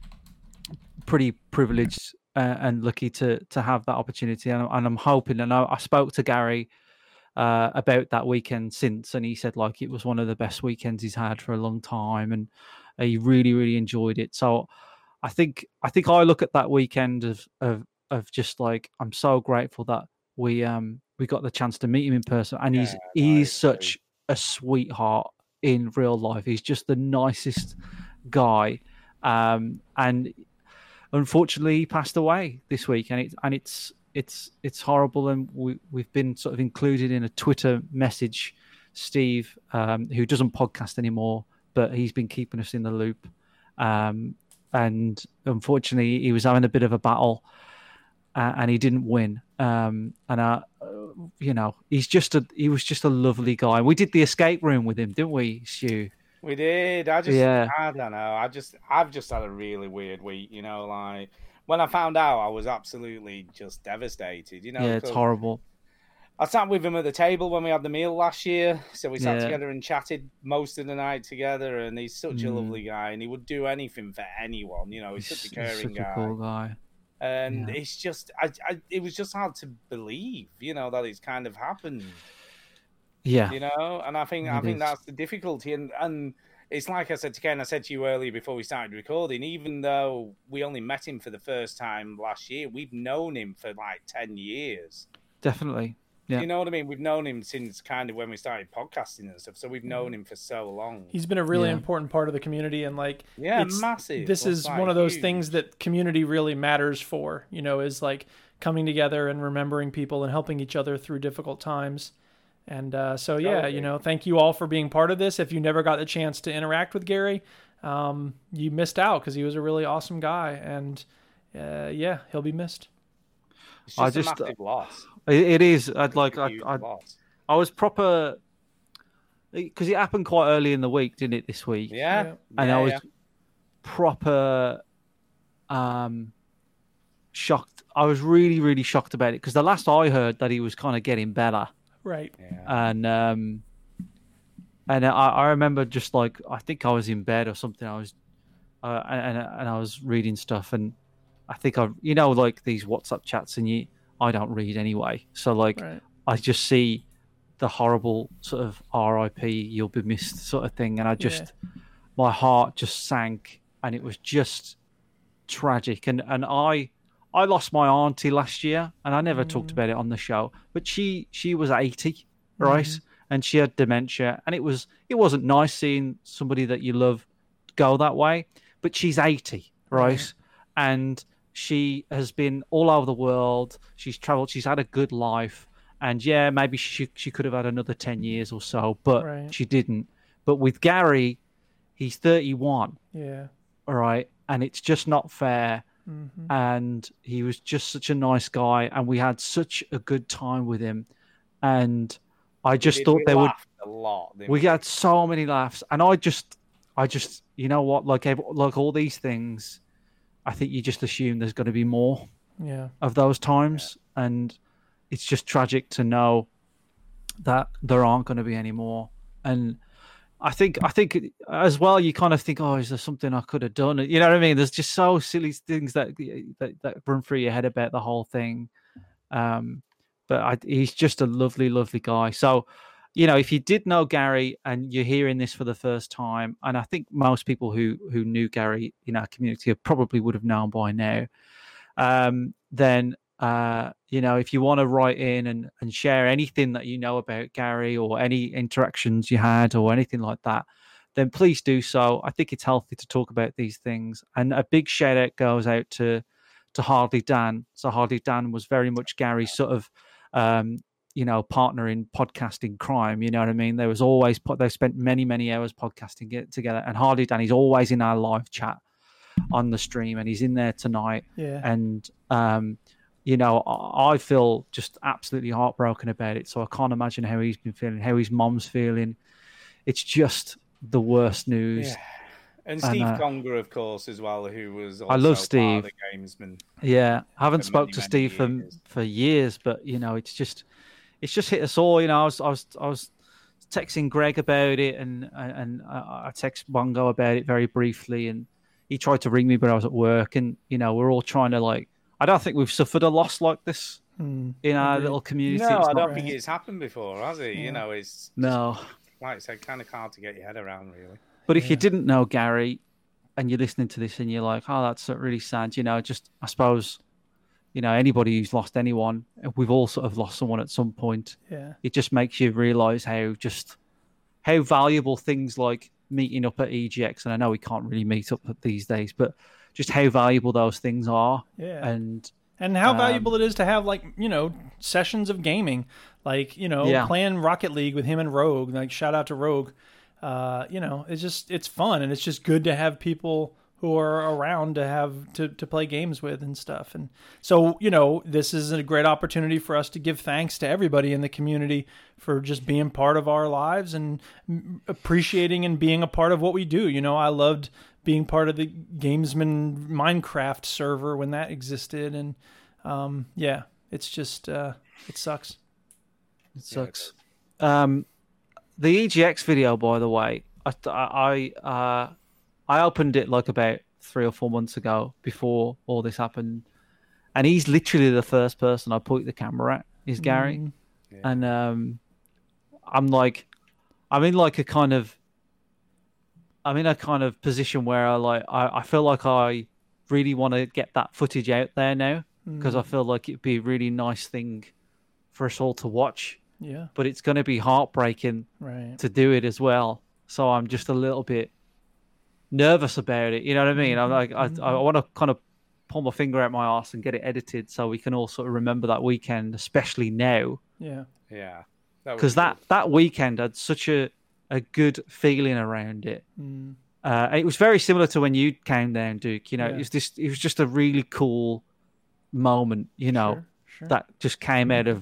Speaker 4: pretty privileged uh, and lucky to to have that opportunity. And, I'm- and I'm hoping. And I, I spoke to Gary uh, about that weekend since, and he said like it was one of the best weekends he's had for a long time, and he really really enjoyed it. So I think I think I look at that weekend of of of just like I'm so grateful that we um we got the chance to meet him in person, and he's he's such a sweetheart in real life. He's just the nicest guy, um, and unfortunately he passed away this week, and it's and it's it's it's horrible, and we we've been sort of included in a Twitter message, Steve, um, who doesn't podcast anymore, but he's been keeping us in the loop, um, and unfortunately he was having a bit of a battle uh, and he didn't win. Um, and I, uh, you know, he's just a he was just a lovely guy. We did the escape room with him, didn't we, Stu?
Speaker 2: We did. I just,
Speaker 4: Yeah.
Speaker 2: I don't know. I just, I've just had a really weird week. You know, like when I found out, I was absolutely just devastated. You know,
Speaker 4: yeah, it's
Speaker 2: 'cause
Speaker 4: horrible.
Speaker 2: I sat with him at the table when we had the meal last year, so we sat
Speaker 4: Yeah.
Speaker 2: together and chatted most of the night together. And he's such a
Speaker 4: Mm.
Speaker 2: lovely guy, and he would do anything for anyone. You know, he's, such a
Speaker 4: *laughs* He's
Speaker 2: caring
Speaker 4: such
Speaker 2: guy.
Speaker 4: a cool guy.
Speaker 2: And it's just, I, I, it was just hard to believe, you know, that it's kind of happened.
Speaker 4: Yeah.
Speaker 2: You know, and I think I
Speaker 4: It
Speaker 2: think
Speaker 4: is.
Speaker 2: that's the difficulty, and and it's like I said to Ken, I said to you earlier before we started recording. Even though we only met him for the first time last year, we've known him for like ten years.
Speaker 4: Definitely.
Speaker 2: Do
Speaker 4: Yeah.
Speaker 2: You know what I mean? We've known him since kind of when we started podcasting and stuff. So we've known him for so long.
Speaker 3: He's been a really
Speaker 2: Yeah.
Speaker 3: important part of the community, and like,
Speaker 2: Yeah, massive.
Speaker 3: This
Speaker 2: It's,
Speaker 3: is
Speaker 2: like,
Speaker 3: one of those
Speaker 2: huge.
Speaker 3: things that community really matters for. You know, is like coming together and remembering people and helping each other through difficult times. And uh, so, yeah,
Speaker 4: Totally.
Speaker 3: you know, thank you all for being part of this. If you never got the chance to interact with Gary, um, you missed out because he was a really awesome guy, and uh, yeah, he'll be missed.
Speaker 2: It's
Speaker 4: I
Speaker 2: just,
Speaker 4: just-
Speaker 2: a massive loss.
Speaker 4: It, it is. I'd like. I,
Speaker 2: huge
Speaker 4: I,
Speaker 2: loss.
Speaker 4: I was proper because it happened quite early in the week, didn't it? This week.
Speaker 2: Yeah. Yeah.
Speaker 4: And I
Speaker 2: Yeah,
Speaker 4: was
Speaker 2: yeah.
Speaker 4: proper um shocked. I was really, really shocked about it because the last I heard that he was kind of getting better.
Speaker 3: Right.
Speaker 4: and um and I, I remember just like I think I was in bed or something. I was uh, and and I was reading stuff, and I think I you know like these WhatsApp chats, and you I don't read anyway. So like
Speaker 3: Right.
Speaker 4: I just see the horrible sort of R.I.P. You'll be missed sort of thing, and I just my heart just sank, and it was just tragic. And and I I lost my auntie last year, and I never talked about it on the show. But she she was eighty, right?
Speaker 3: Mhm.
Speaker 4: And she had dementia, and it was it wasn't nice seeing somebody that you love go that way. But she's eighty, right? And she has been all over the world. She's traveled. She's had a good life. And yeah, maybe she she could have had another ten years or so, but
Speaker 3: Right.
Speaker 4: she didn't. But with Gary, he's thirty one
Speaker 3: Yeah.
Speaker 4: all right and it's just not fair
Speaker 3: Mhm.
Speaker 4: and he was just such a nice guy and we had such a good time with him and i just
Speaker 2: did-
Speaker 4: thought
Speaker 2: we
Speaker 4: they would
Speaker 2: laughed a lot, didn't
Speaker 4: we
Speaker 2: we?
Speaker 4: had so many laughs and i just i just you know what like ev- like all these things i think you just assume there's going to be more
Speaker 3: Yeah.
Speaker 4: of those times and it's just tragic to know that there aren't going to be any more and i think i think as well you kind of think oh is there something i could have done you know what i mean there's just so silly things that that, that run through your head about the whole thing um but I, he's just a lovely lovely guy so you know if you did know gary and you're hearing this for the first time and i think most people who who knew gary in our community probably would have known by now um, then uh, you know if you want to write in and, and share anything that you know about Gary or any interactions you had or anything like that, then please do so. I think it's healthy to talk about these things. And a big shout out goes out to to Hardly Dan. So Hardly Dan was very much Gary's sort of um, you know, partner in podcasting crime. You know what I mean? There was always po- they spent many many hours podcasting it together, and Harley Danny's always in our live chat on the stream, and he's in there tonight.
Speaker 3: Yeah.
Speaker 4: And um, you know, I I feel just absolutely heartbroken about it. So I can't imagine how he's been feeling, how his mom's feeling. It's just the worst news.
Speaker 2: Yeah. And Steve
Speaker 4: uh,
Speaker 2: Conger, of course, as well, who was also
Speaker 4: I love
Speaker 2: part of
Speaker 4: Steve.
Speaker 2: the gamesman.
Speaker 4: Yeah, I haven't
Speaker 2: for
Speaker 4: spoke
Speaker 2: many,
Speaker 4: to
Speaker 2: many
Speaker 4: Steve for for years, but you know, it's just it's just hit us all. You know, I was I was I was texting Greg about it, and and I I text Bongo about it very briefly, and he tried to ring me, but I was at work, and you know, we're all trying to like. I don't think we've suffered a loss like this
Speaker 3: Hmm,
Speaker 4: in our
Speaker 3: agreed.
Speaker 4: little community.
Speaker 2: Mm-hmm. No,
Speaker 4: It's
Speaker 2: I
Speaker 4: not-
Speaker 2: don't think it's happened before, has it? You know, it's
Speaker 4: No.
Speaker 2: like I said, kind of hard to get your head around, really.
Speaker 4: But if you didn't know Gary, and you're listening to this and you're like, "Oh, that's really sad," you know, just I suppose, you know, anybody who's lost anyone, uh, we've all sort of lost someone at some point.
Speaker 3: Yeah.
Speaker 4: It just makes you realise how just how valuable things like meeting up at EGX, and I know we can't really meet up these days, but just how valuable those things are.
Speaker 3: Yeah.
Speaker 4: And
Speaker 3: and how
Speaker 4: um,
Speaker 3: valuable it is to have like you know sessions of gaming like you know
Speaker 4: Yeah.
Speaker 3: playing rocket league with him and rogue like shout out to rogue uh, you know it's just it's fun and it's just good to have people who are around to have to, to play games with and stuff and so you know this is a great opportunity for us to give thanks to everybody in the community for just being part of our lives and mm, appreciating and being a part of what we do you know i loved being part of the gamesman minecraft server when that existed and um, yeah, it's just uh, it sucks.
Speaker 4: It sucks. Um, the EGX video, by the way, I I uh, I opened it like about three or four months ago before all this happened, and he's literally the first person I point the camera at is Gary,
Speaker 3: Mm.
Speaker 4: and um, I'm like, I'm in like a kind of, I'm in a kind of position where I like I, I feel like I really want to get that footage out there now because I
Speaker 3: Mm.
Speaker 4: feel like it'd be a really nice thing for us all to watch
Speaker 3: Yeah,
Speaker 4: but it's going to be heartbreaking
Speaker 3: right.
Speaker 4: to do it as well. So I'm just a little bit nervous about it. You know what I mean? I'm like, I, I
Speaker 3: Mm-hmm.
Speaker 4: want to kind of pull my finger out my ass and get it edited so we can all sort of remember that weekend, especially now,
Speaker 3: Yeah,
Speaker 2: Yeah. would
Speaker 4: because
Speaker 2: be
Speaker 4: that that weekend had such a a good feeling around it.
Speaker 3: Mm.
Speaker 4: Uh, it was very similar to when you came down, Duke. You know,
Speaker 3: Yeah.
Speaker 4: it was just it was just a really cool moment. You know,
Speaker 3: Sure, sure. Mm-hmm.
Speaker 4: that just came out of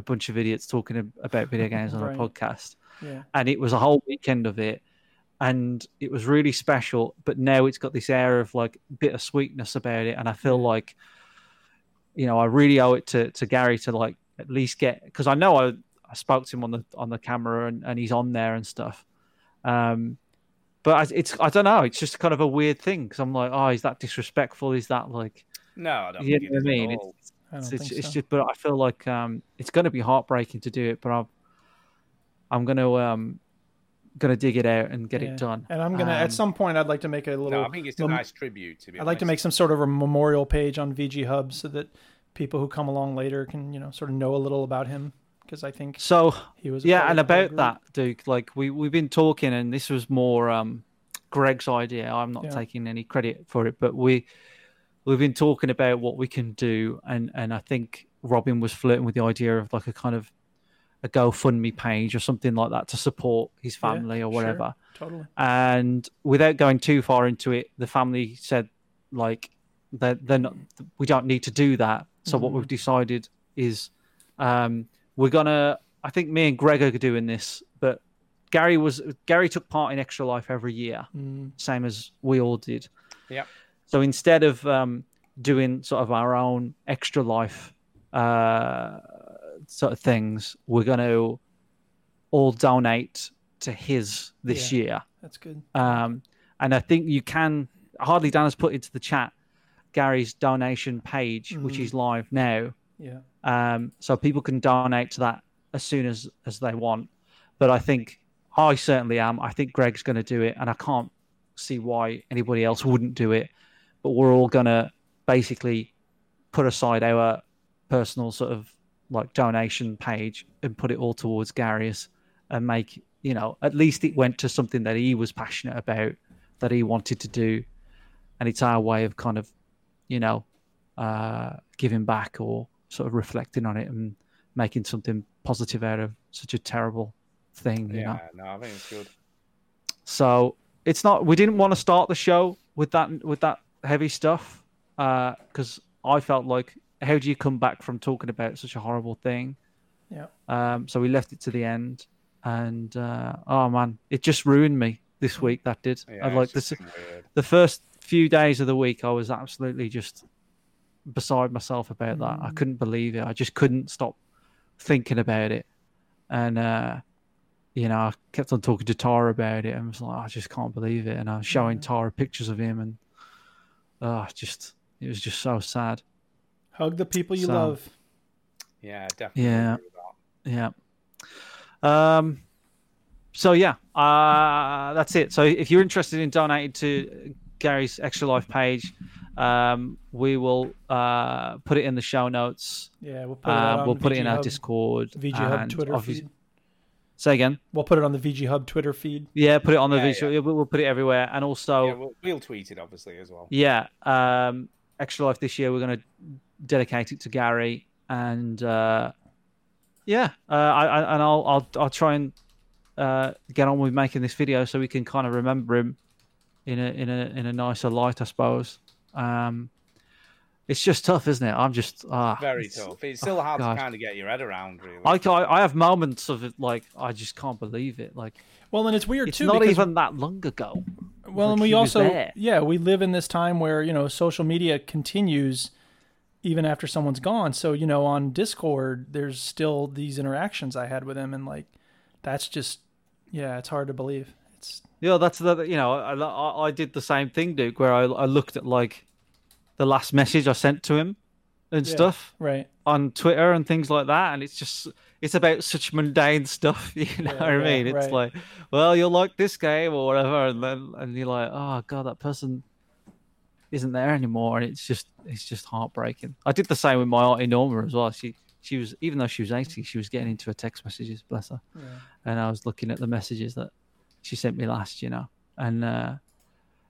Speaker 4: a bunch of idiots talking ab- about video games on
Speaker 3: Right.
Speaker 4: a podcast
Speaker 3: yeah,
Speaker 4: and it was a whole weekend of it and it was really special but now it's got this air of like bittersweetness about it and i feel like you know i really owe it to, to gary to like at least get because i know I, I spoke to him on the on the camera and, and he's on there and stuff um but I, it's i don't know it's just kind of a weird thing because i'm like oh is that disrespectful is that like
Speaker 2: No, I don't
Speaker 4: you
Speaker 2: think
Speaker 4: know
Speaker 2: it
Speaker 4: what I
Speaker 2: is at
Speaker 4: mean? It's,
Speaker 2: all.
Speaker 3: I don't
Speaker 4: it's,
Speaker 3: think
Speaker 4: it's, it's
Speaker 3: so.
Speaker 4: just, but I feel like um, it's going to be heartbreaking to do it, but I'm, I'm gonna, um, gonna dig it out and get
Speaker 3: Yeah.
Speaker 4: it done.
Speaker 3: And I'm gonna
Speaker 4: Um,
Speaker 3: at some point I'd like to make a little.
Speaker 2: No, I think it's a
Speaker 3: mem-
Speaker 2: nice tribute. To be
Speaker 3: I'd like to
Speaker 2: honest.
Speaker 3: make some sort of a memorial page on VG Hub so that people who come along later can you know sort of know a little about him because I think
Speaker 4: So
Speaker 3: he was a
Speaker 4: yeah,
Speaker 3: part
Speaker 4: and
Speaker 3: of the
Speaker 4: about
Speaker 3: group.
Speaker 4: that, Duke. Like we we've been talking, and this was more um, Greg's idea. I'm not
Speaker 3: Yeah.
Speaker 4: taking any credit for it, but we we've been talking about what we can do, and and I think Robin was flirting with the idea of like a kind of a GoFundMe page or something like that to support his
Speaker 3: Yeah,
Speaker 4: family
Speaker 3: sure,
Speaker 4: or whatever.
Speaker 3: Totally.
Speaker 4: and without going too far into it, the family said like that they're not we don't need to do that. So what we've decided is um, we're gonna. I think me and Greg are doing this, but Gary was Gary took part in Extra Life every year,
Speaker 3: Mm.
Speaker 4: same as we all did.
Speaker 2: Yep.
Speaker 4: So instead of um, doing sort of our own Extra Life uh, sort of things, we're gonna all donate to his this
Speaker 3: Yeah.
Speaker 4: year.
Speaker 3: That's good.
Speaker 4: Um, and I think you can hardly Dan has put into the chat Gary's donation page, which
Speaker 3: Mhm.
Speaker 4: is live now.
Speaker 3: Yeah.
Speaker 4: Um, so people can donate to that as soon as as they want. But I think I certainly am. I think Greg's going to do it, and I can't see why anybody else wouldn't do it. But we're all going to basically put aside our personal sort of like donation page and put it all towards Gary's and make you know at least it went to something that he was passionate about that he wanted to do and it's our way of kind of you know uh giving back or sort of reflecting on it and making something positive out of such a terrible thing. You know?
Speaker 2: Yeah, no, I think it's good.
Speaker 4: So it's not. We didn't want to start the show with that with that heavy stuff because I felt like, how do you come back from talking about such a horrible thing?
Speaker 3: Yeah.
Speaker 4: Um, so we left it to the end, and uh, oh man, it just ruined me this week. That did.
Speaker 2: Yeah,
Speaker 4: I like
Speaker 2: it's just
Speaker 4: this.
Speaker 2: been weird.
Speaker 4: The first few days of the week, I was absolutely just beside myself about that. I
Speaker 3: Mm.
Speaker 4: couldn't believe it. I just couldn't stop thinking about it, and uh, you know, I kept on talking to Tara about it, and was like, I just can't believe it. And I was showing Tara pictures of him, and ah, just it was just so sad.
Speaker 3: Hug the people you
Speaker 4: So-
Speaker 3: love.
Speaker 2: Yeah, definitely.
Speaker 4: Yeah. Yeah. Um so yeah, uh that's it. So if you're interested in donating to Gary's Extra Life page, um we will uh put it in the show notes.
Speaker 3: Yeah, we'll put it out
Speaker 4: Uh,
Speaker 3: on
Speaker 4: we'll put it in
Speaker 3: VG
Speaker 4: our
Speaker 3: Hub-
Speaker 4: Discord.
Speaker 3: VG Hub
Speaker 4: and
Speaker 3: Twitter
Speaker 4: obvious-
Speaker 3: feed.
Speaker 4: Say again.
Speaker 3: We'll put it on the VG Hub Twitter feed.
Speaker 4: Yeah, put it on the
Speaker 2: Yeah,
Speaker 4: visual. Yeah. we'll we'll put it everywhere. And also
Speaker 2: Yeah, we'll, we'll tweet it obviously as well.
Speaker 4: Oh. Yeah, um, Extra Life this year we're going to dedicate it to Gary, and uh, yeah, uh, I, I, and I'll, I'll I'll try and uh, get on with making this video so we can kind of remember him in a in a in a nicer light, I suppose. Um, it's just tough, isn't it? I'm just ah,
Speaker 2: Very
Speaker 4: it's-
Speaker 2: tough. It's still
Speaker 4: oh,
Speaker 2: hard
Speaker 4: God.
Speaker 2: to kind of get your head around, really.
Speaker 4: I, ca- I have moments of it like I just can't believe it. Like
Speaker 3: Well, and it's weird
Speaker 4: it's
Speaker 3: too.
Speaker 4: not
Speaker 3: because-
Speaker 4: even that long ago.
Speaker 3: well,
Speaker 4: like
Speaker 3: and we
Speaker 4: he was
Speaker 3: also
Speaker 4: there.
Speaker 3: yeah, we live in this time where you know social media continues even after someone's gone. So you know on Discord, there's still these interactions I had with him, and like that's just yeah, it's hard to believe. It's
Speaker 4: Yeah, that's the you know I, I, I did the same thing, Duke, where I, I looked at like the last message I sent to him and
Speaker 3: Yeah.
Speaker 4: stuff
Speaker 3: right.
Speaker 4: on Twitter and things like that, and it's just it's about such mundane stuff. *laughs* You know what I
Speaker 3: yeah,
Speaker 4: mean? It's
Speaker 3: right.
Speaker 4: like, well, you'll like this game or whatever, and then and you're like, oh god, that person isn't there anymore, and it's just it's just heartbreaking. I did the same with my auntie Norma as well. She she was even though she was eighty, she was getting into her text messages, bless her and I was looking at the messages that she sent me last, you know. And uh,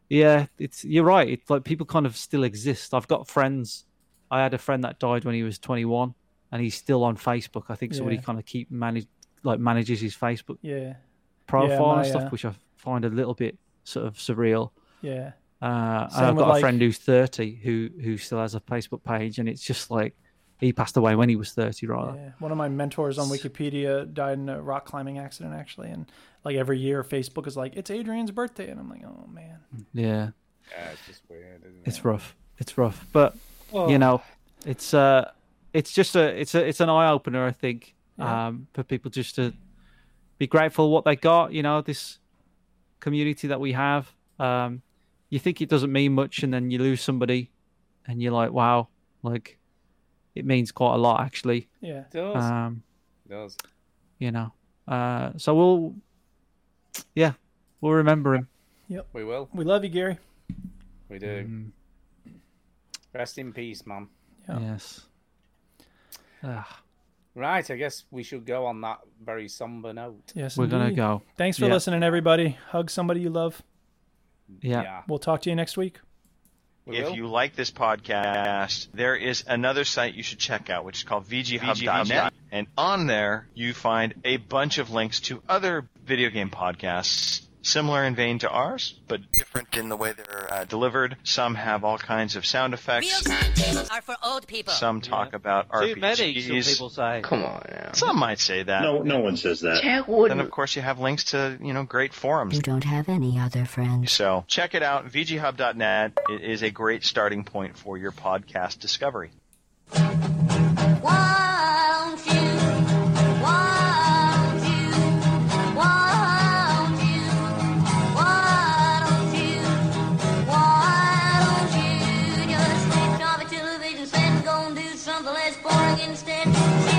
Speaker 4: yeah, it's you're right. It's like people kind of still exist. I've got friends. I had a friend that died when he was 21, and he's still on Facebook. I think somebody
Speaker 3: Yeah.
Speaker 4: kind of keep manage like manages his Facebook
Speaker 3: Yeah,
Speaker 4: profile
Speaker 3: my,
Speaker 4: and stuff,
Speaker 3: uh,
Speaker 4: which I find a little bit sort of surreal.
Speaker 3: yeah.
Speaker 4: Uh,
Speaker 3: Same
Speaker 4: and I've
Speaker 3: with,
Speaker 4: got
Speaker 3: like-
Speaker 4: a friend who's 30 who who still has a Facebook page, and it's just like he passed away when he was 30, rather.
Speaker 3: Yeah. One of my mentors on Wikipedia died in a rock climbing accident, actually, and like every year, Facebook is like, "It's Adrian's birthday," and I'm like, "Oh man."
Speaker 4: yeah.
Speaker 2: Yeah, it's just weird, isn't it?
Speaker 4: it's rough it's rough but you know it's uh it's just a it's a it's an eye opener i think
Speaker 3: Yeah.
Speaker 4: um for people just to be grateful what they got you know this community that we have um you think it doesn't mean much and then you lose somebody and you're like wow like it means quite a lot actually
Speaker 3: Yeah.
Speaker 2: It does.
Speaker 4: um
Speaker 2: it does.
Speaker 4: you know uh so we'll yeah we'll remember him
Speaker 2: We will.
Speaker 3: We love you, Gary.
Speaker 2: We do.
Speaker 4: Mm.
Speaker 2: Rest in peace, man.
Speaker 3: Yeah.
Speaker 4: yes Ah,
Speaker 2: Right, I guess we should go on that very somber note.
Speaker 3: Yes,
Speaker 4: we're gonna
Speaker 3: indeed.
Speaker 4: go
Speaker 3: Thanks for
Speaker 4: Yeah.
Speaker 3: listening, everybody. Hug somebody you love.
Speaker 4: yeah,
Speaker 3: We'll talk to you next week.
Speaker 2: We
Speaker 12: If
Speaker 2: will.
Speaker 12: you like this podcast, there is another site you should check out, which is called VGHub.net. And on there, you find a bunch of links to other video game podcasts, similar in vein to ours, but different in the way they're uh, delivered. Some have all kinds of sound effects.
Speaker 13: are for old people.
Speaker 12: Some talk about RPGs.
Speaker 4: Too many, some people say.
Speaker 12: Come on, Some might say that.
Speaker 14: No- no one says that. Jack
Speaker 12: Then, of course, you have links to you know great forums.
Speaker 13: You don't have any other friends.
Speaker 12: So check it out. VGHub.net it is a great starting point for your podcast discovery.
Speaker 7: Won't you? Won't you? Won't you? Won't you? Won't you just switch off the television set and go and do something less boring instead? See